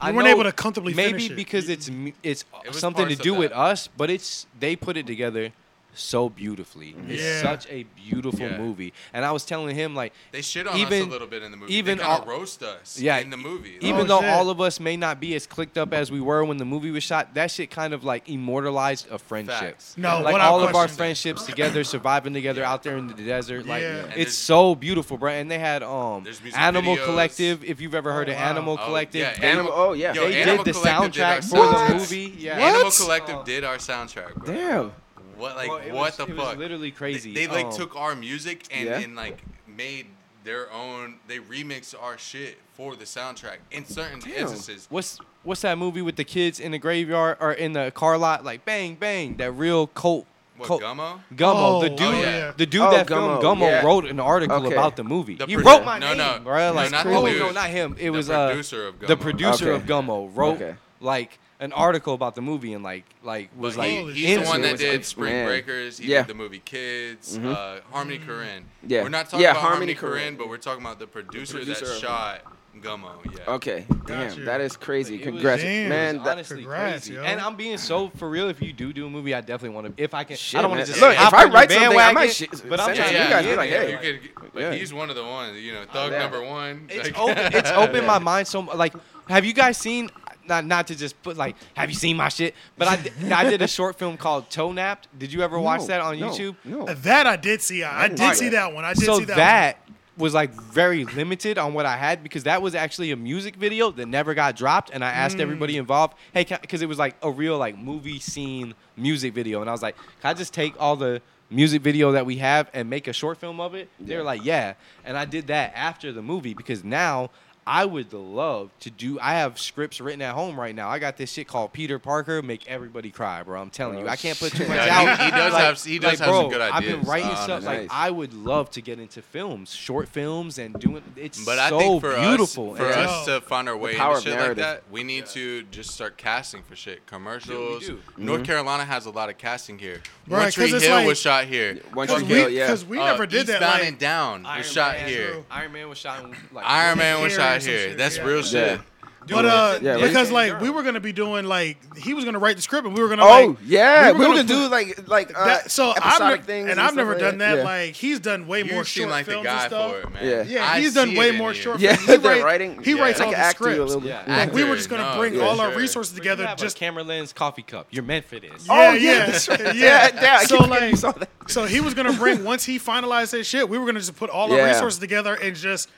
[SPEAKER 5] I
[SPEAKER 3] weren't
[SPEAKER 5] know
[SPEAKER 3] able to comfortably
[SPEAKER 5] maybe
[SPEAKER 3] finish it.
[SPEAKER 5] because it's m- it's
[SPEAKER 6] It was
[SPEAKER 5] something to
[SPEAKER 6] parts of
[SPEAKER 5] do with
[SPEAKER 6] that.
[SPEAKER 5] us, but it's they put it together so beautifully.
[SPEAKER 3] Yeah.
[SPEAKER 5] It's such a beautiful
[SPEAKER 6] Yeah.
[SPEAKER 5] movie, and I was telling him like
[SPEAKER 6] They shit on us
[SPEAKER 5] even-
[SPEAKER 6] a little bit in the movie.
[SPEAKER 5] even
[SPEAKER 6] they kind
[SPEAKER 5] all-
[SPEAKER 6] of roast us
[SPEAKER 5] yeah,
[SPEAKER 6] in the movie.
[SPEAKER 5] even
[SPEAKER 3] Oh,
[SPEAKER 5] though
[SPEAKER 3] shit.
[SPEAKER 5] all of us may not be as clicked up as we were when the movie was shot, that shit kind of like immortalized a friendship.
[SPEAKER 6] Facts.
[SPEAKER 3] No,
[SPEAKER 5] like
[SPEAKER 3] without
[SPEAKER 5] all of our
[SPEAKER 3] question.
[SPEAKER 5] friendships together, surviving together
[SPEAKER 6] Yeah.
[SPEAKER 5] out there in the desert. Like
[SPEAKER 3] Yeah. And
[SPEAKER 5] it's
[SPEAKER 6] there's-
[SPEAKER 5] so beautiful, bro. And they had um
[SPEAKER 6] There's music
[SPEAKER 5] Animal
[SPEAKER 6] videos.
[SPEAKER 5] Collective. If you've ever heard of
[SPEAKER 3] wow.
[SPEAKER 5] Animal
[SPEAKER 6] Oh,
[SPEAKER 5] Collective,
[SPEAKER 6] yeah,
[SPEAKER 5] they,
[SPEAKER 4] Animal. Oh yeah.
[SPEAKER 6] Yo,
[SPEAKER 5] they
[SPEAKER 6] Animal
[SPEAKER 5] did the
[SPEAKER 6] Collective did our
[SPEAKER 5] soundtrack for
[SPEAKER 6] soundtrack.
[SPEAKER 5] the movie. Yeah,
[SPEAKER 6] Animal Collective did our soundtrack. Bro.
[SPEAKER 4] Damn.
[SPEAKER 6] What like
[SPEAKER 5] Bro, Oh. it
[SPEAKER 6] what
[SPEAKER 5] was-
[SPEAKER 6] the
[SPEAKER 5] it was
[SPEAKER 6] fuck?
[SPEAKER 5] literally crazy.
[SPEAKER 6] They, they like
[SPEAKER 5] Um,
[SPEAKER 6] took our music and,
[SPEAKER 4] Yeah.
[SPEAKER 6] and like made their own. They remix our shit for the soundtrack in certain instances.
[SPEAKER 5] What's what's that movie with the kids in the graveyard or in the car lot? Like bang bang, that real cult.
[SPEAKER 6] What
[SPEAKER 5] cult-
[SPEAKER 6] Gummo?
[SPEAKER 5] Gummo,
[SPEAKER 3] Oh,
[SPEAKER 5] the dude,
[SPEAKER 3] oh, yeah.
[SPEAKER 5] the dude
[SPEAKER 4] Oh,
[SPEAKER 5] that filmed
[SPEAKER 4] Gummo,
[SPEAKER 5] Gummo
[SPEAKER 4] yeah.
[SPEAKER 5] wrote an article
[SPEAKER 4] Okay.
[SPEAKER 5] about the movie.
[SPEAKER 6] The
[SPEAKER 5] he
[SPEAKER 6] produ-
[SPEAKER 5] wrote my
[SPEAKER 6] no,
[SPEAKER 5] name,
[SPEAKER 6] no.
[SPEAKER 5] bro.
[SPEAKER 6] No,
[SPEAKER 5] Like,
[SPEAKER 6] not the
[SPEAKER 5] oh
[SPEAKER 6] dude.
[SPEAKER 5] no, not him. It
[SPEAKER 6] The
[SPEAKER 5] was
[SPEAKER 6] producer
[SPEAKER 5] uh,
[SPEAKER 6] of
[SPEAKER 5] the
[SPEAKER 6] Gummo.
[SPEAKER 5] producer
[SPEAKER 4] Okay.
[SPEAKER 5] of Gummo wrote
[SPEAKER 4] Okay.
[SPEAKER 5] like an article about the movie and like like was
[SPEAKER 6] But
[SPEAKER 5] like
[SPEAKER 6] he-
[SPEAKER 3] Holy
[SPEAKER 6] he's the
[SPEAKER 3] shit.
[SPEAKER 6] one
[SPEAKER 4] It
[SPEAKER 6] that
[SPEAKER 4] was
[SPEAKER 6] did
[SPEAKER 4] like,
[SPEAKER 6] Spring
[SPEAKER 4] man.
[SPEAKER 6] Breakers. He
[SPEAKER 4] Yeah. Mm-hmm.
[SPEAKER 6] did the movie Kids. Uh, Harmony
[SPEAKER 3] Mm-hmm.
[SPEAKER 6] Korine.
[SPEAKER 4] Yeah.
[SPEAKER 6] We're not talking
[SPEAKER 4] Yeah,
[SPEAKER 6] about
[SPEAKER 4] Harmony
[SPEAKER 6] Harmony,
[SPEAKER 4] Korine.
[SPEAKER 6] Korine, but we're talking about the producer,
[SPEAKER 4] producer
[SPEAKER 6] that
[SPEAKER 4] of-
[SPEAKER 6] shot Gummo. Yeah.
[SPEAKER 4] Okay, damn,
[SPEAKER 3] you.
[SPEAKER 4] that is crazy.
[SPEAKER 5] It was-
[SPEAKER 4] Congrats,
[SPEAKER 3] Damn.
[SPEAKER 4] man.
[SPEAKER 5] It was
[SPEAKER 4] that-
[SPEAKER 5] honestly
[SPEAKER 3] Congrats,
[SPEAKER 5] crazy.
[SPEAKER 3] yo.
[SPEAKER 5] And I'm being so for real. If you do do a movie, I definitely want to. If I can,
[SPEAKER 4] Shit,
[SPEAKER 5] I don't want
[SPEAKER 4] man.
[SPEAKER 5] to just
[SPEAKER 4] Look,
[SPEAKER 5] hop
[SPEAKER 4] if I
[SPEAKER 5] on your
[SPEAKER 4] write something, I
[SPEAKER 5] bandwagon,
[SPEAKER 4] might sh-
[SPEAKER 5] but I'm
[SPEAKER 4] send it
[SPEAKER 5] trying
[SPEAKER 4] to you guys.
[SPEAKER 5] to
[SPEAKER 4] Be like, hey.
[SPEAKER 6] you could, but
[SPEAKER 4] Yeah.
[SPEAKER 6] he's one of the ones, you know, thug
[SPEAKER 4] yeah.
[SPEAKER 6] number one.
[SPEAKER 5] It's
[SPEAKER 6] Like-
[SPEAKER 4] <laughs>
[SPEAKER 5] open. It's opened my mind so mu- like. Have you guys seen? Not not to just put like. Have you seen my shit? But I di- I did a short film called Toe Napped. Did you ever watch
[SPEAKER 4] No,
[SPEAKER 5] that on
[SPEAKER 4] no,
[SPEAKER 5] YouTube?
[SPEAKER 4] No.
[SPEAKER 3] That I did see.
[SPEAKER 6] Oh
[SPEAKER 3] I, I
[SPEAKER 4] didn't
[SPEAKER 3] did
[SPEAKER 4] see
[SPEAKER 3] see
[SPEAKER 4] that.
[SPEAKER 3] that one. I did
[SPEAKER 5] so
[SPEAKER 3] see that.
[SPEAKER 5] that was like very limited on what I had because that was actually a music video that never got dropped, and I asked
[SPEAKER 6] Mm.
[SPEAKER 5] everybody involved, hey, because it was like a real like movie scene music video, and I was like, can I just take all the music video that we have and make a short film of it? They were like, yeah, and I did that after the movie because now. I would love to do. I have scripts written at home right now. I got this shit called Peter Parker make everybody cry, bro. I'm telling you, I can't put too much
[SPEAKER 6] Oh, Yeah,
[SPEAKER 5] out.
[SPEAKER 6] he- he does
[SPEAKER 5] Like-
[SPEAKER 6] have- he does
[SPEAKER 5] like,
[SPEAKER 6] have some
[SPEAKER 5] bro,
[SPEAKER 6] good
[SPEAKER 5] I've been
[SPEAKER 6] ideas,
[SPEAKER 5] writing
[SPEAKER 6] uh,
[SPEAKER 5] stuff like
[SPEAKER 4] honestly.
[SPEAKER 5] I would love to get into films, short films, and doing. It's
[SPEAKER 6] <laughs> But
[SPEAKER 5] so
[SPEAKER 6] I think for
[SPEAKER 5] beautiful.
[SPEAKER 6] us, for
[SPEAKER 5] And
[SPEAKER 3] Yeah.
[SPEAKER 6] us to find our way
[SPEAKER 4] power
[SPEAKER 6] into
[SPEAKER 4] of
[SPEAKER 6] shit like
[SPEAKER 4] narrative.
[SPEAKER 6] that, we need to just start casting for shit. Commercials.
[SPEAKER 9] do.
[SPEAKER 4] Mm-hmm.
[SPEAKER 6] North Carolina has a lot of casting here.
[SPEAKER 3] Right,
[SPEAKER 6] One Tree
[SPEAKER 3] 'cause
[SPEAKER 6] Hill
[SPEAKER 3] it's like-
[SPEAKER 6] was shot here.
[SPEAKER 4] Once
[SPEAKER 3] Because
[SPEAKER 4] you
[SPEAKER 3] we,
[SPEAKER 4] kill, yeah.
[SPEAKER 3] because we
[SPEAKER 6] Uh,
[SPEAKER 3] never did that.
[SPEAKER 6] Eastbound
[SPEAKER 3] Like,
[SPEAKER 6] and Down was shot here.
[SPEAKER 9] Iron Man was shot. in, Like,
[SPEAKER 6] Iron Man was
[SPEAKER 3] Carrier
[SPEAKER 6] shot
[SPEAKER 3] and some
[SPEAKER 6] here.
[SPEAKER 3] shit,
[SPEAKER 6] That's
[SPEAKER 3] yeah.
[SPEAKER 6] real shit.
[SPEAKER 3] But uh,
[SPEAKER 4] Yeah, we-
[SPEAKER 3] because like we were gonna be doing like he was gonna write the script and we were gonna.
[SPEAKER 4] Oh
[SPEAKER 3] like,
[SPEAKER 4] yeah, we were gonna,
[SPEAKER 3] put
[SPEAKER 4] do like like uh,
[SPEAKER 3] that. So I've
[SPEAKER 4] episodic
[SPEAKER 3] never,
[SPEAKER 4] things
[SPEAKER 3] and I've
[SPEAKER 4] stuff
[SPEAKER 3] never
[SPEAKER 4] like
[SPEAKER 3] done that.
[SPEAKER 4] Yeah.
[SPEAKER 3] Like he's done way
[SPEAKER 6] You
[SPEAKER 3] more
[SPEAKER 6] seem
[SPEAKER 3] short
[SPEAKER 6] like the
[SPEAKER 3] films
[SPEAKER 6] guy
[SPEAKER 3] and stuff.
[SPEAKER 6] for it, man.
[SPEAKER 4] Yeah.
[SPEAKER 3] Yeah,
[SPEAKER 6] I
[SPEAKER 3] he's done
[SPEAKER 6] see
[SPEAKER 3] way
[SPEAKER 6] it in
[SPEAKER 3] more
[SPEAKER 6] you.
[SPEAKER 3] short.
[SPEAKER 4] yeah,
[SPEAKER 3] films. He
[SPEAKER 4] <laughs> they're
[SPEAKER 3] write-
[SPEAKER 4] writing.
[SPEAKER 3] He
[SPEAKER 6] Yeah.
[SPEAKER 3] writes
[SPEAKER 4] I
[SPEAKER 3] all
[SPEAKER 4] can
[SPEAKER 3] the
[SPEAKER 4] act to you a
[SPEAKER 3] scripts.
[SPEAKER 4] little bit.
[SPEAKER 5] Yeah.
[SPEAKER 4] Yeah.
[SPEAKER 3] We were just
[SPEAKER 6] Actor,
[SPEAKER 3] gonna
[SPEAKER 6] no,
[SPEAKER 3] bring
[SPEAKER 6] for
[SPEAKER 3] all our
[SPEAKER 6] sure.
[SPEAKER 3] resources
[SPEAKER 5] you
[SPEAKER 3] together
[SPEAKER 5] have
[SPEAKER 3] just
[SPEAKER 5] a camera lens coffee cup. You're meant for this.
[SPEAKER 4] Oh yeah,
[SPEAKER 3] yeah.
[SPEAKER 4] that's right. yeah,
[SPEAKER 3] Yeah.
[SPEAKER 4] <laughs>
[SPEAKER 3] <laughs>
[SPEAKER 4] yeah. I
[SPEAKER 3] So,
[SPEAKER 4] keep forgetting
[SPEAKER 3] like-
[SPEAKER 4] you saw that.
[SPEAKER 3] So he was gonna bring once he finalized his shit, we were gonna just put all our
[SPEAKER 4] Yeah. Mm-hmm.
[SPEAKER 3] resources together and just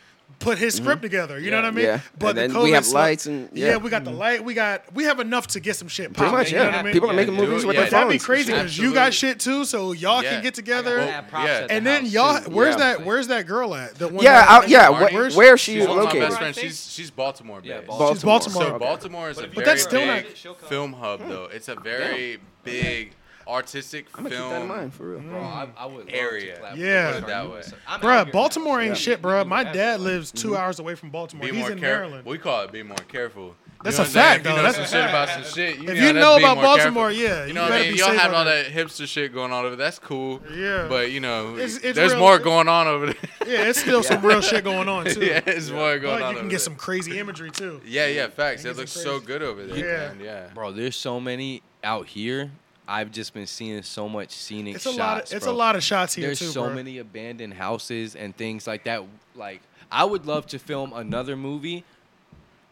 [SPEAKER 3] put his script together. You know what I mean?
[SPEAKER 4] Yeah.
[SPEAKER 3] But
[SPEAKER 4] And
[SPEAKER 3] the
[SPEAKER 4] then we
[SPEAKER 3] COVID
[SPEAKER 4] have
[SPEAKER 3] slu-
[SPEAKER 4] lights and- yeah. Mm-hmm.
[SPEAKER 3] we got the light. We got we have enough to get some shit.
[SPEAKER 4] Pretty
[SPEAKER 3] Popping,
[SPEAKER 4] much,
[SPEAKER 3] You know what
[SPEAKER 4] yeah.
[SPEAKER 3] I mean?
[SPEAKER 4] People are
[SPEAKER 6] Yeah,
[SPEAKER 4] making
[SPEAKER 6] do
[SPEAKER 4] movies
[SPEAKER 6] it.
[SPEAKER 4] with
[SPEAKER 6] Yeah,
[SPEAKER 4] their
[SPEAKER 3] That'd be
[SPEAKER 4] phones.
[SPEAKER 3] crazy because you got
[SPEAKER 6] Absolutely.
[SPEAKER 3] shit too, so y'all
[SPEAKER 6] Yeah.
[SPEAKER 3] can get
[SPEAKER 5] I
[SPEAKER 3] together.
[SPEAKER 5] got mad props
[SPEAKER 6] yeah.
[SPEAKER 5] at the
[SPEAKER 3] and then
[SPEAKER 5] house,
[SPEAKER 3] y'all,
[SPEAKER 5] too.
[SPEAKER 3] where's
[SPEAKER 4] Yeah.
[SPEAKER 3] that? Where's that girl at? The one
[SPEAKER 4] Yeah,
[SPEAKER 3] that-
[SPEAKER 4] out, yeah.
[SPEAKER 6] Marty?
[SPEAKER 4] Where, where she
[SPEAKER 6] She's
[SPEAKER 4] is
[SPEAKER 6] one of my best
[SPEAKER 4] located?
[SPEAKER 6] friends. She's she's Baltimore based.
[SPEAKER 5] Yeah,
[SPEAKER 3] She's Baltimore.
[SPEAKER 6] So Baltimore is a
[SPEAKER 3] But
[SPEAKER 6] very
[SPEAKER 3] that's still
[SPEAKER 6] big
[SPEAKER 3] not-
[SPEAKER 9] She'll come.
[SPEAKER 6] film hub, though. It's a very big artistic
[SPEAKER 4] I'm gonna keep that in
[SPEAKER 6] film.
[SPEAKER 4] mind for real.
[SPEAKER 9] Bro, I, I would love to
[SPEAKER 6] Area.
[SPEAKER 9] collab
[SPEAKER 3] Yeah.
[SPEAKER 9] with her.
[SPEAKER 6] That way.
[SPEAKER 9] I'm out here
[SPEAKER 3] Bruh,
[SPEAKER 9] now.
[SPEAKER 3] Baltimore ain't shit, bruh. My
[SPEAKER 9] Yeah.
[SPEAKER 3] dad lives
[SPEAKER 4] Mm-hmm.
[SPEAKER 3] two hours away from Baltimore.
[SPEAKER 6] Be
[SPEAKER 3] He's
[SPEAKER 6] more
[SPEAKER 3] in
[SPEAKER 6] careful.
[SPEAKER 3] Maryland.
[SPEAKER 6] We call it be more careful.
[SPEAKER 3] That's
[SPEAKER 6] know
[SPEAKER 3] a
[SPEAKER 6] what I'm saying?
[SPEAKER 3] fact,
[SPEAKER 6] If you
[SPEAKER 3] though.
[SPEAKER 6] know
[SPEAKER 3] That's
[SPEAKER 6] some
[SPEAKER 3] a
[SPEAKER 6] shit about
[SPEAKER 3] fact.
[SPEAKER 6] some shit, you
[SPEAKER 3] If
[SPEAKER 6] know,
[SPEAKER 3] you
[SPEAKER 6] that's
[SPEAKER 3] know
[SPEAKER 6] be
[SPEAKER 3] about
[SPEAKER 6] more
[SPEAKER 3] Baltimore,
[SPEAKER 6] careful.
[SPEAKER 3] yeah,
[SPEAKER 6] you
[SPEAKER 3] you
[SPEAKER 6] know what I
[SPEAKER 3] better
[SPEAKER 6] mean.
[SPEAKER 3] be
[SPEAKER 6] Y'all
[SPEAKER 3] safe
[SPEAKER 6] have
[SPEAKER 3] out
[SPEAKER 6] all
[SPEAKER 3] there.
[SPEAKER 6] that hipster shit going on over there. That's cool.
[SPEAKER 3] Yeah.
[SPEAKER 6] but you know,
[SPEAKER 3] It's- it's
[SPEAKER 6] there's
[SPEAKER 3] real-
[SPEAKER 6] more going on over there.
[SPEAKER 3] yeah, it's still some real shit going
[SPEAKER 6] <laughs>
[SPEAKER 3] on too.
[SPEAKER 6] yeah, there's more going
[SPEAKER 3] But
[SPEAKER 6] on.
[SPEAKER 3] you
[SPEAKER 6] over
[SPEAKER 3] can get
[SPEAKER 6] there.
[SPEAKER 3] some crazy imagery too.
[SPEAKER 6] Yeah, yeah, facts. It
[SPEAKER 3] it's
[SPEAKER 6] looks
[SPEAKER 3] crazy.
[SPEAKER 6] so good over there.
[SPEAKER 3] Yeah.
[SPEAKER 6] Yeah, man. yeah.
[SPEAKER 5] bro? There's so many out here. I've just been seeing so much scenic
[SPEAKER 3] It's a
[SPEAKER 5] shots.
[SPEAKER 3] lot. Of, it's
[SPEAKER 5] bro.
[SPEAKER 3] a lot of shots here
[SPEAKER 5] There's
[SPEAKER 3] too,
[SPEAKER 5] so
[SPEAKER 3] bruh.
[SPEAKER 5] many abandoned houses and things like that. Like I would love to film another movie,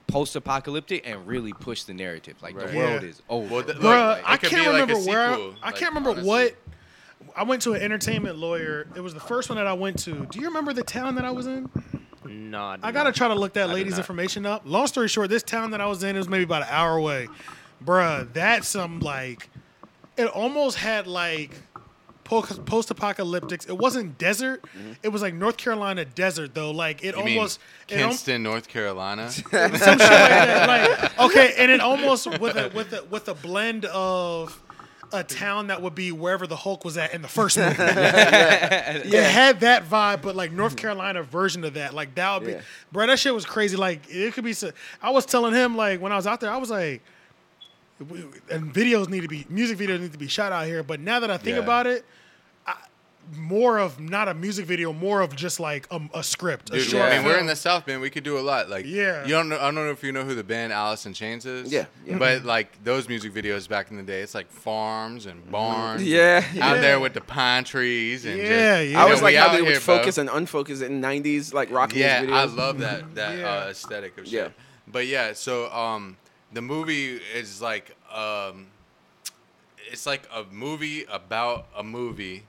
[SPEAKER 5] post-apocalyptic, and really push the narrative. Like the
[SPEAKER 6] Right.
[SPEAKER 5] world
[SPEAKER 3] Yeah.
[SPEAKER 5] is over.
[SPEAKER 6] Well, the-
[SPEAKER 5] bro.
[SPEAKER 6] look,
[SPEAKER 3] Bruh,
[SPEAKER 6] it
[SPEAKER 3] I
[SPEAKER 6] could
[SPEAKER 3] can't
[SPEAKER 6] be like a
[SPEAKER 3] remember where I,
[SPEAKER 6] sequel,
[SPEAKER 3] I
[SPEAKER 6] like,
[SPEAKER 3] can't remember
[SPEAKER 6] honestly.
[SPEAKER 3] what. I went to an entertainment lawyer. It was the first one that I went to. Do you remember the town that I was in?
[SPEAKER 8] No, I, do
[SPEAKER 3] I
[SPEAKER 8] not.
[SPEAKER 3] gotta try to look that
[SPEAKER 8] I do
[SPEAKER 3] lady's
[SPEAKER 8] not.
[SPEAKER 3] information up. Long story short, this town that I was in it was maybe about an hour away, bruh. That's some like, it almost had like post apocalyptics. It wasn't desert.
[SPEAKER 8] Mm-hmm.
[SPEAKER 3] It was like North Carolina desert though. Like it
[SPEAKER 6] You mean
[SPEAKER 3] almost it al-
[SPEAKER 6] Kinston, North Carolina? <laughs>
[SPEAKER 3] some shit like that. Like, okay, and it almost with a with a with a blend of a town that would be wherever the Hulk was at in the first
[SPEAKER 6] <laughs>
[SPEAKER 3] movie. It had that vibe, but like North Carolina version of that. Like that would be,
[SPEAKER 4] Yeah.
[SPEAKER 3] bro. That shit was crazy. Like it could be. so- I was telling him like when I was out there, I was like, we- and videos need to be music videos need to be shot out here. But now that I think
[SPEAKER 6] Yeah.
[SPEAKER 3] about it. I, more of not a music video, more of just like a, a script, a
[SPEAKER 6] Dude,
[SPEAKER 3] short
[SPEAKER 6] I mean, we're
[SPEAKER 3] film.
[SPEAKER 6] in the South, man. We could do a lot. Like,
[SPEAKER 3] Yeah.
[SPEAKER 6] you don't know. I don't know if you know who the band Alice in Chains is.
[SPEAKER 4] Yeah, yeah.
[SPEAKER 6] But like those music videos back in the day, it's like farms and barns.
[SPEAKER 4] Yeah,
[SPEAKER 6] Out
[SPEAKER 4] yeah.
[SPEAKER 6] there with the pine trees and
[SPEAKER 3] Yeah,
[SPEAKER 6] just,
[SPEAKER 3] yeah.
[SPEAKER 6] you
[SPEAKER 4] I
[SPEAKER 6] know,
[SPEAKER 4] was
[SPEAKER 6] we
[SPEAKER 4] like how
[SPEAKER 6] out
[SPEAKER 4] they would
[SPEAKER 6] here, bro.
[SPEAKER 4] focus and unfocus in '90s like rock music
[SPEAKER 6] Yeah,
[SPEAKER 4] videos.
[SPEAKER 6] I love that that
[SPEAKER 3] Yeah.
[SPEAKER 6] uh, aesthetic of shit.
[SPEAKER 4] Yeah.
[SPEAKER 6] But yeah, so um, the movie is like um, it's like a movie about a movie.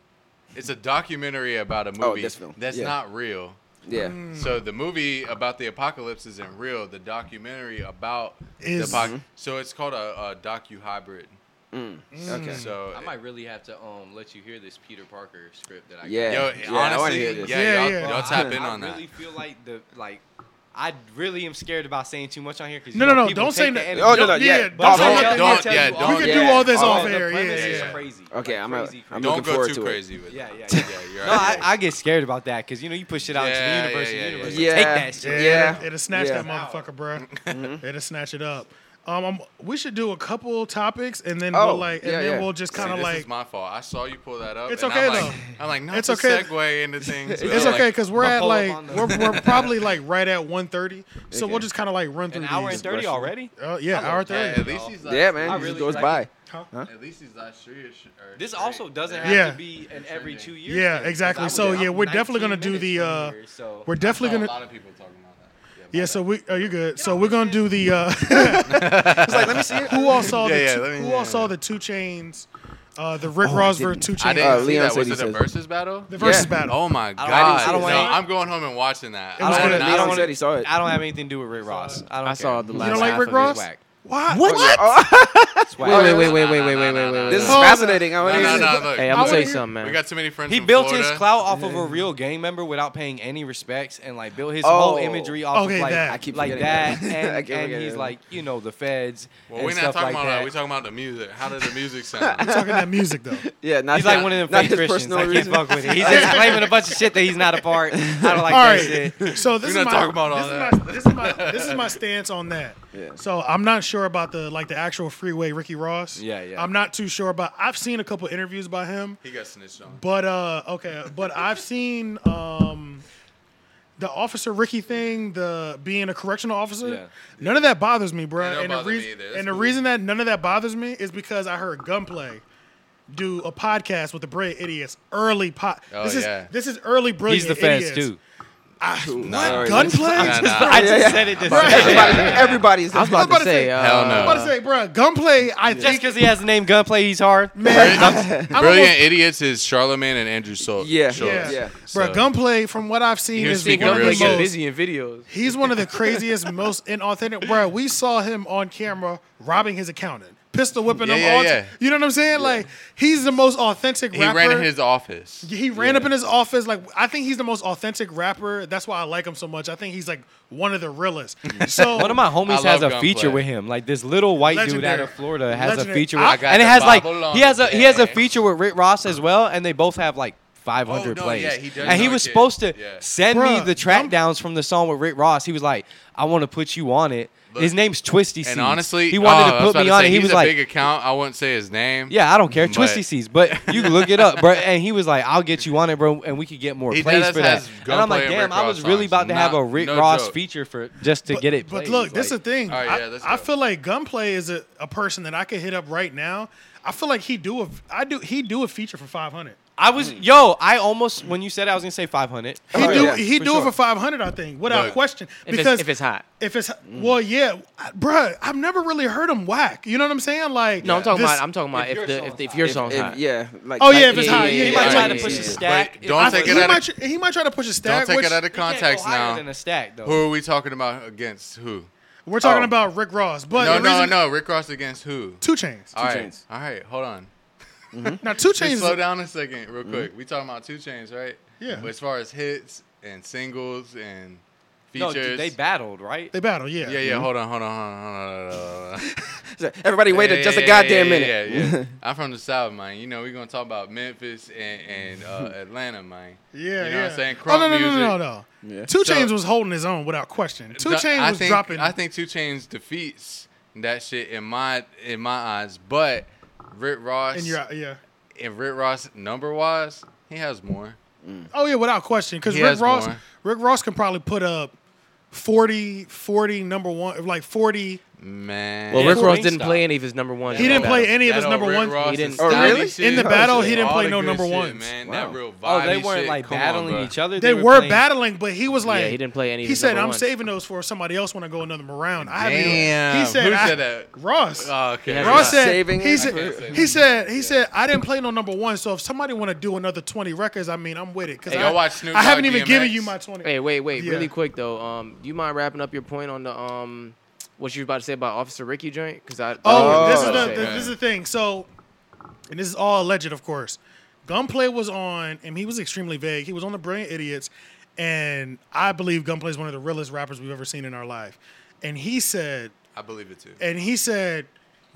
[SPEAKER 6] It's a documentary about a movie
[SPEAKER 4] Oh, this film.
[SPEAKER 6] that's
[SPEAKER 4] Yeah.
[SPEAKER 6] not real.
[SPEAKER 4] Yeah,
[SPEAKER 6] So the movie about the apocalypse isn't real. The documentary about
[SPEAKER 3] Is-
[SPEAKER 6] the apocalypse. So it's called a, a docu hybrid.
[SPEAKER 4] Hmm. Okay.
[SPEAKER 6] So
[SPEAKER 9] I might really have to um let you hear this Peter Parker script that I got.
[SPEAKER 4] Yeah.
[SPEAKER 6] Yo,
[SPEAKER 4] Yeah, I wanna
[SPEAKER 6] honestly,
[SPEAKER 4] hear
[SPEAKER 6] yeah,
[SPEAKER 4] this.
[SPEAKER 3] Yeah,
[SPEAKER 6] y'all,
[SPEAKER 3] yeah.
[SPEAKER 5] <laughs>
[SPEAKER 6] y'all tap in
[SPEAKER 9] I
[SPEAKER 6] on that.
[SPEAKER 9] really feel like the like I really am scared about saying too much on here because
[SPEAKER 3] No, no, no, don't say no-
[SPEAKER 9] that.
[SPEAKER 4] Oh, no, no, yeah.
[SPEAKER 3] Don't say
[SPEAKER 9] I'll
[SPEAKER 3] nothing.
[SPEAKER 9] tell you-
[SPEAKER 6] Don't- yeah,
[SPEAKER 9] I'll tell
[SPEAKER 6] don't-
[SPEAKER 9] you
[SPEAKER 3] We can
[SPEAKER 9] all-
[SPEAKER 3] do
[SPEAKER 4] yeah.
[SPEAKER 3] all this
[SPEAKER 4] All
[SPEAKER 3] off
[SPEAKER 9] the
[SPEAKER 3] air.
[SPEAKER 9] premise
[SPEAKER 3] Yeah,
[SPEAKER 9] is
[SPEAKER 3] yeah.
[SPEAKER 9] crazy.
[SPEAKER 4] Okay,
[SPEAKER 9] Like,
[SPEAKER 4] I'm a-
[SPEAKER 9] crazy, crazy.
[SPEAKER 4] I'm looking
[SPEAKER 6] Don't go
[SPEAKER 4] forward
[SPEAKER 6] too
[SPEAKER 4] to it.
[SPEAKER 6] crazy with it.
[SPEAKER 9] Yeah, yeah,
[SPEAKER 6] yeah.
[SPEAKER 9] yeah.
[SPEAKER 5] <laughs>
[SPEAKER 6] You're
[SPEAKER 5] No, I, I get scared about that because you know you push it out
[SPEAKER 6] Yeah,
[SPEAKER 5] into the universe,
[SPEAKER 6] yeah,
[SPEAKER 5] and
[SPEAKER 6] yeah,
[SPEAKER 5] the universe
[SPEAKER 4] yeah.
[SPEAKER 5] will
[SPEAKER 4] Yeah.
[SPEAKER 5] take that shit.
[SPEAKER 4] Yeah.
[SPEAKER 3] It'll snatch
[SPEAKER 4] Yeah.
[SPEAKER 3] that motherfucker, bro.
[SPEAKER 6] Mm-hmm.
[SPEAKER 3] It'll snatch it up. Um, um, we should do a couple topics and then
[SPEAKER 4] Oh,
[SPEAKER 3] we'll like, and
[SPEAKER 4] yeah,
[SPEAKER 3] then
[SPEAKER 4] yeah.
[SPEAKER 3] we'll just
[SPEAKER 6] See,
[SPEAKER 3] kind of
[SPEAKER 6] this
[SPEAKER 3] like,
[SPEAKER 6] is my fault. I saw you pull that up.
[SPEAKER 3] It's
[SPEAKER 6] and
[SPEAKER 3] okay,
[SPEAKER 6] I'm like,
[SPEAKER 3] though.
[SPEAKER 6] I'm like, not
[SPEAKER 3] It's
[SPEAKER 6] to
[SPEAKER 3] okay.
[SPEAKER 6] segue into things. but
[SPEAKER 3] it's
[SPEAKER 6] like,
[SPEAKER 3] okay because we're
[SPEAKER 9] I'll
[SPEAKER 3] at
[SPEAKER 9] pull up
[SPEAKER 3] like,
[SPEAKER 9] on the-
[SPEAKER 3] we're,
[SPEAKER 6] <laughs>
[SPEAKER 3] we're probably like right at 1.30 so we'll
[SPEAKER 4] Okay.
[SPEAKER 3] just kind of like run through
[SPEAKER 5] An hour and
[SPEAKER 3] these.
[SPEAKER 5] thirty already.
[SPEAKER 3] Uh, yeah, hour
[SPEAKER 6] Yeah,
[SPEAKER 3] 30.
[SPEAKER 6] at least he's like,
[SPEAKER 4] Yeah, man.
[SPEAKER 9] I
[SPEAKER 4] it just
[SPEAKER 9] really
[SPEAKER 4] goes
[SPEAKER 9] like
[SPEAKER 4] by.
[SPEAKER 9] it.
[SPEAKER 3] Huh?
[SPEAKER 6] At least he's not sure. you're sh- or
[SPEAKER 9] This
[SPEAKER 6] straight.
[SPEAKER 9] also doesn't have
[SPEAKER 3] Yeah.
[SPEAKER 9] to be an every two years.
[SPEAKER 3] Yeah,
[SPEAKER 9] thing, 'cause
[SPEAKER 3] exactly.
[SPEAKER 9] I was
[SPEAKER 3] So,
[SPEAKER 9] up
[SPEAKER 3] yeah, we're definitely
[SPEAKER 9] 19
[SPEAKER 3] gonna do the,
[SPEAKER 9] minutes
[SPEAKER 3] uh,
[SPEAKER 9] from here, so.
[SPEAKER 3] We're
[SPEAKER 6] I saw
[SPEAKER 3] definitely
[SPEAKER 6] a
[SPEAKER 3] gonna.
[SPEAKER 6] lot of people talking about that. my
[SPEAKER 3] Yeah,
[SPEAKER 6] bad.
[SPEAKER 3] so we. Oh, you're good. So we're gonna do the. Uh, like, let me
[SPEAKER 6] <laughs>
[SPEAKER 3] see. Who all saw
[SPEAKER 6] Yeah,
[SPEAKER 3] the?
[SPEAKER 6] yeah,
[SPEAKER 3] two,
[SPEAKER 6] let me-
[SPEAKER 3] who
[SPEAKER 6] yeah,
[SPEAKER 3] all saw
[SPEAKER 6] yeah.
[SPEAKER 3] the two chains? Uh, the Rick Ross versus two
[SPEAKER 6] I
[SPEAKER 3] chains.
[SPEAKER 6] didn't
[SPEAKER 4] Uh,
[SPEAKER 6] see
[SPEAKER 4] Leon
[SPEAKER 6] that.
[SPEAKER 4] said
[SPEAKER 6] Was
[SPEAKER 4] he
[SPEAKER 6] it a
[SPEAKER 4] says-
[SPEAKER 6] versus battle?
[SPEAKER 3] the versus
[SPEAKER 4] Yeah.
[SPEAKER 3] battle.
[SPEAKER 6] Oh my
[SPEAKER 5] I
[SPEAKER 6] god!
[SPEAKER 5] don't-
[SPEAKER 6] I
[SPEAKER 5] I don't
[SPEAKER 6] no,
[SPEAKER 5] wanna-
[SPEAKER 6] I'm going home and watching that.
[SPEAKER 3] was
[SPEAKER 6] I
[SPEAKER 3] good.
[SPEAKER 6] wanna
[SPEAKER 4] Leon
[SPEAKER 6] not-
[SPEAKER 4] said he saw it.
[SPEAKER 5] I don't have anything to do with Rick Ross. I don't.
[SPEAKER 8] I saw
[SPEAKER 5] care.
[SPEAKER 8] the
[SPEAKER 5] He's
[SPEAKER 8] last
[SPEAKER 3] don't like
[SPEAKER 5] half
[SPEAKER 3] Rick
[SPEAKER 5] of his
[SPEAKER 3] Ross?
[SPEAKER 5] whack.
[SPEAKER 3] Why?
[SPEAKER 5] It's whack.
[SPEAKER 8] Wait, wait, wait, wait, wait, wait, wait, wait, wait.
[SPEAKER 4] This is
[SPEAKER 8] wait.
[SPEAKER 3] Hold on.
[SPEAKER 4] fascinating. I wanna
[SPEAKER 6] No, no,
[SPEAKER 4] hear
[SPEAKER 6] no,
[SPEAKER 4] this.
[SPEAKER 6] look.
[SPEAKER 8] Hey, I'm gonna
[SPEAKER 3] I
[SPEAKER 8] tell you
[SPEAKER 3] wanna-
[SPEAKER 8] something, man.
[SPEAKER 6] we got too many friends.
[SPEAKER 5] He
[SPEAKER 6] from
[SPEAKER 5] built
[SPEAKER 6] Florida.
[SPEAKER 5] his clout off of a real gang member without paying any respects, and like built his
[SPEAKER 4] Oh.
[SPEAKER 5] whole imagery off
[SPEAKER 3] Okay,
[SPEAKER 5] of like
[SPEAKER 3] that. I
[SPEAKER 4] keep
[SPEAKER 5] like
[SPEAKER 4] forgetting
[SPEAKER 5] that,
[SPEAKER 4] that. I
[SPEAKER 5] and,
[SPEAKER 4] keep
[SPEAKER 5] and
[SPEAKER 4] forgetting
[SPEAKER 5] he's
[SPEAKER 4] that.
[SPEAKER 5] like you know the feds
[SPEAKER 6] Well,
[SPEAKER 5] and
[SPEAKER 6] we're not
[SPEAKER 5] stuff
[SPEAKER 6] talking
[SPEAKER 5] like
[SPEAKER 6] about
[SPEAKER 5] that.
[SPEAKER 6] that. We're talking about the music. How did the music sound?
[SPEAKER 3] Talking that music
[SPEAKER 6] <laughs>
[SPEAKER 3] though.
[SPEAKER 4] Yeah, not
[SPEAKER 5] He's like
[SPEAKER 4] not-
[SPEAKER 5] one of them
[SPEAKER 4] not
[SPEAKER 5] fake
[SPEAKER 4] his
[SPEAKER 5] Christians.
[SPEAKER 4] personal
[SPEAKER 5] I can't <laughs>
[SPEAKER 4] reason.
[SPEAKER 5] fuck with it. He's just claiming a bunch of shit that he's not a part. I don't like
[SPEAKER 3] all
[SPEAKER 5] that
[SPEAKER 3] right.
[SPEAKER 5] shit.
[SPEAKER 3] So this
[SPEAKER 6] We're
[SPEAKER 3] is
[SPEAKER 6] not
[SPEAKER 3] my,
[SPEAKER 6] talking about all
[SPEAKER 3] this is
[SPEAKER 6] that.
[SPEAKER 3] my this is my this is my stance on that.
[SPEAKER 4] Yeah.
[SPEAKER 3] So I'm not sure about the like the actual freeway Ricky Ross.
[SPEAKER 5] Yeah, yeah.
[SPEAKER 3] I'm not too sure about. I've seen a couple interviews by him.
[SPEAKER 6] he got snitched on.
[SPEAKER 3] But uh, okay, but I've seen um, the Officer Ricky thing, the being a correctional officer.
[SPEAKER 5] Yeah.
[SPEAKER 3] None of that bothers me, bro.
[SPEAKER 6] It don't
[SPEAKER 3] And, the,
[SPEAKER 6] bother
[SPEAKER 3] reas-
[SPEAKER 6] me either. It's
[SPEAKER 3] and the
[SPEAKER 6] cool.
[SPEAKER 3] reason that none of that bothers me is because I heard Gunplay do a podcast with the Brilliant Idiots early pot.
[SPEAKER 6] Oh,
[SPEAKER 3] this is
[SPEAKER 6] yeah.
[SPEAKER 3] this is early brilliant.
[SPEAKER 5] He's the feds
[SPEAKER 3] Idiots.
[SPEAKER 5] too.
[SPEAKER 6] No,
[SPEAKER 3] Gunplay.
[SPEAKER 6] Nah, nah.
[SPEAKER 5] I just said it this way.
[SPEAKER 4] Everybody, everybody's.
[SPEAKER 8] I was
[SPEAKER 3] I'm
[SPEAKER 8] about
[SPEAKER 3] about
[SPEAKER 8] to
[SPEAKER 3] to
[SPEAKER 8] say,
[SPEAKER 3] say,
[SPEAKER 8] uh,
[SPEAKER 6] Hell no.
[SPEAKER 3] I'm about to say, bro, Gunplay. I
[SPEAKER 5] Just
[SPEAKER 3] think
[SPEAKER 5] because he has the name Gunplay, he's hard.
[SPEAKER 3] I'm
[SPEAKER 6] Brilliant
[SPEAKER 3] almost-
[SPEAKER 6] Idiots is Charlemagne and Andrew Schultz.
[SPEAKER 4] Yeah,
[SPEAKER 6] Schultz.
[SPEAKER 4] yeah.
[SPEAKER 3] Bro,
[SPEAKER 6] So-
[SPEAKER 3] Gunplay, from what I've seen,
[SPEAKER 6] He was
[SPEAKER 3] is one
[SPEAKER 6] speaking
[SPEAKER 3] of
[SPEAKER 6] real
[SPEAKER 3] the
[SPEAKER 6] shit.
[SPEAKER 3] most
[SPEAKER 8] busy in videos.
[SPEAKER 3] He's one of the craziest, most inauthentic. Bro, we saw him on camera robbing his accountant, pistol whipping
[SPEAKER 6] Yeah,
[SPEAKER 3] him.
[SPEAKER 6] yeah,
[SPEAKER 3] all
[SPEAKER 6] yeah.
[SPEAKER 3] You know what I'm saying? Like he's the most authentic
[SPEAKER 6] He
[SPEAKER 3] rapper.
[SPEAKER 6] ran in his office.
[SPEAKER 3] he ran up in his office. Like I think he's the most authentic rapper. That's why I like him so much. I think he's like one of the
[SPEAKER 6] <laughs>
[SPEAKER 3] realest. So
[SPEAKER 5] One of my homies
[SPEAKER 6] I
[SPEAKER 5] has
[SPEAKER 6] love
[SPEAKER 5] a feature
[SPEAKER 6] Gunplay.
[SPEAKER 5] with him. Like this little white dude out
[SPEAKER 3] Legendary.
[SPEAKER 5] of Florida has
[SPEAKER 3] Legendary.
[SPEAKER 5] a feature with
[SPEAKER 3] I
[SPEAKER 6] got
[SPEAKER 5] and it
[SPEAKER 6] the
[SPEAKER 5] has like
[SPEAKER 6] Bible on
[SPEAKER 5] he has a he has a
[SPEAKER 6] there.
[SPEAKER 5] feature with Rick Ross as well, and they both have like 500
[SPEAKER 6] Oh, no,
[SPEAKER 5] plays.
[SPEAKER 6] yeah, he does
[SPEAKER 5] and he
[SPEAKER 6] know a
[SPEAKER 5] was
[SPEAKER 6] kid.
[SPEAKER 5] supposed to
[SPEAKER 6] Yeah.
[SPEAKER 5] send
[SPEAKER 3] Bruh,
[SPEAKER 5] me the track
[SPEAKER 3] Gun-
[SPEAKER 5] downs from the song with Rick Ross. He was like, "I want to put you on it."
[SPEAKER 6] Look.
[SPEAKER 5] His name's Twisty Seeds.
[SPEAKER 6] And honestly,
[SPEAKER 5] he wanted
[SPEAKER 6] oh, I
[SPEAKER 5] to
[SPEAKER 6] was
[SPEAKER 5] put me
[SPEAKER 6] about
[SPEAKER 5] on
[SPEAKER 6] say,
[SPEAKER 5] it. He
[SPEAKER 6] he's
[SPEAKER 5] was
[SPEAKER 6] a
[SPEAKER 5] like,
[SPEAKER 6] big account. I won't say his name.
[SPEAKER 5] Yeah, I don't care.
[SPEAKER 6] But-
[SPEAKER 5] Twisty C's, but you can look it up, bro. And he was like, "I'll get you on it, bro, and we could get more
[SPEAKER 6] He
[SPEAKER 5] plays
[SPEAKER 6] does
[SPEAKER 5] for that."
[SPEAKER 6] has
[SPEAKER 5] And I'm
[SPEAKER 6] Gunplay
[SPEAKER 5] like,
[SPEAKER 6] and
[SPEAKER 5] "Damn,
[SPEAKER 6] Rick
[SPEAKER 5] I
[SPEAKER 6] Ross
[SPEAKER 5] was really about to
[SPEAKER 6] songs.
[SPEAKER 5] have
[SPEAKER 6] Not-
[SPEAKER 5] a Rick
[SPEAKER 6] no
[SPEAKER 5] Ross
[SPEAKER 6] joke.
[SPEAKER 5] feature for just to get it."
[SPEAKER 3] But
[SPEAKER 5] plays.
[SPEAKER 3] look, this is the
[SPEAKER 5] Like,
[SPEAKER 3] thing.
[SPEAKER 6] All right,
[SPEAKER 3] I,
[SPEAKER 6] yeah, let's
[SPEAKER 3] I
[SPEAKER 6] go.
[SPEAKER 3] feel like Gunplay is a, a person that I could hit up right now. I feel like he do a I do he do a feature for five hundred.
[SPEAKER 5] I was yo. I almost when you said it, I was gonna say 500.
[SPEAKER 3] He
[SPEAKER 4] Oh,
[SPEAKER 3] do
[SPEAKER 4] yeah,
[SPEAKER 3] he
[SPEAKER 5] for
[SPEAKER 3] do it
[SPEAKER 5] sure.
[SPEAKER 3] for five hundred, I think, without
[SPEAKER 6] Look,
[SPEAKER 3] question.
[SPEAKER 8] If
[SPEAKER 3] because
[SPEAKER 8] it's, if it's hot.
[SPEAKER 3] If it's well, yeah, I- bruh. I've never really heard him whack. You know what I'm saying? Like
[SPEAKER 8] No, I'm talking
[SPEAKER 3] this-
[SPEAKER 8] about. I'm talking about
[SPEAKER 9] if
[SPEAKER 8] if
[SPEAKER 9] your
[SPEAKER 8] the
[SPEAKER 9] song's
[SPEAKER 8] if, the- if
[SPEAKER 9] hot.
[SPEAKER 8] your
[SPEAKER 4] If-
[SPEAKER 8] song's
[SPEAKER 4] if-
[SPEAKER 8] hot.
[SPEAKER 4] yeah, like
[SPEAKER 3] Oh, yeah, if it's high, yeah,
[SPEAKER 5] He
[SPEAKER 3] yeah,
[SPEAKER 5] might
[SPEAKER 6] yeah,
[SPEAKER 5] try to
[SPEAKER 6] yeah,
[SPEAKER 5] push
[SPEAKER 6] yeah,
[SPEAKER 5] a
[SPEAKER 6] yeah.
[SPEAKER 5] stack.
[SPEAKER 6] But don't
[SPEAKER 3] I-
[SPEAKER 6] take
[SPEAKER 3] he
[SPEAKER 6] it out
[SPEAKER 3] might
[SPEAKER 6] of-
[SPEAKER 3] tr- he might try to push a
[SPEAKER 6] Don't
[SPEAKER 3] stack.
[SPEAKER 6] take
[SPEAKER 3] which
[SPEAKER 6] it out of context
[SPEAKER 5] Than
[SPEAKER 6] now.
[SPEAKER 5] a stack though.
[SPEAKER 6] Who are we talking about against who?
[SPEAKER 3] we're talking
[SPEAKER 4] Oh.
[SPEAKER 3] about Rick Ross, but
[SPEAKER 6] No,
[SPEAKER 3] the
[SPEAKER 6] no,
[SPEAKER 3] reason-
[SPEAKER 6] no. Rick Ross against who?
[SPEAKER 3] Two Chains.
[SPEAKER 6] All right,
[SPEAKER 4] Chainz.
[SPEAKER 6] all right. Hold on.
[SPEAKER 3] Now Two
[SPEAKER 6] Just
[SPEAKER 3] Chains.
[SPEAKER 6] slow down a second, real
[SPEAKER 5] Mm-hmm.
[SPEAKER 6] quick. We talking about two chains, right?
[SPEAKER 3] Yeah.
[SPEAKER 6] But as far as hits and singles and
[SPEAKER 5] No,
[SPEAKER 6] features,
[SPEAKER 5] dude, they battled right.
[SPEAKER 3] They battle, yeah.
[SPEAKER 6] yeah, yeah. Hold on, hold on, hold on, hold on. Hold on, hold on.
[SPEAKER 4] Everybody waited
[SPEAKER 6] Yeah,
[SPEAKER 4] just a
[SPEAKER 6] yeah,
[SPEAKER 4] goddamn
[SPEAKER 6] yeah,
[SPEAKER 4] minute.
[SPEAKER 6] yeah, yeah,
[SPEAKER 4] <laughs>
[SPEAKER 6] yeah. I'm from the south, man. You know we're gonna talk about Memphis and, and uh,
[SPEAKER 4] <laughs>
[SPEAKER 6] Atlanta, man.
[SPEAKER 3] Yeah,
[SPEAKER 6] you know
[SPEAKER 3] yeah.
[SPEAKER 6] what I'm saying?
[SPEAKER 3] Oh
[SPEAKER 6] Crunk
[SPEAKER 3] no, no, no,
[SPEAKER 6] music.
[SPEAKER 3] no, no, no.
[SPEAKER 4] Yeah.
[SPEAKER 3] Two
[SPEAKER 6] So-
[SPEAKER 3] Chains was holding his own without question. Two
[SPEAKER 6] No,
[SPEAKER 3] Chains
[SPEAKER 6] I
[SPEAKER 3] was
[SPEAKER 6] think,
[SPEAKER 3] dropping.
[SPEAKER 6] I think Two Chains defeats that shit in my in my eyes, but Rick Ross
[SPEAKER 3] and
[SPEAKER 6] and,
[SPEAKER 3] you're, yeah.
[SPEAKER 6] Rick Ross number wise, he has more.
[SPEAKER 3] Oh yeah, without question. Because
[SPEAKER 6] He
[SPEAKER 3] Rick
[SPEAKER 6] has
[SPEAKER 3] Ross,
[SPEAKER 6] more.
[SPEAKER 3] Rick Ross can probably put up 40, 40 number one, like forty.
[SPEAKER 6] Man,
[SPEAKER 8] Well,
[SPEAKER 5] Yeah,
[SPEAKER 8] Rick
[SPEAKER 5] cool.
[SPEAKER 8] Ross didn't
[SPEAKER 5] Stop.
[SPEAKER 8] play any of his number one.
[SPEAKER 3] He didn't play any of his
[SPEAKER 6] That old
[SPEAKER 3] number
[SPEAKER 6] Rick
[SPEAKER 3] one.
[SPEAKER 6] Ross
[SPEAKER 8] He didn't-
[SPEAKER 6] is
[SPEAKER 8] Oh,
[SPEAKER 6] stylish
[SPEAKER 4] really?
[SPEAKER 6] shit.
[SPEAKER 3] In the
[SPEAKER 6] All
[SPEAKER 3] battle,
[SPEAKER 6] shit.
[SPEAKER 3] he didn't
[SPEAKER 6] All
[SPEAKER 3] play
[SPEAKER 6] the
[SPEAKER 3] no
[SPEAKER 6] good
[SPEAKER 3] number
[SPEAKER 6] shit,
[SPEAKER 3] ones.
[SPEAKER 6] Man,
[SPEAKER 5] Wow.
[SPEAKER 6] that real
[SPEAKER 5] Oh,
[SPEAKER 6] vibe.
[SPEAKER 5] they weren't like battling each other.
[SPEAKER 3] They
[SPEAKER 5] were
[SPEAKER 3] were
[SPEAKER 5] playing-
[SPEAKER 3] battling, but he was like,
[SPEAKER 8] he didn't play any of
[SPEAKER 3] He
[SPEAKER 8] his
[SPEAKER 3] said,
[SPEAKER 8] number
[SPEAKER 3] "I'm
[SPEAKER 8] ones."
[SPEAKER 3] saving those for somebody else when I go another round." I haven't
[SPEAKER 6] Damn.
[SPEAKER 3] even- he said,
[SPEAKER 6] Who
[SPEAKER 3] I-
[SPEAKER 6] said that?
[SPEAKER 3] Ross.
[SPEAKER 6] Oh, okay.
[SPEAKER 8] Yeah,
[SPEAKER 3] Ross
[SPEAKER 8] Ross
[SPEAKER 3] said,
[SPEAKER 4] saving
[SPEAKER 3] he
[SPEAKER 4] it?
[SPEAKER 3] said,
[SPEAKER 6] I can't say
[SPEAKER 3] he said, he said, I didn't play no number one. So if somebody want to do another twenty records, I mean, I'm with it because
[SPEAKER 6] Hey,
[SPEAKER 3] I,
[SPEAKER 6] go watch Snoop
[SPEAKER 3] I haven't
[SPEAKER 6] Dogg
[SPEAKER 3] even
[SPEAKER 6] DMX.
[SPEAKER 3] given you my twenty.
[SPEAKER 8] Hey, wait, wait,
[SPEAKER 3] Yeah.
[SPEAKER 8] really quick though. Um, do you mind wrapping up your point on the um what you were about to say about Officer Ricky joint? Because I
[SPEAKER 3] Oh,
[SPEAKER 8] I
[SPEAKER 3] this is
[SPEAKER 8] was
[SPEAKER 3] the
[SPEAKER 8] about to say.
[SPEAKER 3] this, is the thing. So, and this is all alleged, of course. Gunplay was on, and he was extremely vague. He was on the Brilliant Idiots, and I believe Gunplay is one of the realest rappers we've ever seen in our life. And he said,
[SPEAKER 6] I believe it too.
[SPEAKER 3] and he said,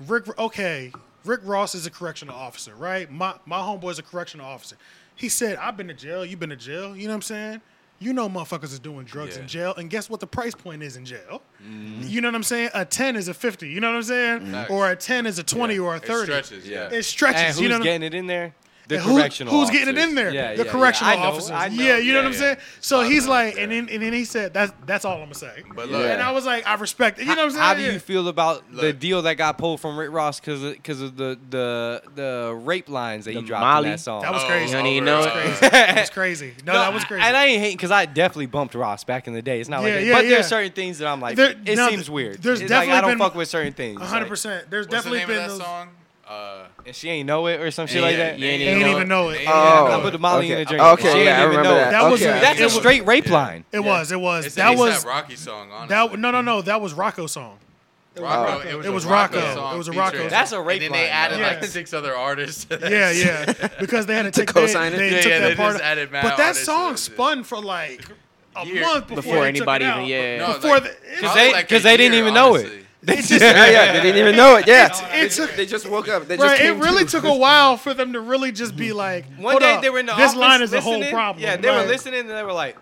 [SPEAKER 3] Rick, okay, Rick Ross is a correctional officer, right? My my homeboy's a correctional officer. He said, I've been to jail, you've been to jail, you know what I'm saying? You know motherfuckers is doing drugs
[SPEAKER 6] Yeah. Mm-hmm.
[SPEAKER 3] in jail, and guess what the price point is in jail? You know what I'm saying? A 10 is a 50, you know what I'm saying? Or a 10 is a 20 or a 30.
[SPEAKER 6] It stretches.
[SPEAKER 4] Yeah.
[SPEAKER 6] Yeah.
[SPEAKER 3] It
[SPEAKER 5] And
[SPEAKER 3] stretches,
[SPEAKER 5] who's
[SPEAKER 3] you know what I'm
[SPEAKER 5] getting it in there? The
[SPEAKER 3] and who-
[SPEAKER 5] correctional.
[SPEAKER 3] Who's getting it
[SPEAKER 5] officers.
[SPEAKER 3] in there?
[SPEAKER 5] Yeah,
[SPEAKER 3] the
[SPEAKER 5] yeah,
[SPEAKER 3] correctional
[SPEAKER 5] yeah. I know,
[SPEAKER 3] officers.
[SPEAKER 5] I know.
[SPEAKER 3] Yeah, you know what
[SPEAKER 6] Yeah,
[SPEAKER 3] I'm
[SPEAKER 6] yeah.
[SPEAKER 3] saying. So
[SPEAKER 6] I
[SPEAKER 3] he's
[SPEAKER 6] know,
[SPEAKER 3] like,
[SPEAKER 6] yeah.
[SPEAKER 3] and then and then he said, "That's that's all I'm gonna say."
[SPEAKER 6] But look,
[SPEAKER 3] and I was like, I respect it. You know what I'm saying?
[SPEAKER 5] How do
[SPEAKER 3] Yeah.
[SPEAKER 5] you feel about the
[SPEAKER 6] Look.
[SPEAKER 5] deal that got pulled from Rick Ross because of, 'cause of the, the the rape lines that
[SPEAKER 8] The
[SPEAKER 5] he dropped
[SPEAKER 8] Molly?
[SPEAKER 5] in that song?
[SPEAKER 3] That was
[SPEAKER 6] Oh,
[SPEAKER 3] crazy.
[SPEAKER 8] honey,
[SPEAKER 6] over.
[SPEAKER 8] no.
[SPEAKER 5] <laughs>
[SPEAKER 6] Uh,
[SPEAKER 3] That was crazy. No, that was
[SPEAKER 5] I-
[SPEAKER 3] crazy.
[SPEAKER 5] And I ain't hating because I definitely bumped Ross back in the day. It's not
[SPEAKER 3] Yeah,
[SPEAKER 5] like that.
[SPEAKER 3] yeah,
[SPEAKER 5] but
[SPEAKER 3] yeah.
[SPEAKER 5] there's certain things that I'm like,
[SPEAKER 3] There-
[SPEAKER 5] it
[SPEAKER 3] now,
[SPEAKER 5] seems weird.
[SPEAKER 3] there's
[SPEAKER 5] It's like, I
[SPEAKER 3] definitely
[SPEAKER 5] don't
[SPEAKER 3] been-
[SPEAKER 5] fuck with certain things. Like,
[SPEAKER 3] 100. percent There's
[SPEAKER 6] What's the
[SPEAKER 3] definitely
[SPEAKER 6] name of
[SPEAKER 3] been
[SPEAKER 6] that
[SPEAKER 3] those.
[SPEAKER 6] song? Uh,
[SPEAKER 5] and she ain't know it or some shit like
[SPEAKER 6] yeah,
[SPEAKER 5] that.
[SPEAKER 8] You ain't
[SPEAKER 6] Name
[SPEAKER 8] even
[SPEAKER 3] Ain't
[SPEAKER 8] know
[SPEAKER 3] even
[SPEAKER 8] it.
[SPEAKER 3] know it.
[SPEAKER 4] Oh.
[SPEAKER 5] I put the Molly in the drink.
[SPEAKER 4] Okay,
[SPEAKER 5] She ain't
[SPEAKER 4] yeah, I
[SPEAKER 5] even
[SPEAKER 4] remember
[SPEAKER 5] know it.
[SPEAKER 4] that.
[SPEAKER 3] That was-
[SPEAKER 4] okay.
[SPEAKER 5] That's
[SPEAKER 3] It
[SPEAKER 5] a
[SPEAKER 3] was-
[SPEAKER 5] straight rape line.
[SPEAKER 3] It was. It was.
[SPEAKER 6] it's
[SPEAKER 3] That
[SPEAKER 6] that
[SPEAKER 3] was.
[SPEAKER 6] Rocky song. Honestly.
[SPEAKER 3] That no no no. That was Rocco
[SPEAKER 5] <laughs>
[SPEAKER 3] song.
[SPEAKER 6] Rocco, it, was
[SPEAKER 3] It was
[SPEAKER 6] a
[SPEAKER 3] Rocco.
[SPEAKER 6] Rocco.
[SPEAKER 3] It was a
[SPEAKER 6] featuring-
[SPEAKER 3] Rocco song.
[SPEAKER 5] That's a rape
[SPEAKER 6] And then they
[SPEAKER 5] line,
[SPEAKER 6] added
[SPEAKER 3] though.
[SPEAKER 6] like
[SPEAKER 3] Yeah.
[SPEAKER 6] six other artists.
[SPEAKER 3] Yeah, yeah. Because they had to, take
[SPEAKER 4] co-sign
[SPEAKER 3] they,
[SPEAKER 4] it?
[SPEAKER 3] They
[SPEAKER 6] Yeah,
[SPEAKER 3] took
[SPEAKER 6] yeah,
[SPEAKER 3] that
[SPEAKER 6] they
[SPEAKER 3] part.
[SPEAKER 6] just
[SPEAKER 3] of-
[SPEAKER 6] added Matt
[SPEAKER 3] but that
[SPEAKER 6] Artis
[SPEAKER 3] song
[SPEAKER 6] and-
[SPEAKER 3] spun for like a
[SPEAKER 6] Year-
[SPEAKER 3] month before,
[SPEAKER 8] before
[SPEAKER 3] they took it
[SPEAKER 8] anybody
[SPEAKER 3] out.
[SPEAKER 8] even yeah.
[SPEAKER 6] No,
[SPEAKER 3] Before
[SPEAKER 6] like,
[SPEAKER 3] the-
[SPEAKER 5] Because
[SPEAKER 6] probably
[SPEAKER 5] they,
[SPEAKER 6] like a
[SPEAKER 5] cause they didn't
[SPEAKER 6] year,
[SPEAKER 5] even know
[SPEAKER 6] honestly.
[SPEAKER 5] it. They just,
[SPEAKER 4] Yeah, yeah, they didn't even know it yet.
[SPEAKER 3] It took
[SPEAKER 4] they just woke up. They just
[SPEAKER 3] Right, it
[SPEAKER 4] came <laughs>
[SPEAKER 3] really
[SPEAKER 4] to.
[SPEAKER 3] took a while for them to really just be like,
[SPEAKER 5] One
[SPEAKER 3] "Hold
[SPEAKER 5] day
[SPEAKER 3] up,
[SPEAKER 5] they were in the
[SPEAKER 3] this
[SPEAKER 5] office
[SPEAKER 3] line is the whole
[SPEAKER 5] listening.
[SPEAKER 3] problem."
[SPEAKER 5] Yeah, they
[SPEAKER 3] Like,
[SPEAKER 5] were listening and they were like,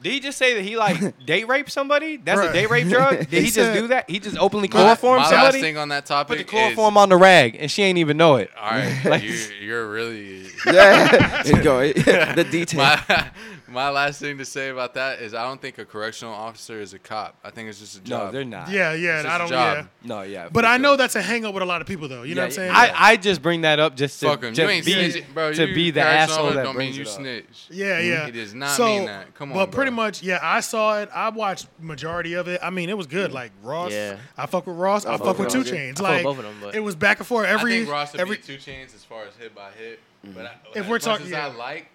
[SPEAKER 5] "Did he just say that he <laughs> like date raped somebody? That's
[SPEAKER 3] Right.
[SPEAKER 5] a date rape <laughs> drug? Did he, just
[SPEAKER 3] said-
[SPEAKER 5] do that? He just openly
[SPEAKER 6] My-
[SPEAKER 5] chloroform
[SPEAKER 6] my last
[SPEAKER 5] somebody?
[SPEAKER 6] thing on that
[SPEAKER 5] Put
[SPEAKER 6] topic
[SPEAKER 5] the chloroform on the rag and she ain't even know it.
[SPEAKER 6] Is, all
[SPEAKER 5] <laughs>
[SPEAKER 6] right, you, you're really. <laughs>
[SPEAKER 4] Yeah, There you go. the detail.
[SPEAKER 6] My, my last thing to say about that is I don't think a correctional officer is a cop. I think it's just a job.
[SPEAKER 5] No, they're not.
[SPEAKER 3] yeah, yeah,
[SPEAKER 6] It's
[SPEAKER 3] I
[SPEAKER 6] his
[SPEAKER 3] don't.
[SPEAKER 6] job.
[SPEAKER 3] Yeah,
[SPEAKER 5] No, yeah.
[SPEAKER 3] but
[SPEAKER 5] for
[SPEAKER 3] I
[SPEAKER 5] sure.
[SPEAKER 3] know that's a hang up with a lot of people, though. You know what I'm saying?
[SPEAKER 5] I, I just bring that up just to,
[SPEAKER 6] Fuck 'em.
[SPEAKER 5] to
[SPEAKER 6] You ain't
[SPEAKER 5] be,
[SPEAKER 6] snitch, bro.
[SPEAKER 5] to
[SPEAKER 6] you
[SPEAKER 5] be the
[SPEAKER 6] correctional
[SPEAKER 5] asshole that
[SPEAKER 6] don't mean
[SPEAKER 5] brings
[SPEAKER 6] you
[SPEAKER 5] it up.
[SPEAKER 6] snitch.
[SPEAKER 3] yeah, yeah.
[SPEAKER 6] It does not
[SPEAKER 3] So,
[SPEAKER 6] mean that. Come on,
[SPEAKER 3] But pretty
[SPEAKER 6] bro.
[SPEAKER 3] much, yeah, I saw it. I watched majority of it. I mean, it was good. Like Ross,
[SPEAKER 8] Yeah.
[SPEAKER 3] I fuck with Ross. I, fuck
[SPEAKER 4] fuck
[SPEAKER 3] with
[SPEAKER 4] with
[SPEAKER 3] Two
[SPEAKER 4] Ross, yeah.
[SPEAKER 3] Chains.
[SPEAKER 8] I fuck with
[SPEAKER 3] Like
[SPEAKER 8] both of them, but-
[SPEAKER 3] it was back and forth. Every
[SPEAKER 6] I think Ross would
[SPEAKER 3] every
[SPEAKER 6] be two chains as far as hit by hit.
[SPEAKER 5] Mm.
[SPEAKER 6] But I,
[SPEAKER 3] If
[SPEAKER 6] as
[SPEAKER 3] we're
[SPEAKER 6] much
[SPEAKER 3] talking-
[SPEAKER 6] as
[SPEAKER 3] yeah.
[SPEAKER 6] I like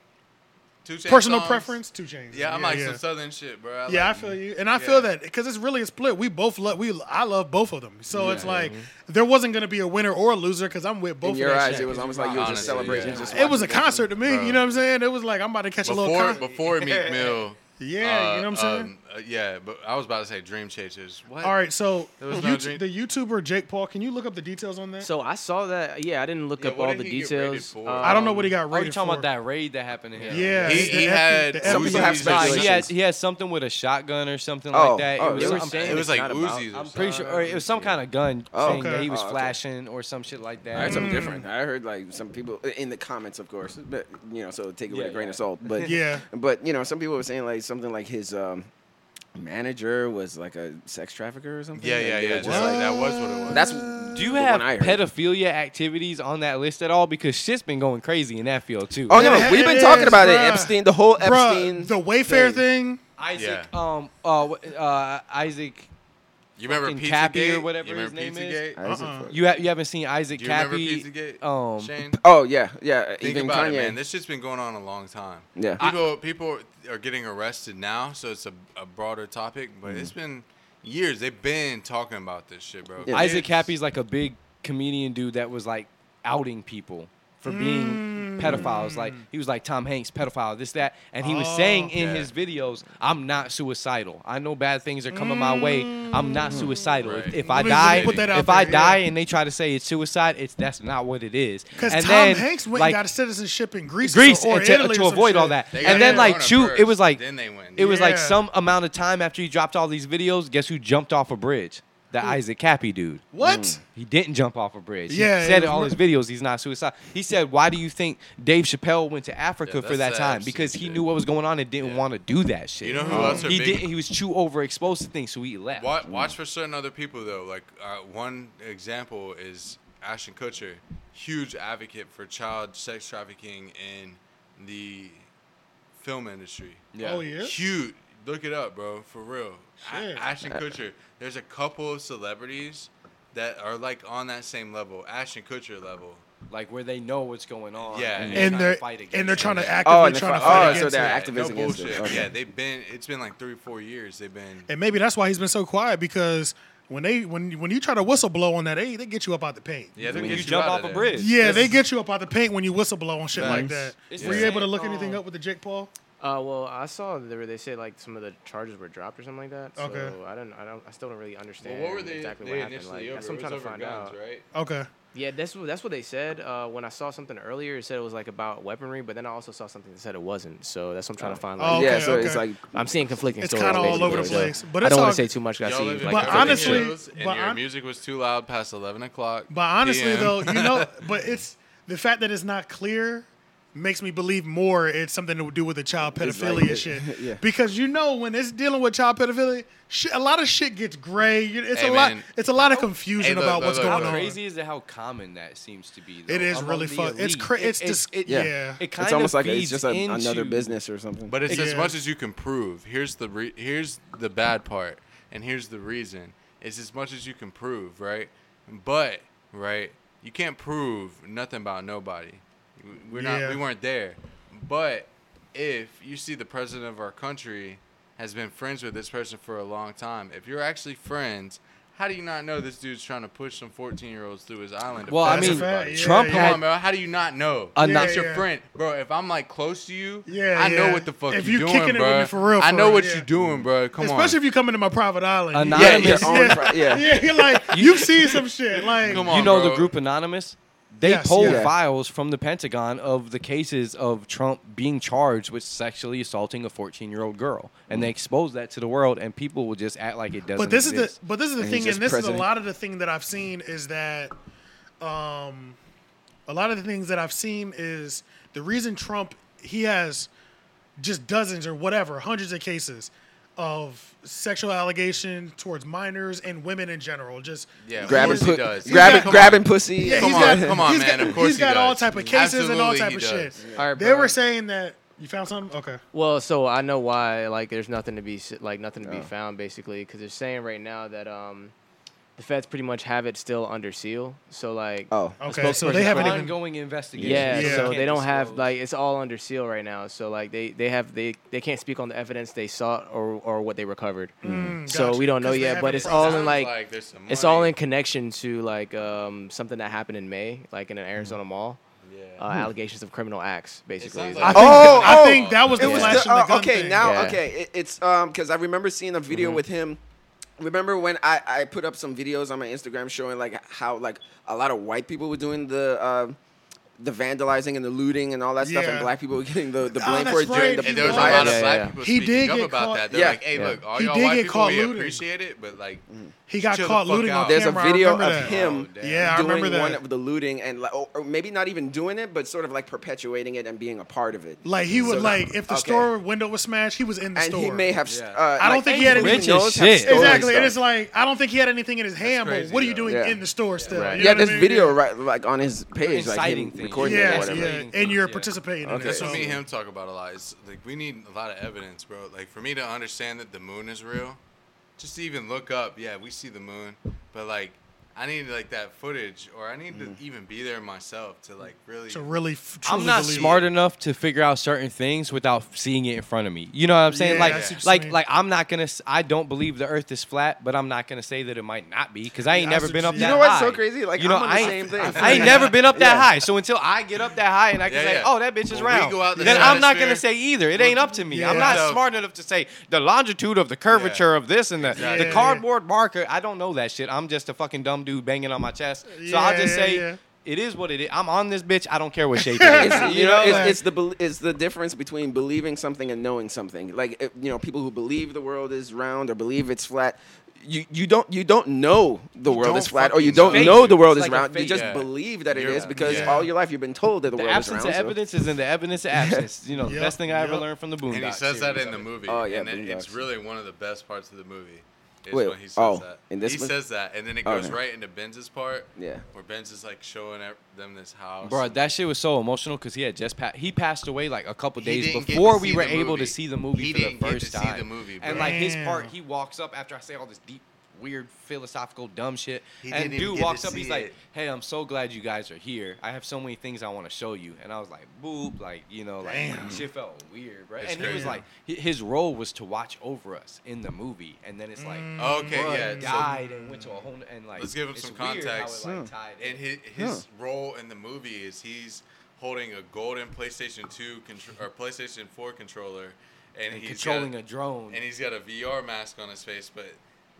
[SPEAKER 6] two Chainz
[SPEAKER 3] personal
[SPEAKER 6] songs,
[SPEAKER 3] preference, Two Chains.
[SPEAKER 6] Yeah, I'm like
[SPEAKER 3] yeah.
[SPEAKER 6] some southern shit, bro.
[SPEAKER 3] Yeah, I
[SPEAKER 6] like-
[SPEAKER 3] feel you, and I
[SPEAKER 6] yeah.
[SPEAKER 3] feel that because it's really a split. We both love we. I love both of them, so it's like there wasn't gonna be a winner or a loser because I'm with both.
[SPEAKER 4] In your
[SPEAKER 3] of that
[SPEAKER 4] eyes,
[SPEAKER 3] shit.
[SPEAKER 4] it was almost like you were just
[SPEAKER 6] Honestly,
[SPEAKER 4] celebrating.
[SPEAKER 6] yeah.
[SPEAKER 4] Just
[SPEAKER 3] It was a
[SPEAKER 4] watching.
[SPEAKER 3] concert to me.
[SPEAKER 6] Bro.
[SPEAKER 3] You know what I'm saying? It was like I'm about to catch a little.
[SPEAKER 6] Before
[SPEAKER 3] Con- <laughs>
[SPEAKER 6] before Meek Mill.
[SPEAKER 3] yeah,
[SPEAKER 6] uh,
[SPEAKER 3] you know what I'm saying. Oh,
[SPEAKER 6] um, uh, yeah, but I was about to say Dream Chasers. What?
[SPEAKER 3] All right, so
[SPEAKER 6] There
[SPEAKER 3] you-
[SPEAKER 6] was no drink.
[SPEAKER 3] the YouTuber Jake Paul, can you look up the details on that?
[SPEAKER 8] So I saw that. Yeah, I didn't look
[SPEAKER 6] Yeah,
[SPEAKER 8] up
[SPEAKER 6] what
[SPEAKER 8] all
[SPEAKER 6] did
[SPEAKER 8] the
[SPEAKER 6] he get rated
[SPEAKER 8] details. Uh,
[SPEAKER 6] for?
[SPEAKER 3] I don't know what he got
[SPEAKER 5] um, Are you
[SPEAKER 3] rated
[SPEAKER 5] talking
[SPEAKER 3] for.
[SPEAKER 5] about that raid that happened in here?
[SPEAKER 3] Yeah,
[SPEAKER 6] He-
[SPEAKER 3] it's the
[SPEAKER 6] he
[SPEAKER 3] F-
[SPEAKER 6] had-
[SPEAKER 3] the
[SPEAKER 4] Some
[SPEAKER 3] F-
[SPEAKER 4] people have
[SPEAKER 6] Uzi's
[SPEAKER 5] Nah,
[SPEAKER 4] speculation.
[SPEAKER 5] he had he had something with a shotgun or something
[SPEAKER 4] Oh,
[SPEAKER 5] like that.
[SPEAKER 4] oh,
[SPEAKER 5] it was,
[SPEAKER 4] they
[SPEAKER 8] They were
[SPEAKER 5] I'm-
[SPEAKER 8] saying
[SPEAKER 6] it was
[SPEAKER 8] it's
[SPEAKER 6] like
[SPEAKER 8] not about-
[SPEAKER 6] Uzis. or
[SPEAKER 5] I'm pretty sure,
[SPEAKER 6] something.
[SPEAKER 5] or it was some kind of gun
[SPEAKER 4] Oh,
[SPEAKER 5] thing that
[SPEAKER 4] okay.
[SPEAKER 5] he was
[SPEAKER 4] Oh, okay.
[SPEAKER 5] flashing or some shit like that.
[SPEAKER 4] I heard something different. I heard like some people in the comments, of course, but you know, so take it with
[SPEAKER 5] Yeah,
[SPEAKER 4] a grain
[SPEAKER 5] yeah.
[SPEAKER 4] of salt. But
[SPEAKER 3] Yeah.
[SPEAKER 4] but you know, some people were saying like something like his um, manager was like a sex trafficker or something.
[SPEAKER 6] Yeah,
[SPEAKER 4] and
[SPEAKER 6] yeah,
[SPEAKER 4] they were
[SPEAKER 6] yeah.
[SPEAKER 4] just
[SPEAKER 6] Just
[SPEAKER 4] like-
[SPEAKER 6] like, that was what it was.
[SPEAKER 4] that's
[SPEAKER 5] Do you
[SPEAKER 4] the one
[SPEAKER 5] have
[SPEAKER 4] I heard.
[SPEAKER 5] pedophilia activities on that list at all? Because shit's been going crazy in that field too.
[SPEAKER 4] Oh no,
[SPEAKER 3] It
[SPEAKER 4] we've been
[SPEAKER 3] is,
[SPEAKER 4] talking about it.
[SPEAKER 3] bruh.
[SPEAKER 4] Epstein, the whole Epstein.
[SPEAKER 3] Bruh, the Wayfair thing.
[SPEAKER 5] Isaac, um, uh, wh- uh, Isaac,
[SPEAKER 6] You remember
[SPEAKER 5] fucking
[SPEAKER 6] Pizzagate?
[SPEAKER 5] Cappy or whatever
[SPEAKER 6] you remember
[SPEAKER 5] his name is?
[SPEAKER 6] Pizzagate?
[SPEAKER 4] Isaac
[SPEAKER 3] Uh-uh.
[SPEAKER 4] Ford.
[SPEAKER 5] you ha- you haven't seen Isaac
[SPEAKER 6] Do you remember
[SPEAKER 5] Cappy?
[SPEAKER 6] Pizzagate?
[SPEAKER 5] Um,
[SPEAKER 6] Shane?
[SPEAKER 4] Oh yeah, yeah.
[SPEAKER 6] Think
[SPEAKER 4] even
[SPEAKER 6] about
[SPEAKER 4] Kanye.
[SPEAKER 6] it, man. This shit's been going on a long time.
[SPEAKER 4] Yeah. I-
[SPEAKER 6] People people are getting arrested now, so it's a, a broader topic, but
[SPEAKER 4] Mm-hmm.
[SPEAKER 6] it's been years. They've been talking about this shit, bro.
[SPEAKER 4] Yeah.
[SPEAKER 5] Isaac
[SPEAKER 6] Kids-
[SPEAKER 5] Cappy's like a big comedian dude that was like outing people for being
[SPEAKER 3] Mm.
[SPEAKER 5] pedophiles. Like he was like Tom Hanks, pedophile, this that, and he was
[SPEAKER 3] Oh,
[SPEAKER 5] saying in
[SPEAKER 6] Yeah.
[SPEAKER 5] his videos, "I'm not suicidal. I know bad things are coming my way. I'm not suicidal. If,
[SPEAKER 6] Right.
[SPEAKER 5] if I
[SPEAKER 3] Mm. Let me- let me
[SPEAKER 5] die,
[SPEAKER 3] put that out
[SPEAKER 5] if I
[SPEAKER 3] there, yeah.
[SPEAKER 5] die, and they try to say it's suicide, it's that's not what it is.
[SPEAKER 3] Because Tom
[SPEAKER 5] And then,
[SPEAKER 3] Hanks went
[SPEAKER 5] like,
[SPEAKER 3] and got a citizenship in Greece,
[SPEAKER 5] Greece
[SPEAKER 3] or, or
[SPEAKER 5] and to,
[SPEAKER 3] Italy
[SPEAKER 5] to
[SPEAKER 3] or some
[SPEAKER 5] avoid all
[SPEAKER 3] shit.
[SPEAKER 5] that.
[SPEAKER 6] They got
[SPEAKER 5] and then like
[SPEAKER 6] Corona
[SPEAKER 5] shoot,
[SPEAKER 6] first,
[SPEAKER 5] it was like
[SPEAKER 6] then they went.
[SPEAKER 5] it was like
[SPEAKER 3] Yeah.
[SPEAKER 5] some amount of time after he dropped all these videos. Guess who jumped off a bridge? The Isaac Cappy dude.
[SPEAKER 3] What?
[SPEAKER 5] He didn't jump off a bridge.
[SPEAKER 3] Yeah,
[SPEAKER 5] he
[SPEAKER 3] it
[SPEAKER 5] said
[SPEAKER 3] was
[SPEAKER 5] in all his videos he's not suicided. He said, "Why do you think Dave Chappelle went to Africa
[SPEAKER 6] Yeah,
[SPEAKER 5] for that
[SPEAKER 6] that's the
[SPEAKER 5] time?
[SPEAKER 6] absolute
[SPEAKER 5] Because he
[SPEAKER 6] shit.
[SPEAKER 5] knew what was going on and didn't want to do that shit. Um,
[SPEAKER 6] You know who else are
[SPEAKER 5] he
[SPEAKER 6] big-
[SPEAKER 5] didn't. He was too overexposed to things, so he left.
[SPEAKER 6] Watch,
[SPEAKER 4] Mm-hmm.
[SPEAKER 6] watch for certain other people though. Like uh, one example is Ashton Kutcher, huge advocate for child sex trafficking in the film industry.
[SPEAKER 5] Yeah.
[SPEAKER 3] Oh yeah.
[SPEAKER 6] Huge. Look it up, bro. For real. A-
[SPEAKER 3] Shit.
[SPEAKER 6] Ashton Kutcher. There's a couple of celebrities that are like on that same level, Ashton Kutcher level.
[SPEAKER 5] Like where they know what's going on.
[SPEAKER 6] Yeah.
[SPEAKER 3] And
[SPEAKER 5] and, trying to
[SPEAKER 3] they're
[SPEAKER 5] fight against
[SPEAKER 3] and they're
[SPEAKER 5] it.
[SPEAKER 3] trying to
[SPEAKER 4] Oh,
[SPEAKER 3] actively
[SPEAKER 4] and
[SPEAKER 3] trying to
[SPEAKER 4] they're-
[SPEAKER 3] fight
[SPEAKER 4] oh, so
[SPEAKER 3] against
[SPEAKER 4] they're
[SPEAKER 3] it.
[SPEAKER 4] active- Activists
[SPEAKER 6] no
[SPEAKER 4] against it.
[SPEAKER 6] bullshit.
[SPEAKER 4] Okay.
[SPEAKER 6] Yeah, they've been. It's been like three, four years. They've been.
[SPEAKER 3] And maybe that's why he's been so quiet because When they when when you try to whistle blow on that, they they get you up out the paint.
[SPEAKER 6] Yeah, they'll
[SPEAKER 5] When
[SPEAKER 6] get
[SPEAKER 5] you
[SPEAKER 6] you
[SPEAKER 5] jump
[SPEAKER 6] out
[SPEAKER 5] off a
[SPEAKER 6] there.
[SPEAKER 5] bridge.
[SPEAKER 3] Yeah, they get you up out the paint when you whistle blow on shit like that.
[SPEAKER 4] Thanks.
[SPEAKER 5] It's
[SPEAKER 3] Were
[SPEAKER 5] the
[SPEAKER 3] you able to
[SPEAKER 5] same,
[SPEAKER 3] look anything
[SPEAKER 5] um,
[SPEAKER 3] up with the Jake Paul?
[SPEAKER 8] Uh, well, I saw that they, were, they said like some of the charges were dropped or something like that. So
[SPEAKER 3] Okay.
[SPEAKER 8] I don't, I don't, I still don't really understand
[SPEAKER 6] Well, what were they,
[SPEAKER 8] exactly
[SPEAKER 6] they
[SPEAKER 8] what happened.
[SPEAKER 6] initially
[SPEAKER 8] Like,
[SPEAKER 6] over?
[SPEAKER 8] that's what I'm
[SPEAKER 6] It
[SPEAKER 8] trying
[SPEAKER 6] was
[SPEAKER 8] to
[SPEAKER 6] over
[SPEAKER 8] find
[SPEAKER 6] guns,
[SPEAKER 8] out.
[SPEAKER 6] right?
[SPEAKER 3] Okay.
[SPEAKER 8] Yeah, that's what- that's what they said. Uh, when I saw something earlier, it said it was like about weaponry, but then I also saw something that said it wasn't. So that's what I'm trying to find. Like,
[SPEAKER 3] Oh, okay,
[SPEAKER 4] yeah, so it's
[SPEAKER 3] okay.
[SPEAKER 4] like
[SPEAKER 8] I'm seeing conflicting
[SPEAKER 3] It's
[SPEAKER 8] stories.
[SPEAKER 3] kinda all
[SPEAKER 8] basically,
[SPEAKER 3] over the
[SPEAKER 8] so
[SPEAKER 3] place, but
[SPEAKER 8] I
[SPEAKER 3] it's
[SPEAKER 8] don't want
[SPEAKER 3] all-
[SPEAKER 8] to say too much. 'cause I
[SPEAKER 6] Y'all
[SPEAKER 8] see,
[SPEAKER 6] live in
[SPEAKER 8] like,
[SPEAKER 3] But
[SPEAKER 8] conflicting
[SPEAKER 3] honestly-
[SPEAKER 8] shit.
[SPEAKER 6] shows, and
[SPEAKER 3] but
[SPEAKER 6] your
[SPEAKER 3] hon-
[SPEAKER 6] music was too loud past eleven o'clock.
[SPEAKER 3] But honestly,
[SPEAKER 6] PM.
[SPEAKER 3] though, you
[SPEAKER 6] <laughs>
[SPEAKER 3] know, but it's the fact that it's not clear makes me believe more it's something to do with the child pedophilia
[SPEAKER 4] like-
[SPEAKER 6] <laughs>
[SPEAKER 3] shit.
[SPEAKER 4] yeah.
[SPEAKER 3] Because you know, when it's dealing with child pedophilia, shit, a lot of shit gets gray. You- It's
[SPEAKER 6] Hey,
[SPEAKER 3] a lot.
[SPEAKER 6] man.
[SPEAKER 3] It's a lot of confusion
[SPEAKER 6] Hey, look,
[SPEAKER 3] about
[SPEAKER 6] look,
[SPEAKER 3] what's
[SPEAKER 6] look,
[SPEAKER 3] going
[SPEAKER 6] look.
[SPEAKER 3] on.
[SPEAKER 5] Crazy is that how common that seems to be. Though,
[SPEAKER 3] It is
[SPEAKER 5] among
[SPEAKER 3] really
[SPEAKER 5] the
[SPEAKER 3] fuck. It's
[SPEAKER 5] elite.
[SPEAKER 3] cra-
[SPEAKER 5] It-
[SPEAKER 3] it's dis-
[SPEAKER 5] it-
[SPEAKER 3] yeah.
[SPEAKER 5] yeah. It kind
[SPEAKER 4] it's
[SPEAKER 5] of
[SPEAKER 4] almost like
[SPEAKER 5] feeds
[SPEAKER 4] it's just a,
[SPEAKER 5] into,
[SPEAKER 4] another business or something.
[SPEAKER 6] But it's as
[SPEAKER 3] Yeah.
[SPEAKER 6] much as you can prove. Here's the re- here's the bad part, and here's the reason. It's as much as you can prove, right? But right, you can't prove nothing about nobody. We're
[SPEAKER 3] Yeah.
[SPEAKER 6] not. We weren't there. But if you see the president of our country has been friends with this person for a long time, if you're actually friends. How do you not know this dude's trying to push some 14 year olds through his island? to
[SPEAKER 5] Well, I
[SPEAKER 6] fuck
[SPEAKER 5] mean,
[SPEAKER 6] everybody?
[SPEAKER 5] Trump
[SPEAKER 3] Yeah,
[SPEAKER 6] Come
[SPEAKER 5] had
[SPEAKER 6] on, bro. How do you not know?
[SPEAKER 5] A
[SPEAKER 6] i
[SPEAKER 5] Yeah,
[SPEAKER 6] that's your
[SPEAKER 3] yeah.
[SPEAKER 6] friend, bro. If I'm like close to you,
[SPEAKER 3] Yeah,
[SPEAKER 6] I know
[SPEAKER 3] yeah.
[SPEAKER 6] what the fuck
[SPEAKER 3] If you
[SPEAKER 6] you doing,
[SPEAKER 3] kicking it with
[SPEAKER 6] bro.
[SPEAKER 3] me for real,
[SPEAKER 6] I
[SPEAKER 3] for
[SPEAKER 6] know
[SPEAKER 3] real,
[SPEAKER 6] what
[SPEAKER 3] yeah.
[SPEAKER 6] you doing, bro. Come
[SPEAKER 3] Especially
[SPEAKER 6] on,
[SPEAKER 3] if you come into my private island. you-
[SPEAKER 5] Anonymous.
[SPEAKER 6] Yeah, yeah.
[SPEAKER 4] Your own pri-
[SPEAKER 3] <laughs>
[SPEAKER 4] yeah.
[SPEAKER 3] yeah, you're like you've seen some shit. Like
[SPEAKER 6] come on.
[SPEAKER 5] you know
[SPEAKER 6] bro.
[SPEAKER 5] the group Anonymous? They
[SPEAKER 3] Yes,
[SPEAKER 5] pulled
[SPEAKER 3] yeah.
[SPEAKER 5] files from the Pentagon of the cases of Trump being charged with sexually assaulting a 14-year-old girl, and they exposed that to the world, and people will just act like it doesn't.
[SPEAKER 3] But this is the
[SPEAKER 5] exist.
[SPEAKER 3] but this is the
[SPEAKER 4] And he's
[SPEAKER 3] thing, and
[SPEAKER 4] just
[SPEAKER 3] this is
[SPEAKER 4] president.
[SPEAKER 3] a lot of the thing that I've seen is that, um, a lot of the things that I've seen is the reason Trump he has just dozens or whatever, hundreds of cases of sexual allegation towards minors and women in general. Just
[SPEAKER 6] Yeah, of
[SPEAKER 4] grabbing,
[SPEAKER 6] course
[SPEAKER 4] pu-
[SPEAKER 6] he does.
[SPEAKER 3] Yeah,
[SPEAKER 4] grabbing,
[SPEAKER 3] come
[SPEAKER 4] grabbing pussy.
[SPEAKER 3] yeah,
[SPEAKER 6] Come
[SPEAKER 3] he's
[SPEAKER 6] on,
[SPEAKER 3] got
[SPEAKER 6] come on,
[SPEAKER 3] he's
[SPEAKER 6] man,
[SPEAKER 3] Got,
[SPEAKER 6] of course
[SPEAKER 3] he's
[SPEAKER 6] he
[SPEAKER 3] got all
[SPEAKER 6] does.
[SPEAKER 3] type of cases and all
[SPEAKER 6] Absolutely
[SPEAKER 3] type
[SPEAKER 6] he
[SPEAKER 3] of
[SPEAKER 6] does.
[SPEAKER 3] shit.
[SPEAKER 8] All right,
[SPEAKER 3] they
[SPEAKER 8] bro.
[SPEAKER 3] were saying that you found something. Okay,
[SPEAKER 8] Well, so I know why like there's nothing to be s- like nothing to be found basically because they're saying right now that um the feds pretty much have it still under seal. So like
[SPEAKER 4] Oh,
[SPEAKER 3] okay, so
[SPEAKER 8] spokesperson
[SPEAKER 3] they
[SPEAKER 8] for
[SPEAKER 3] haven't even
[SPEAKER 5] ongoing investigation.
[SPEAKER 8] yeah,
[SPEAKER 3] Yeah.
[SPEAKER 8] so they don't have
[SPEAKER 5] Can't
[SPEAKER 8] like it's all under seal right now. So like they they have they they can't speak on the evidence they sought or or what they recovered. So
[SPEAKER 3] Mm, gotcha,
[SPEAKER 8] we don't know
[SPEAKER 3] 'cause they
[SPEAKER 8] yet,
[SPEAKER 3] haven't
[SPEAKER 8] but it's
[SPEAKER 3] brought
[SPEAKER 8] all
[SPEAKER 6] Sounds
[SPEAKER 8] in like,
[SPEAKER 6] there's some
[SPEAKER 8] it's
[SPEAKER 6] money.
[SPEAKER 8] all in connection to like um something that happened in May, like in an Arizona mall.
[SPEAKER 6] Yeah.
[SPEAKER 8] Uh, allegations of criminal acts,
[SPEAKER 6] It
[SPEAKER 8] basically.
[SPEAKER 6] sounds
[SPEAKER 8] is-
[SPEAKER 6] like-
[SPEAKER 3] think-
[SPEAKER 4] Oh,
[SPEAKER 3] I
[SPEAKER 4] oh.
[SPEAKER 3] think that was the
[SPEAKER 4] It was
[SPEAKER 3] flash
[SPEAKER 4] the-
[SPEAKER 3] in the
[SPEAKER 6] uh,
[SPEAKER 4] oh,
[SPEAKER 3] gun
[SPEAKER 4] okay,
[SPEAKER 3] thing.
[SPEAKER 4] now
[SPEAKER 8] Yeah.
[SPEAKER 4] okay, it, it's um because I remember seeing a video with him. Remember when I, I put up some videos on my Instagram showing like how like a lot of white people were doing the uh, the vandalizing and the looting and all that stuff,
[SPEAKER 3] Yeah.
[SPEAKER 4] and black people were getting the, the
[SPEAKER 3] Oh,
[SPEAKER 4] blame
[SPEAKER 3] that's
[SPEAKER 4] for it during
[SPEAKER 3] right,
[SPEAKER 4] the
[SPEAKER 3] he
[SPEAKER 6] And there was a
[SPEAKER 8] Yeah,
[SPEAKER 6] lot
[SPEAKER 4] riots.
[SPEAKER 6] of
[SPEAKER 8] yeah,
[SPEAKER 6] black
[SPEAKER 8] yeah.
[SPEAKER 6] people
[SPEAKER 3] He
[SPEAKER 6] speaking
[SPEAKER 3] did
[SPEAKER 6] up
[SPEAKER 3] get
[SPEAKER 6] about
[SPEAKER 3] caught-
[SPEAKER 6] that. They're
[SPEAKER 4] Yeah.
[SPEAKER 6] like, "Hey,
[SPEAKER 8] Yeah.
[SPEAKER 6] look, all
[SPEAKER 3] He
[SPEAKER 6] y'all
[SPEAKER 3] did
[SPEAKER 6] white
[SPEAKER 3] get
[SPEAKER 6] people,
[SPEAKER 3] caught
[SPEAKER 6] we
[SPEAKER 3] looting.
[SPEAKER 6] appreciate it, but like,
[SPEAKER 3] He got
[SPEAKER 6] Chill the
[SPEAKER 3] caught
[SPEAKER 6] fuck
[SPEAKER 3] looting on
[SPEAKER 6] out.
[SPEAKER 4] There's
[SPEAKER 3] camera.
[SPEAKER 4] a
[SPEAKER 3] I
[SPEAKER 4] video of
[SPEAKER 3] remember that.
[SPEAKER 4] him
[SPEAKER 6] Oh, damn.
[SPEAKER 3] yeah, I
[SPEAKER 4] doing
[SPEAKER 3] remember
[SPEAKER 4] one
[SPEAKER 3] that.
[SPEAKER 4] of the looting and like, or or maybe not even doing it, but sort of like perpetuating it and being a part of it.
[SPEAKER 3] Like he would
[SPEAKER 4] So-
[SPEAKER 3] like if the
[SPEAKER 4] okay.
[SPEAKER 3] store window was smashed, he was in the
[SPEAKER 4] and
[SPEAKER 3] store.
[SPEAKER 4] he may have.
[SPEAKER 6] Yeah.
[SPEAKER 4] Uh,
[SPEAKER 3] I don't
[SPEAKER 4] like,
[SPEAKER 3] think he had
[SPEAKER 4] who
[SPEAKER 3] any-
[SPEAKER 5] Rich as
[SPEAKER 4] knows have
[SPEAKER 5] shit.
[SPEAKER 4] stolen
[SPEAKER 3] exactly. And
[SPEAKER 4] stuff.
[SPEAKER 3] it's like I don't think he had anything in his hand,
[SPEAKER 6] crazy,
[SPEAKER 3] but what are you
[SPEAKER 6] though.
[SPEAKER 3] doing
[SPEAKER 4] Yeah.
[SPEAKER 3] in the store still?
[SPEAKER 8] Right.
[SPEAKER 3] You know
[SPEAKER 4] yeah,
[SPEAKER 3] what I
[SPEAKER 4] there's
[SPEAKER 3] mean?
[SPEAKER 4] video
[SPEAKER 3] Yeah.
[SPEAKER 4] right like on his page, like
[SPEAKER 5] Inciting
[SPEAKER 4] him
[SPEAKER 5] things.
[SPEAKER 4] recording
[SPEAKER 5] Yeah,
[SPEAKER 4] or
[SPEAKER 3] Yes,
[SPEAKER 4] whatever.
[SPEAKER 3] yeah,
[SPEAKER 5] Things,
[SPEAKER 3] and
[SPEAKER 5] yeah.
[SPEAKER 3] you're participating. in
[SPEAKER 4] Okay.
[SPEAKER 3] it.
[SPEAKER 6] That's
[SPEAKER 3] So,
[SPEAKER 6] what me and him talk about a lot. Is like we need a lot of evidence, bro. Like for me to understand that the moon is real, just to even look up. Yeah, we see the moon, but like I need like that footage, or I need to even be there myself to like really.
[SPEAKER 3] Mm. to really, f- truly
[SPEAKER 5] I'm not
[SPEAKER 3] believe.
[SPEAKER 5] smart enough to figure out certain things without seeing it in front of me. You know what I'm saying?
[SPEAKER 3] Yeah, I see what
[SPEAKER 5] like, like,
[SPEAKER 3] you're
[SPEAKER 5] like I'm not gonna. s- I don't believe the Earth is flat, but I'm not gonna say that it might not be because I ain't
[SPEAKER 3] Yeah, I
[SPEAKER 5] never
[SPEAKER 3] see
[SPEAKER 5] been
[SPEAKER 3] what
[SPEAKER 5] up
[SPEAKER 3] you-
[SPEAKER 5] that
[SPEAKER 3] You
[SPEAKER 5] high.
[SPEAKER 3] know
[SPEAKER 4] what's so crazy? Like, I'm on the
[SPEAKER 5] I ain't-
[SPEAKER 4] same thing.
[SPEAKER 5] I ain't never been up that
[SPEAKER 4] Yeah.
[SPEAKER 5] high. So until I get up that high and I can
[SPEAKER 6] Yeah,
[SPEAKER 5] say,
[SPEAKER 6] yeah.
[SPEAKER 5] "Oh, that bitch is
[SPEAKER 6] When we
[SPEAKER 5] round,"
[SPEAKER 6] go out the
[SPEAKER 5] then I'm not
[SPEAKER 6] stratosphere-
[SPEAKER 5] gonna say either. It ain't up to me. I'm
[SPEAKER 3] Yeah.
[SPEAKER 5] not
[SPEAKER 6] So-
[SPEAKER 5] smart enough to say the longitude of the curvature of this and the,
[SPEAKER 6] Exactly.
[SPEAKER 5] the
[SPEAKER 3] Yeah.
[SPEAKER 5] cardboard marker. I don't know that shit. I'm just a fucking dumb dude banging on my chest. So I'll
[SPEAKER 3] Yeah,
[SPEAKER 5] just
[SPEAKER 3] yeah,
[SPEAKER 5] say.
[SPEAKER 3] yeah.
[SPEAKER 5] It is what it is. I'm on this bitch. I don't care what shape
[SPEAKER 4] <laughs>
[SPEAKER 5] it is.
[SPEAKER 4] It's,
[SPEAKER 5] You know,
[SPEAKER 4] it's, it's the bel- it's the difference between believing something and knowing something. Like if, you know, people who believe the world is round or believe it's flat, you, you don't you don't know the world is
[SPEAKER 6] don't
[SPEAKER 4] flat or you
[SPEAKER 6] fucking
[SPEAKER 4] don't
[SPEAKER 5] know.
[SPEAKER 4] know the
[SPEAKER 5] Fake.
[SPEAKER 4] world
[SPEAKER 5] It's
[SPEAKER 4] is
[SPEAKER 5] like a
[SPEAKER 4] round. You
[SPEAKER 5] fake.
[SPEAKER 4] just
[SPEAKER 6] Yeah.
[SPEAKER 4] believe that it is
[SPEAKER 6] You're-
[SPEAKER 4] because
[SPEAKER 6] yeah.
[SPEAKER 4] all your life you've been told that the,
[SPEAKER 5] The
[SPEAKER 4] world is
[SPEAKER 5] absence
[SPEAKER 4] round.
[SPEAKER 5] of
[SPEAKER 4] so-
[SPEAKER 5] evidence is in the evidence of absence. You know, the
[SPEAKER 3] Yep,
[SPEAKER 5] best thing I ever
[SPEAKER 3] yep.
[SPEAKER 5] learned from the Boondocks.
[SPEAKER 6] And he says that in the movie.
[SPEAKER 4] Oh, yeah,
[SPEAKER 6] and it- it's
[SPEAKER 4] Boondocks.
[SPEAKER 6] really one of the best parts of the movie. Is
[SPEAKER 4] Wait,
[SPEAKER 6] when he says
[SPEAKER 4] oh,
[SPEAKER 6] that.
[SPEAKER 4] in this
[SPEAKER 6] he
[SPEAKER 4] one?
[SPEAKER 6] says that, and then it
[SPEAKER 4] Oh,
[SPEAKER 6] goes
[SPEAKER 4] yeah.
[SPEAKER 6] right into Benz's part.
[SPEAKER 4] Yeah.
[SPEAKER 6] where Benz is like showing ev- them this house.
[SPEAKER 5] Bro, that shit was so emotional because he had just passed. He passed away like a couple
[SPEAKER 6] He
[SPEAKER 5] days
[SPEAKER 6] didn't get to
[SPEAKER 5] before we
[SPEAKER 6] see
[SPEAKER 5] were
[SPEAKER 6] the
[SPEAKER 5] able to
[SPEAKER 6] movie.
[SPEAKER 5] see the movie
[SPEAKER 6] He
[SPEAKER 5] for the
[SPEAKER 6] didn't get to
[SPEAKER 5] first
[SPEAKER 6] see
[SPEAKER 5] time.
[SPEAKER 6] the movie,
[SPEAKER 5] and
[SPEAKER 6] bro.
[SPEAKER 5] like his part,
[SPEAKER 3] Damn.
[SPEAKER 5] he walks up after I say all this deep
[SPEAKER 9] weird philosophical dumb shit.
[SPEAKER 6] He
[SPEAKER 9] and
[SPEAKER 6] didn't even
[SPEAKER 9] dude
[SPEAKER 6] get
[SPEAKER 9] walks
[SPEAKER 6] to
[SPEAKER 9] up, he's
[SPEAKER 6] see
[SPEAKER 9] like,
[SPEAKER 6] it.
[SPEAKER 9] "Hey, I'm so glad you guys are here. I have so many things I want to show you." And I was like, "Boop!" Like you know, like shit felt weird, right?
[SPEAKER 6] That's
[SPEAKER 9] and he was
[SPEAKER 6] crazy.
[SPEAKER 9] like, hi- his role was to watch over us in the movie, and then it's like.
[SPEAKER 6] Okay,
[SPEAKER 9] bruh
[SPEAKER 6] yeah. so-
[SPEAKER 9] died and went to a whole and like
[SPEAKER 6] Mm. Let's give him
[SPEAKER 9] it's
[SPEAKER 6] some
[SPEAKER 9] weird how it,
[SPEAKER 6] context. Hmm.
[SPEAKER 9] like, tied in.
[SPEAKER 6] And his, his role in the movie is he's holding a golden PlayStation 2 contro- or PlayStation 4 controller, and,
[SPEAKER 9] and
[SPEAKER 6] he's
[SPEAKER 9] controlling
[SPEAKER 6] got,
[SPEAKER 9] a drone.
[SPEAKER 6] and he's got a VR mask on his face, but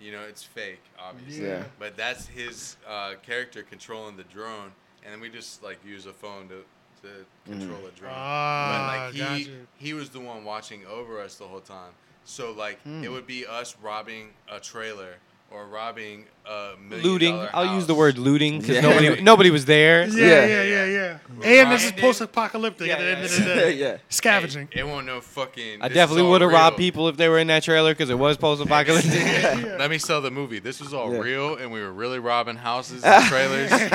[SPEAKER 6] you know it's fake, obviously.
[SPEAKER 4] Yeah.
[SPEAKER 6] But that's his uh, character controlling the drone, and then we just like use a phone to to
[SPEAKER 5] Mm-hmm.
[SPEAKER 6] control a drone.
[SPEAKER 3] Ah,
[SPEAKER 6] but like he
[SPEAKER 3] gotcha.
[SPEAKER 6] he was the one watching over us the whole time. So like
[SPEAKER 5] Hmm.
[SPEAKER 6] it would be us robbing a trailer or robbing a million
[SPEAKER 5] looting.
[SPEAKER 6] dollar
[SPEAKER 5] I'll use the
[SPEAKER 6] house.
[SPEAKER 5] word looting because
[SPEAKER 4] Yeah.
[SPEAKER 5] nobody nobody was there.
[SPEAKER 3] Yeah, yeah,
[SPEAKER 4] Yeah.
[SPEAKER 3] yeah, yeah.
[SPEAKER 6] Yeah.
[SPEAKER 3] And this is
[SPEAKER 6] Grinding.
[SPEAKER 3] post-apocalyptic at
[SPEAKER 9] Yeah,
[SPEAKER 3] the end of
[SPEAKER 9] yeah,
[SPEAKER 3] the day.
[SPEAKER 4] <laughs> <laughs> yeah.
[SPEAKER 3] Scavenging.
[SPEAKER 6] It won't no fucking.
[SPEAKER 5] I
[SPEAKER 6] this is
[SPEAKER 5] definitely
[SPEAKER 6] all
[SPEAKER 5] would have
[SPEAKER 6] real.
[SPEAKER 5] robbed people if they were in that trailer because it was post-apocalyptic.
[SPEAKER 6] Let me sell the movie. This was all
[SPEAKER 4] Yeah.
[SPEAKER 6] real, and we were really
[SPEAKER 5] <laughs>
[SPEAKER 6] robbing houses and trailers. Hear
[SPEAKER 4] You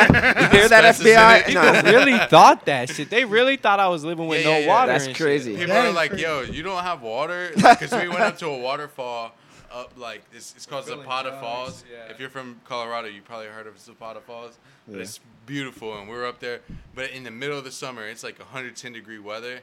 [SPEAKER 4] hear that, FBI?
[SPEAKER 5] <laughs> People really thought that shit. They really thought I was living with
[SPEAKER 6] Yeah,
[SPEAKER 5] no
[SPEAKER 6] yeah, yeah.
[SPEAKER 5] water.
[SPEAKER 4] That's
[SPEAKER 5] and shit.
[SPEAKER 4] crazy.
[SPEAKER 6] People
[SPEAKER 3] That
[SPEAKER 6] are
[SPEAKER 3] is
[SPEAKER 6] like,
[SPEAKER 3] crazy.
[SPEAKER 6] "Yo, you don't have
[SPEAKER 4] <laughs>
[SPEAKER 6] water?" Because we went up to a waterfall. Up like it's, it's called
[SPEAKER 9] Feeling
[SPEAKER 6] Zapata
[SPEAKER 9] drugs,
[SPEAKER 6] Falls.
[SPEAKER 9] yeah.
[SPEAKER 6] If you're from Colorado, you probably heard of Zapata Falls. But it's beautiful, and we were up there. But in the middle of the summer, it's like 110 degree weather.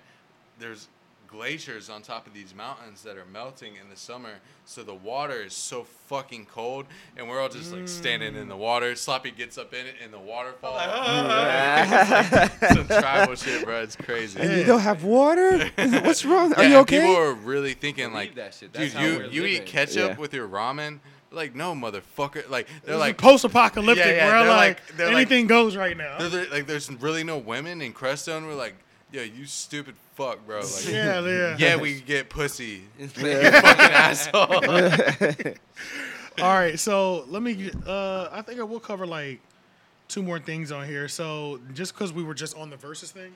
[SPEAKER 6] There's glaciers on top of these mountains that are melting in the summer, so the water is so fucking cold, and we're all just like standing
[SPEAKER 4] Mm.
[SPEAKER 6] in the water. Sloppy gets up in it, and the waterfall.
[SPEAKER 4] <laughs>
[SPEAKER 6] <laughs> Some tribal shit, bro. It's crazy.
[SPEAKER 4] You don't have water? What's
[SPEAKER 8] <laughs>
[SPEAKER 4] wrong? Are
[SPEAKER 6] Yeah,
[SPEAKER 4] you
[SPEAKER 6] and
[SPEAKER 4] okay?
[SPEAKER 6] People are really thinking like,
[SPEAKER 9] that shit. That's
[SPEAKER 6] dude,
[SPEAKER 9] how
[SPEAKER 6] you
[SPEAKER 9] we're
[SPEAKER 6] you eat
[SPEAKER 9] living.
[SPEAKER 6] ketchup
[SPEAKER 4] Yeah.
[SPEAKER 6] with your ramen? Like, no, motherfucker. Like, they're
[SPEAKER 3] This
[SPEAKER 6] like,
[SPEAKER 3] is post-apocalyptic,
[SPEAKER 6] Yeah, yeah,
[SPEAKER 3] where
[SPEAKER 6] they're
[SPEAKER 3] like,
[SPEAKER 6] like- they're like-
[SPEAKER 3] anything goes right now.
[SPEAKER 6] they're, they're- like, there's really no women in Crestone. We're like, yo, you stupid fuck, bro. Like, yeah.
[SPEAKER 3] yeah, yeah.
[SPEAKER 6] we get pussy.
[SPEAKER 3] All right, so let me. Uh, I think I will cover like two more things on here. So just because we were just on the verses thing,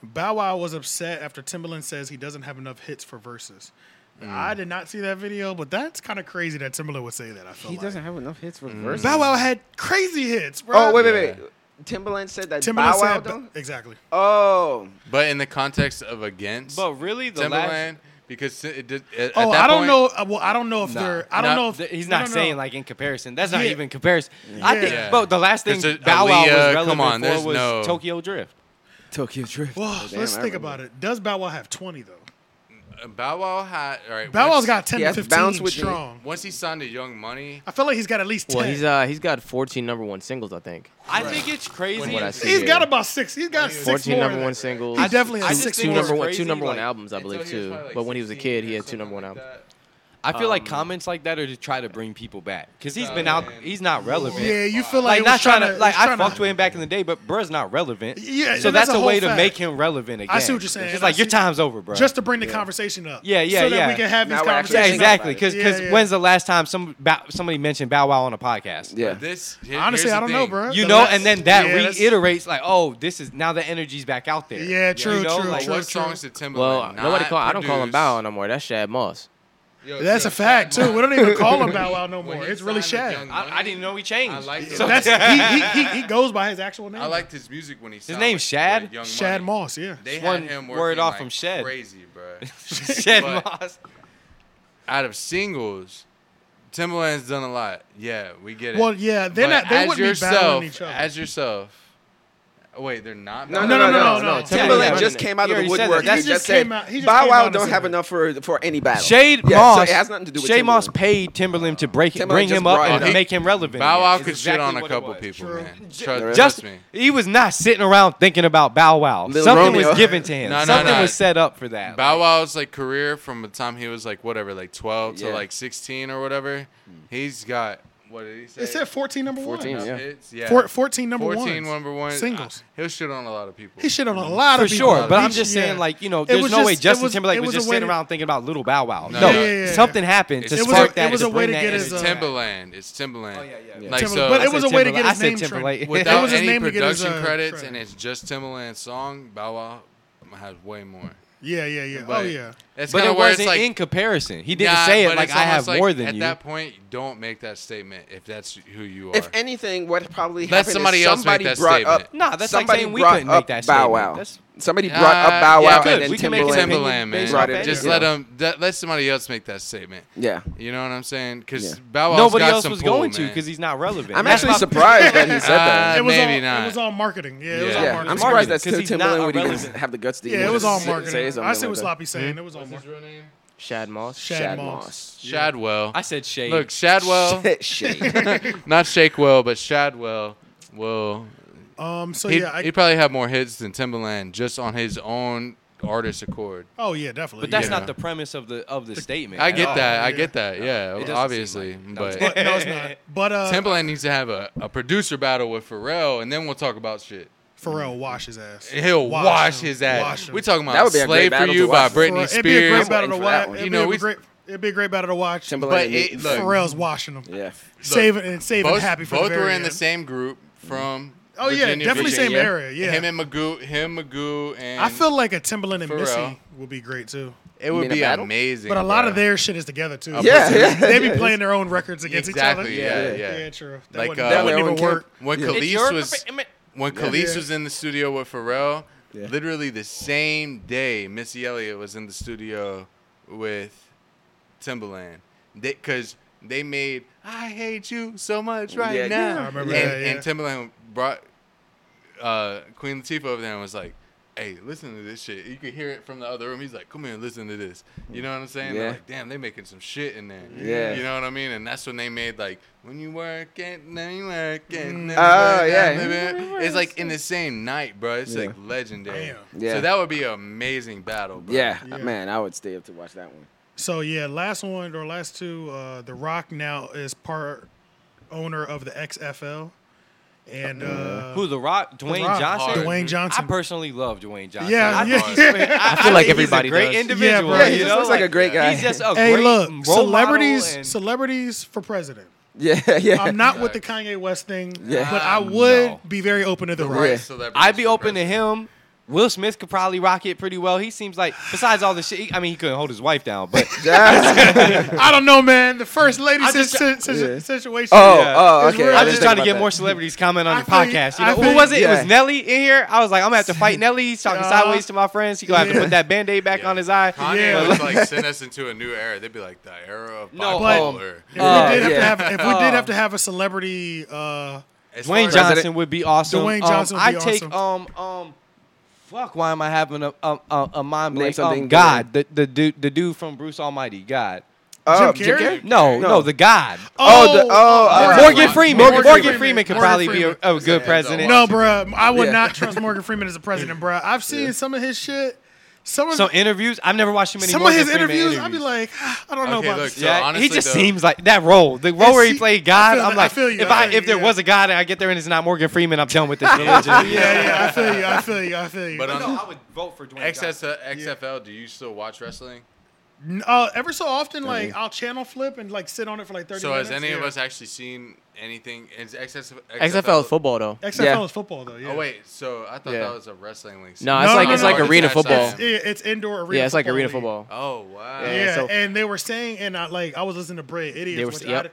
[SPEAKER 3] Bow Wow was upset after Timbaland says he doesn't have enough hits for verses. I
[SPEAKER 4] Mm.
[SPEAKER 3] did not see that video, but that's kind of crazy that Timbaland would say that. I feel
[SPEAKER 4] He
[SPEAKER 3] like.
[SPEAKER 4] doesn't have enough hits for verses.
[SPEAKER 3] Bow Wow had crazy hits, bro.
[SPEAKER 4] Mm-hmm. Oh, wait, wait, wait. Timberland said that
[SPEAKER 3] Timbaland
[SPEAKER 4] Bow Wow
[SPEAKER 3] said
[SPEAKER 4] don't?
[SPEAKER 3] exactly.
[SPEAKER 4] Oh.
[SPEAKER 6] But in the context of against
[SPEAKER 5] But really, the last.
[SPEAKER 6] Timberland, because it did. At,
[SPEAKER 3] Oh,
[SPEAKER 6] at that
[SPEAKER 3] I don't
[SPEAKER 6] point-
[SPEAKER 3] know. uh, Well, I don't know if
[SPEAKER 5] Nah.
[SPEAKER 3] they're. I don't
[SPEAKER 6] Nah,
[SPEAKER 3] know if
[SPEAKER 5] th- He's
[SPEAKER 3] no,
[SPEAKER 5] not
[SPEAKER 3] no, no.
[SPEAKER 5] saying like in comparison. That's not
[SPEAKER 3] Yeah.
[SPEAKER 5] even comparison. I think,
[SPEAKER 6] Yeah.
[SPEAKER 5] bro. The last thing
[SPEAKER 6] There's a-
[SPEAKER 5] Bow Wow was
[SPEAKER 6] Aaliyah,
[SPEAKER 5] relevant
[SPEAKER 6] come on,
[SPEAKER 5] for
[SPEAKER 6] there's
[SPEAKER 5] was
[SPEAKER 6] no-
[SPEAKER 5] Tokyo Drift.
[SPEAKER 4] Tokyo Drift.
[SPEAKER 3] Well,
[SPEAKER 4] damn,
[SPEAKER 3] let's
[SPEAKER 4] I
[SPEAKER 3] think
[SPEAKER 4] remember.
[SPEAKER 3] about it. Does Bow Wow have twenty though?
[SPEAKER 6] Bow Wow had. All right,
[SPEAKER 3] Bow
[SPEAKER 6] once-
[SPEAKER 3] Wow's got ten
[SPEAKER 4] He
[SPEAKER 3] to
[SPEAKER 4] has to
[SPEAKER 3] fifteen
[SPEAKER 4] bounce with me.
[SPEAKER 3] strong.
[SPEAKER 6] Once he signed to Young Money,
[SPEAKER 3] I feel like he's got at least ten.
[SPEAKER 8] Well, he's uh he's got 14 number one singles, I think.
[SPEAKER 5] I think it's crazy.
[SPEAKER 8] What I see
[SPEAKER 3] He's
[SPEAKER 8] Yeah.
[SPEAKER 3] got about six. He's got six
[SPEAKER 8] 14
[SPEAKER 3] more.
[SPEAKER 8] number
[SPEAKER 3] than
[SPEAKER 8] one
[SPEAKER 3] that.
[SPEAKER 8] singles.
[SPEAKER 3] He definitely
[SPEAKER 5] I
[SPEAKER 3] has
[SPEAKER 5] just
[SPEAKER 3] six
[SPEAKER 8] two
[SPEAKER 5] think
[SPEAKER 3] more.
[SPEAKER 5] it's
[SPEAKER 8] number one,
[SPEAKER 5] crazy,
[SPEAKER 8] two number one
[SPEAKER 5] like,
[SPEAKER 8] albums, I believe,
[SPEAKER 6] until he was
[SPEAKER 8] too.
[SPEAKER 6] probably, like,
[SPEAKER 8] but when he was a
[SPEAKER 6] 16
[SPEAKER 8] kid, he
[SPEAKER 6] or
[SPEAKER 8] had two
[SPEAKER 6] something
[SPEAKER 8] number one
[SPEAKER 6] like
[SPEAKER 8] albums.
[SPEAKER 6] that.
[SPEAKER 5] I feel like comments like that are to try to bring people back because he's been out. He's not relevant.
[SPEAKER 3] Yeah, you feel like,
[SPEAKER 5] Like
[SPEAKER 3] it
[SPEAKER 5] not
[SPEAKER 3] was
[SPEAKER 5] trying to like
[SPEAKER 3] it was
[SPEAKER 5] I
[SPEAKER 3] trying to-
[SPEAKER 5] fucked with him back in the day, but bruh's not relevant.
[SPEAKER 3] Yeah,
[SPEAKER 5] so
[SPEAKER 3] and that's
[SPEAKER 5] that's,
[SPEAKER 3] a
[SPEAKER 5] a
[SPEAKER 3] whole
[SPEAKER 5] way to
[SPEAKER 3] fact.
[SPEAKER 5] make him relevant again.
[SPEAKER 3] I see what you're saying.
[SPEAKER 5] It's
[SPEAKER 3] I
[SPEAKER 5] like your
[SPEAKER 3] see-
[SPEAKER 5] time's over, bro.
[SPEAKER 3] Just to bring the conversation up.
[SPEAKER 5] Yeah, yeah,
[SPEAKER 3] so that we
[SPEAKER 5] yeah.
[SPEAKER 3] can have these
[SPEAKER 4] Now we're actually
[SPEAKER 5] yeah,
[SPEAKER 3] conversations.
[SPEAKER 4] thinking about
[SPEAKER 5] exactly.
[SPEAKER 4] it.
[SPEAKER 5] Because
[SPEAKER 3] Yeah, yeah.
[SPEAKER 5] when's the last time some Bow- somebody mentioned Bow Wow on a podcast?
[SPEAKER 4] Yeah.
[SPEAKER 6] This here-
[SPEAKER 3] Honestly,
[SPEAKER 6] here's
[SPEAKER 3] I
[SPEAKER 6] the
[SPEAKER 3] don't know,
[SPEAKER 6] thing.
[SPEAKER 3] bro.
[SPEAKER 5] You
[SPEAKER 3] The
[SPEAKER 5] know,
[SPEAKER 3] last-
[SPEAKER 5] and then that
[SPEAKER 3] Yeah, that's-
[SPEAKER 5] reiterates like, oh, this is now the energy's back out there.
[SPEAKER 3] Yeah, true,
[SPEAKER 5] you know,
[SPEAKER 3] true,
[SPEAKER 5] like,
[SPEAKER 3] true.
[SPEAKER 6] What songs did Timberland?
[SPEAKER 8] Well,
[SPEAKER 6] not
[SPEAKER 8] nobody call. I don't call him
[SPEAKER 6] produce?
[SPEAKER 8] Bow no more. That's Shad Moss.
[SPEAKER 6] Yo,
[SPEAKER 3] That's
[SPEAKER 6] yo,
[SPEAKER 3] a fact
[SPEAKER 6] Shaq
[SPEAKER 3] too. We don't even call him Bow Wow no
[SPEAKER 6] When
[SPEAKER 3] more.
[SPEAKER 6] he
[SPEAKER 3] It's really
[SPEAKER 6] signed with
[SPEAKER 3] Shad.
[SPEAKER 6] Young
[SPEAKER 5] I, I
[SPEAKER 6] Money,
[SPEAKER 5] didn't know he changed. <laughs>
[SPEAKER 6] I liked it.
[SPEAKER 3] So that's he, he, he, he goes by his actual name.
[SPEAKER 6] I liked his music when he. His
[SPEAKER 5] name's Shad?
[SPEAKER 6] Like Young
[SPEAKER 3] Shad
[SPEAKER 6] Money.
[SPEAKER 3] Moss. Yeah.
[SPEAKER 6] They
[SPEAKER 5] It's
[SPEAKER 6] had
[SPEAKER 5] one
[SPEAKER 6] him
[SPEAKER 5] word
[SPEAKER 6] working,
[SPEAKER 5] off
[SPEAKER 6] like,
[SPEAKER 5] from Shad.
[SPEAKER 6] Crazy, bro.
[SPEAKER 5] Shed
[SPEAKER 6] But-
[SPEAKER 5] Moss.
[SPEAKER 6] Out of singles, Timberland's done a lot. Yeah, we get it.
[SPEAKER 3] Well, yeah, they're
[SPEAKER 6] But
[SPEAKER 3] not. They
[SPEAKER 6] as
[SPEAKER 3] wouldn't
[SPEAKER 6] yourself,
[SPEAKER 3] be battling each other.
[SPEAKER 6] As yourself. Oh, wait, they're not.
[SPEAKER 4] No,
[SPEAKER 6] battling?
[SPEAKER 4] no, no, no,
[SPEAKER 3] no, no.
[SPEAKER 4] Timberland
[SPEAKER 5] Yeah,
[SPEAKER 4] just
[SPEAKER 8] yeah.
[SPEAKER 4] came out
[SPEAKER 5] He
[SPEAKER 4] of the
[SPEAKER 5] already said that.
[SPEAKER 4] woodwork.
[SPEAKER 5] That's
[SPEAKER 4] and
[SPEAKER 3] just
[SPEAKER 4] just
[SPEAKER 3] came
[SPEAKER 4] said
[SPEAKER 3] out- he just
[SPEAKER 4] Bow
[SPEAKER 3] came out
[SPEAKER 4] Wow
[SPEAKER 3] and
[SPEAKER 4] don't
[SPEAKER 3] said
[SPEAKER 4] have
[SPEAKER 3] that.
[SPEAKER 4] enough for for any battle.
[SPEAKER 5] Shade
[SPEAKER 4] yeah,
[SPEAKER 5] Moss.
[SPEAKER 4] So it has nothing to do with
[SPEAKER 5] Shade Moss
[SPEAKER 4] Timberland.
[SPEAKER 5] paid Timberland to break
[SPEAKER 4] Timberland
[SPEAKER 5] bring
[SPEAKER 4] just
[SPEAKER 5] him up
[SPEAKER 4] brought
[SPEAKER 5] and
[SPEAKER 4] it up.
[SPEAKER 5] make him relevant.
[SPEAKER 6] Bow
[SPEAKER 5] again.
[SPEAKER 6] Wow
[SPEAKER 5] It's
[SPEAKER 6] could shit
[SPEAKER 5] exactly
[SPEAKER 6] on a
[SPEAKER 5] what it
[SPEAKER 6] couple
[SPEAKER 5] was.
[SPEAKER 6] people,
[SPEAKER 3] True.
[SPEAKER 6] man.
[SPEAKER 5] Just
[SPEAKER 6] Trust, trust me.
[SPEAKER 5] he was not sitting around thinking about Bow Wow.
[SPEAKER 4] Little
[SPEAKER 5] Something
[SPEAKER 4] Romeo.
[SPEAKER 5] was given to him.
[SPEAKER 6] No, no,
[SPEAKER 5] Something
[SPEAKER 6] no.
[SPEAKER 5] was set up for that.
[SPEAKER 6] Bow Wow's like career from the time he was like whatever, like twelve
[SPEAKER 4] Yeah.
[SPEAKER 6] to like sixteen or whatever.
[SPEAKER 5] Hmm.
[SPEAKER 6] He's got what did he say?
[SPEAKER 3] It said fourteen number one.
[SPEAKER 4] 14, yeah.
[SPEAKER 6] Hits? yeah.
[SPEAKER 3] Four- 14 number one.
[SPEAKER 6] Fourteen number one
[SPEAKER 3] Singles.
[SPEAKER 6] I- he'll shit on a lot of people.
[SPEAKER 3] He shit on a lot
[SPEAKER 5] for
[SPEAKER 3] of people.
[SPEAKER 5] sure, but I'm
[SPEAKER 3] He-
[SPEAKER 5] just
[SPEAKER 3] yeah.
[SPEAKER 5] saying, like you know,
[SPEAKER 3] It
[SPEAKER 5] there's
[SPEAKER 3] was
[SPEAKER 5] no way
[SPEAKER 3] just- it
[SPEAKER 5] Justin
[SPEAKER 3] was-
[SPEAKER 5] Timberlake
[SPEAKER 3] it
[SPEAKER 5] was,
[SPEAKER 3] was
[SPEAKER 5] just
[SPEAKER 3] a way
[SPEAKER 5] sitting
[SPEAKER 3] to-
[SPEAKER 5] around thinking about Little Bow Wow.
[SPEAKER 6] No,
[SPEAKER 5] No,
[SPEAKER 6] Yeah,
[SPEAKER 3] yeah, yeah.
[SPEAKER 5] something happened to
[SPEAKER 6] It was a-
[SPEAKER 5] spark
[SPEAKER 6] it
[SPEAKER 5] that.
[SPEAKER 3] was
[SPEAKER 5] to
[SPEAKER 3] a way
[SPEAKER 5] bring
[SPEAKER 3] to
[SPEAKER 5] that
[SPEAKER 3] get his,
[SPEAKER 5] energy
[SPEAKER 6] It's
[SPEAKER 3] uh,
[SPEAKER 5] back.
[SPEAKER 6] Timberland. It's Timberland.
[SPEAKER 9] Oh, yeah, yeah.
[SPEAKER 6] Like
[SPEAKER 3] Timberland. But
[SPEAKER 6] so,
[SPEAKER 3] it was a way to get
[SPEAKER 5] I
[SPEAKER 3] his
[SPEAKER 5] said
[SPEAKER 3] name
[SPEAKER 5] Timberlake.
[SPEAKER 3] trade.
[SPEAKER 6] <laughs> without
[SPEAKER 3] it was his
[SPEAKER 6] any
[SPEAKER 3] name to get his,
[SPEAKER 6] production
[SPEAKER 3] uh,
[SPEAKER 6] credits,
[SPEAKER 3] trade.
[SPEAKER 6] and it's just Timberland's song. Bow Wow has way more.
[SPEAKER 3] Yeah, yeah, yeah. oh
[SPEAKER 6] But-
[SPEAKER 3] yeah.
[SPEAKER 6] That's
[SPEAKER 5] but
[SPEAKER 6] kinda
[SPEAKER 5] it
[SPEAKER 6] where it's
[SPEAKER 5] wasn't
[SPEAKER 6] like-
[SPEAKER 5] in comparison. He didn't
[SPEAKER 6] Nah,
[SPEAKER 5] say it
[SPEAKER 6] but
[SPEAKER 5] like
[SPEAKER 6] it's
[SPEAKER 5] I have
[SPEAKER 6] almost
[SPEAKER 5] more
[SPEAKER 6] like,
[SPEAKER 5] than
[SPEAKER 6] at
[SPEAKER 5] you.
[SPEAKER 6] that point, don't make that statement if that's who you are.
[SPEAKER 4] If anything, what probably
[SPEAKER 6] Let
[SPEAKER 4] happened
[SPEAKER 6] somebody
[SPEAKER 4] is
[SPEAKER 6] else make
[SPEAKER 4] somebody
[SPEAKER 6] that
[SPEAKER 4] brought
[SPEAKER 6] statement.
[SPEAKER 4] up.
[SPEAKER 5] Nah, that's like
[SPEAKER 4] somebody
[SPEAKER 5] saying we
[SPEAKER 4] brought
[SPEAKER 5] couldn't make
[SPEAKER 4] up
[SPEAKER 5] that
[SPEAKER 4] Bow
[SPEAKER 5] statement.
[SPEAKER 4] Wow.
[SPEAKER 5] That's-
[SPEAKER 4] somebody brought up Bow
[SPEAKER 6] Uh,
[SPEAKER 4] Wow
[SPEAKER 6] yeah,
[SPEAKER 4] and
[SPEAKER 5] good.
[SPEAKER 4] then
[SPEAKER 5] We can make it
[SPEAKER 4] Timberland.
[SPEAKER 6] Timberland, man.
[SPEAKER 5] based
[SPEAKER 4] off that,
[SPEAKER 6] Just
[SPEAKER 4] you
[SPEAKER 6] let
[SPEAKER 4] know.
[SPEAKER 6] them. That, let somebody else make that statement.
[SPEAKER 4] Yeah.
[SPEAKER 6] You know what I'm saying? Because
[SPEAKER 4] Yeah.
[SPEAKER 6] Bow Wow's
[SPEAKER 5] Nobody
[SPEAKER 6] got
[SPEAKER 5] else
[SPEAKER 6] some
[SPEAKER 5] was
[SPEAKER 6] pull,
[SPEAKER 5] going to
[SPEAKER 6] man.
[SPEAKER 5] because he's not relevant.
[SPEAKER 4] I'm
[SPEAKER 5] That's
[SPEAKER 4] actually
[SPEAKER 5] my-
[SPEAKER 4] surprise that he said that.
[SPEAKER 6] Uh,
[SPEAKER 3] It was
[SPEAKER 6] maybe
[SPEAKER 3] all,
[SPEAKER 6] not.
[SPEAKER 3] It was all marketing. Yeah, it was
[SPEAKER 6] Yeah.
[SPEAKER 3] all
[SPEAKER 4] Yeah,
[SPEAKER 3] marketing.
[SPEAKER 4] I'm surprised that
[SPEAKER 5] marketing, 'cause
[SPEAKER 4] still
[SPEAKER 5] he's not
[SPEAKER 4] Timberland would even
[SPEAKER 5] irrelevant.
[SPEAKER 4] have the guts to
[SPEAKER 3] yeah,
[SPEAKER 4] even
[SPEAKER 3] it was all
[SPEAKER 4] say- say
[SPEAKER 3] marketing.
[SPEAKER 4] something
[SPEAKER 3] I see what
[SPEAKER 4] like that.
[SPEAKER 3] Sloppy saying. It was all marketing.
[SPEAKER 6] real name?
[SPEAKER 8] Shad Moss.
[SPEAKER 3] Shad
[SPEAKER 4] Shad
[SPEAKER 3] Moss.
[SPEAKER 4] Moss.
[SPEAKER 6] Shadwell.
[SPEAKER 5] I said shade.
[SPEAKER 6] Look, Shadwell,
[SPEAKER 4] <laughs> Shit, shade.
[SPEAKER 6] not Shakewell, but Shadwell. Will
[SPEAKER 3] Um. So
[SPEAKER 6] he'd,
[SPEAKER 3] yeah. I,
[SPEAKER 6] he'd probably have more hits than Timbaland just on his own artist accord.
[SPEAKER 3] oh yeah, definitely.
[SPEAKER 5] but that's
[SPEAKER 3] yeah.
[SPEAKER 5] not the premise of the of the statement.
[SPEAKER 6] I
[SPEAKER 5] at
[SPEAKER 6] get
[SPEAKER 5] all.
[SPEAKER 6] that. I
[SPEAKER 3] yeah.
[SPEAKER 6] get that. Yeah,
[SPEAKER 5] doesn't
[SPEAKER 6] obviously.
[SPEAKER 5] seem
[SPEAKER 6] but
[SPEAKER 3] But, no, it's not. But uh,
[SPEAKER 6] Timbaland needs to have a, a producer battle with Pharrell, and then we'll talk about shit.
[SPEAKER 3] Pharrell wash his ass.
[SPEAKER 6] He'll wash,
[SPEAKER 3] him.
[SPEAKER 6] his ass.
[SPEAKER 3] Wash him.
[SPEAKER 6] We're talking about
[SPEAKER 4] That would be a
[SPEAKER 6] "Slave
[SPEAKER 4] great
[SPEAKER 6] for
[SPEAKER 4] battle
[SPEAKER 6] You"
[SPEAKER 4] to
[SPEAKER 6] by
[SPEAKER 4] watch.
[SPEAKER 6] Britney
[SPEAKER 3] Pharrell-
[SPEAKER 6] Spears.
[SPEAKER 3] It'd be a great battle to
[SPEAKER 4] waiting for that
[SPEAKER 3] watch.
[SPEAKER 4] one.
[SPEAKER 3] It'd
[SPEAKER 6] You
[SPEAKER 3] be
[SPEAKER 6] know,
[SPEAKER 3] a
[SPEAKER 6] we-
[SPEAKER 3] great. It'd be a great battle to watch.
[SPEAKER 4] Timberland.
[SPEAKER 6] but it, look,
[SPEAKER 3] Pharrell's washing them.
[SPEAKER 4] yeah.
[SPEAKER 3] Saving and saving
[SPEAKER 6] both,
[SPEAKER 3] happy for
[SPEAKER 6] both
[SPEAKER 3] the very
[SPEAKER 6] were in
[SPEAKER 3] end.
[SPEAKER 6] the same group from.
[SPEAKER 3] Oh yeah,
[SPEAKER 6] Virginia
[SPEAKER 3] definitely
[SPEAKER 6] Beach.
[SPEAKER 3] same
[SPEAKER 4] Virginia.
[SPEAKER 3] area. Yeah.
[SPEAKER 6] Him and Magoo, him Magoo, and
[SPEAKER 3] I feel like a Timberland and
[SPEAKER 6] Pharrell.
[SPEAKER 3] Missy would be great too.
[SPEAKER 6] it would
[SPEAKER 4] mean a
[SPEAKER 6] be
[SPEAKER 4] battle?
[SPEAKER 6] amazing.
[SPEAKER 3] But a lot
[SPEAKER 6] bro.
[SPEAKER 3] of their shit is together too.
[SPEAKER 4] Yeah, yeah,
[SPEAKER 3] They be
[SPEAKER 4] yeah.
[SPEAKER 3] playing their own records against
[SPEAKER 6] Exactly,
[SPEAKER 3] each
[SPEAKER 6] yeah,
[SPEAKER 3] other.
[SPEAKER 6] yeah.
[SPEAKER 3] yeah, true. That
[SPEAKER 6] Like,
[SPEAKER 3] wouldn't,
[SPEAKER 6] uh,
[SPEAKER 3] that wouldn't even
[SPEAKER 4] Their own
[SPEAKER 3] work.
[SPEAKER 6] when
[SPEAKER 4] Yeah.
[SPEAKER 5] It's
[SPEAKER 6] Khalees
[SPEAKER 5] your
[SPEAKER 6] was
[SPEAKER 5] prefer-
[SPEAKER 6] when Khalees
[SPEAKER 3] Yeah.
[SPEAKER 6] was in the studio with Pharrell,
[SPEAKER 4] Yeah.
[SPEAKER 6] literally the same day Missy Elliott was in the studio with Timbaland, because they, made "I Hate You So Much Right
[SPEAKER 4] Yeah, yeah.
[SPEAKER 6] Now,"
[SPEAKER 3] I remember
[SPEAKER 6] and,
[SPEAKER 3] that, yeah.
[SPEAKER 6] and Timbaland brought uh, Queen Latifah over there and was like. Hey, listen to this shit. You could hear it from the other room. He's like, "Come here, and listen to this." You know what I'm saying? They're
[SPEAKER 4] Yeah.
[SPEAKER 6] like, "Damn, they making some shit in there."
[SPEAKER 4] Yeah.
[SPEAKER 6] You know what I mean? And that's when they made like, "When you work it, now you work
[SPEAKER 3] Mm.
[SPEAKER 6] it." now you
[SPEAKER 4] Oh,
[SPEAKER 6] work it."
[SPEAKER 4] yeah.
[SPEAKER 6] It's like in the same night, bro. It's like legendary.
[SPEAKER 3] Damn.
[SPEAKER 4] Yeah.
[SPEAKER 6] So that would be an amazing battle, bro.
[SPEAKER 4] Yeah,
[SPEAKER 3] Yeah.
[SPEAKER 4] man, I would stay up to watch that one.
[SPEAKER 3] So yeah, last one or last two. Uh, the Rock now is part owner of the XFL, and uh,
[SPEAKER 5] Who the Rock? Dwayne
[SPEAKER 3] Rock.
[SPEAKER 5] Johnson.
[SPEAKER 6] Hard.
[SPEAKER 3] Dwayne Johnson.
[SPEAKER 5] I personally love Dwayne Johnson.
[SPEAKER 3] Yeah,
[SPEAKER 5] I
[SPEAKER 3] yeah,
[SPEAKER 5] think-
[SPEAKER 3] yeah.
[SPEAKER 5] I,
[SPEAKER 8] feel like
[SPEAKER 5] think
[SPEAKER 8] everybody
[SPEAKER 5] he's a great
[SPEAKER 8] does.
[SPEAKER 5] individual.
[SPEAKER 3] Yeah, bro. Yeah,
[SPEAKER 5] you
[SPEAKER 3] he
[SPEAKER 4] just
[SPEAKER 5] know?
[SPEAKER 4] looks like a great guy.
[SPEAKER 5] He's just a
[SPEAKER 3] hey,
[SPEAKER 5] great
[SPEAKER 3] look,
[SPEAKER 5] role
[SPEAKER 3] celebrities,
[SPEAKER 5] model and-
[SPEAKER 3] celebrities for
[SPEAKER 5] <laughs>
[SPEAKER 3] president.
[SPEAKER 4] Yeah, yeah.
[SPEAKER 3] I'm not with the Kanye West thing,
[SPEAKER 4] Yeah.
[SPEAKER 3] but I
[SPEAKER 5] Ah,
[SPEAKER 3] would
[SPEAKER 5] no.
[SPEAKER 3] be very open to the,
[SPEAKER 6] Right.
[SPEAKER 3] Rock.
[SPEAKER 6] Celebrities
[SPEAKER 5] I'd be
[SPEAKER 6] for
[SPEAKER 5] open to
[SPEAKER 6] president.
[SPEAKER 5] him. Will Smith could probably rock it pretty well. He seems like, besides all the shit, he- I mean, he couldn't hold his wife down, but
[SPEAKER 4] <laughs> Yeah.
[SPEAKER 3] I don't know, man. The first lady
[SPEAKER 5] I
[SPEAKER 3] sit-
[SPEAKER 5] just-
[SPEAKER 3] sit-
[SPEAKER 4] Yeah.
[SPEAKER 3] sit- situation.
[SPEAKER 4] Oh,
[SPEAKER 5] Yeah.
[SPEAKER 4] oh,
[SPEAKER 3] It's
[SPEAKER 4] okay.
[SPEAKER 3] real.
[SPEAKER 4] I
[SPEAKER 5] I'm
[SPEAKER 4] didn't
[SPEAKER 5] just
[SPEAKER 4] think
[SPEAKER 5] trying to
[SPEAKER 4] about
[SPEAKER 5] get
[SPEAKER 4] that.
[SPEAKER 5] more celebrities comment on
[SPEAKER 3] I
[SPEAKER 5] the
[SPEAKER 3] think-
[SPEAKER 5] podcast. You
[SPEAKER 3] I
[SPEAKER 5] know, who
[SPEAKER 3] think-
[SPEAKER 5] was it? It
[SPEAKER 4] yeah.
[SPEAKER 5] was Nelly in here. I was like, I'm gonna have
[SPEAKER 3] <laughs>
[SPEAKER 5] to fight Nelly. He's talking
[SPEAKER 3] Yeah.
[SPEAKER 5] sideways to my friends. He gonna
[SPEAKER 3] <laughs>
[SPEAKER 5] have
[SPEAKER 3] Yeah.
[SPEAKER 5] to put that band-aid back
[SPEAKER 6] Yeah.
[SPEAKER 5] on his eye.
[SPEAKER 6] Kanye
[SPEAKER 3] Yeah. <laughs>
[SPEAKER 6] would like send us into a new era. They'd be like the era of
[SPEAKER 5] No,
[SPEAKER 6] bipolar.
[SPEAKER 3] If
[SPEAKER 4] Oh,
[SPEAKER 3] we did have
[SPEAKER 4] yeah.
[SPEAKER 3] to have, if we did
[SPEAKER 5] Oh.
[SPEAKER 3] have to have a celebrity, uh,
[SPEAKER 6] As far
[SPEAKER 5] Dwayne
[SPEAKER 6] as-
[SPEAKER 5] Johnson would be awesome.
[SPEAKER 3] Dwayne
[SPEAKER 5] Um,
[SPEAKER 3] Johnson would be
[SPEAKER 5] I take
[SPEAKER 3] awesome.
[SPEAKER 5] um um. Fuck! Why am I having a a, a, a mind
[SPEAKER 4] Name
[SPEAKER 5] blank?
[SPEAKER 4] something
[SPEAKER 5] Um, God, the the dude the dude from Bruce Almighty, God.
[SPEAKER 4] Oh,
[SPEAKER 3] Jim Carrey?
[SPEAKER 5] No, no,
[SPEAKER 4] No.
[SPEAKER 5] the God.
[SPEAKER 4] Oh, the, oh,
[SPEAKER 3] Morgan
[SPEAKER 4] uh,
[SPEAKER 5] Morgan Freeman. Morgan,
[SPEAKER 3] Morgan
[SPEAKER 5] Freeman,
[SPEAKER 3] Freeman.
[SPEAKER 5] could
[SPEAKER 3] Morgan
[SPEAKER 5] probably
[SPEAKER 3] Freeman.
[SPEAKER 5] be a, a good
[SPEAKER 6] Yeah,
[SPEAKER 5] president.
[SPEAKER 3] No, bruh, I would
[SPEAKER 4] Yeah.
[SPEAKER 3] not
[SPEAKER 6] <laughs>
[SPEAKER 3] trust Morgan Freeman as a president, bruh. I've seen some of his shit. Some of
[SPEAKER 5] Some interviews. I've never watched too many.
[SPEAKER 3] some
[SPEAKER 5] Morgan
[SPEAKER 3] of his
[SPEAKER 5] Freeman
[SPEAKER 3] interviews, I'd be like, <sighs> I don't know
[SPEAKER 6] Okay,
[SPEAKER 3] about
[SPEAKER 6] look,
[SPEAKER 3] this.
[SPEAKER 6] so
[SPEAKER 5] yeah, he
[SPEAKER 6] honestly,
[SPEAKER 5] just
[SPEAKER 6] though-
[SPEAKER 5] seems like that role. The role where he
[SPEAKER 3] see,
[SPEAKER 5] played
[SPEAKER 3] I
[SPEAKER 5] God.
[SPEAKER 3] feel
[SPEAKER 5] I'm
[SPEAKER 3] that-
[SPEAKER 5] like,
[SPEAKER 3] I feel you,
[SPEAKER 5] if
[SPEAKER 3] I
[SPEAKER 5] I,
[SPEAKER 3] feel you,
[SPEAKER 5] if there
[SPEAKER 3] yeah.
[SPEAKER 5] was a God and I get there and it's not Morgan Freeman, I'm done with this
[SPEAKER 3] <laughs>
[SPEAKER 5] religion.
[SPEAKER 6] <laughs>
[SPEAKER 3] Yeah, yeah, I feel you, I feel you, I feel you.
[SPEAKER 6] But um,
[SPEAKER 3] But,
[SPEAKER 6] on
[SPEAKER 9] No, I would vote for Dwayne Johnson.
[SPEAKER 6] XS, XFL, do you still watch wrestling?
[SPEAKER 3] uh, every so often, like I'll channel flip and like sit on it for like thirty.
[SPEAKER 6] So
[SPEAKER 3] minutes.
[SPEAKER 6] has any of
[SPEAKER 3] yeah.
[SPEAKER 6] us actually seen anything? Is XS,
[SPEAKER 8] XFL is football though.
[SPEAKER 3] XFL
[SPEAKER 4] Yeah.
[SPEAKER 3] is football though. Yeah.
[SPEAKER 6] Oh wait, so I thought
[SPEAKER 8] Yeah.
[SPEAKER 6] that was a wrestling league.
[SPEAKER 8] No, it's like-
[SPEAKER 3] it's like
[SPEAKER 8] arena football.
[SPEAKER 3] It's, yeah, it's indoor arena.
[SPEAKER 8] Yeah, it's like arena
[SPEAKER 3] league.
[SPEAKER 6] <laughs>
[SPEAKER 8] football.
[SPEAKER 6] Oh wow.
[SPEAKER 8] Yeah,
[SPEAKER 3] Yeah,
[SPEAKER 8] so-
[SPEAKER 3] and they were saying, and I like I was listening to Bray Idiots,
[SPEAKER 8] They were-
[SPEAKER 3] which I
[SPEAKER 8] yep.
[SPEAKER 3] d-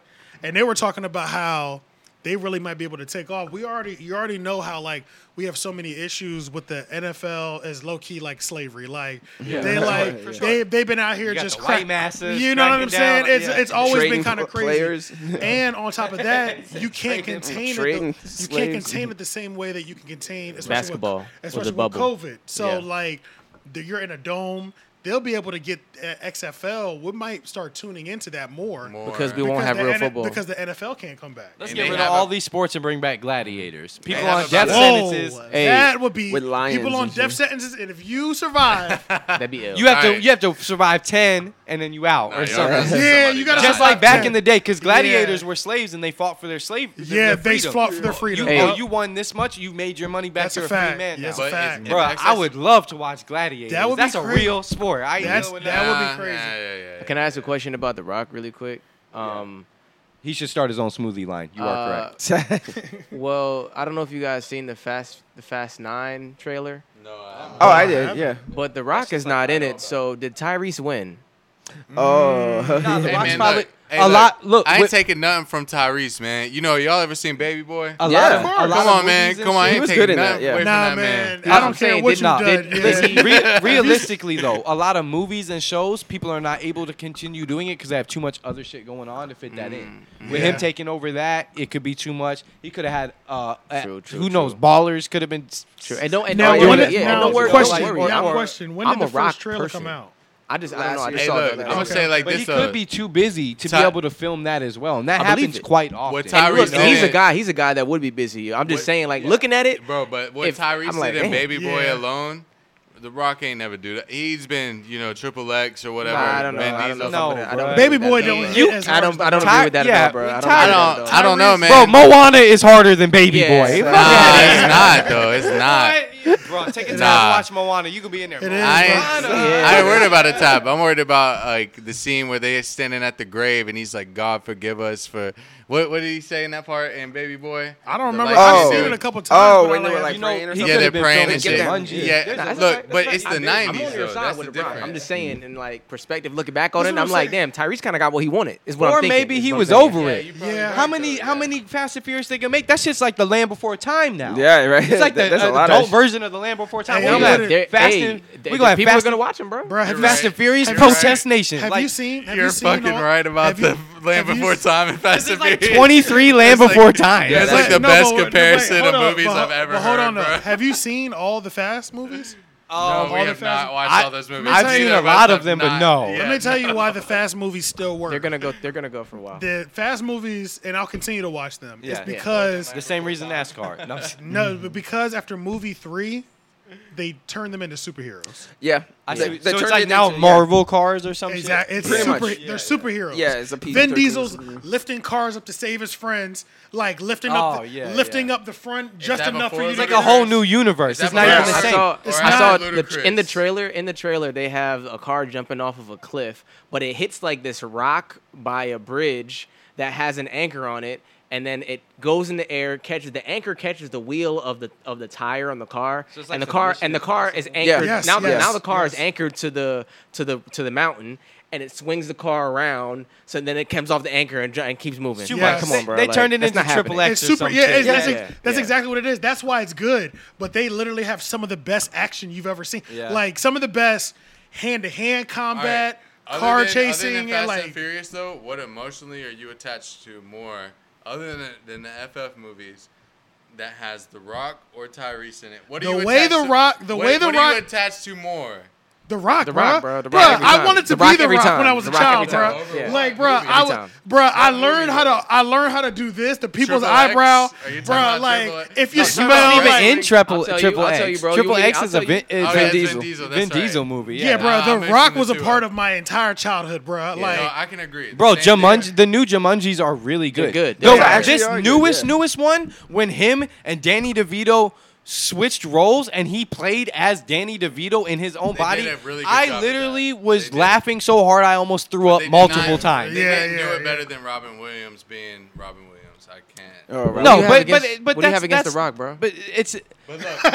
[SPEAKER 3] and they were talking about how they really might be able to take off. We already you already know how like we have so many issues with the NFL as low key like slavery. Like
[SPEAKER 5] <laughs>
[SPEAKER 3] they like
[SPEAKER 4] For
[SPEAKER 3] they they've been out here
[SPEAKER 5] got
[SPEAKER 3] just
[SPEAKER 5] the white
[SPEAKER 3] crack-
[SPEAKER 5] masses
[SPEAKER 3] You know what I'm
[SPEAKER 5] cracking down,
[SPEAKER 3] saying?
[SPEAKER 5] like,
[SPEAKER 3] It's
[SPEAKER 5] yeah.
[SPEAKER 3] it's always
[SPEAKER 4] Trading
[SPEAKER 3] been kind
[SPEAKER 4] pl-
[SPEAKER 3] of crazy.
[SPEAKER 8] <laughs>
[SPEAKER 4] players.
[SPEAKER 3] And on top of
[SPEAKER 5] <laughs>
[SPEAKER 3] that, you can't contain it.
[SPEAKER 4] Trading
[SPEAKER 3] The, you can't
[SPEAKER 4] slaves.
[SPEAKER 3] contain it the same way that you can contain especially
[SPEAKER 8] Basketball
[SPEAKER 3] with,
[SPEAKER 8] with the
[SPEAKER 3] especially with
[SPEAKER 8] bubble.
[SPEAKER 3] COVID. So
[SPEAKER 8] Yeah.
[SPEAKER 3] like the- you're in a dome. They'll be able to get uh, XFL. We might start tuning into that more,
[SPEAKER 6] More.
[SPEAKER 8] Because we won't
[SPEAKER 3] Because
[SPEAKER 8] have
[SPEAKER 3] the
[SPEAKER 8] real
[SPEAKER 3] N-
[SPEAKER 8] football.
[SPEAKER 3] Because the NFL can't come back.
[SPEAKER 5] Let's
[SPEAKER 6] And
[SPEAKER 5] get
[SPEAKER 6] they
[SPEAKER 5] rid of
[SPEAKER 6] have
[SPEAKER 5] all
[SPEAKER 6] a-
[SPEAKER 5] these sports and bring back gladiators. People
[SPEAKER 6] have
[SPEAKER 5] on
[SPEAKER 6] a-
[SPEAKER 5] death
[SPEAKER 6] Whoa.
[SPEAKER 5] sentences.
[SPEAKER 8] Hey.
[SPEAKER 3] that would be
[SPEAKER 4] With lions
[SPEAKER 3] people on
[SPEAKER 4] and
[SPEAKER 3] death
[SPEAKER 4] shit.
[SPEAKER 3] sentences, and if you
[SPEAKER 6] <laughs>
[SPEAKER 3] survive,
[SPEAKER 8] That'd be ill.
[SPEAKER 5] You have to
[SPEAKER 6] Alright.
[SPEAKER 5] you have to survive ten and then you out
[SPEAKER 6] Nah,
[SPEAKER 5] or
[SPEAKER 6] y'all
[SPEAKER 5] something.
[SPEAKER 6] gotta see
[SPEAKER 3] Yeah,
[SPEAKER 6] somebody
[SPEAKER 3] you gotta
[SPEAKER 6] die.
[SPEAKER 3] <laughs>
[SPEAKER 5] Just like back in the day, because gladiators
[SPEAKER 3] Yeah.
[SPEAKER 5] were slaves and they fought for their slave.
[SPEAKER 3] yeah,
[SPEAKER 5] their
[SPEAKER 3] they
[SPEAKER 5] freedom.
[SPEAKER 3] fought for their freedom.
[SPEAKER 5] You,
[SPEAKER 8] Hey.
[SPEAKER 5] oh, you won this much. You made your money back.
[SPEAKER 3] That's a
[SPEAKER 5] you're a, free
[SPEAKER 3] fact.
[SPEAKER 5] man now.
[SPEAKER 3] Yes.
[SPEAKER 6] But
[SPEAKER 3] Fact.
[SPEAKER 6] it's-
[SPEAKER 5] Bro,
[SPEAKER 6] if
[SPEAKER 5] I
[SPEAKER 6] XS
[SPEAKER 5] would love to watch Gladiators.
[SPEAKER 3] That would be
[SPEAKER 5] That's a
[SPEAKER 3] crazy.
[SPEAKER 5] real sport. I ain't
[SPEAKER 3] That's-
[SPEAKER 5] doing
[SPEAKER 3] that would be
[SPEAKER 6] Nah,
[SPEAKER 3] crazy.
[SPEAKER 6] Yeah, yeah, yeah.
[SPEAKER 8] Can I ask a question about The Rock really quick? Um,
[SPEAKER 5] He should <laughs> start his own smoothie line. You are
[SPEAKER 8] Uh,
[SPEAKER 5] correct.
[SPEAKER 8] well, I don't know if you guys seen the Fast the Fast Nine trailer,
[SPEAKER 6] No, I
[SPEAKER 4] oh, I did. Yeah.
[SPEAKER 8] but The Rock is not in it. So did Tyrese win?
[SPEAKER 4] Oh.
[SPEAKER 5] Nah, The
[SPEAKER 6] Hey,
[SPEAKER 5] Rock's
[SPEAKER 6] man,
[SPEAKER 5] probably-
[SPEAKER 6] look. Hey,
[SPEAKER 5] a
[SPEAKER 6] look.
[SPEAKER 5] lot. Look,
[SPEAKER 6] I ain't
[SPEAKER 5] with-
[SPEAKER 6] taking nothing from Tyrese, man. You know, y'all ever seen Baby Boy?
[SPEAKER 5] a
[SPEAKER 4] Yeah.
[SPEAKER 5] lot of,
[SPEAKER 4] Of
[SPEAKER 5] a lot
[SPEAKER 6] Come
[SPEAKER 5] of
[SPEAKER 6] on, man.
[SPEAKER 5] movies and
[SPEAKER 6] Come on, I
[SPEAKER 5] shit.
[SPEAKER 4] He
[SPEAKER 6] ain't
[SPEAKER 4] was
[SPEAKER 6] taking
[SPEAKER 4] good in that,
[SPEAKER 6] nothing
[SPEAKER 4] yeah.
[SPEAKER 6] away
[SPEAKER 3] Nah,
[SPEAKER 6] from that
[SPEAKER 3] man.
[SPEAKER 6] man.
[SPEAKER 3] I
[SPEAKER 8] what I'm
[SPEAKER 3] don't care
[SPEAKER 8] saying,
[SPEAKER 3] what
[SPEAKER 8] did
[SPEAKER 3] you've
[SPEAKER 8] not-
[SPEAKER 3] done.
[SPEAKER 5] Did-
[SPEAKER 3] yeah.
[SPEAKER 5] Listen,
[SPEAKER 8] <laughs>
[SPEAKER 5] re- realistically though, a lot of movies and shows people are not able to continue doing it because they have too much other shit going on to fit that
[SPEAKER 8] Mm,
[SPEAKER 5] in. With him
[SPEAKER 3] Yeah.
[SPEAKER 5] taking over that, it could be too much. He could have had uh, a-
[SPEAKER 8] True, true,
[SPEAKER 5] who
[SPEAKER 8] true.
[SPEAKER 5] knows? Ballers could have been. s-
[SPEAKER 8] True. And don't and
[SPEAKER 3] Now,
[SPEAKER 8] don't,
[SPEAKER 3] when
[SPEAKER 8] yeah,
[SPEAKER 3] did-
[SPEAKER 8] yeah,
[SPEAKER 3] now,
[SPEAKER 8] don't worry,
[SPEAKER 3] question,
[SPEAKER 8] don't worry.
[SPEAKER 3] now
[SPEAKER 8] I'm a-
[SPEAKER 3] question. When did
[SPEAKER 8] I'm
[SPEAKER 3] the
[SPEAKER 8] a rock
[SPEAKER 3] first trailer
[SPEAKER 8] person.
[SPEAKER 3] come out?
[SPEAKER 8] I just I don't know. I
[SPEAKER 4] Last
[SPEAKER 8] just
[SPEAKER 6] Hey,
[SPEAKER 4] year.
[SPEAKER 8] saw
[SPEAKER 6] look.
[SPEAKER 8] the
[SPEAKER 6] I'm
[SPEAKER 8] other
[SPEAKER 4] that.
[SPEAKER 8] day.
[SPEAKER 6] gonna say it like
[SPEAKER 5] But he
[SPEAKER 6] this
[SPEAKER 5] could
[SPEAKER 6] though.
[SPEAKER 5] be too busy to
[SPEAKER 6] Ty-
[SPEAKER 5] be able to film that as well, and that
[SPEAKER 8] I believe
[SPEAKER 5] happens
[SPEAKER 8] it.
[SPEAKER 5] quite often.
[SPEAKER 6] What
[SPEAKER 8] And look,
[SPEAKER 6] Tyrese did
[SPEAKER 8] he's a
[SPEAKER 6] it-
[SPEAKER 8] guy. He's a guy that would be busy. I'm just
[SPEAKER 6] What-
[SPEAKER 8] saying, like
[SPEAKER 6] yeah.
[SPEAKER 8] looking at it,
[SPEAKER 6] bro. But what
[SPEAKER 8] if- I'm
[SPEAKER 6] Tyrese
[SPEAKER 8] like,
[SPEAKER 6] did
[SPEAKER 8] damn.
[SPEAKER 6] in Baby Boy
[SPEAKER 3] Yeah.
[SPEAKER 6] alone, The Rock ain't never do that. He's been, you know, Triple X or whatever.
[SPEAKER 8] I don't know.
[SPEAKER 6] Vin
[SPEAKER 8] I don't know.
[SPEAKER 6] Diesel.
[SPEAKER 8] if
[SPEAKER 5] No,
[SPEAKER 8] I'm gonna- I don't
[SPEAKER 5] bruh.
[SPEAKER 8] agree
[SPEAKER 3] Baby
[SPEAKER 8] with that
[SPEAKER 3] boy
[SPEAKER 8] at all,
[SPEAKER 3] don't
[SPEAKER 8] bruh.
[SPEAKER 3] hit
[SPEAKER 5] You-
[SPEAKER 3] as
[SPEAKER 8] I
[SPEAKER 3] hard
[SPEAKER 8] don't.
[SPEAKER 3] as
[SPEAKER 8] I
[SPEAKER 3] the-
[SPEAKER 8] don't agree
[SPEAKER 5] Ty-
[SPEAKER 8] with that
[SPEAKER 5] yeah,
[SPEAKER 8] at all, bro. I don't.
[SPEAKER 5] Ty-
[SPEAKER 6] I
[SPEAKER 8] agree with
[SPEAKER 6] don't.
[SPEAKER 8] that
[SPEAKER 6] I don't know, man.
[SPEAKER 5] Bro, Moana is harder than Baby
[SPEAKER 8] Yeah,
[SPEAKER 5] Boy.
[SPEAKER 8] so-
[SPEAKER 5] Fuck
[SPEAKER 6] Nah, it's not though. It's not.
[SPEAKER 5] Bro, take your time
[SPEAKER 6] Nah.
[SPEAKER 5] watch Moana. You could be in there.
[SPEAKER 3] It
[SPEAKER 5] bro.
[SPEAKER 3] is,
[SPEAKER 6] I ain't,
[SPEAKER 8] Yeah.
[SPEAKER 6] I ain't worried about a top. I'm worried about like the scene where they're standing at the grave and he's like, "God forgive us for what? What did he say in that part?" And baby boy,
[SPEAKER 3] I
[SPEAKER 6] The
[SPEAKER 3] don't remember.
[SPEAKER 6] light
[SPEAKER 4] Oh.
[SPEAKER 3] I've
[SPEAKER 6] dude.
[SPEAKER 3] seen it a couple times.
[SPEAKER 4] Oh,
[SPEAKER 3] but
[SPEAKER 4] when
[SPEAKER 3] I
[SPEAKER 4] they were
[SPEAKER 3] like-
[SPEAKER 4] like
[SPEAKER 5] You know,
[SPEAKER 4] praying or
[SPEAKER 5] he
[SPEAKER 6] yeah,
[SPEAKER 5] could've
[SPEAKER 6] they're
[SPEAKER 5] been
[SPEAKER 6] praying
[SPEAKER 5] filming
[SPEAKER 6] and
[SPEAKER 4] Get
[SPEAKER 6] shit.
[SPEAKER 4] that-
[SPEAKER 5] Bungie.
[SPEAKER 6] Yeah,
[SPEAKER 5] There's a-
[SPEAKER 6] look, but
[SPEAKER 8] though.
[SPEAKER 6] it's the
[SPEAKER 8] I'm- I'm
[SPEAKER 6] '90s
[SPEAKER 8] on your
[SPEAKER 6] though.
[SPEAKER 8] side
[SPEAKER 6] That's the
[SPEAKER 8] with LeBron. I'm
[SPEAKER 6] difference.
[SPEAKER 8] just saying, and like perspective, looking back on it, I'm
[SPEAKER 3] I'm
[SPEAKER 8] like, damn,
[SPEAKER 3] saying.
[SPEAKER 8] Tyrese kind of got what he wanted. Is what I'm
[SPEAKER 5] Or
[SPEAKER 8] thinking,
[SPEAKER 5] maybe
[SPEAKER 8] is
[SPEAKER 5] he
[SPEAKER 8] what I'm
[SPEAKER 5] was
[SPEAKER 8] saying.
[SPEAKER 5] over it.
[SPEAKER 6] you probably
[SPEAKER 3] Yeah.
[SPEAKER 6] right,
[SPEAKER 5] How many
[SPEAKER 6] though,
[SPEAKER 5] how
[SPEAKER 6] yeah.
[SPEAKER 5] many Fast and Furious they can make? That shit's like the Land Before Time now.
[SPEAKER 4] Yeah, right.
[SPEAKER 5] It's like the
[SPEAKER 4] There's a
[SPEAKER 5] uh,
[SPEAKER 4] lot of
[SPEAKER 5] adult
[SPEAKER 4] sh-
[SPEAKER 5] version of the Land Before Time.
[SPEAKER 3] Hey,
[SPEAKER 5] We're
[SPEAKER 3] I'm
[SPEAKER 5] gonna have
[SPEAKER 3] with
[SPEAKER 8] They're-
[SPEAKER 5] Fast
[SPEAKER 8] hey,
[SPEAKER 5] and
[SPEAKER 8] the-
[SPEAKER 5] we gonna
[SPEAKER 8] the
[SPEAKER 5] have
[SPEAKER 8] people are
[SPEAKER 5] Fast
[SPEAKER 8] gonna
[SPEAKER 5] and-
[SPEAKER 8] watch him, bro.
[SPEAKER 3] Bruh, have
[SPEAKER 6] You're
[SPEAKER 3] you
[SPEAKER 5] Fast
[SPEAKER 6] right.
[SPEAKER 5] and Furious
[SPEAKER 3] Have you
[SPEAKER 5] Protest
[SPEAKER 3] seen-
[SPEAKER 5] Nation.
[SPEAKER 3] Have
[SPEAKER 5] like,
[SPEAKER 3] you seen? Have
[SPEAKER 6] You're
[SPEAKER 3] you seen
[SPEAKER 6] fucking
[SPEAKER 3] all-
[SPEAKER 6] right about
[SPEAKER 3] have you-
[SPEAKER 6] the <laughs> Land
[SPEAKER 3] have you
[SPEAKER 6] Before
[SPEAKER 3] s-
[SPEAKER 6] Time and Fast and Furious.
[SPEAKER 3] <laughs>
[SPEAKER 5] 23 Land
[SPEAKER 6] It's like-
[SPEAKER 5] Before Time.
[SPEAKER 6] Yeah, It's
[SPEAKER 3] But-
[SPEAKER 6] like the
[SPEAKER 3] no,
[SPEAKER 6] best
[SPEAKER 3] but- no,
[SPEAKER 6] comparison
[SPEAKER 3] wait, hold
[SPEAKER 6] of
[SPEAKER 3] on,
[SPEAKER 6] movies
[SPEAKER 3] but-
[SPEAKER 6] I've ever
[SPEAKER 3] but hold
[SPEAKER 6] heard,
[SPEAKER 3] on, though.
[SPEAKER 6] bro.
[SPEAKER 3] Have you seen all the Fast
[SPEAKER 6] <laughs>
[SPEAKER 3] movies?
[SPEAKER 6] No, Oh, we
[SPEAKER 3] all
[SPEAKER 6] have
[SPEAKER 3] the fast-
[SPEAKER 6] not watched
[SPEAKER 5] I-
[SPEAKER 6] all those movies.
[SPEAKER 5] I've
[SPEAKER 6] Neither
[SPEAKER 5] seen a
[SPEAKER 6] us
[SPEAKER 5] lot of
[SPEAKER 6] have
[SPEAKER 5] them, but
[SPEAKER 6] not.
[SPEAKER 5] no.
[SPEAKER 6] Oh, Yeah.
[SPEAKER 3] Let me tell you why the Fast movies still work.
[SPEAKER 8] They're gonna go. They're gonna go for a while.
[SPEAKER 3] the Fast movies, and I'll continue to watch them.
[SPEAKER 5] Yeah.
[SPEAKER 3] It's
[SPEAKER 5] Yeah.
[SPEAKER 3] because
[SPEAKER 5] The same reason NASCAR. No,
[SPEAKER 3] no, but because after movie three, they turn them into superheroes.
[SPEAKER 4] Yeah.
[SPEAKER 5] I
[SPEAKER 4] They-
[SPEAKER 5] see,
[SPEAKER 4] they
[SPEAKER 5] so it's
[SPEAKER 4] turned
[SPEAKER 5] like
[SPEAKER 4] it
[SPEAKER 5] now
[SPEAKER 4] into- yeah.
[SPEAKER 5] Marvel cars or something.
[SPEAKER 3] Exactly, it's
[SPEAKER 4] Pretty
[SPEAKER 3] super.
[SPEAKER 4] much.
[SPEAKER 3] They're superheroes.
[SPEAKER 4] Yeah, it's a PG-13
[SPEAKER 3] Vin Diesel's
[SPEAKER 4] superhero.
[SPEAKER 3] lifting cars up to save his friends, like lifting
[SPEAKER 5] Oh,
[SPEAKER 3] up, the,
[SPEAKER 5] yeah,
[SPEAKER 3] lifting
[SPEAKER 5] yeah.
[SPEAKER 3] up the front just
[SPEAKER 6] that
[SPEAKER 3] enough for
[SPEAKER 6] before
[SPEAKER 3] you.
[SPEAKER 5] It's
[SPEAKER 3] to
[SPEAKER 5] like
[SPEAKER 3] get
[SPEAKER 5] a
[SPEAKER 3] hurt.
[SPEAKER 5] whole new universe.
[SPEAKER 6] that
[SPEAKER 5] It's not
[SPEAKER 6] what
[SPEAKER 5] even
[SPEAKER 6] it
[SPEAKER 5] the
[SPEAKER 6] is?
[SPEAKER 8] I
[SPEAKER 5] same.
[SPEAKER 8] saw,
[SPEAKER 3] It's
[SPEAKER 8] I saw
[SPEAKER 3] not
[SPEAKER 8] the,
[SPEAKER 6] ludicrous.
[SPEAKER 8] in the trailer. In the trailer, they have a car jumping off of a cliff, but it hits like this rock by a bridge that has an anchor on it, and then it goes in the air, catches the anchor, catches the wheel of the of the tire on the car,
[SPEAKER 9] So it's like
[SPEAKER 8] and the
[SPEAKER 9] some
[SPEAKER 8] car
[SPEAKER 9] Mission
[SPEAKER 8] and the car is
[SPEAKER 9] Impossible.
[SPEAKER 8] anchored.
[SPEAKER 3] Yes,
[SPEAKER 8] now, the,
[SPEAKER 3] yes,
[SPEAKER 8] now the car is
[SPEAKER 3] yes.
[SPEAKER 8] anchored to the to the to the mountain, and it swings the car around. So then it comes off the anchor and, ju- and keeps moving.
[SPEAKER 5] Super-
[SPEAKER 8] Like, come
[SPEAKER 5] they-
[SPEAKER 8] on, bro.
[SPEAKER 5] they
[SPEAKER 8] like,
[SPEAKER 5] turned it
[SPEAKER 8] that's
[SPEAKER 5] into
[SPEAKER 8] not happening.
[SPEAKER 5] Triple X.
[SPEAKER 3] It's
[SPEAKER 5] or
[SPEAKER 3] super.
[SPEAKER 5] some
[SPEAKER 3] Yeah,
[SPEAKER 5] shit.
[SPEAKER 3] it's, that's,
[SPEAKER 8] Yeah,
[SPEAKER 3] ex-
[SPEAKER 8] yeah,
[SPEAKER 3] that's
[SPEAKER 8] yeah.
[SPEAKER 3] exactly what it is. That's why it's good. But they literally have some of the best action you've ever seen.
[SPEAKER 5] Yeah.
[SPEAKER 3] Like some of the best hand-to-hand
[SPEAKER 6] All right.
[SPEAKER 3] combat,
[SPEAKER 6] Other
[SPEAKER 3] car
[SPEAKER 6] than-
[SPEAKER 3] chasing,
[SPEAKER 6] other than
[SPEAKER 3] and
[SPEAKER 6] Fast
[SPEAKER 3] like
[SPEAKER 6] and Furious though. What emotionally are you attached to more, other than than the FF movies? That has The Rock or Tyrese in it. What are
[SPEAKER 3] The
[SPEAKER 6] you
[SPEAKER 3] way
[SPEAKER 6] attached
[SPEAKER 3] The
[SPEAKER 6] to-
[SPEAKER 3] Rock- the
[SPEAKER 6] what-
[SPEAKER 3] way The
[SPEAKER 6] what are you
[SPEAKER 3] Rock-
[SPEAKER 6] attached to more?
[SPEAKER 3] The Rock,
[SPEAKER 8] The
[SPEAKER 3] bro.
[SPEAKER 8] Rock, bruh. The Rock every
[SPEAKER 3] I
[SPEAKER 8] time.
[SPEAKER 3] wanted to
[SPEAKER 8] The Rock
[SPEAKER 3] be The
[SPEAKER 8] every
[SPEAKER 3] Rock
[SPEAKER 8] time.
[SPEAKER 3] when I was
[SPEAKER 8] The
[SPEAKER 3] a
[SPEAKER 8] Rock every
[SPEAKER 3] child, bro.
[SPEAKER 8] time. Yeah.
[SPEAKER 3] Like, bro, I,
[SPEAKER 8] Every
[SPEAKER 3] w-
[SPEAKER 8] time.
[SPEAKER 3] bruh, I
[SPEAKER 6] What
[SPEAKER 3] learned
[SPEAKER 6] movie
[SPEAKER 3] how
[SPEAKER 6] was
[SPEAKER 3] to
[SPEAKER 6] it?
[SPEAKER 3] I learned how to do this. The people's
[SPEAKER 6] Triple X?
[SPEAKER 3] eyebrow,
[SPEAKER 6] Are you talking
[SPEAKER 3] bro.
[SPEAKER 6] about
[SPEAKER 3] Like,
[SPEAKER 6] Triple X?
[SPEAKER 3] if you
[SPEAKER 6] No,
[SPEAKER 8] no, no,
[SPEAKER 3] smell
[SPEAKER 8] even
[SPEAKER 3] like,
[SPEAKER 5] in Triple
[SPEAKER 8] I'll tell you-
[SPEAKER 5] Triple
[SPEAKER 8] I'll tell
[SPEAKER 5] X.
[SPEAKER 8] you, bro. You
[SPEAKER 5] Triple
[SPEAKER 8] wouldn't-
[SPEAKER 5] X
[SPEAKER 8] I'll
[SPEAKER 5] is a
[SPEAKER 8] tell you-
[SPEAKER 5] Vin, is
[SPEAKER 6] Oh,
[SPEAKER 5] Vin
[SPEAKER 6] yeah, it's Vin
[SPEAKER 5] Diesel.
[SPEAKER 6] Diesel, that's
[SPEAKER 5] Vin
[SPEAKER 6] right.
[SPEAKER 5] Diesel movie.
[SPEAKER 3] yeah, bro.
[SPEAKER 6] Nah, I'm
[SPEAKER 3] the
[SPEAKER 6] mixing
[SPEAKER 3] Rock
[SPEAKER 6] the
[SPEAKER 3] was a
[SPEAKER 6] two
[SPEAKER 3] part
[SPEAKER 6] up.
[SPEAKER 3] of my entire childhood, bro. Like,
[SPEAKER 6] no, I can agree. The
[SPEAKER 5] Bro,
[SPEAKER 6] same thing.
[SPEAKER 5] Jumanji, the new Jumanjis are really
[SPEAKER 8] They're
[SPEAKER 5] good.
[SPEAKER 8] good.
[SPEAKER 5] Though
[SPEAKER 8] They
[SPEAKER 4] are.
[SPEAKER 5] this
[SPEAKER 4] They are good,
[SPEAKER 5] newest,
[SPEAKER 4] yeah.
[SPEAKER 5] newest one, when him and Danny DeVito switched roles and he played as Danny DeVito in his own
[SPEAKER 6] They
[SPEAKER 5] body,
[SPEAKER 6] did a really good job
[SPEAKER 5] I
[SPEAKER 6] with
[SPEAKER 5] literally
[SPEAKER 6] that.
[SPEAKER 5] was
[SPEAKER 6] They did.
[SPEAKER 5] laughing so hard I almost threw
[SPEAKER 6] But
[SPEAKER 5] up
[SPEAKER 6] they did
[SPEAKER 5] multiple
[SPEAKER 6] not-
[SPEAKER 5] times.
[SPEAKER 6] They
[SPEAKER 3] Yeah,
[SPEAKER 6] didn't do
[SPEAKER 3] yeah,
[SPEAKER 6] it
[SPEAKER 3] yeah.
[SPEAKER 6] better than Robin Williams being Robin Williams. I can't.
[SPEAKER 4] Oh, right.
[SPEAKER 8] do
[SPEAKER 5] No,
[SPEAKER 8] you have
[SPEAKER 5] but but
[SPEAKER 8] against-
[SPEAKER 5] but
[SPEAKER 8] what do you
[SPEAKER 5] that's-
[SPEAKER 8] have against The
[SPEAKER 5] that's-
[SPEAKER 8] Rock, bro?
[SPEAKER 5] But it's
[SPEAKER 6] But
[SPEAKER 5] <laughs>
[SPEAKER 6] look, uh,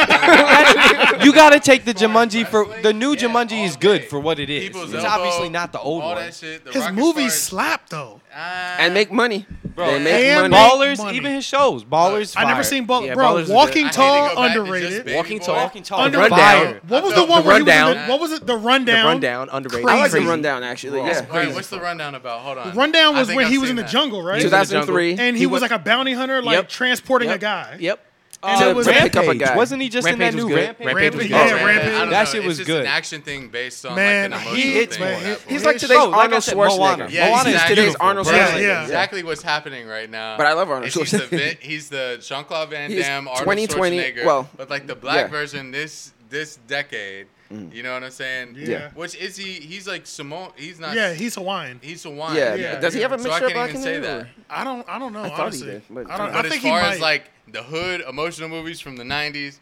[SPEAKER 5] you got to take the Jumanji for the new
[SPEAKER 6] Yeah,
[SPEAKER 5] Jumanji is
[SPEAKER 6] all
[SPEAKER 5] good
[SPEAKER 6] day.
[SPEAKER 5] for what it is.
[SPEAKER 6] people's
[SPEAKER 5] it's
[SPEAKER 6] elbow,
[SPEAKER 5] obviously not the old
[SPEAKER 6] all
[SPEAKER 5] one.
[SPEAKER 6] That shit, the
[SPEAKER 3] his
[SPEAKER 6] Rock as Ah,
[SPEAKER 3] movies
[SPEAKER 6] far
[SPEAKER 3] slap though.
[SPEAKER 6] as-
[SPEAKER 4] And make money. They make
[SPEAKER 3] and
[SPEAKER 4] money.
[SPEAKER 3] make-
[SPEAKER 5] Ballers,
[SPEAKER 3] money.
[SPEAKER 5] even his shows, Ballers.
[SPEAKER 3] I never
[SPEAKER 5] fire.
[SPEAKER 3] seen Ball,
[SPEAKER 8] Yeah, Ballers
[SPEAKER 3] bro.
[SPEAKER 8] is good. I
[SPEAKER 3] Walking
[SPEAKER 8] hate to
[SPEAKER 3] Tall,
[SPEAKER 6] go back to just
[SPEAKER 3] underraunderated.
[SPEAKER 6] Baby
[SPEAKER 8] Walking
[SPEAKER 6] Boy.
[SPEAKER 8] Tall.
[SPEAKER 5] Walking Tall.
[SPEAKER 8] Under-
[SPEAKER 5] Rundown.
[SPEAKER 8] Fire.
[SPEAKER 3] What was
[SPEAKER 6] The
[SPEAKER 3] the one where he was in
[SPEAKER 8] Rundown.
[SPEAKER 3] the- What was it? The rundown.
[SPEAKER 8] rundown, underrated.
[SPEAKER 4] I like the
[SPEAKER 8] Crazy.
[SPEAKER 4] rundown actually. Yeah.
[SPEAKER 6] Wait, what's the rundown about? Hold on.
[SPEAKER 3] Rundown
[SPEAKER 6] I
[SPEAKER 3] was
[SPEAKER 6] think
[SPEAKER 3] when
[SPEAKER 6] I've
[SPEAKER 3] he was
[SPEAKER 6] seen
[SPEAKER 3] in the
[SPEAKER 6] that. Oh,
[SPEAKER 3] jungle, right?
[SPEAKER 8] He was in the jungle.
[SPEAKER 4] 2003.
[SPEAKER 3] and he,
[SPEAKER 8] He
[SPEAKER 3] was
[SPEAKER 8] was-
[SPEAKER 3] like a bounty hunter, like
[SPEAKER 8] Yep.
[SPEAKER 3] transporting a
[SPEAKER 8] Yep.
[SPEAKER 3] guy.
[SPEAKER 8] Yep.
[SPEAKER 3] And
[SPEAKER 4] To
[SPEAKER 3] it was
[SPEAKER 4] pick up a
[SPEAKER 5] Rampage.
[SPEAKER 4] guy.
[SPEAKER 5] Wasn't he just
[SPEAKER 8] Rampage
[SPEAKER 5] in that
[SPEAKER 8] was
[SPEAKER 5] new
[SPEAKER 8] good.
[SPEAKER 5] Rampage?
[SPEAKER 8] Rampage was
[SPEAKER 3] Rampage-
[SPEAKER 8] good.
[SPEAKER 3] yeah,
[SPEAKER 6] Man,
[SPEAKER 3] Rampage.
[SPEAKER 6] I don't
[SPEAKER 5] That
[SPEAKER 6] know.
[SPEAKER 5] shit
[SPEAKER 6] It's
[SPEAKER 5] was
[SPEAKER 6] just
[SPEAKER 5] good.
[SPEAKER 6] an action thing based on
[SPEAKER 3] Man,
[SPEAKER 6] like an
[SPEAKER 3] he
[SPEAKER 6] emotional
[SPEAKER 3] hits,
[SPEAKER 6] thing.
[SPEAKER 3] man.
[SPEAKER 6] at that
[SPEAKER 3] He- he's
[SPEAKER 6] point.
[SPEAKER 4] He's like
[SPEAKER 5] His
[SPEAKER 4] today's
[SPEAKER 5] show, like I
[SPEAKER 4] Arnold
[SPEAKER 5] said,
[SPEAKER 4] Schwarzenegger.
[SPEAKER 5] Moana.
[SPEAKER 6] Yeah,
[SPEAKER 5] Moana
[SPEAKER 4] He's
[SPEAKER 5] is
[SPEAKER 6] exactly.
[SPEAKER 4] today's
[SPEAKER 5] beautiful.
[SPEAKER 4] Arnold
[SPEAKER 6] Bro,
[SPEAKER 3] Yeah,
[SPEAKER 4] Schwarzenegger.
[SPEAKER 6] that's
[SPEAKER 3] yeah.
[SPEAKER 6] exactly what's happening right now.
[SPEAKER 4] But I love Arnold
[SPEAKER 6] Is he's the
[SPEAKER 4] Schwarzenegger.
[SPEAKER 6] Vin- he's the Jean-Claude Van
[SPEAKER 4] He's
[SPEAKER 6] Damme, Arnold
[SPEAKER 4] 2020
[SPEAKER 6] Schwarzenegger.
[SPEAKER 4] well,
[SPEAKER 6] but like the black
[SPEAKER 4] yeah. Mm.
[SPEAKER 6] version this this decade. You know what I'm saying?
[SPEAKER 3] Yeah.
[SPEAKER 6] Which is he? He's like Samoan. He's not.
[SPEAKER 3] Yeah, he's Hawaiian.
[SPEAKER 6] He's Hawaiian.
[SPEAKER 4] Yeah,
[SPEAKER 3] Yeah,
[SPEAKER 4] does he have a
[SPEAKER 6] So
[SPEAKER 4] mixture
[SPEAKER 6] I
[SPEAKER 4] of
[SPEAKER 6] can't
[SPEAKER 4] black
[SPEAKER 6] even
[SPEAKER 4] and
[SPEAKER 6] say
[SPEAKER 4] white?
[SPEAKER 6] that.
[SPEAKER 3] I don't. I don't know.
[SPEAKER 4] I thought he
[SPEAKER 3] honestly,
[SPEAKER 4] did, but-
[SPEAKER 3] I don't.
[SPEAKER 6] But
[SPEAKER 3] I
[SPEAKER 6] as
[SPEAKER 3] think he
[SPEAKER 6] far
[SPEAKER 3] might.
[SPEAKER 6] as like the hood emotional movies from the '90s,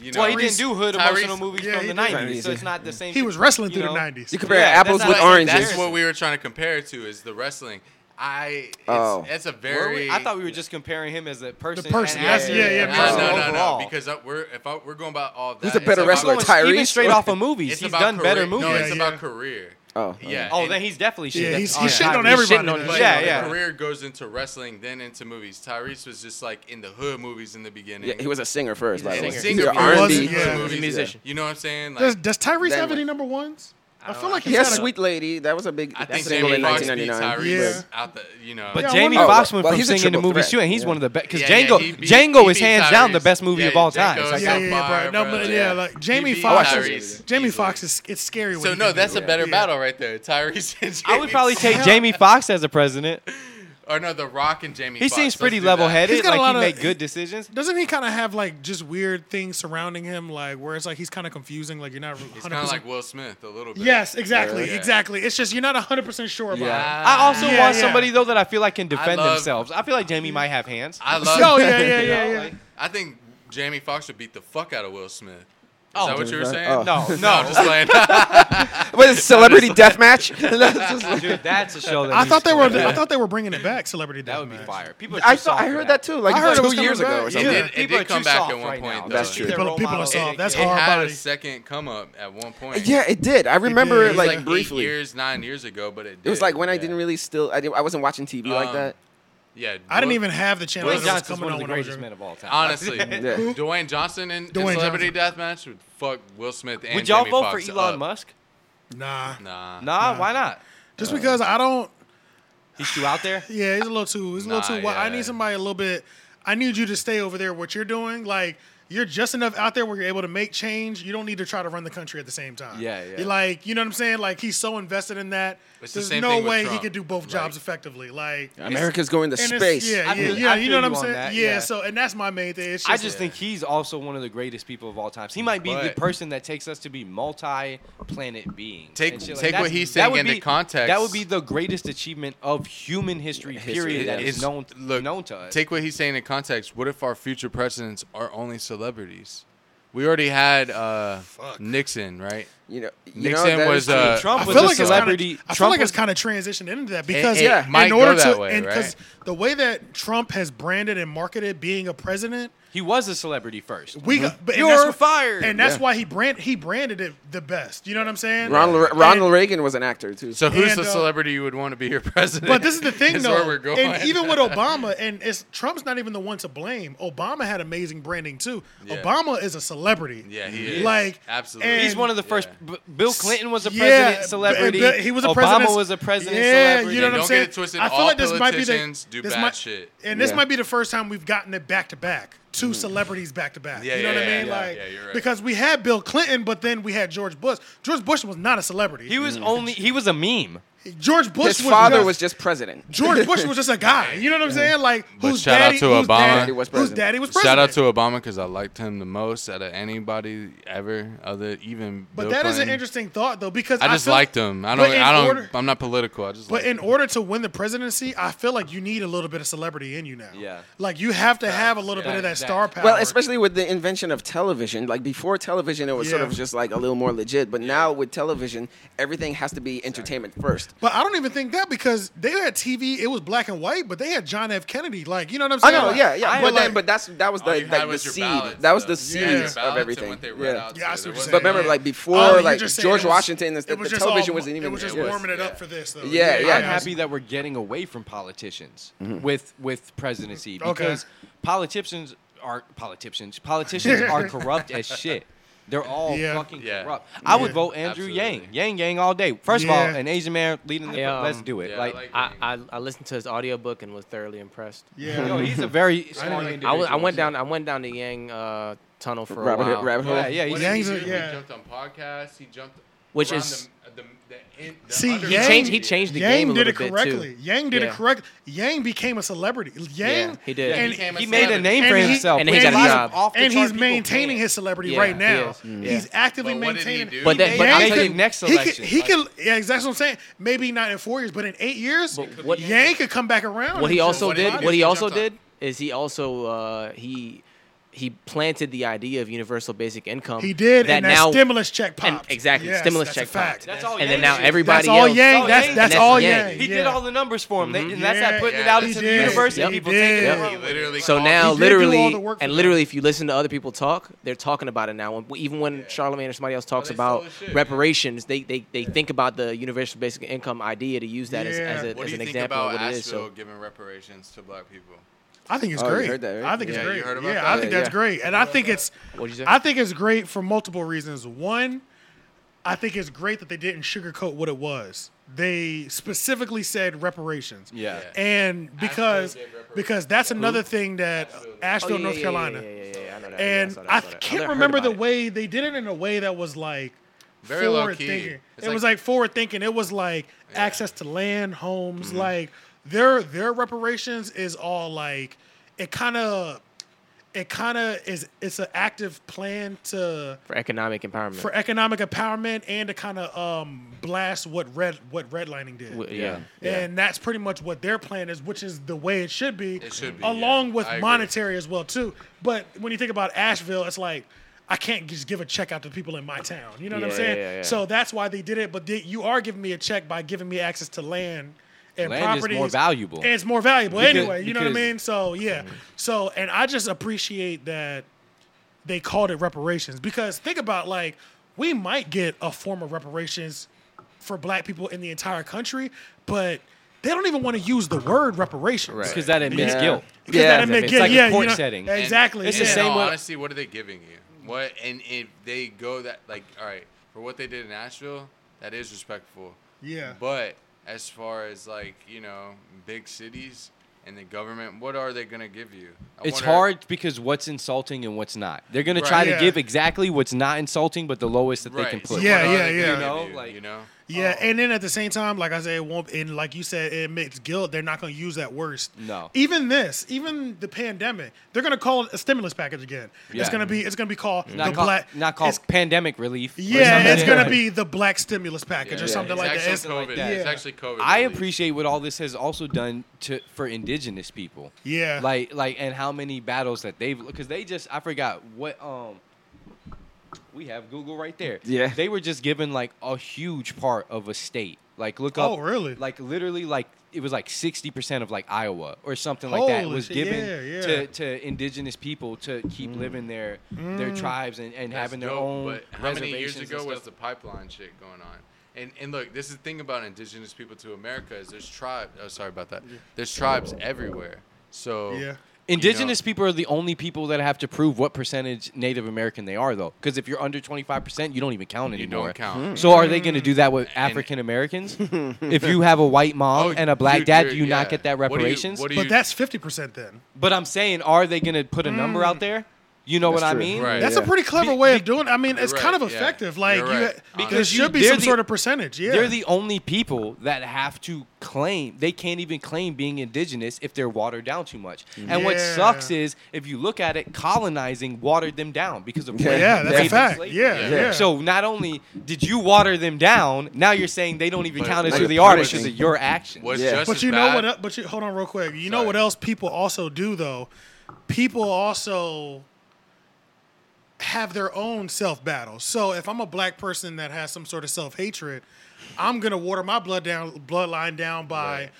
[SPEAKER 6] you know,
[SPEAKER 5] Well, he didn't do hood
[SPEAKER 6] Tyrese-
[SPEAKER 5] emotional movies
[SPEAKER 3] Yeah,
[SPEAKER 5] from
[SPEAKER 3] he
[SPEAKER 5] the
[SPEAKER 3] did.
[SPEAKER 5] nineties, so it's not the same.
[SPEAKER 3] he
[SPEAKER 5] thing,
[SPEAKER 3] was wrestling
[SPEAKER 5] you
[SPEAKER 3] through
[SPEAKER 5] know?
[SPEAKER 3] the '90s.
[SPEAKER 4] You compare
[SPEAKER 5] Yeah,
[SPEAKER 4] apples
[SPEAKER 5] that's
[SPEAKER 4] with
[SPEAKER 5] not-
[SPEAKER 4] oranges.
[SPEAKER 6] That's what we were trying to compare it to is the wrestling. I it's,
[SPEAKER 4] Oh.
[SPEAKER 6] it's a
[SPEAKER 5] Were
[SPEAKER 6] very
[SPEAKER 5] we? I thought we were just comparing him as a person.
[SPEAKER 3] person,
[SPEAKER 5] and
[SPEAKER 3] that's-
[SPEAKER 5] as a-
[SPEAKER 3] yeah, yeah,
[SPEAKER 5] as
[SPEAKER 6] No,
[SPEAKER 5] an
[SPEAKER 6] no, no,
[SPEAKER 5] overall.
[SPEAKER 6] no. Because I, we're if I, we're going about all that.
[SPEAKER 4] Who's a better
[SPEAKER 6] it's
[SPEAKER 4] wrestler,
[SPEAKER 6] About,
[SPEAKER 4] Ty-
[SPEAKER 5] Even
[SPEAKER 4] Tyrese?
[SPEAKER 5] straight off of movies,
[SPEAKER 6] it's
[SPEAKER 5] he's
[SPEAKER 6] about
[SPEAKER 5] done
[SPEAKER 6] career.
[SPEAKER 5] better movies.
[SPEAKER 6] No, it's
[SPEAKER 3] Yeah, yeah.
[SPEAKER 6] about career.
[SPEAKER 4] Oh, okay.
[SPEAKER 6] yeah.
[SPEAKER 5] Oh,
[SPEAKER 6] and-
[SPEAKER 5] then he's definitely shit.
[SPEAKER 3] Yeah, he's,
[SPEAKER 5] on
[SPEAKER 3] he's
[SPEAKER 5] him.
[SPEAKER 3] shitting on
[SPEAKER 8] He's
[SPEAKER 3] everybody.
[SPEAKER 8] shitting on
[SPEAKER 6] But
[SPEAKER 8] his
[SPEAKER 5] Yeah,
[SPEAKER 6] yeah,
[SPEAKER 5] yeah.
[SPEAKER 6] career goes into wrestling, then into movies. Tyrese was just like in the hood movies in the beginning.
[SPEAKER 4] Yeah, he was a singer first, by the way.
[SPEAKER 6] singer.
[SPEAKER 4] He's an
[SPEAKER 6] He
[SPEAKER 3] was,
[SPEAKER 4] R&B.
[SPEAKER 3] yeah.
[SPEAKER 4] movies,
[SPEAKER 6] He's a
[SPEAKER 8] musician.
[SPEAKER 6] You know what I'm saying? Like,
[SPEAKER 3] Does, does Tyrese
[SPEAKER 4] That
[SPEAKER 3] have
[SPEAKER 4] one.
[SPEAKER 3] any number ones? I feel like
[SPEAKER 4] He
[SPEAKER 3] he's
[SPEAKER 4] has
[SPEAKER 3] got a-
[SPEAKER 4] Sweet Lady. That was a big
[SPEAKER 6] I think
[SPEAKER 4] single in
[SPEAKER 6] Jamie Foxx beat
[SPEAKER 4] 1999.
[SPEAKER 6] Tyrese
[SPEAKER 3] Yeah.
[SPEAKER 6] out the, you know.
[SPEAKER 5] But
[SPEAKER 3] Yeah, I
[SPEAKER 5] Jamie
[SPEAKER 3] wonder-
[SPEAKER 5] Fox
[SPEAKER 4] Oh,
[SPEAKER 5] went
[SPEAKER 4] well,
[SPEAKER 5] from
[SPEAKER 4] he's a
[SPEAKER 5] singing to
[SPEAKER 4] triple
[SPEAKER 5] movies
[SPEAKER 4] threat.
[SPEAKER 5] too, and he's
[SPEAKER 4] Yeah.
[SPEAKER 5] one of the best. Because
[SPEAKER 6] Yeah, yeah,
[SPEAKER 5] Django,
[SPEAKER 6] he beat-
[SPEAKER 5] Django
[SPEAKER 6] he
[SPEAKER 5] is
[SPEAKER 6] beat
[SPEAKER 5] hands down the
[SPEAKER 6] Tyrese.
[SPEAKER 5] best movie
[SPEAKER 6] Yeah,
[SPEAKER 5] of all
[SPEAKER 6] Django
[SPEAKER 5] time. It's
[SPEAKER 6] is
[SPEAKER 5] like,
[SPEAKER 3] Yeah,
[SPEAKER 6] so
[SPEAKER 3] yeah,
[SPEAKER 6] fire,
[SPEAKER 3] bro. No,
[SPEAKER 6] bro.
[SPEAKER 3] but
[SPEAKER 6] Yeah.
[SPEAKER 3] yeah, like Jamie
[SPEAKER 6] beat
[SPEAKER 3] Fox.
[SPEAKER 6] Tyrese
[SPEAKER 3] Jamie
[SPEAKER 6] easily.
[SPEAKER 3] Fox is it's scary. what
[SPEAKER 6] So
[SPEAKER 3] he
[SPEAKER 6] no,
[SPEAKER 3] can
[SPEAKER 6] that's
[SPEAKER 3] do.
[SPEAKER 6] a better
[SPEAKER 3] Yeah.
[SPEAKER 6] battle right there, Tyrese and Jamie.
[SPEAKER 5] I would probably take
[SPEAKER 3] Hell-
[SPEAKER 5] Jamie Fox as the president.
[SPEAKER 6] or no, The Rock and Jamie.
[SPEAKER 5] He
[SPEAKER 6] Foxx.
[SPEAKER 5] seems
[SPEAKER 6] Let's
[SPEAKER 5] pretty
[SPEAKER 6] do that.
[SPEAKER 5] level headed.
[SPEAKER 3] He's got a
[SPEAKER 5] Like
[SPEAKER 3] lot
[SPEAKER 5] he
[SPEAKER 3] of-
[SPEAKER 5] make good decisions.
[SPEAKER 3] Doesn't he kind of have like just weird things surrounding him, like where it's like he's kind of confusing, like you're not. 100%.
[SPEAKER 6] He's kind of like Will Smith a little bit.
[SPEAKER 3] Yes, exactly,
[SPEAKER 6] Yeah.
[SPEAKER 3] exactly. It's just you're not 100 percent sure about. it.
[SPEAKER 5] I also
[SPEAKER 3] Yeah,
[SPEAKER 5] want
[SPEAKER 3] yeah.
[SPEAKER 5] somebody though that I feel like can defend
[SPEAKER 6] love-
[SPEAKER 5] themselves. I feel like Jamie might have hands.
[SPEAKER 6] I love.
[SPEAKER 3] No, Oh, yeah, yeah, yeah,
[SPEAKER 5] <laughs> know,
[SPEAKER 3] yeah.
[SPEAKER 5] like-
[SPEAKER 6] I think Jamie Foxx would beat the fuck out of Will Smith. Is
[SPEAKER 5] Oh.
[SPEAKER 6] that what you were saying?
[SPEAKER 4] Oh.
[SPEAKER 5] No,
[SPEAKER 6] <laughs> No, I'm
[SPEAKER 5] no,
[SPEAKER 3] <laughs>
[SPEAKER 6] just playing.
[SPEAKER 3] Oh,
[SPEAKER 4] What is it, Celebrity Deathmatch?
[SPEAKER 5] dude, that's a show that
[SPEAKER 3] I
[SPEAKER 5] needs
[SPEAKER 3] thought
[SPEAKER 5] to
[SPEAKER 3] they
[SPEAKER 5] come
[SPEAKER 3] were.
[SPEAKER 5] back.
[SPEAKER 3] I thought they were bringing it back, Celebrity
[SPEAKER 5] that would be
[SPEAKER 3] Deathmatch.
[SPEAKER 5] fire. People, are
[SPEAKER 4] I
[SPEAKER 5] too soft
[SPEAKER 4] thought I
[SPEAKER 5] for
[SPEAKER 4] heard that
[SPEAKER 5] that
[SPEAKER 4] too, like
[SPEAKER 3] I heard it
[SPEAKER 4] two
[SPEAKER 3] was
[SPEAKER 4] years
[SPEAKER 3] coming
[SPEAKER 4] ago
[SPEAKER 3] back.
[SPEAKER 4] or
[SPEAKER 3] Yeah.
[SPEAKER 4] something.
[SPEAKER 6] It did- it
[SPEAKER 5] People
[SPEAKER 6] did
[SPEAKER 5] are
[SPEAKER 6] come
[SPEAKER 5] too
[SPEAKER 6] back
[SPEAKER 5] soft
[SPEAKER 6] at one
[SPEAKER 5] right
[SPEAKER 6] point,
[SPEAKER 5] now.
[SPEAKER 6] though.
[SPEAKER 4] That's true.
[SPEAKER 5] Their
[SPEAKER 3] But
[SPEAKER 5] role
[SPEAKER 3] people are
[SPEAKER 5] models,
[SPEAKER 3] soft.
[SPEAKER 5] they-
[SPEAKER 3] That's
[SPEAKER 6] It
[SPEAKER 3] our
[SPEAKER 6] had a
[SPEAKER 3] body.
[SPEAKER 6] second come up at one point.
[SPEAKER 4] Yeah, it did. I remember
[SPEAKER 3] did.
[SPEAKER 4] it
[SPEAKER 6] It was
[SPEAKER 4] like,
[SPEAKER 6] like,
[SPEAKER 4] briefly.
[SPEAKER 6] eight years, nine years ago, but it. Did.
[SPEAKER 4] It was like when I
[SPEAKER 6] Yeah.
[SPEAKER 4] didn't really still. I, didn't, I wasn't watching TV like
[SPEAKER 6] Um,
[SPEAKER 4] that.
[SPEAKER 6] Yeah,
[SPEAKER 3] I didn't
[SPEAKER 6] Will-
[SPEAKER 3] even have the channel.
[SPEAKER 5] Dwayne
[SPEAKER 3] that was
[SPEAKER 5] Johnson's
[SPEAKER 3] coming
[SPEAKER 5] one of
[SPEAKER 3] on
[SPEAKER 5] the
[SPEAKER 3] when I was
[SPEAKER 5] greatest
[SPEAKER 3] younger.
[SPEAKER 5] men of all time. <laughs>
[SPEAKER 6] Honestly,
[SPEAKER 4] Yeah.
[SPEAKER 6] Dwayne Johnson and,
[SPEAKER 3] Dwayne
[SPEAKER 6] Celebrity Deathmatch would fuck Will Smith and uh,
[SPEAKER 5] Would y'all
[SPEAKER 6] Jamie
[SPEAKER 5] vote
[SPEAKER 6] Foxx
[SPEAKER 5] for Elon
[SPEAKER 6] up.
[SPEAKER 5] Musk?
[SPEAKER 3] Nah,
[SPEAKER 6] Nah,
[SPEAKER 5] Nah, why not?
[SPEAKER 3] just because I don't.
[SPEAKER 5] He's too out there.
[SPEAKER 3] Yeah, he's a little too. He's a little
[SPEAKER 6] Nah,
[SPEAKER 3] too. Wild. I
[SPEAKER 6] yeah.
[SPEAKER 3] need somebody a little bit. I need you to stay over there. What you're doing, like you're just enough out there where you're able to make change. You don't need to try to run the country at the same time.
[SPEAKER 5] Yeah, yeah.
[SPEAKER 3] You're like you know what I'm saying. Like he's so invested in that.
[SPEAKER 6] It's the
[SPEAKER 3] There's
[SPEAKER 6] same
[SPEAKER 3] no
[SPEAKER 6] thing with
[SPEAKER 3] way he
[SPEAKER 6] Trump.
[SPEAKER 3] could do both
[SPEAKER 6] Like-
[SPEAKER 3] jobs effectively. Like
[SPEAKER 4] America's going to
[SPEAKER 3] and it's-
[SPEAKER 4] space.
[SPEAKER 3] Yeah, yeah,
[SPEAKER 5] I feel-
[SPEAKER 3] yeah.
[SPEAKER 5] I
[SPEAKER 3] You
[SPEAKER 5] feel
[SPEAKER 3] know what
[SPEAKER 5] you
[SPEAKER 3] I'm
[SPEAKER 5] on
[SPEAKER 3] saying?
[SPEAKER 5] that,
[SPEAKER 3] yeah,
[SPEAKER 5] yeah.
[SPEAKER 3] So and that's my main thing. It's just,
[SPEAKER 5] I just think he's also one of the greatest people of all time. He might be the
[SPEAKER 6] But-
[SPEAKER 5] person that takes us to be multi-planet beings.
[SPEAKER 6] Take-
[SPEAKER 5] and shit
[SPEAKER 6] take
[SPEAKER 5] that.
[SPEAKER 6] what he's
[SPEAKER 5] That
[SPEAKER 6] saying
[SPEAKER 5] would
[SPEAKER 6] into
[SPEAKER 5] be-
[SPEAKER 6] context.
[SPEAKER 5] That would be the greatest achievement of human history, period. That
[SPEAKER 6] It's-
[SPEAKER 5] is known
[SPEAKER 6] look,
[SPEAKER 5] known to us.
[SPEAKER 6] Take what he's saying in context. What if our future presidents are only celebrities? We already had uh, Nixon, right?
[SPEAKER 4] You know, you know,
[SPEAKER 6] Nixon
[SPEAKER 4] that
[SPEAKER 6] was
[SPEAKER 4] is true.
[SPEAKER 6] uh,
[SPEAKER 5] Trump
[SPEAKER 3] I
[SPEAKER 5] was
[SPEAKER 3] feel
[SPEAKER 5] a
[SPEAKER 3] like
[SPEAKER 5] celebrity.
[SPEAKER 3] It's kinda, I feel
[SPEAKER 5] Trump
[SPEAKER 3] like
[SPEAKER 5] was-
[SPEAKER 3] it's kind of transitioned into that because
[SPEAKER 6] it
[SPEAKER 3] yeah,
[SPEAKER 6] might
[SPEAKER 3] in
[SPEAKER 6] go
[SPEAKER 3] order
[SPEAKER 6] that
[SPEAKER 3] to
[SPEAKER 6] way,
[SPEAKER 3] and because
[SPEAKER 6] right?
[SPEAKER 3] the way that Trump has branded and marketed being a president,
[SPEAKER 5] he was a celebrity first.
[SPEAKER 3] we
[SPEAKER 6] Mm-hmm.
[SPEAKER 3] got but, and
[SPEAKER 5] You're
[SPEAKER 3] that's why-
[SPEAKER 5] fired.
[SPEAKER 3] and that's
[SPEAKER 4] Yeah.
[SPEAKER 3] why he brand he branded it the best. You know what I'm saying?
[SPEAKER 4] Ronald,
[SPEAKER 3] And-
[SPEAKER 4] Ronald Reagan was an actor too.
[SPEAKER 6] So who's
[SPEAKER 3] And,
[SPEAKER 6] the
[SPEAKER 3] uh,
[SPEAKER 6] celebrity you would want to be your <laughs> president?
[SPEAKER 3] But this is the thing,
[SPEAKER 6] <laughs> Is
[SPEAKER 3] though.
[SPEAKER 6] Where we're going.
[SPEAKER 3] And even with Obama, and it's Trump's not even the one to blame. Obama had amazing branding too.
[SPEAKER 6] Yeah.
[SPEAKER 3] Obama is a celebrity.
[SPEAKER 6] yeah, he is.
[SPEAKER 3] Like,
[SPEAKER 6] absolutely,
[SPEAKER 3] and-
[SPEAKER 5] He's one of the first. B- Bill Clinton was a
[SPEAKER 3] Yeah,
[SPEAKER 5] president
[SPEAKER 3] but-
[SPEAKER 5] celebrity.
[SPEAKER 3] but he was a
[SPEAKER 5] Obama
[SPEAKER 3] president-
[SPEAKER 5] was a president
[SPEAKER 3] Yeah,
[SPEAKER 5] celebrity.
[SPEAKER 3] you know what
[SPEAKER 6] And
[SPEAKER 3] I'm
[SPEAKER 6] don't
[SPEAKER 3] saying?
[SPEAKER 6] get it twisted,
[SPEAKER 3] I feel
[SPEAKER 6] all
[SPEAKER 3] like this might be the
[SPEAKER 6] politicians do
[SPEAKER 3] this
[SPEAKER 6] bad
[SPEAKER 3] might-
[SPEAKER 6] shit.
[SPEAKER 3] and this
[SPEAKER 4] Yeah.
[SPEAKER 3] might be the first time we've gotten it back to back, 2 celebrities back to back.
[SPEAKER 6] Yeah,
[SPEAKER 3] you know
[SPEAKER 6] yeah,
[SPEAKER 3] what I
[SPEAKER 6] yeah,
[SPEAKER 3] mean?
[SPEAKER 6] yeah.
[SPEAKER 3] like,
[SPEAKER 6] Yeah, you're right.
[SPEAKER 3] because we had Bill Clinton, but then we had George Bush. George Bush was not a celebrity.
[SPEAKER 5] He was only. He was a meme.
[SPEAKER 3] George Bush
[SPEAKER 4] His
[SPEAKER 3] was
[SPEAKER 4] father
[SPEAKER 3] just-
[SPEAKER 4] was just
[SPEAKER 3] <laughs>
[SPEAKER 4] president.
[SPEAKER 3] George Bush was just a
[SPEAKER 6] <laughs>
[SPEAKER 3] guy. You know what I'm saying? Like,
[SPEAKER 6] But
[SPEAKER 3] who's
[SPEAKER 6] shout out
[SPEAKER 3] daddy,
[SPEAKER 6] to
[SPEAKER 3] whose
[SPEAKER 6] Obama.
[SPEAKER 3] Daddy
[SPEAKER 4] Daddy was
[SPEAKER 3] whose
[SPEAKER 4] president.
[SPEAKER 3] daddy was president.
[SPEAKER 6] Shout out to Obama because I liked him the most out of anybody ever, other even.
[SPEAKER 3] But
[SPEAKER 6] Bill
[SPEAKER 3] that is
[SPEAKER 6] Clinton.
[SPEAKER 3] an interesting thought though, because
[SPEAKER 6] I just
[SPEAKER 3] feel-
[SPEAKER 6] liked him. I
[SPEAKER 3] but
[SPEAKER 6] don't.
[SPEAKER 3] in
[SPEAKER 6] I don't.
[SPEAKER 3] order-
[SPEAKER 6] I'm not political. I just.
[SPEAKER 3] But
[SPEAKER 6] liked
[SPEAKER 3] in
[SPEAKER 6] him.
[SPEAKER 3] order to win the presidency, I feel like you need a little bit of celebrity in you now.
[SPEAKER 5] Yeah.
[SPEAKER 3] Like you have to have a little
[SPEAKER 5] Yeah,
[SPEAKER 3] bit of that
[SPEAKER 5] exactly.
[SPEAKER 3] star power.
[SPEAKER 4] Well, especially with the invention of television. Like before television, it was sort
[SPEAKER 3] Yeah.
[SPEAKER 4] of just like a little more legit. But now with television, everything has to be entertainment first.
[SPEAKER 3] But I don't even think that because they had TV, it was black and white, but they had John F. Kennedy. Like, you know what I'm
[SPEAKER 4] I
[SPEAKER 3] saying?
[SPEAKER 4] know,
[SPEAKER 3] Like,
[SPEAKER 4] yeah, yeah.
[SPEAKER 3] I-
[SPEAKER 4] but
[SPEAKER 3] like-
[SPEAKER 4] then, but that's that was
[SPEAKER 6] All
[SPEAKER 4] the
[SPEAKER 6] Oh, you had
[SPEAKER 4] like the
[SPEAKER 6] was your
[SPEAKER 4] seed.
[SPEAKER 6] ballots,
[SPEAKER 4] that was
[SPEAKER 6] though.
[SPEAKER 4] the
[SPEAKER 6] Yeah.
[SPEAKER 4] seed
[SPEAKER 3] Your
[SPEAKER 6] ballots
[SPEAKER 4] of
[SPEAKER 6] and
[SPEAKER 4] everything.
[SPEAKER 6] what they read
[SPEAKER 4] Yeah.
[SPEAKER 6] out.
[SPEAKER 3] Yeah, I see
[SPEAKER 6] There
[SPEAKER 3] what you're
[SPEAKER 6] wasn't-
[SPEAKER 3] saying.
[SPEAKER 4] But remember,
[SPEAKER 3] yeah.
[SPEAKER 4] like before,
[SPEAKER 3] Oh, you're
[SPEAKER 4] like
[SPEAKER 3] just saying
[SPEAKER 4] George
[SPEAKER 3] it was-
[SPEAKER 4] Washington, the,
[SPEAKER 3] it was
[SPEAKER 4] the
[SPEAKER 3] just all-
[SPEAKER 4] television wasn't even.
[SPEAKER 3] It was just
[SPEAKER 4] there.
[SPEAKER 3] warming it up
[SPEAKER 6] yeah.
[SPEAKER 3] for this, though.
[SPEAKER 4] Yeah, yeah.
[SPEAKER 5] I'm
[SPEAKER 3] I see.
[SPEAKER 5] happy that we're getting away from politicians with with presidency
[SPEAKER 3] Mm-hmm. Okay.
[SPEAKER 5] because politicians are politicians. Politicians
[SPEAKER 3] <laughs>
[SPEAKER 5] are corrupt as shit. They're all
[SPEAKER 3] Yeah.
[SPEAKER 5] fucking
[SPEAKER 6] Yeah.
[SPEAKER 5] corrupt. I would
[SPEAKER 3] Yeah.
[SPEAKER 5] vote Andrew Yang.
[SPEAKER 6] Absolutely.
[SPEAKER 5] Yang Yang all day. First of
[SPEAKER 3] Yeah.
[SPEAKER 5] all, an Asian man leading the
[SPEAKER 8] I, um,
[SPEAKER 5] let's do it.
[SPEAKER 6] yeah,
[SPEAKER 5] like,
[SPEAKER 6] like-
[SPEAKER 8] I, I I listened to his audiobook and was thoroughly impressed.
[SPEAKER 3] Yeah.
[SPEAKER 5] yo, he's a very
[SPEAKER 3] I
[SPEAKER 5] smart
[SPEAKER 3] went-
[SPEAKER 8] I
[SPEAKER 5] individual.
[SPEAKER 8] went, I went down I went down the Yang uh, tunnel for a
[SPEAKER 4] Rabbit,
[SPEAKER 8] while,
[SPEAKER 4] rabbit hole.
[SPEAKER 5] Yeah, yeah, he's,
[SPEAKER 6] What did he
[SPEAKER 3] Yang's a-
[SPEAKER 6] do?
[SPEAKER 3] yeah.
[SPEAKER 6] He jumped on podcasts. He jumped.
[SPEAKER 8] Which
[SPEAKER 6] around
[SPEAKER 8] is-
[SPEAKER 6] the, the, the, in- the
[SPEAKER 3] See,
[SPEAKER 6] under-
[SPEAKER 3] Yang-
[SPEAKER 8] He changed he changed the game a
[SPEAKER 3] Yang
[SPEAKER 8] little
[SPEAKER 3] did it
[SPEAKER 8] bit
[SPEAKER 3] correctly.
[SPEAKER 8] too.
[SPEAKER 3] Yang did it
[SPEAKER 8] Yeah.
[SPEAKER 3] correct. Yang became a celebrity. Yang,
[SPEAKER 8] Yeah, he did.
[SPEAKER 3] and-
[SPEAKER 6] He became
[SPEAKER 5] he made a
[SPEAKER 6] celebrity.
[SPEAKER 5] name for
[SPEAKER 3] And he-
[SPEAKER 5] himself.
[SPEAKER 8] and he
[SPEAKER 5] which
[SPEAKER 8] got a
[SPEAKER 5] a lot of
[SPEAKER 8] job.
[SPEAKER 5] off the
[SPEAKER 3] and
[SPEAKER 5] chart
[SPEAKER 3] he's
[SPEAKER 5] people
[SPEAKER 3] maintaining
[SPEAKER 5] can't.
[SPEAKER 3] his celebrity
[SPEAKER 8] Yeah,
[SPEAKER 3] right
[SPEAKER 8] he
[SPEAKER 3] now.
[SPEAKER 8] is.
[SPEAKER 3] He's actively
[SPEAKER 6] But what did he
[SPEAKER 3] maintaining.
[SPEAKER 6] do?
[SPEAKER 8] But that, but
[SPEAKER 3] Yang
[SPEAKER 8] I'll
[SPEAKER 3] could-
[SPEAKER 8] tell you,
[SPEAKER 5] Yang- next
[SPEAKER 3] he could,
[SPEAKER 5] election,
[SPEAKER 3] he
[SPEAKER 5] like-
[SPEAKER 3] could, yeah, exactly what I'm saying. Maybe not in four years, but in eight years,
[SPEAKER 8] But what-
[SPEAKER 3] Yang could come back around.
[SPEAKER 8] what he
[SPEAKER 3] and
[SPEAKER 8] also
[SPEAKER 6] what he
[SPEAKER 8] did
[SPEAKER 6] did
[SPEAKER 8] what he
[SPEAKER 6] is
[SPEAKER 8] also
[SPEAKER 6] jumped on-
[SPEAKER 8] did is he also uh, he he planted the idea of universal basic income.
[SPEAKER 3] He did,
[SPEAKER 8] that
[SPEAKER 3] and that
[SPEAKER 8] now
[SPEAKER 3] stimulus check
[SPEAKER 8] and
[SPEAKER 3] popped.
[SPEAKER 8] exactly
[SPEAKER 3] Yes,
[SPEAKER 8] stimulus
[SPEAKER 3] that's a
[SPEAKER 8] check
[SPEAKER 3] fact.
[SPEAKER 8] popped.
[SPEAKER 9] That's all
[SPEAKER 8] and then
[SPEAKER 9] Yang
[SPEAKER 8] now
[SPEAKER 9] did.
[SPEAKER 8] everybody
[SPEAKER 3] That's all Yang.
[SPEAKER 8] else.
[SPEAKER 3] That's
[SPEAKER 5] Yang.
[SPEAKER 3] that's,
[SPEAKER 8] That's
[SPEAKER 3] all
[SPEAKER 8] Yang.
[SPEAKER 3] Yang.
[SPEAKER 5] He
[SPEAKER 3] yeah.
[SPEAKER 5] did all the numbers for him, They- and that's
[SPEAKER 3] Yeah,
[SPEAKER 5] that putting it
[SPEAKER 6] yeah,
[SPEAKER 5] out
[SPEAKER 6] he
[SPEAKER 5] into
[SPEAKER 3] did.
[SPEAKER 5] the universe and
[SPEAKER 8] He
[SPEAKER 5] people
[SPEAKER 3] did.
[SPEAKER 5] taking
[SPEAKER 3] Yep.
[SPEAKER 5] it.
[SPEAKER 6] He
[SPEAKER 5] from him.
[SPEAKER 6] literally
[SPEAKER 8] So
[SPEAKER 6] called-
[SPEAKER 3] He did
[SPEAKER 8] now,
[SPEAKER 3] do all
[SPEAKER 8] literally,
[SPEAKER 3] the work for
[SPEAKER 8] and
[SPEAKER 3] them.
[SPEAKER 8] literally, if you listen to other people talk, they're talking about it now. When- Even when Charlemagne or somebody else talks
[SPEAKER 9] they
[SPEAKER 8] about
[SPEAKER 9] stole his shit,
[SPEAKER 8] reparations, they, they, they think about the universal basic income idea to use that as,
[SPEAKER 3] Yeah.
[SPEAKER 8] as, a,
[SPEAKER 6] What
[SPEAKER 8] as
[SPEAKER 6] do you
[SPEAKER 8] an
[SPEAKER 6] think
[SPEAKER 8] example
[SPEAKER 6] about
[SPEAKER 8] of what it is.
[SPEAKER 6] Asheville
[SPEAKER 8] So
[SPEAKER 6] giving reparations to black people?
[SPEAKER 3] I think it's
[SPEAKER 4] Oh, you
[SPEAKER 3] great.
[SPEAKER 4] heard that, right?
[SPEAKER 3] I think it's
[SPEAKER 6] Yeah, you
[SPEAKER 3] great.
[SPEAKER 6] heard about
[SPEAKER 3] yeah,
[SPEAKER 6] that?
[SPEAKER 3] I think
[SPEAKER 4] Yeah,
[SPEAKER 3] that's
[SPEAKER 4] yeah.
[SPEAKER 3] great, and I think it's.
[SPEAKER 8] What'd you say?
[SPEAKER 3] I think it's great for multiple reasons. One, I think it's great that they didn't sugarcoat what it was. They specifically said reparations.
[SPEAKER 5] Yeah.
[SPEAKER 3] And because
[SPEAKER 6] gave reparations.
[SPEAKER 3] because that's another thing that Asheville,
[SPEAKER 8] Oh, yeah,
[SPEAKER 3] North
[SPEAKER 8] yeah, yeah,
[SPEAKER 3] Carolina.
[SPEAKER 8] yeah, yeah, yeah, yeah, I know that. Yeah,
[SPEAKER 3] And
[SPEAKER 8] saw that,
[SPEAKER 3] I,
[SPEAKER 8] saw that.
[SPEAKER 3] can't
[SPEAKER 8] heard
[SPEAKER 3] remember
[SPEAKER 8] about
[SPEAKER 3] the
[SPEAKER 8] it.
[SPEAKER 3] way they did it in a way that was like
[SPEAKER 6] Very low
[SPEAKER 3] forward
[SPEAKER 6] key.
[SPEAKER 3] thinking.
[SPEAKER 6] It's
[SPEAKER 3] it
[SPEAKER 6] like-
[SPEAKER 3] was like forward thinking. It was like access to land, homes,
[SPEAKER 6] Mm-hmm.
[SPEAKER 3] like their their reparations is all like it kind of it kind of is it's an active plan to
[SPEAKER 8] for economic empowerment.
[SPEAKER 3] for economic empowerment and to kind of um, blast what red what redlining did.
[SPEAKER 8] W- yeah.
[SPEAKER 3] And that's pretty much what their plan is, which is the way it should be.
[SPEAKER 6] It should be,
[SPEAKER 3] along
[SPEAKER 6] yeah.
[SPEAKER 3] with
[SPEAKER 6] I agree.
[SPEAKER 3] monetary as well too. But when you think about Asheville, it's like I can't just give a check out to people in my town. You know what
[SPEAKER 8] Yeah,
[SPEAKER 3] I'm saying?
[SPEAKER 8] yeah, yeah.
[SPEAKER 3] So that's why they did it. But they, you are giving me a check by giving me access to land and
[SPEAKER 5] Land is more
[SPEAKER 3] properties.
[SPEAKER 5] valuable.
[SPEAKER 3] And it's more valuable
[SPEAKER 5] Because-
[SPEAKER 3] anyway. You know what I
[SPEAKER 5] because-
[SPEAKER 3] mean? So yeah. So and I just appreciate that they called it reparations because think about like we might get a form of reparations for black people in the entire country, but they don't even want to use the word reparations.
[SPEAKER 8] Right.
[SPEAKER 5] Because that admits
[SPEAKER 4] Yeah.
[SPEAKER 5] guilt.
[SPEAKER 3] Because
[SPEAKER 8] Yeah,
[SPEAKER 3] that admit,
[SPEAKER 8] it's
[SPEAKER 3] yeah,
[SPEAKER 5] like a
[SPEAKER 3] yeah, you
[SPEAKER 5] court
[SPEAKER 3] know,
[SPEAKER 5] setting.
[SPEAKER 6] And-
[SPEAKER 3] Exactly.
[SPEAKER 5] It's
[SPEAKER 3] yeah.
[SPEAKER 5] the
[SPEAKER 6] and
[SPEAKER 5] same
[SPEAKER 6] in all
[SPEAKER 5] way-
[SPEAKER 6] honesty, what are they giving you? What and if they go that like all right for what they did in Nashville, that is respectful.
[SPEAKER 3] Yeah.
[SPEAKER 6] But as far as like you know, big cities and the government, what are they gonna give you? I
[SPEAKER 5] It's
[SPEAKER 6] wonder-
[SPEAKER 5] hard because what's insulting and what's not. They're gonna
[SPEAKER 6] Right.
[SPEAKER 5] try
[SPEAKER 3] Yeah.
[SPEAKER 5] to give exactly what's not insulting, but the lowest that
[SPEAKER 6] Right.
[SPEAKER 5] they can put.
[SPEAKER 3] Yeah,
[SPEAKER 6] What are
[SPEAKER 3] yeah,
[SPEAKER 6] they
[SPEAKER 3] yeah.
[SPEAKER 6] gonna
[SPEAKER 5] You know,
[SPEAKER 6] give you,
[SPEAKER 5] like-
[SPEAKER 6] you know.
[SPEAKER 3] Yeah, and then at the same time, like I said, it won't. And like you said, it admits guilt. They're not going to use that worst.
[SPEAKER 5] No.
[SPEAKER 3] Even this, even the pandemic, they're going to call it a stimulus package again. It's
[SPEAKER 5] Yeah. Mm-hmm.
[SPEAKER 3] going to be. It's going to be called the
[SPEAKER 5] Not called,
[SPEAKER 3] black.
[SPEAKER 5] not called
[SPEAKER 3] it's-
[SPEAKER 5] pandemic relief. or
[SPEAKER 3] yeah,
[SPEAKER 5] something.
[SPEAKER 3] it's going to be the black stimulus package or
[SPEAKER 6] Yeah,
[SPEAKER 3] something
[SPEAKER 6] it's
[SPEAKER 3] like that.
[SPEAKER 6] actually
[SPEAKER 3] It's-
[SPEAKER 6] COVID.
[SPEAKER 5] that.
[SPEAKER 6] It's
[SPEAKER 3] Yeah.
[SPEAKER 6] actually COVID.
[SPEAKER 5] I
[SPEAKER 6] relief.
[SPEAKER 5] appreciate what all this has also done to for indigenous people.
[SPEAKER 3] Yeah.
[SPEAKER 5] Like like and how many battles that they've cuz they just I forgot what um we have Google right there.
[SPEAKER 4] Yeah.
[SPEAKER 5] They were just given like a huge part of a state. Like look up
[SPEAKER 3] Oh, really?
[SPEAKER 5] Like literally like it was like 60% of like Iowa or something like that
[SPEAKER 3] Holy
[SPEAKER 5] was
[SPEAKER 3] shit,
[SPEAKER 5] given
[SPEAKER 3] yeah, yeah.
[SPEAKER 5] to to indigenous people to keep living their their tribes and, and
[SPEAKER 6] Mm. That's
[SPEAKER 5] having their
[SPEAKER 6] dope,
[SPEAKER 5] own
[SPEAKER 6] But how many years
[SPEAKER 5] reservations and
[SPEAKER 6] ago was
[SPEAKER 5] stuff.
[SPEAKER 6] the pipeline shit going on? And and look, this is the thing about indigenous people to America is there's tribe. Oh, sorry about that. There's tribes everywhere. So
[SPEAKER 3] Yeah.
[SPEAKER 6] you
[SPEAKER 5] Indigenous
[SPEAKER 6] know,
[SPEAKER 5] people are the only people that have to prove what percentage Native American they are, though. Because if you're under 25%, you don't even count
[SPEAKER 6] you
[SPEAKER 5] anymore.
[SPEAKER 6] don't
[SPEAKER 4] Hmm.
[SPEAKER 6] count.
[SPEAKER 5] So are they going to do that with
[SPEAKER 4] <laughs>
[SPEAKER 5] African Americans? if you have a white mom
[SPEAKER 6] Oh,
[SPEAKER 5] and a black
[SPEAKER 6] dude,
[SPEAKER 5] dad,
[SPEAKER 6] you're-
[SPEAKER 5] do you
[SPEAKER 6] yeah.
[SPEAKER 5] not get that
[SPEAKER 6] What do you-
[SPEAKER 5] reparations?
[SPEAKER 6] what do you-
[SPEAKER 3] But that's fifty percent then.
[SPEAKER 5] but I'm saying, are they going to put a number out there? You know
[SPEAKER 4] Hmm. That's
[SPEAKER 5] what
[SPEAKER 4] true.
[SPEAKER 5] I mean?
[SPEAKER 6] Right.
[SPEAKER 3] That's a
[SPEAKER 4] Yeah.
[SPEAKER 3] pretty clever way of doing. it. I mean, it's
[SPEAKER 6] You're
[SPEAKER 3] kind of
[SPEAKER 6] right, yeah.
[SPEAKER 3] effective. Like
[SPEAKER 6] You're
[SPEAKER 3] you,
[SPEAKER 6] right.
[SPEAKER 3] there
[SPEAKER 6] Because
[SPEAKER 5] you-
[SPEAKER 3] should be
[SPEAKER 5] they're
[SPEAKER 3] some
[SPEAKER 5] the-
[SPEAKER 3] sort of percentage. Yeah.
[SPEAKER 5] They're the only people that have to claim they can't even claim being indigenous if they're watered down too much. And what
[SPEAKER 3] Yeah.
[SPEAKER 5] sucks is if you look at it, colonizing watered them down because of
[SPEAKER 4] Yeah,
[SPEAKER 3] yeah, that's a
[SPEAKER 5] rape and
[SPEAKER 3] fact.
[SPEAKER 5] slavery.
[SPEAKER 3] Yeah, yeah.
[SPEAKER 5] So not only did you water them down, now you're saying they don't even
[SPEAKER 6] But-
[SPEAKER 5] count as
[SPEAKER 6] Like
[SPEAKER 5] who
[SPEAKER 4] a
[SPEAKER 5] they are because
[SPEAKER 4] punishment.
[SPEAKER 5] of your actions.
[SPEAKER 6] Was
[SPEAKER 4] Yeah.
[SPEAKER 6] just
[SPEAKER 3] but
[SPEAKER 6] as
[SPEAKER 3] you know
[SPEAKER 6] bad.
[SPEAKER 3] what? el- But you hold on real quick. You know
[SPEAKER 6] Sorry.
[SPEAKER 3] what else people also do though? People also have their own self battles. So if I'm a black person that has some sort of self hatred, I'm gonna water my blood down bloodline down by.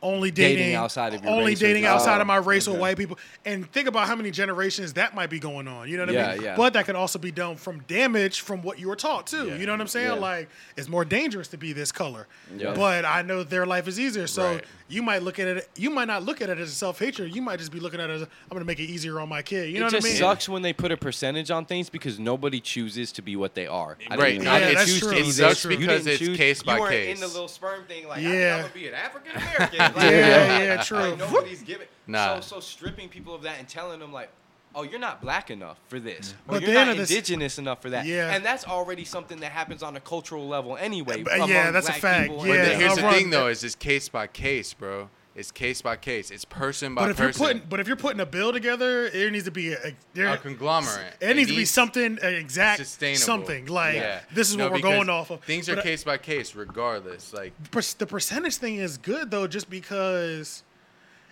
[SPEAKER 3] Only dating,
[SPEAKER 5] Dating outside of your
[SPEAKER 3] only
[SPEAKER 5] race or Oh,
[SPEAKER 3] dating
[SPEAKER 5] something.
[SPEAKER 3] outside of my race or white people, and think about how many generations that might be going on. You know what I
[SPEAKER 5] Yeah,
[SPEAKER 3] mean?
[SPEAKER 5] yeah.
[SPEAKER 3] But that could also be done from damage from what you were taught too. You know what I'm saying? Like it's more dangerous to be this color, but I know their life is easier. So
[SPEAKER 6] Right.
[SPEAKER 3] you might look at it. You might not look at it as self hatred. You might just be looking at it as I'm going to make it easier on my kid. You know
[SPEAKER 5] it
[SPEAKER 3] what I
[SPEAKER 5] just
[SPEAKER 3] mean?
[SPEAKER 5] sucks when they put a percentage on things because nobody chooses to be what they are. I
[SPEAKER 6] Right.
[SPEAKER 5] didn't-
[SPEAKER 6] Yeah,
[SPEAKER 5] I didn't
[SPEAKER 3] that's
[SPEAKER 5] choose to
[SPEAKER 3] true.
[SPEAKER 5] be
[SPEAKER 3] It
[SPEAKER 5] this.
[SPEAKER 3] sucks
[SPEAKER 5] You
[SPEAKER 6] because
[SPEAKER 5] didn't
[SPEAKER 6] it's
[SPEAKER 5] choose-
[SPEAKER 6] case by
[SPEAKER 9] you weren't
[SPEAKER 6] case.
[SPEAKER 9] in the little sperm thing. Like,
[SPEAKER 3] Yeah.
[SPEAKER 9] I think I'm gonna be an African
[SPEAKER 3] <laughs>
[SPEAKER 9] American. Like,
[SPEAKER 3] Yeah, yeah, true.
[SPEAKER 9] Like, nobody's giving.
[SPEAKER 6] Nah.
[SPEAKER 9] So, so stripping people of that and telling them like,
[SPEAKER 5] oh, you're not black enough for this, or
[SPEAKER 3] But
[SPEAKER 5] you're
[SPEAKER 3] then
[SPEAKER 5] not
[SPEAKER 3] this-
[SPEAKER 5] indigenous enough for that.
[SPEAKER 3] Yeah.
[SPEAKER 5] And that's already something that happens on a cultural level anyway.
[SPEAKER 3] But Uh, yeah,
[SPEAKER 5] among
[SPEAKER 3] that's a
[SPEAKER 5] black
[SPEAKER 3] fact.
[SPEAKER 5] people oh,
[SPEAKER 3] Yeah,
[SPEAKER 5] and
[SPEAKER 6] But
[SPEAKER 3] uh,
[SPEAKER 6] the- here's the
[SPEAKER 3] run-
[SPEAKER 6] thing, though, is it's case by case, bro. It's case by case. It's person by
[SPEAKER 3] But if you're
[SPEAKER 6] person.
[SPEAKER 3] putting, but if you're putting a bill together, there needs to be a, there,
[SPEAKER 6] A conglomerate.
[SPEAKER 3] It,
[SPEAKER 6] It
[SPEAKER 3] needs to be
[SPEAKER 6] needs
[SPEAKER 3] something uh, exact,
[SPEAKER 6] sustainable.
[SPEAKER 3] something like
[SPEAKER 6] Yeah.
[SPEAKER 3] this is
[SPEAKER 6] No,
[SPEAKER 3] what we're
[SPEAKER 6] because
[SPEAKER 3] going off of.
[SPEAKER 6] Things are
[SPEAKER 3] But, uh,
[SPEAKER 6] case by case, regardless. Like
[SPEAKER 3] per- the percentage thing is good though, just because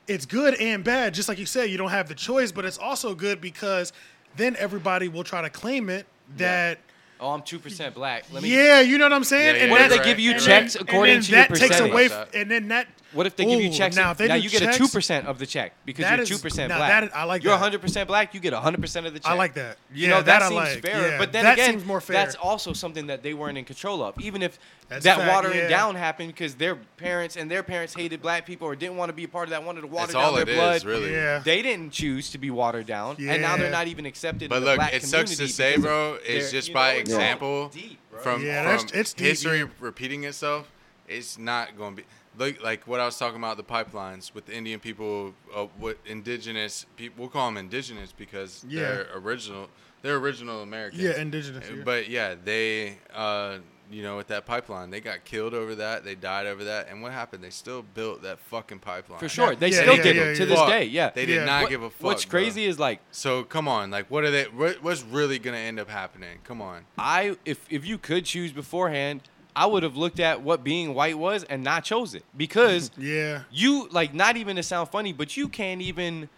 [SPEAKER 3] it's good and bad. Just like you said, you don't have the choice, but it's also good because then everybody will try to claim it that.
[SPEAKER 5] Oh, I'm two percent black. Let me.
[SPEAKER 3] Yeah, you know what I'm saying.
[SPEAKER 6] Yeah, yeah, What if
[SPEAKER 3] that's-
[SPEAKER 6] they give you
[SPEAKER 3] and
[SPEAKER 5] checks
[SPEAKER 3] then-
[SPEAKER 5] according
[SPEAKER 3] and
[SPEAKER 5] to
[SPEAKER 3] then
[SPEAKER 5] your
[SPEAKER 3] that takes
[SPEAKER 5] percentage?
[SPEAKER 3] away, f- and then that.
[SPEAKER 5] What if they give you
[SPEAKER 3] Ooh,
[SPEAKER 5] checks?
[SPEAKER 3] Now, if they
[SPEAKER 5] now
[SPEAKER 3] do
[SPEAKER 5] you get
[SPEAKER 3] checks,
[SPEAKER 5] a two percent of the check because
[SPEAKER 3] That
[SPEAKER 5] you're
[SPEAKER 3] is-
[SPEAKER 5] two percent
[SPEAKER 3] now
[SPEAKER 5] black.
[SPEAKER 3] that- I like
[SPEAKER 5] you're
[SPEAKER 3] that.
[SPEAKER 5] hundred percent black. You get hundred percent of the check.
[SPEAKER 3] I like that.
[SPEAKER 5] You
[SPEAKER 3] Yeah,
[SPEAKER 5] know, that,
[SPEAKER 3] that I
[SPEAKER 5] seems
[SPEAKER 3] like.
[SPEAKER 5] fairer.
[SPEAKER 3] Yeah,
[SPEAKER 5] but then
[SPEAKER 3] that
[SPEAKER 5] again,
[SPEAKER 3] seems more fair.
[SPEAKER 5] that's also something that they weren't in control of. Even if
[SPEAKER 3] That's
[SPEAKER 5] that
[SPEAKER 3] a fact,
[SPEAKER 5] watering
[SPEAKER 3] yeah.
[SPEAKER 5] down happened because their parents and their parents hated black people or didn't want to be a part of that, wanted to water
[SPEAKER 6] That's
[SPEAKER 5] down
[SPEAKER 6] all
[SPEAKER 5] their
[SPEAKER 6] it is,
[SPEAKER 5] blood.
[SPEAKER 6] really.
[SPEAKER 3] Yeah.
[SPEAKER 5] They didn't choose to be watered down, and now
[SPEAKER 3] Yeah.
[SPEAKER 5] they're not even accepted.
[SPEAKER 6] But
[SPEAKER 5] in
[SPEAKER 6] look,
[SPEAKER 5] the black
[SPEAKER 6] it sucks to
[SPEAKER 5] community
[SPEAKER 6] say,
[SPEAKER 5] because of
[SPEAKER 6] bro. It's
[SPEAKER 5] their-
[SPEAKER 6] just
[SPEAKER 5] you
[SPEAKER 6] by
[SPEAKER 5] know, it's all
[SPEAKER 6] example
[SPEAKER 5] deep, bro.
[SPEAKER 6] from,
[SPEAKER 3] Yeah,
[SPEAKER 6] from
[SPEAKER 3] that's- it's deep,
[SPEAKER 6] history
[SPEAKER 3] yeah.
[SPEAKER 6] repeating itself. It's not going to be look like what I was talking about the pipelines with the Indian people, uh, what indigenous people. We'll call them indigenous because
[SPEAKER 3] Yeah.
[SPEAKER 6] they're original. They're original Americans. Uh,
[SPEAKER 3] Yeah, indigenous, yeah.
[SPEAKER 6] But yeah, they, uh, you know, with that pipeline, they got killed over that. They died over that. And what happened? They still built that fucking pipeline.
[SPEAKER 5] For sure, they
[SPEAKER 3] Yeah,
[SPEAKER 5] still
[SPEAKER 3] yeah,
[SPEAKER 5] did
[SPEAKER 3] yeah,
[SPEAKER 5] it
[SPEAKER 3] yeah,
[SPEAKER 5] to this
[SPEAKER 6] Fuck.
[SPEAKER 5] day. Yeah,
[SPEAKER 6] they did
[SPEAKER 3] Yeah.
[SPEAKER 6] not
[SPEAKER 5] What-
[SPEAKER 6] give a fuck.
[SPEAKER 5] What's
[SPEAKER 6] bro.
[SPEAKER 5] crazy is like
[SPEAKER 6] So come on, like what are they? What, what's really gonna end up happening? Come on.
[SPEAKER 5] I if if you could choose beforehand, I would have looked at what being white was and not chose it because
[SPEAKER 3] Yeah.
[SPEAKER 5] you like not even to sound funny, but you can't even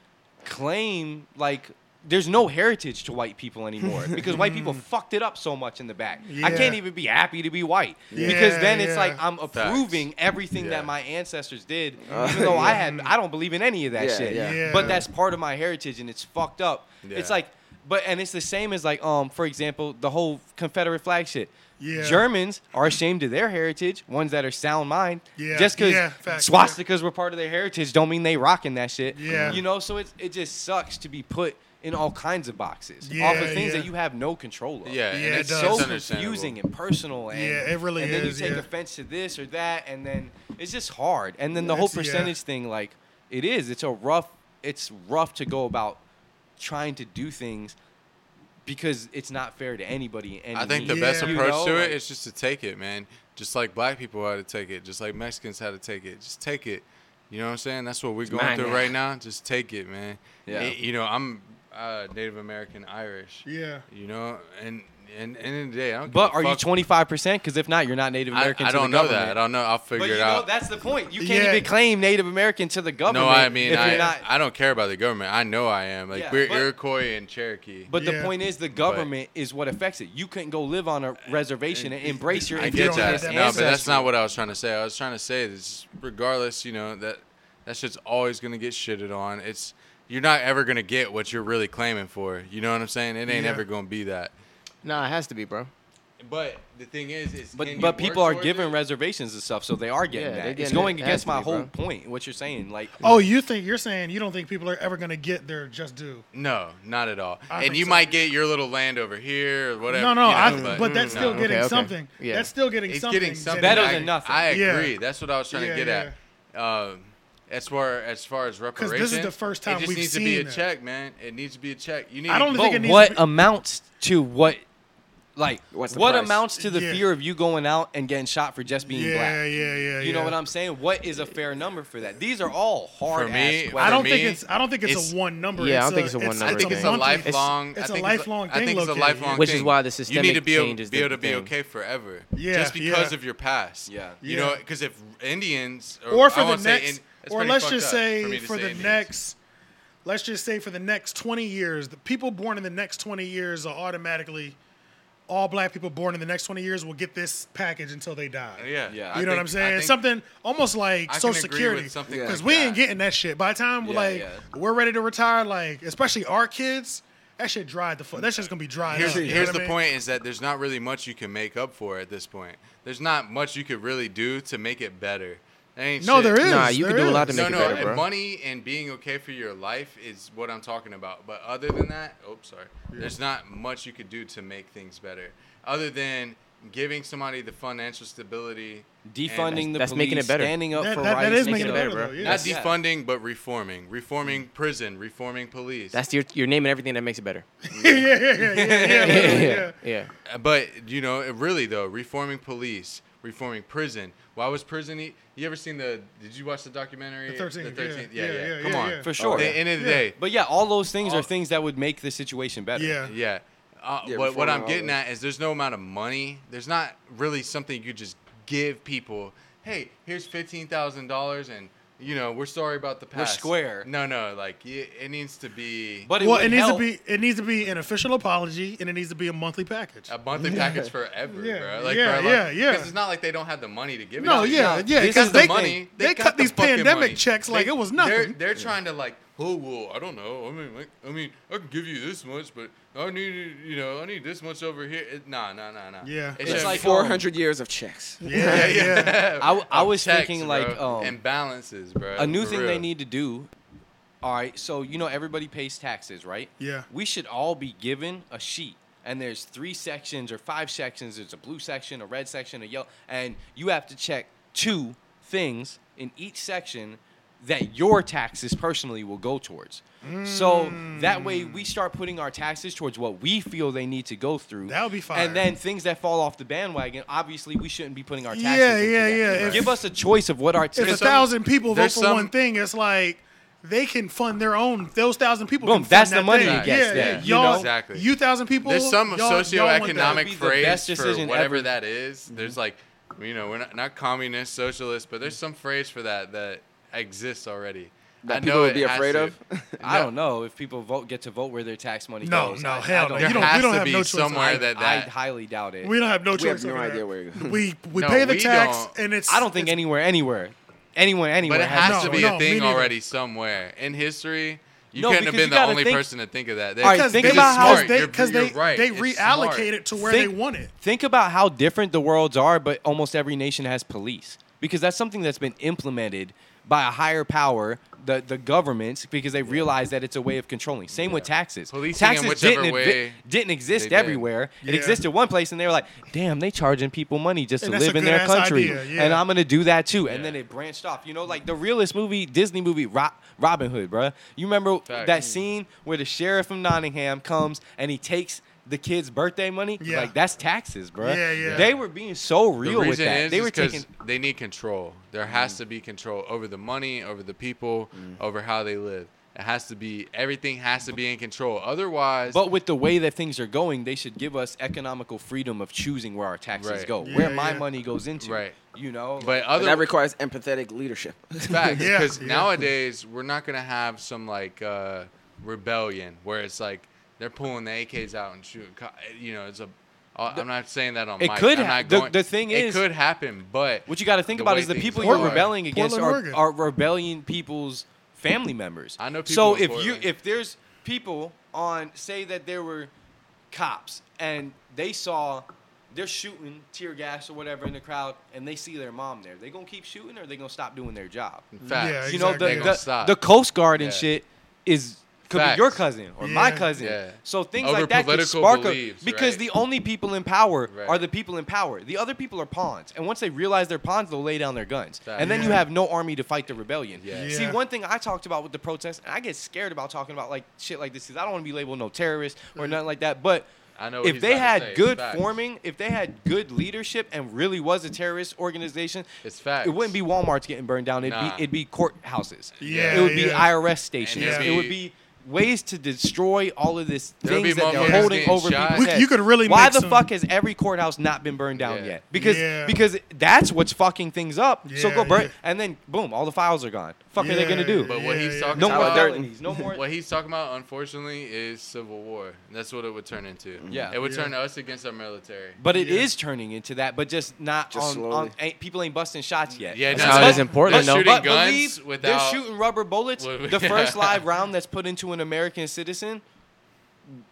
[SPEAKER 5] claim like there's no heritage to white
[SPEAKER 3] <laughs>
[SPEAKER 5] people anymore because white people fucked it up so much in the back. I
[SPEAKER 3] Yeah.
[SPEAKER 5] can't even be happy to be white because
[SPEAKER 3] Yeah,
[SPEAKER 5] then it's
[SPEAKER 3] yeah.
[SPEAKER 5] like I'm
[SPEAKER 6] Facts.
[SPEAKER 5] approving everything
[SPEAKER 6] Yeah.
[SPEAKER 5] that my ancestors did,
[SPEAKER 6] <laughs>
[SPEAKER 5] even though I had I don't believe in any of that
[SPEAKER 4] Yeah,
[SPEAKER 5] shit.
[SPEAKER 4] yeah.
[SPEAKER 3] Yeah.
[SPEAKER 5] But that's part of my heritage and it's fucked up. It's
[SPEAKER 6] Yeah.
[SPEAKER 5] like but and it's the same as like um for example the whole Confederate flag shit.
[SPEAKER 3] Yeah.
[SPEAKER 5] Germans are ashamed of their heritage, ones that are sound mind.
[SPEAKER 3] Yeah,
[SPEAKER 5] Just because
[SPEAKER 3] yeah, facts, yeah.
[SPEAKER 5] swastika because we're part of their heritage don't mean they rocking that shit.
[SPEAKER 3] Yeah.
[SPEAKER 5] You know, so it's it just sucks to be put in all kinds of boxes
[SPEAKER 3] Yeah,
[SPEAKER 5] off of things
[SPEAKER 3] yeah.
[SPEAKER 5] that you have no control of.
[SPEAKER 3] Yeah,
[SPEAKER 6] Yeah, and
[SPEAKER 3] it
[SPEAKER 6] it's
[SPEAKER 3] does.
[SPEAKER 5] So
[SPEAKER 6] it's understandable.
[SPEAKER 5] confusing and personal, and
[SPEAKER 3] Yeah, it really
[SPEAKER 5] and then
[SPEAKER 3] is,
[SPEAKER 5] you take
[SPEAKER 3] yeah.
[SPEAKER 5] offense to this or that, and then it's just hard. And then the whole
[SPEAKER 3] It's- yeah.
[SPEAKER 5] percentage thing, like it is, it's a rough, it's rough to go about trying to do things because it's not fair to anybody. in Any
[SPEAKER 6] I think the
[SPEAKER 5] means.
[SPEAKER 6] best
[SPEAKER 3] Yeah.
[SPEAKER 5] You
[SPEAKER 6] approach
[SPEAKER 5] know,
[SPEAKER 6] to
[SPEAKER 5] like-
[SPEAKER 6] it is just to take it, man. Just like black people had to take it, just like Mexicans had to take it. Just take it. You know what I'm saying? That's what we're going
[SPEAKER 4] mine
[SPEAKER 6] through
[SPEAKER 4] now.
[SPEAKER 6] right now. Just take it, man.
[SPEAKER 5] Yeah.
[SPEAKER 6] Eh, you know, I'm uh, Native American Irish.
[SPEAKER 3] Yeah.
[SPEAKER 6] You know, and and end of the day, I don't.
[SPEAKER 5] But
[SPEAKER 6] give a
[SPEAKER 5] are you
[SPEAKER 6] fuck.
[SPEAKER 5] twenty five percent? Because if not, you're not Native
[SPEAKER 6] I,
[SPEAKER 5] American.
[SPEAKER 6] I
[SPEAKER 5] to the
[SPEAKER 6] don't know that. I
[SPEAKER 5] government.
[SPEAKER 6] don't know. I'll figure
[SPEAKER 5] But you
[SPEAKER 6] it
[SPEAKER 5] know,
[SPEAKER 6] out.
[SPEAKER 5] that's the point. You can't
[SPEAKER 3] Yeah.
[SPEAKER 5] even claim Native American to the government.
[SPEAKER 6] no, I mean,
[SPEAKER 5] if
[SPEAKER 6] I,
[SPEAKER 5] you're not.
[SPEAKER 6] I don't care about the government. I know I am. Like
[SPEAKER 5] Yeah,
[SPEAKER 6] we're
[SPEAKER 5] but-
[SPEAKER 6] Iroquois and Cherokee.
[SPEAKER 5] but
[SPEAKER 3] Yeah.
[SPEAKER 5] the point is, the government is what affects it. You couldn't go live on a reservation and embrace your
[SPEAKER 6] I
[SPEAKER 3] you
[SPEAKER 6] get
[SPEAKER 5] indigenous
[SPEAKER 3] don't have
[SPEAKER 6] that.
[SPEAKER 3] that
[SPEAKER 6] No, but that's
[SPEAKER 5] ancestry.
[SPEAKER 6] not what I was trying to say. I was trying to say this, regardless, you know that that shit's always gonna get shitted on. It's you're not ever gonna get what you're really claiming for. You know what I'm saying? It ain't
[SPEAKER 3] Yeah.
[SPEAKER 6] ever gonna be that.
[SPEAKER 8] Nah, it has to be, bro.
[SPEAKER 6] But the thing is, is
[SPEAKER 5] But but people are given reservations and stuff, so they are getting
[SPEAKER 8] Yeah,
[SPEAKER 5] that.
[SPEAKER 8] they're
[SPEAKER 5] it's
[SPEAKER 8] getting
[SPEAKER 5] going
[SPEAKER 8] it. It has
[SPEAKER 5] against
[SPEAKER 8] to
[SPEAKER 5] my
[SPEAKER 8] be,
[SPEAKER 5] whole
[SPEAKER 8] bro.
[SPEAKER 5] point. What you're saying, like
[SPEAKER 3] Oh, you think you're saying you don't think people are ever gonna get their just due?
[SPEAKER 6] No, not at all.
[SPEAKER 3] I
[SPEAKER 6] and
[SPEAKER 3] think
[SPEAKER 6] you
[SPEAKER 3] so.
[SPEAKER 6] might get your little land over here or whatever.
[SPEAKER 3] No, no,
[SPEAKER 6] you know, Mm,
[SPEAKER 3] I, but, that's
[SPEAKER 6] no.
[SPEAKER 3] still getting
[SPEAKER 8] Mm, okay.
[SPEAKER 3] something.
[SPEAKER 8] Yeah.
[SPEAKER 3] That's still getting
[SPEAKER 6] it's
[SPEAKER 3] something.
[SPEAKER 6] getting something
[SPEAKER 5] Better
[SPEAKER 6] I-
[SPEAKER 5] than nothing.
[SPEAKER 6] I
[SPEAKER 3] Yeah.
[SPEAKER 6] agree. That's what I was trying
[SPEAKER 3] Yeah,
[SPEAKER 6] to get
[SPEAKER 3] yeah.
[SPEAKER 6] at. Um, as far as far as
[SPEAKER 3] this is
[SPEAKER 6] reparations,
[SPEAKER 3] the first time
[SPEAKER 6] it just
[SPEAKER 3] we've
[SPEAKER 6] needs to be
[SPEAKER 3] seen
[SPEAKER 6] a
[SPEAKER 3] that.
[SPEAKER 6] check, man. It needs to be a check. You need.
[SPEAKER 3] I don't
[SPEAKER 6] to,
[SPEAKER 3] think
[SPEAKER 5] But
[SPEAKER 3] it needs
[SPEAKER 5] what
[SPEAKER 3] to be-
[SPEAKER 5] amounts to what, like,
[SPEAKER 4] What's the
[SPEAKER 5] what
[SPEAKER 4] price?
[SPEAKER 5] amounts to the
[SPEAKER 3] Yeah.
[SPEAKER 5] fear of you going out and getting shot for just being
[SPEAKER 3] yeah,
[SPEAKER 5] black?
[SPEAKER 3] yeah, yeah.
[SPEAKER 5] You know
[SPEAKER 3] yeah.
[SPEAKER 5] what I'm saying? What is a fair number for that? These are all hard
[SPEAKER 6] For me,
[SPEAKER 5] ass
[SPEAKER 6] I
[SPEAKER 3] I
[SPEAKER 5] questions.
[SPEAKER 3] don't
[SPEAKER 6] For
[SPEAKER 3] think
[SPEAKER 6] me,
[SPEAKER 3] it's. I don't think it's,
[SPEAKER 6] it's-
[SPEAKER 3] a one number.
[SPEAKER 8] Yeah, I don't think it's a one
[SPEAKER 6] I
[SPEAKER 8] number
[SPEAKER 6] think
[SPEAKER 8] thing.
[SPEAKER 6] it's a
[SPEAKER 8] monthly.
[SPEAKER 6] lifelong.
[SPEAKER 3] It's- it's
[SPEAKER 6] I
[SPEAKER 3] a
[SPEAKER 6] think
[SPEAKER 3] lifelong
[SPEAKER 6] it's a, I
[SPEAKER 3] thing,
[SPEAKER 6] think it's a
[SPEAKER 3] low-key.
[SPEAKER 6] lifelong
[SPEAKER 8] Which is
[SPEAKER 6] thing.
[SPEAKER 8] why
[SPEAKER 6] You
[SPEAKER 8] the
[SPEAKER 6] need to
[SPEAKER 8] systemic
[SPEAKER 6] be able,
[SPEAKER 8] change is
[SPEAKER 6] be
[SPEAKER 8] the
[SPEAKER 6] able to be
[SPEAKER 8] thing.
[SPEAKER 6] okay forever.
[SPEAKER 3] Yeah,
[SPEAKER 6] Just because
[SPEAKER 3] yeah.
[SPEAKER 6] of your past.
[SPEAKER 5] Yeah.
[SPEAKER 6] You
[SPEAKER 3] Yeah.
[SPEAKER 6] know, because if Indians or,
[SPEAKER 3] or
[SPEAKER 6] I
[SPEAKER 3] for the
[SPEAKER 6] won't say
[SPEAKER 3] next,
[SPEAKER 6] in- it's
[SPEAKER 3] or
[SPEAKER 6] pretty
[SPEAKER 3] let's
[SPEAKER 6] fucked
[SPEAKER 3] just
[SPEAKER 6] up
[SPEAKER 3] say
[SPEAKER 6] me to
[SPEAKER 3] for
[SPEAKER 6] say
[SPEAKER 3] the
[SPEAKER 6] Indians.
[SPEAKER 3] next, let's just say for the next 20 years, the people born in the next 20 years are automatically, all black people born in the next 20 years will get this package until they die.
[SPEAKER 6] Yeah.
[SPEAKER 5] Yeah,
[SPEAKER 3] You
[SPEAKER 5] I
[SPEAKER 3] know what I'm saying? Something almost like
[SPEAKER 6] I can
[SPEAKER 3] Social
[SPEAKER 6] agree with
[SPEAKER 3] Security,
[SPEAKER 6] something
[SPEAKER 4] like
[SPEAKER 3] we
[SPEAKER 6] that.
[SPEAKER 3] ain't getting that shit. By the time
[SPEAKER 5] Yeah,
[SPEAKER 3] like
[SPEAKER 5] yeah.
[SPEAKER 3] we're ready to retire, like especially our kids, that shit dried the fuck. That shit's gonna be dried.
[SPEAKER 6] Here's,
[SPEAKER 3] up, you know
[SPEAKER 6] here's
[SPEAKER 3] what
[SPEAKER 6] the
[SPEAKER 3] I mean?
[SPEAKER 6] point is that there's not really much you can make up for at this point. There's not much you could really do to make it better. There ain't
[SPEAKER 3] No,
[SPEAKER 6] shit.
[SPEAKER 3] there is.
[SPEAKER 8] Nah, you
[SPEAKER 3] there
[SPEAKER 8] can do a
[SPEAKER 3] is.
[SPEAKER 8] lot to
[SPEAKER 6] No,
[SPEAKER 8] make
[SPEAKER 6] no,
[SPEAKER 8] it better, bro.
[SPEAKER 6] and money and being okay for your life is what I'm talking about. But other than that, oh, sorry, there's not much you could do to make things better, other than giving somebody the financial stability, and-
[SPEAKER 5] Defunding the
[SPEAKER 8] That's
[SPEAKER 5] police,
[SPEAKER 8] making it better.
[SPEAKER 5] standing up
[SPEAKER 3] That-
[SPEAKER 5] for
[SPEAKER 3] that-
[SPEAKER 5] rights,
[SPEAKER 3] that is
[SPEAKER 8] making
[SPEAKER 3] making it
[SPEAKER 8] it
[SPEAKER 3] better,
[SPEAKER 8] better,
[SPEAKER 3] though,
[SPEAKER 8] bro.
[SPEAKER 3] yeah.
[SPEAKER 6] not
[SPEAKER 5] Yeah.
[SPEAKER 6] defunding, but reforming, reforming prison, reforming police.
[SPEAKER 8] That's your you're naming everything that makes it better.
[SPEAKER 6] <laughs>
[SPEAKER 3] yeah,
[SPEAKER 8] <laughs> yeah.
[SPEAKER 6] But you know, it really though, reforming police, reforming prison. Why was prison? E- you ever seen the? Did you watch the documentary?
[SPEAKER 3] The 13th, yeah,
[SPEAKER 6] Yeah,
[SPEAKER 3] yeah,
[SPEAKER 6] yeah.
[SPEAKER 3] yeah,
[SPEAKER 6] Come
[SPEAKER 3] yeah,
[SPEAKER 6] on.
[SPEAKER 3] yeah.
[SPEAKER 5] for sure.
[SPEAKER 6] At the end of the
[SPEAKER 3] Yeah.
[SPEAKER 6] day,
[SPEAKER 5] But yeah, all those things
[SPEAKER 6] All-
[SPEAKER 5] are things that would make the situation better.
[SPEAKER 3] yeah. yeah.
[SPEAKER 6] yeah. Uh,
[SPEAKER 4] Yeah,
[SPEAKER 6] what, what
[SPEAKER 4] reforming
[SPEAKER 6] I'm
[SPEAKER 4] all
[SPEAKER 6] getting
[SPEAKER 4] that.
[SPEAKER 6] at is there's no amount of money. There's not really something you just give people. Hey, here's fifteen thousand dollars and you know, we're sorry about the past.
[SPEAKER 5] square.
[SPEAKER 6] No, no, like it, it needs to be
[SPEAKER 5] But it,
[SPEAKER 3] well,
[SPEAKER 5] would
[SPEAKER 3] it needs to
[SPEAKER 5] help.
[SPEAKER 3] be it needs to be an official apology, and it needs to be a monthly package.
[SPEAKER 6] a monthly package forever,
[SPEAKER 3] Yeah,
[SPEAKER 6] bro. Like,
[SPEAKER 3] yeah,
[SPEAKER 6] bro,
[SPEAKER 3] yeah, yeah.
[SPEAKER 6] Because it's not like they don't have the money to give. it
[SPEAKER 3] No,
[SPEAKER 6] to you.
[SPEAKER 3] yeah, yeah,
[SPEAKER 6] They
[SPEAKER 3] 'cause
[SPEAKER 6] got the
[SPEAKER 3] they-
[SPEAKER 6] money.
[SPEAKER 3] they cut
[SPEAKER 6] got the
[SPEAKER 3] these
[SPEAKER 6] fucking
[SPEAKER 3] pandemic
[SPEAKER 6] money.
[SPEAKER 3] checks like
[SPEAKER 6] They-
[SPEAKER 3] it was
[SPEAKER 6] They're, <laughs>
[SPEAKER 3] nothing.
[SPEAKER 6] they're trying to like, oh well, I don't know. I mean, like, I mean, I can give you this much, but I need, you know, I need this much over here. It, nah, nah, nah, nah.
[SPEAKER 3] Yeah.
[SPEAKER 6] it's,
[SPEAKER 5] It's
[SPEAKER 6] just
[SPEAKER 5] like- um,
[SPEAKER 6] like
[SPEAKER 4] 400 years of checks.
[SPEAKER 3] yeah, yeah.
[SPEAKER 6] <laughs>
[SPEAKER 5] I, w- I was
[SPEAKER 6] checks,
[SPEAKER 5] thinking
[SPEAKER 6] bro,
[SPEAKER 5] like um,
[SPEAKER 6] and balances, bro.
[SPEAKER 5] a new
[SPEAKER 6] for
[SPEAKER 5] thing they
[SPEAKER 6] real.
[SPEAKER 5] need to do. All right, so you know everybody pays taxes, right?
[SPEAKER 3] Yeah.
[SPEAKER 5] We should all be given a sheet, and there's three sections or five sections. There's a blue section, a red section, a yellow, and you have to check two things in each section that your taxes personally will go towards. So that way
[SPEAKER 3] Mm.
[SPEAKER 5] we start putting our taxes towards what we feel they need to go through.
[SPEAKER 3] That would be fire.
[SPEAKER 5] And then things that fall off the bandwagon, obviously we shouldn't be putting our taxes.
[SPEAKER 3] Yeah,
[SPEAKER 5] into
[SPEAKER 3] yeah,
[SPEAKER 5] that.
[SPEAKER 3] yeah. If-
[SPEAKER 5] Give us a choice of what our
[SPEAKER 3] If a
[SPEAKER 5] taxes.
[SPEAKER 3] thousand people vote
[SPEAKER 6] there's
[SPEAKER 3] for
[SPEAKER 6] some-
[SPEAKER 3] one thing, it's like they can fund their own. Those thousand people.
[SPEAKER 5] Boom,
[SPEAKER 3] can fund
[SPEAKER 5] that's
[SPEAKER 3] that
[SPEAKER 5] the money
[SPEAKER 3] thing.
[SPEAKER 5] it gets
[SPEAKER 3] Yeah,
[SPEAKER 5] there,
[SPEAKER 3] yeah.
[SPEAKER 5] you
[SPEAKER 3] Y'all,
[SPEAKER 5] know?
[SPEAKER 6] Exactly.
[SPEAKER 3] You thousand people.
[SPEAKER 6] There's some
[SPEAKER 3] y'all- y'all want that.
[SPEAKER 6] socioeconomic
[SPEAKER 5] be the best
[SPEAKER 6] phrase for
[SPEAKER 5] decision ever.
[SPEAKER 6] whatever
[SPEAKER 5] Mm-hmm.
[SPEAKER 6] that is. There's like, you know, we're not, not communist, socialist, but there's some phrase for that that exists already.
[SPEAKER 4] That
[SPEAKER 6] I
[SPEAKER 4] people
[SPEAKER 6] know
[SPEAKER 4] would
[SPEAKER 6] it
[SPEAKER 4] be
[SPEAKER 6] has
[SPEAKER 4] afraid
[SPEAKER 6] to- <laughs>
[SPEAKER 4] of?
[SPEAKER 5] I don't know if people vote get to vote where their tax money
[SPEAKER 3] No,
[SPEAKER 5] goes.
[SPEAKER 3] no,
[SPEAKER 5] I- I
[SPEAKER 3] hell no.
[SPEAKER 5] don't
[SPEAKER 3] You
[SPEAKER 6] There
[SPEAKER 5] know.
[SPEAKER 3] don't- we
[SPEAKER 6] has to
[SPEAKER 3] have
[SPEAKER 6] be
[SPEAKER 3] no choice.
[SPEAKER 6] somewhere
[SPEAKER 5] I,
[SPEAKER 6] that
[SPEAKER 5] I
[SPEAKER 6] that.
[SPEAKER 5] highly doubt it.
[SPEAKER 3] We don't have no
[SPEAKER 4] We have
[SPEAKER 3] choice.
[SPEAKER 4] no
[SPEAKER 3] over
[SPEAKER 4] idea
[SPEAKER 3] that.
[SPEAKER 4] where you're going.
[SPEAKER 3] We we
[SPEAKER 6] No,
[SPEAKER 3] pay the
[SPEAKER 6] we
[SPEAKER 3] tax,
[SPEAKER 6] don't.
[SPEAKER 3] and it's.
[SPEAKER 5] I don't think
[SPEAKER 3] it's-
[SPEAKER 5] anywhere, anywhere, anywhere, anywhere.
[SPEAKER 6] But it has
[SPEAKER 3] No,
[SPEAKER 6] to be
[SPEAKER 3] no,
[SPEAKER 6] a
[SPEAKER 3] me
[SPEAKER 6] thing
[SPEAKER 3] neither.
[SPEAKER 6] already somewhere in history. You
[SPEAKER 5] No,
[SPEAKER 6] couldn't
[SPEAKER 5] because
[SPEAKER 6] have been
[SPEAKER 5] you
[SPEAKER 6] the
[SPEAKER 5] gotta
[SPEAKER 6] only
[SPEAKER 5] think-
[SPEAKER 6] person to think of that. They,
[SPEAKER 5] All right,
[SPEAKER 3] because
[SPEAKER 5] think
[SPEAKER 3] they
[SPEAKER 5] about how-
[SPEAKER 3] because
[SPEAKER 6] You're-
[SPEAKER 3] they because
[SPEAKER 6] you're
[SPEAKER 3] they,
[SPEAKER 6] right.
[SPEAKER 3] they
[SPEAKER 6] It's
[SPEAKER 3] reallocate
[SPEAKER 6] smart.
[SPEAKER 3] it to where
[SPEAKER 5] think,
[SPEAKER 3] they want it.
[SPEAKER 5] Think about how different the worlds are, but almost every nation has police because that's something that's been implemented by a higher power, the the governments, because they realize that it's a way of controlling. Same with taxes.
[SPEAKER 6] Policing in
[SPEAKER 5] taxes
[SPEAKER 6] whichever
[SPEAKER 5] didn't,
[SPEAKER 6] way
[SPEAKER 5] didn't exist
[SPEAKER 6] they did.
[SPEAKER 5] everywhere.
[SPEAKER 3] Yeah.
[SPEAKER 5] It existed one place, and they were like, "Damn, they charging people money just
[SPEAKER 3] And
[SPEAKER 5] to
[SPEAKER 3] that's a
[SPEAKER 5] live in their
[SPEAKER 3] good-ass
[SPEAKER 5] country,
[SPEAKER 3] idea, yeah.
[SPEAKER 5] and I'm gonna do that too." And
[SPEAKER 6] Yeah.
[SPEAKER 5] then it branched off. You know, like the realest movie, Disney movie, Ro- Robin Hood, bruh. You remember
[SPEAKER 6] Facts.
[SPEAKER 5] that scene where the sheriff from Nottingham comes and he takes the kid's birthday money?
[SPEAKER 3] Yeah.
[SPEAKER 5] Like that's taxes, bro.
[SPEAKER 3] Yeah, yeah.
[SPEAKER 5] They were being so
[SPEAKER 6] the
[SPEAKER 5] real with
[SPEAKER 6] reason
[SPEAKER 5] that.
[SPEAKER 6] is
[SPEAKER 5] they were
[SPEAKER 6] because
[SPEAKER 5] taking. Mm.
[SPEAKER 6] they need control. There has to be control over the money, over the people, over how they live. It has to be everything has to be in control. Otherwise,
[SPEAKER 5] But with the way that things are going, they should give us economical freedom of choosing where our taxes
[SPEAKER 6] Right.
[SPEAKER 5] go,
[SPEAKER 3] Yeah,
[SPEAKER 5] where my
[SPEAKER 3] yeah.
[SPEAKER 5] money goes into.
[SPEAKER 6] Right.
[SPEAKER 5] You know.
[SPEAKER 6] but
[SPEAKER 4] But that
[SPEAKER 6] other
[SPEAKER 4] requires empathetic leadership.
[SPEAKER 5] <laughs>
[SPEAKER 6] facts
[SPEAKER 3] Yeah,
[SPEAKER 6] because
[SPEAKER 3] yeah.
[SPEAKER 6] nowadays we're not gonna have some like uh, rebellion where it's like they're pulling the AKs out and shooting. co- You know, it's a. uh, I'm not saying that on
[SPEAKER 5] It
[SPEAKER 6] mic.
[SPEAKER 5] could
[SPEAKER 6] I'm
[SPEAKER 5] ha-
[SPEAKER 6] not
[SPEAKER 5] the-
[SPEAKER 6] going-
[SPEAKER 5] the thing
[SPEAKER 6] it
[SPEAKER 5] is-
[SPEAKER 6] could happen, but
[SPEAKER 5] what you got to think
[SPEAKER 6] the
[SPEAKER 5] about
[SPEAKER 6] way
[SPEAKER 5] is the
[SPEAKER 6] things
[SPEAKER 5] people
[SPEAKER 6] are-
[SPEAKER 5] you're rebelling against
[SPEAKER 3] Portland, Oregon.
[SPEAKER 5] are, are rebellion people's family members.
[SPEAKER 6] I know people
[SPEAKER 5] So
[SPEAKER 6] in
[SPEAKER 5] if you
[SPEAKER 6] Portland.
[SPEAKER 5] if there's people on say that there were cops and they saw they're shooting tear gas or whatever in the crowd and they see their mom there, they gonna keep shooting or they gonna stop doing their job?
[SPEAKER 6] Facts.
[SPEAKER 3] Yeah,
[SPEAKER 5] you know
[SPEAKER 3] Exactly.
[SPEAKER 5] the,
[SPEAKER 6] They gonna
[SPEAKER 5] the,
[SPEAKER 6] stop.
[SPEAKER 5] the coast guard and
[SPEAKER 6] Yeah.
[SPEAKER 5] shit is could
[SPEAKER 6] Facts.
[SPEAKER 5] be your cousin or my
[SPEAKER 3] Yeah.
[SPEAKER 5] cousin
[SPEAKER 6] Yeah.
[SPEAKER 5] so things
[SPEAKER 6] Over
[SPEAKER 5] like that could
[SPEAKER 6] political
[SPEAKER 5] spark
[SPEAKER 6] beliefs,
[SPEAKER 5] a, because
[SPEAKER 6] right.
[SPEAKER 5] the only people in power
[SPEAKER 6] Right.
[SPEAKER 5] are the people in power the other people are pawns and once they realize they're pawns they'll lay down their guns
[SPEAKER 6] Facts.
[SPEAKER 5] and then you
[SPEAKER 3] Yeah.
[SPEAKER 5] have no army to fight the rebellion
[SPEAKER 6] Yeah.
[SPEAKER 3] Yeah.
[SPEAKER 5] see one thing i talked about with the protests and i get scared about talking about like shit like this because i don't want to be labeled no terrorist or nothing like that but
[SPEAKER 6] Mm-hmm. I know what
[SPEAKER 5] if
[SPEAKER 6] he's
[SPEAKER 5] they
[SPEAKER 6] about to
[SPEAKER 5] had
[SPEAKER 6] say. It's
[SPEAKER 5] good
[SPEAKER 6] facts.
[SPEAKER 5] forming, if they had good leadership and really was a terrorist organization,
[SPEAKER 6] It's facts.
[SPEAKER 5] it wouldn't be Walmart's getting burned down. It'd
[SPEAKER 6] Nah.
[SPEAKER 5] be it'd be courthouses.
[SPEAKER 3] Yeah,
[SPEAKER 5] it would be
[SPEAKER 3] yeah.
[SPEAKER 5] IRS stations.
[SPEAKER 6] And
[SPEAKER 3] it'd
[SPEAKER 5] It would
[SPEAKER 6] be-
[SPEAKER 5] be ways to destroy all of this
[SPEAKER 6] There'd
[SPEAKER 5] things
[SPEAKER 6] be
[SPEAKER 5] that they're
[SPEAKER 6] motherfuckers
[SPEAKER 5] holding
[SPEAKER 6] getting
[SPEAKER 5] over
[SPEAKER 6] shot.
[SPEAKER 5] people's
[SPEAKER 6] We-
[SPEAKER 5] heads.
[SPEAKER 3] you could really
[SPEAKER 5] Why
[SPEAKER 3] make
[SPEAKER 5] the
[SPEAKER 3] some-
[SPEAKER 5] fuck has every courthouse not been burned down
[SPEAKER 6] Yeah.
[SPEAKER 5] yet? Because
[SPEAKER 3] Yeah.
[SPEAKER 5] because that's what's fucking things up. so
[SPEAKER 3] Yeah,
[SPEAKER 5] go burn
[SPEAKER 3] yeah.
[SPEAKER 5] and then boom, all the files are gone. Fuck are they
[SPEAKER 3] Yeah,
[SPEAKER 5] gonna do?
[SPEAKER 6] But what
[SPEAKER 3] Yeah,
[SPEAKER 6] he's
[SPEAKER 3] yeah.
[SPEAKER 6] talking
[SPEAKER 5] no more <laughs>
[SPEAKER 6] about,
[SPEAKER 5] felonies, no more
[SPEAKER 6] what he's talking about, unfortunately, is civil war. That's what it would turn into.
[SPEAKER 5] Yeah.
[SPEAKER 6] it would
[SPEAKER 3] Yeah.
[SPEAKER 6] turn us against our military.
[SPEAKER 5] But it is
[SPEAKER 3] Yeah.
[SPEAKER 5] turning into that, but just not
[SPEAKER 4] Just
[SPEAKER 5] on. on
[SPEAKER 4] slowly.
[SPEAKER 5] ain't, people ain't busting shots yet.
[SPEAKER 6] Yeah,
[SPEAKER 8] That's
[SPEAKER 6] no,
[SPEAKER 8] how it is
[SPEAKER 6] but-
[SPEAKER 8] in Portland,
[SPEAKER 6] they're
[SPEAKER 8] though.
[SPEAKER 6] Shooting
[SPEAKER 5] But
[SPEAKER 6] guns
[SPEAKER 5] believe they're
[SPEAKER 6] without.
[SPEAKER 5] shooting rubber
[SPEAKER 6] <laughs>
[SPEAKER 5] bullets.
[SPEAKER 6] With-
[SPEAKER 5] the first live round that's put into an American citizen,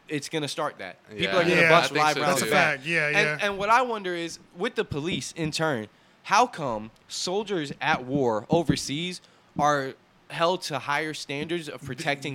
[SPEAKER 5] it's gonna start that.
[SPEAKER 6] Yeah.
[SPEAKER 5] People are gonna
[SPEAKER 3] Yeah, I
[SPEAKER 5] bust
[SPEAKER 6] think
[SPEAKER 5] live
[SPEAKER 6] so,
[SPEAKER 5] rounds.
[SPEAKER 6] too. That's a
[SPEAKER 5] back.
[SPEAKER 3] fact. Yeah,
[SPEAKER 5] And,
[SPEAKER 3] yeah.
[SPEAKER 5] and what I wonder is with the police in turn, how come soldiers at war overseas are held to higher standards of protecting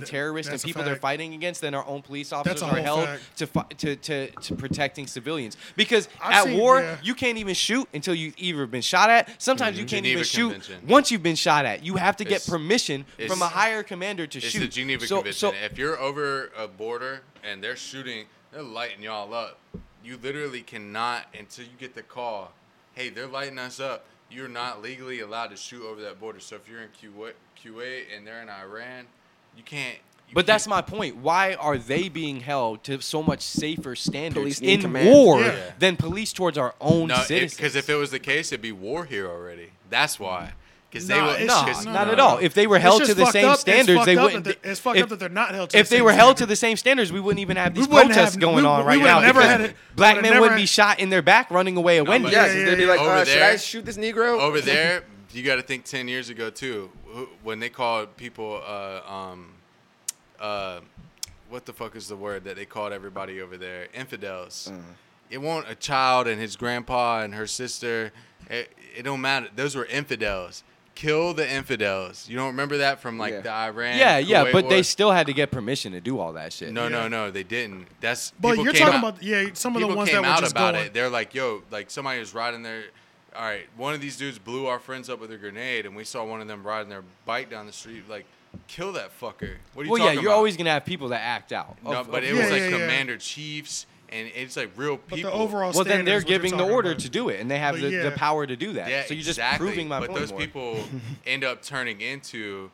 [SPEAKER 3] <laughs> th-
[SPEAKER 5] terrorists and
[SPEAKER 3] that's a
[SPEAKER 5] people they're
[SPEAKER 3] fact.
[SPEAKER 5] fighting against than our own police
[SPEAKER 3] That's
[SPEAKER 5] officers
[SPEAKER 3] a
[SPEAKER 5] are
[SPEAKER 3] whole
[SPEAKER 5] held
[SPEAKER 3] fact.
[SPEAKER 5] to, fi- to to to protecting civilians because
[SPEAKER 3] I've
[SPEAKER 5] at
[SPEAKER 3] seen-
[SPEAKER 5] war
[SPEAKER 3] yeah.
[SPEAKER 5] you can't even shoot until you've either been shot at sometimes you can't
[SPEAKER 6] Mm-hmm. Geneva
[SPEAKER 5] even shoot
[SPEAKER 6] Convention.
[SPEAKER 5] once you've been shot at, you have to get
[SPEAKER 6] It's-
[SPEAKER 5] permission
[SPEAKER 6] it's-
[SPEAKER 5] from a higher commander to
[SPEAKER 6] It's
[SPEAKER 5] shoot.
[SPEAKER 6] the Geneva
[SPEAKER 5] So-
[SPEAKER 6] Convention.
[SPEAKER 5] so-
[SPEAKER 6] if you're over a border and they're shooting, they're lighting y'all up. You literally cannot until you get the call. Hey, they're lighting us up. You're not legally allowed to shoot over that border. So if you're in Kuwait, Kuwait and they're in Iran, you can't. you
[SPEAKER 5] but that's
[SPEAKER 6] can't-
[SPEAKER 5] my point. Why are they being held to so much safer standards
[SPEAKER 4] Police need
[SPEAKER 5] in
[SPEAKER 4] command.
[SPEAKER 5] war
[SPEAKER 3] Yeah.
[SPEAKER 5] than police towards our own
[SPEAKER 6] No,
[SPEAKER 5] citizens?
[SPEAKER 6] because if it was the case, it'd be war here already. That's why. because
[SPEAKER 3] Nah,
[SPEAKER 6] they would.
[SPEAKER 3] it's
[SPEAKER 5] Nah,
[SPEAKER 3] just-
[SPEAKER 5] not
[SPEAKER 3] no,
[SPEAKER 5] at
[SPEAKER 3] no,
[SPEAKER 5] all.
[SPEAKER 3] no.
[SPEAKER 5] If they were
[SPEAKER 3] It's
[SPEAKER 5] held
[SPEAKER 3] just
[SPEAKER 5] to the
[SPEAKER 3] fucked
[SPEAKER 5] same
[SPEAKER 3] up- it's
[SPEAKER 5] standards,
[SPEAKER 3] fucked
[SPEAKER 5] they
[SPEAKER 3] up
[SPEAKER 5] wouldn't.
[SPEAKER 3] that they're- it's fucked
[SPEAKER 5] if,
[SPEAKER 3] up that they're not held to the
[SPEAKER 5] If they
[SPEAKER 3] same
[SPEAKER 5] were held to
[SPEAKER 3] standard.
[SPEAKER 5] the same standards, we wouldn't even have
[SPEAKER 3] We
[SPEAKER 5] these
[SPEAKER 3] wouldn't
[SPEAKER 5] protests
[SPEAKER 3] have-
[SPEAKER 5] going
[SPEAKER 3] we-
[SPEAKER 5] on
[SPEAKER 3] we
[SPEAKER 5] right
[SPEAKER 3] would've
[SPEAKER 5] now.
[SPEAKER 3] never
[SPEAKER 5] because
[SPEAKER 3] had it.
[SPEAKER 5] Black
[SPEAKER 3] Would've
[SPEAKER 5] men
[SPEAKER 3] never
[SPEAKER 5] wouldn't
[SPEAKER 3] had-
[SPEAKER 5] be shot in their back running away at Wendy's.
[SPEAKER 4] Yes,
[SPEAKER 3] yeah,
[SPEAKER 4] they'd be
[SPEAKER 3] yeah.
[SPEAKER 4] like,
[SPEAKER 6] Over
[SPEAKER 4] uh, should
[SPEAKER 6] there.
[SPEAKER 4] I shoot this Negro? <laughs>
[SPEAKER 6] over there, you got to think ten years ago too, wh- when they called people, uh, um, uh, what the fuck is the word that they called everybody over there? Infidels. It won't a child and his grandpa and her sister. It, it don't matter. Those were infidels. Kill the infidels. You don't remember that from like
[SPEAKER 4] Yeah.
[SPEAKER 6] the Iran.
[SPEAKER 5] Yeah, yeah,
[SPEAKER 6] Kuwait
[SPEAKER 5] but they
[SPEAKER 6] war?
[SPEAKER 5] still had to get permission to do all that shit.
[SPEAKER 6] No, no, no, they didn't. That's
[SPEAKER 3] But
[SPEAKER 6] people
[SPEAKER 3] you're
[SPEAKER 6] came
[SPEAKER 3] talking
[SPEAKER 6] out-
[SPEAKER 3] about yeah, some of
[SPEAKER 6] people
[SPEAKER 3] the ones
[SPEAKER 6] came
[SPEAKER 3] that were
[SPEAKER 6] out
[SPEAKER 3] just
[SPEAKER 6] about
[SPEAKER 3] going.
[SPEAKER 6] it. They're like, yo, like somebody was riding their. All right, one of these dudes blew our friends up with a grenade, and we saw one of them riding their bike down the street. Like, kill that fucker. What are you
[SPEAKER 5] Well,
[SPEAKER 6] talking
[SPEAKER 5] yeah, you're
[SPEAKER 6] about?
[SPEAKER 5] always gonna have people that act out.
[SPEAKER 6] No,
[SPEAKER 5] Of-
[SPEAKER 6] but
[SPEAKER 5] of
[SPEAKER 6] it
[SPEAKER 3] Yeah,
[SPEAKER 6] was like
[SPEAKER 3] yeah, yeah.
[SPEAKER 6] commander chiefs, and it's like real
[SPEAKER 3] But
[SPEAKER 6] people.
[SPEAKER 3] the overall
[SPEAKER 5] Well,
[SPEAKER 3] standard
[SPEAKER 5] then they're
[SPEAKER 3] is what you're
[SPEAKER 5] giving the
[SPEAKER 3] talking
[SPEAKER 5] order
[SPEAKER 3] about.
[SPEAKER 5] to do it, and they have
[SPEAKER 3] But
[SPEAKER 5] the,
[SPEAKER 3] yeah.
[SPEAKER 5] the power to do that.
[SPEAKER 6] Yeah,
[SPEAKER 5] so you're just
[SPEAKER 6] exactly.
[SPEAKER 5] proving my
[SPEAKER 6] but
[SPEAKER 5] point.
[SPEAKER 6] those
[SPEAKER 5] more. <laughs>
[SPEAKER 6] people end up turning into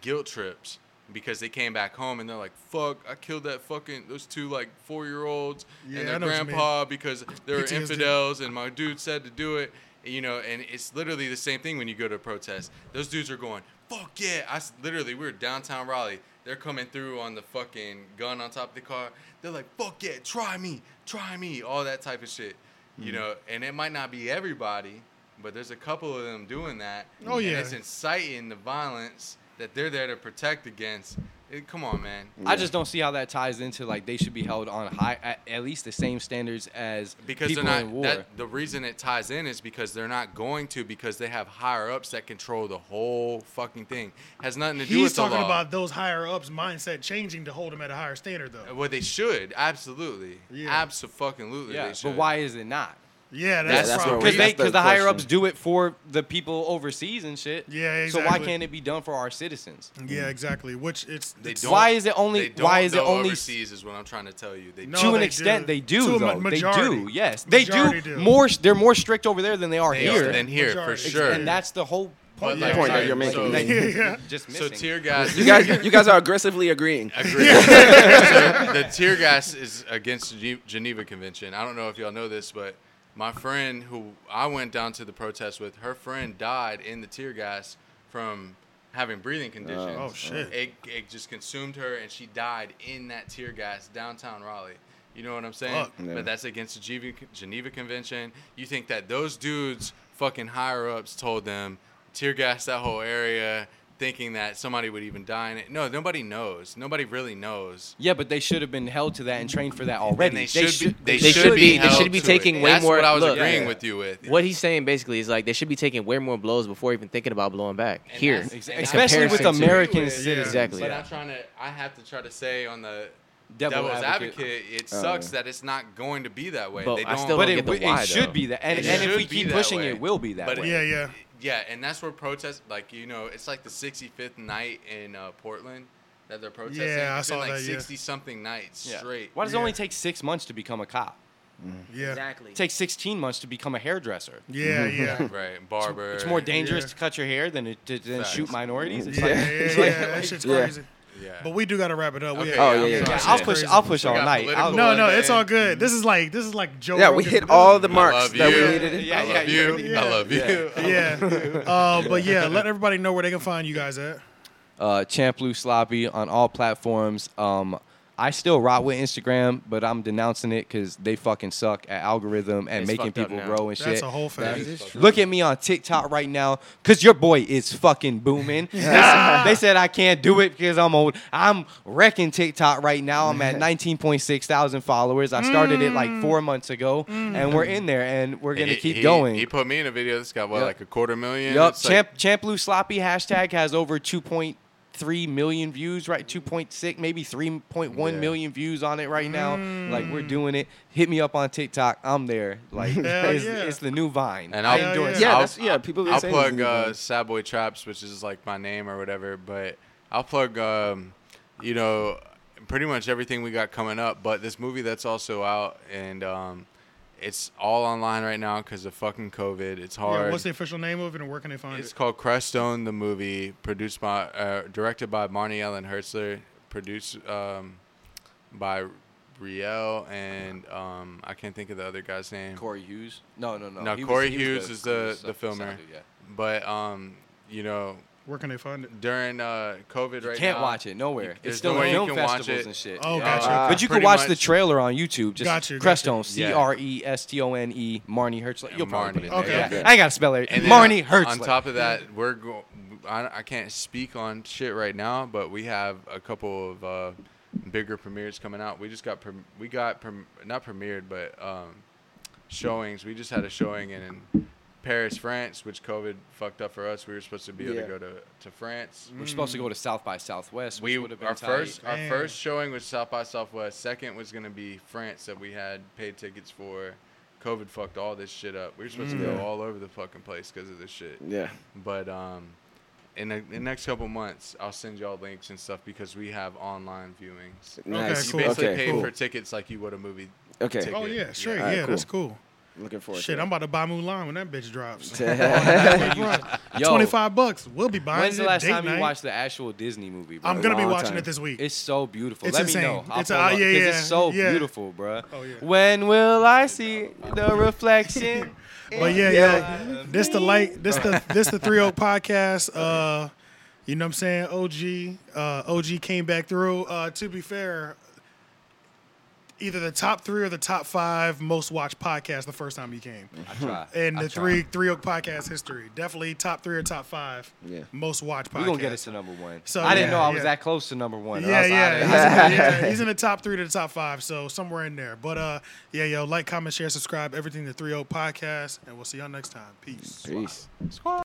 [SPEAKER 6] guilt trips because they came back home and they're like, "Fuck, I killed that fucking those two like four year olds
[SPEAKER 3] Yeah,
[SPEAKER 6] and
[SPEAKER 3] I
[SPEAKER 6] their
[SPEAKER 3] know what you mean.
[SPEAKER 6] grandpa because they were
[SPEAKER 3] PTSD.
[SPEAKER 6] infidels, and my dude said to do it." You know, and it's literally the same thing when you go to a protest. Those dudes are going, "Fuck yeah!" I s- literally we were downtown Raleigh. They're coming through on the fucking gun on top of the car. They're like, "Fuck yeah, try me, try me," all that type of shit.
[SPEAKER 3] Mm.
[SPEAKER 6] You know, and it might not be everybody, but there's a couple of them doing that.
[SPEAKER 3] Oh,
[SPEAKER 6] and
[SPEAKER 3] yeah.
[SPEAKER 6] it's inciting the violence that they're there to protect against. It, come on, man.
[SPEAKER 5] I just don't see how that ties into like they should be held on high at, at least the same standards as
[SPEAKER 6] Because
[SPEAKER 5] people
[SPEAKER 6] they're
[SPEAKER 5] in
[SPEAKER 6] not.
[SPEAKER 5] war.
[SPEAKER 6] That, the reason it ties in is because they're not going to because they have higher ups that control the whole fucking thing. Has nothing to do
[SPEAKER 3] He's
[SPEAKER 6] with the law.
[SPEAKER 3] talking about those higher ups mindset changing to hold them at a higher standard though.
[SPEAKER 6] Well, they should absolutely,
[SPEAKER 3] Yeah.
[SPEAKER 6] absolutely.
[SPEAKER 5] yeah,
[SPEAKER 6] they should.
[SPEAKER 5] but why is it not?
[SPEAKER 3] Yeah,
[SPEAKER 4] Yeah,
[SPEAKER 3] that's,
[SPEAKER 4] that's
[SPEAKER 3] probably.
[SPEAKER 4] what
[SPEAKER 5] Because
[SPEAKER 4] That's
[SPEAKER 5] they
[SPEAKER 4] the
[SPEAKER 5] because the higher ups
[SPEAKER 4] question.
[SPEAKER 5] do it for the people overseas and shit.
[SPEAKER 3] Yeah,
[SPEAKER 5] So why
[SPEAKER 3] exactly.
[SPEAKER 5] can't it be done for our citizens?
[SPEAKER 3] Yeah, exactly. Which it's
[SPEAKER 6] They
[SPEAKER 3] it's-
[SPEAKER 6] don't,
[SPEAKER 5] Why is it only-
[SPEAKER 6] They don't
[SPEAKER 5] why is it
[SPEAKER 6] though
[SPEAKER 5] only-
[SPEAKER 6] overseas? Is what I'm trying to tell you. They
[SPEAKER 3] No,
[SPEAKER 6] don't.
[SPEAKER 5] to an
[SPEAKER 3] they
[SPEAKER 5] extent,
[SPEAKER 3] do.
[SPEAKER 5] they
[SPEAKER 3] To
[SPEAKER 5] do
[SPEAKER 3] a ma-
[SPEAKER 5] though. They
[SPEAKER 3] majority.
[SPEAKER 5] do. Yes, they do,
[SPEAKER 3] Majority do.
[SPEAKER 5] More, they're more strict over there than they are
[SPEAKER 6] They
[SPEAKER 5] here.
[SPEAKER 6] are than here for
[SPEAKER 3] Majority.
[SPEAKER 6] sure.
[SPEAKER 5] And that's the whole
[SPEAKER 6] But,
[SPEAKER 5] point.
[SPEAKER 6] like,
[SPEAKER 4] Point that
[SPEAKER 6] so-
[SPEAKER 4] you're making.
[SPEAKER 6] So,
[SPEAKER 5] Like,
[SPEAKER 3] yeah.
[SPEAKER 5] just
[SPEAKER 6] so
[SPEAKER 5] missing.
[SPEAKER 6] tear gas.
[SPEAKER 4] You guys, you guys are <laughs> aggressively agreeing.
[SPEAKER 6] Agree. So, the tear gas is against the Gene- Geneva Convention. I don't know if y'all know this, but my friend who I went down to the protest with, her friend died in the tear gas from having breathing conditions.
[SPEAKER 3] Oh, shit.
[SPEAKER 6] It, it just consumed her, and she died in that tear gas downtown Raleigh. You know what I'm saying?
[SPEAKER 3] Fuck.
[SPEAKER 4] Yeah.
[SPEAKER 6] But that's against the Geneva, Geneva Convention. You think that those dudes, fucking higher ups, told them tear gas that whole area, thinking that somebody would even die in it? No, nobody knows. Nobody really knows.
[SPEAKER 5] Yeah, but they should have been held to that and trained for that already.
[SPEAKER 6] And they should, be, they,
[SPEAKER 8] they
[SPEAKER 6] should,
[SPEAKER 8] should
[SPEAKER 6] be.
[SPEAKER 8] be- they should
[SPEAKER 6] held
[SPEAKER 8] be
[SPEAKER 6] to
[SPEAKER 8] taking
[SPEAKER 6] it.
[SPEAKER 8] way
[SPEAKER 6] That's
[SPEAKER 8] more-
[SPEAKER 6] What I was
[SPEAKER 8] look,
[SPEAKER 6] agreeing
[SPEAKER 8] yeah.
[SPEAKER 6] with you with.
[SPEAKER 8] What he's saying basically is like they should be taking way more blows before even thinking about blowing back here,
[SPEAKER 6] that's-
[SPEAKER 5] Ex-
[SPEAKER 6] In
[SPEAKER 5] especially with
[SPEAKER 8] comparison to-
[SPEAKER 5] American
[SPEAKER 3] Yeah.
[SPEAKER 5] citizens.
[SPEAKER 8] Exactly.
[SPEAKER 6] But I'm trying to. I have to try to say on the
[SPEAKER 5] Devil
[SPEAKER 6] devil's advocate.
[SPEAKER 5] advocate.
[SPEAKER 6] it sucks that it's not going to be that way.
[SPEAKER 8] Oh, But
[SPEAKER 6] they
[SPEAKER 8] I
[SPEAKER 6] don't,
[SPEAKER 8] still
[SPEAKER 5] But
[SPEAKER 8] don't
[SPEAKER 5] it,
[SPEAKER 8] get the
[SPEAKER 5] w-
[SPEAKER 8] why,
[SPEAKER 5] it should
[SPEAKER 8] though.
[SPEAKER 5] be that, and,
[SPEAKER 6] It
[SPEAKER 5] and if
[SPEAKER 6] should
[SPEAKER 5] we
[SPEAKER 6] be
[SPEAKER 5] keep
[SPEAKER 6] that
[SPEAKER 5] pushing,
[SPEAKER 6] way.
[SPEAKER 5] it will be that
[SPEAKER 6] But
[SPEAKER 5] way.
[SPEAKER 3] yeah, yeah.
[SPEAKER 6] Yeah, and that's where protests, like you know, it's like the 65th night in uh, Portland that they're protesting.
[SPEAKER 3] Yeah, I
[SPEAKER 6] It's been,
[SPEAKER 3] saw
[SPEAKER 6] like
[SPEAKER 3] that, yeah.
[SPEAKER 6] 60 something nights
[SPEAKER 5] Yeah.
[SPEAKER 6] straight.
[SPEAKER 5] Why does it only
[SPEAKER 3] Yeah.
[SPEAKER 5] take six months to become a cop?
[SPEAKER 3] Yeah.
[SPEAKER 5] It takes 16 months to become a hairdresser.
[SPEAKER 3] Yeah, yeah.
[SPEAKER 6] Right, barber.
[SPEAKER 5] It's more dangerous
[SPEAKER 3] Yeah.
[SPEAKER 5] to cut your hair than it, to, than
[SPEAKER 6] Facts.
[SPEAKER 5] shoot minorities. It's
[SPEAKER 4] Yeah.
[SPEAKER 5] <laughs> like-
[SPEAKER 3] Yeah, yeah, yeah. That shit's
[SPEAKER 4] Yeah.
[SPEAKER 3] crazy.
[SPEAKER 6] Yeah.
[SPEAKER 3] But we do got to wrap it up. We
[SPEAKER 6] Okay,
[SPEAKER 3] have-
[SPEAKER 4] Oh, yeah,
[SPEAKER 6] I'm
[SPEAKER 4] yeah,
[SPEAKER 6] sorry.
[SPEAKER 4] yeah.
[SPEAKER 5] I'll push. I'll push all
[SPEAKER 6] got
[SPEAKER 5] night. I'll-
[SPEAKER 6] political
[SPEAKER 3] No, no,
[SPEAKER 6] Well,
[SPEAKER 3] it's
[SPEAKER 6] man.
[SPEAKER 3] all good. This is like this is like Joe.
[SPEAKER 4] Yeah, we
[SPEAKER 3] Rogan.
[SPEAKER 4] hit all the
[SPEAKER 6] I
[SPEAKER 4] marks
[SPEAKER 6] love
[SPEAKER 4] that we
[SPEAKER 6] you.
[SPEAKER 4] needed.
[SPEAKER 5] Yeah,
[SPEAKER 6] I
[SPEAKER 5] yeah,
[SPEAKER 6] love
[SPEAKER 5] yeah.
[SPEAKER 6] you. I love you.
[SPEAKER 3] <laughs> Yeah. Uh, but yeah, let everybody know where they can find you guys at.
[SPEAKER 5] uh, Champ Lou Sloppy on all platforms. Um, I still rot with Instagram, but I'm denouncing it because they fucking suck at algorithm and
[SPEAKER 8] It's
[SPEAKER 5] making
[SPEAKER 8] fucked up
[SPEAKER 5] people
[SPEAKER 8] now.
[SPEAKER 5] grow and
[SPEAKER 3] That's
[SPEAKER 5] shit.
[SPEAKER 3] a whole fact.
[SPEAKER 5] Look at me on TikTok right now, cause your boy is fucking booming. They said- they said I can't do it because I'm old. I'm wrecking TikTok right now. I'm at 19.6 thousand followers. I started it like four months ago, and we're in there, and we're gonna
[SPEAKER 6] He-
[SPEAKER 5] keep
[SPEAKER 6] he-
[SPEAKER 5] going.
[SPEAKER 6] He put me in a video that's got what,
[SPEAKER 5] Yep.
[SPEAKER 6] like a quarter million.
[SPEAKER 5] Yup.
[SPEAKER 6] It's like-
[SPEAKER 5] Champ Champ Blue Sloppy hashtag has over 2.3 million views, right? 2.6, maybe 3.1 million views on it right now.
[SPEAKER 6] Mm.
[SPEAKER 5] Like we're doing it. Hit me up on TikTok. I'm there. Like <laughs> it's,
[SPEAKER 3] yeah.
[SPEAKER 5] it's the new Vine.
[SPEAKER 6] And
[SPEAKER 5] I
[SPEAKER 6] I'll-
[SPEAKER 5] endorse
[SPEAKER 3] Yeah,
[SPEAKER 4] Yeah,
[SPEAKER 6] I'll-
[SPEAKER 4] that's, yeah. People been
[SPEAKER 6] I'll
[SPEAKER 4] saying
[SPEAKER 6] plug
[SPEAKER 4] this.
[SPEAKER 6] uh, Sad Boy Traps, which is like my name or whatever. But I'll plug, um, you know, pretty much everything we got coming up. But this movie that's also out, and um, it's all online right now because of fucking COVID. It's hard.
[SPEAKER 3] Yeah, what's the official name of it and where can they find
[SPEAKER 6] It's
[SPEAKER 3] it?
[SPEAKER 6] called Crestone, the movie, produced by, uh, directed by Marnie Ellen Hertzler, produced um, by Riel and um, I can't think of the other guy's name.
[SPEAKER 5] Corey Hughes. No, no, no.
[SPEAKER 6] no,
[SPEAKER 5] Oh, He was-
[SPEAKER 6] Corey
[SPEAKER 5] he was
[SPEAKER 6] Hughes is the
[SPEAKER 5] he
[SPEAKER 6] the
[SPEAKER 5] was
[SPEAKER 6] filmer,
[SPEAKER 5] sound dude, yeah.
[SPEAKER 6] but um, you know,
[SPEAKER 3] Where can they find it?
[SPEAKER 6] during uh, COVID right
[SPEAKER 5] Can't
[SPEAKER 6] now.
[SPEAKER 5] watch it nowhere.
[SPEAKER 6] there's
[SPEAKER 5] It's still
[SPEAKER 6] no
[SPEAKER 5] in
[SPEAKER 6] way you
[SPEAKER 5] film
[SPEAKER 6] can watch
[SPEAKER 5] festivals
[SPEAKER 6] it.
[SPEAKER 5] and shit.
[SPEAKER 3] Oh,
[SPEAKER 5] Yeah.
[SPEAKER 3] gotcha.
[SPEAKER 4] Uh,
[SPEAKER 5] But you can
[SPEAKER 6] Pretty
[SPEAKER 5] watch
[SPEAKER 6] much-
[SPEAKER 5] the trailer on YouTube. Just
[SPEAKER 3] Gotcha, gotcha.
[SPEAKER 5] Crestone, C
[SPEAKER 6] Yeah.
[SPEAKER 5] R E S T O N E, Marnie Hertzler. You'll probably put it
[SPEAKER 6] Marnie.
[SPEAKER 5] in there.
[SPEAKER 3] Okay.
[SPEAKER 5] Yeah. I ain't gotta spell it.
[SPEAKER 6] And then
[SPEAKER 5] Marnie
[SPEAKER 6] on-
[SPEAKER 5] Hertzler.
[SPEAKER 6] On top of that, we're go- I, I can't speak on shit right now, but we have a couple of uh, bigger premieres coming out. We just got prem- we got prem- not premiered, but um, showings. We just had a showing in Paris, France, which COVID fucked up for us. We were supposed to be able
[SPEAKER 4] Yeah.
[SPEAKER 6] to go to, to France.
[SPEAKER 5] we're supposed to go to South by Southwest.
[SPEAKER 6] We
[SPEAKER 5] which would've been
[SPEAKER 6] our
[SPEAKER 5] tight.
[SPEAKER 6] first our
[SPEAKER 3] Man.
[SPEAKER 6] first showing was South by Southwest. Second was gonna be France that we had paid tickets for. COVID fucked all this shit up. We were supposed to go all over the fucking place because of this shit.
[SPEAKER 4] Yeah.
[SPEAKER 6] But um, in the, the next couple months, I'll send y'all links and stuff because we have online viewings.
[SPEAKER 4] Nice.
[SPEAKER 6] You
[SPEAKER 3] cool.
[SPEAKER 6] basically
[SPEAKER 4] Okay,
[SPEAKER 6] pay
[SPEAKER 3] cool.
[SPEAKER 6] for tickets like you would a movie.
[SPEAKER 4] Okay.
[SPEAKER 6] ticket.
[SPEAKER 3] Oh yeah, sure. Yeah,
[SPEAKER 4] Alright,
[SPEAKER 3] that's cool.
[SPEAKER 4] Looking forward.
[SPEAKER 3] Shit,
[SPEAKER 4] to
[SPEAKER 3] I'm about to buy Mulan when that bitch drops.
[SPEAKER 4] it.
[SPEAKER 5] Yo.
[SPEAKER 3] Twenty five bucks. We'll be buying
[SPEAKER 5] When's the
[SPEAKER 3] it
[SPEAKER 5] last
[SPEAKER 3] date
[SPEAKER 5] time you
[SPEAKER 3] night.
[SPEAKER 5] watched the actual Disney movie? Bro?
[SPEAKER 3] I'm gonna be
[SPEAKER 4] Long
[SPEAKER 3] watching
[SPEAKER 4] time.
[SPEAKER 3] it this week.
[SPEAKER 5] It's so beautiful.
[SPEAKER 3] It's
[SPEAKER 5] Let
[SPEAKER 3] insane.
[SPEAKER 5] me know. I'll
[SPEAKER 3] It's
[SPEAKER 5] pull
[SPEAKER 3] a-
[SPEAKER 5] up,
[SPEAKER 3] yeah,
[SPEAKER 5] 'cause
[SPEAKER 3] yeah,
[SPEAKER 5] It's so
[SPEAKER 3] yeah.
[SPEAKER 5] beautiful, bro.
[SPEAKER 3] Oh, yeah.
[SPEAKER 5] When will I see the
[SPEAKER 6] <laughs>
[SPEAKER 5] reflection?
[SPEAKER 3] But yeah,
[SPEAKER 4] Yeah.
[SPEAKER 3] yo, this the light, this the this the three oak podcast. Uh, you know what I'm saying? OG, uh, OG came back through. Uh, to be fair, either the top three or the top five most watched podcast the first time he came
[SPEAKER 5] I try.
[SPEAKER 3] in
[SPEAKER 5] I
[SPEAKER 3] the
[SPEAKER 5] try.
[SPEAKER 3] three three oak podcast history. Definitely top three or top five
[SPEAKER 4] Yeah.
[SPEAKER 3] most watched podcast.
[SPEAKER 5] We're gonna get us to number one.
[SPEAKER 3] So,
[SPEAKER 5] I didn't
[SPEAKER 3] yeah,
[SPEAKER 5] know I was
[SPEAKER 3] yeah.
[SPEAKER 5] that close to number one.
[SPEAKER 3] Yeah,
[SPEAKER 5] I was,
[SPEAKER 3] yeah.
[SPEAKER 5] I-
[SPEAKER 3] He's, in
[SPEAKER 5] <laughs>
[SPEAKER 3] the, yeah, he's in the top three to the top five, so somewhere in there. But uh, yeah, oh yo, like, comment, share, subscribe, everything to 3 Podcast, and we'll see y'all next time. Peace.
[SPEAKER 4] Peace.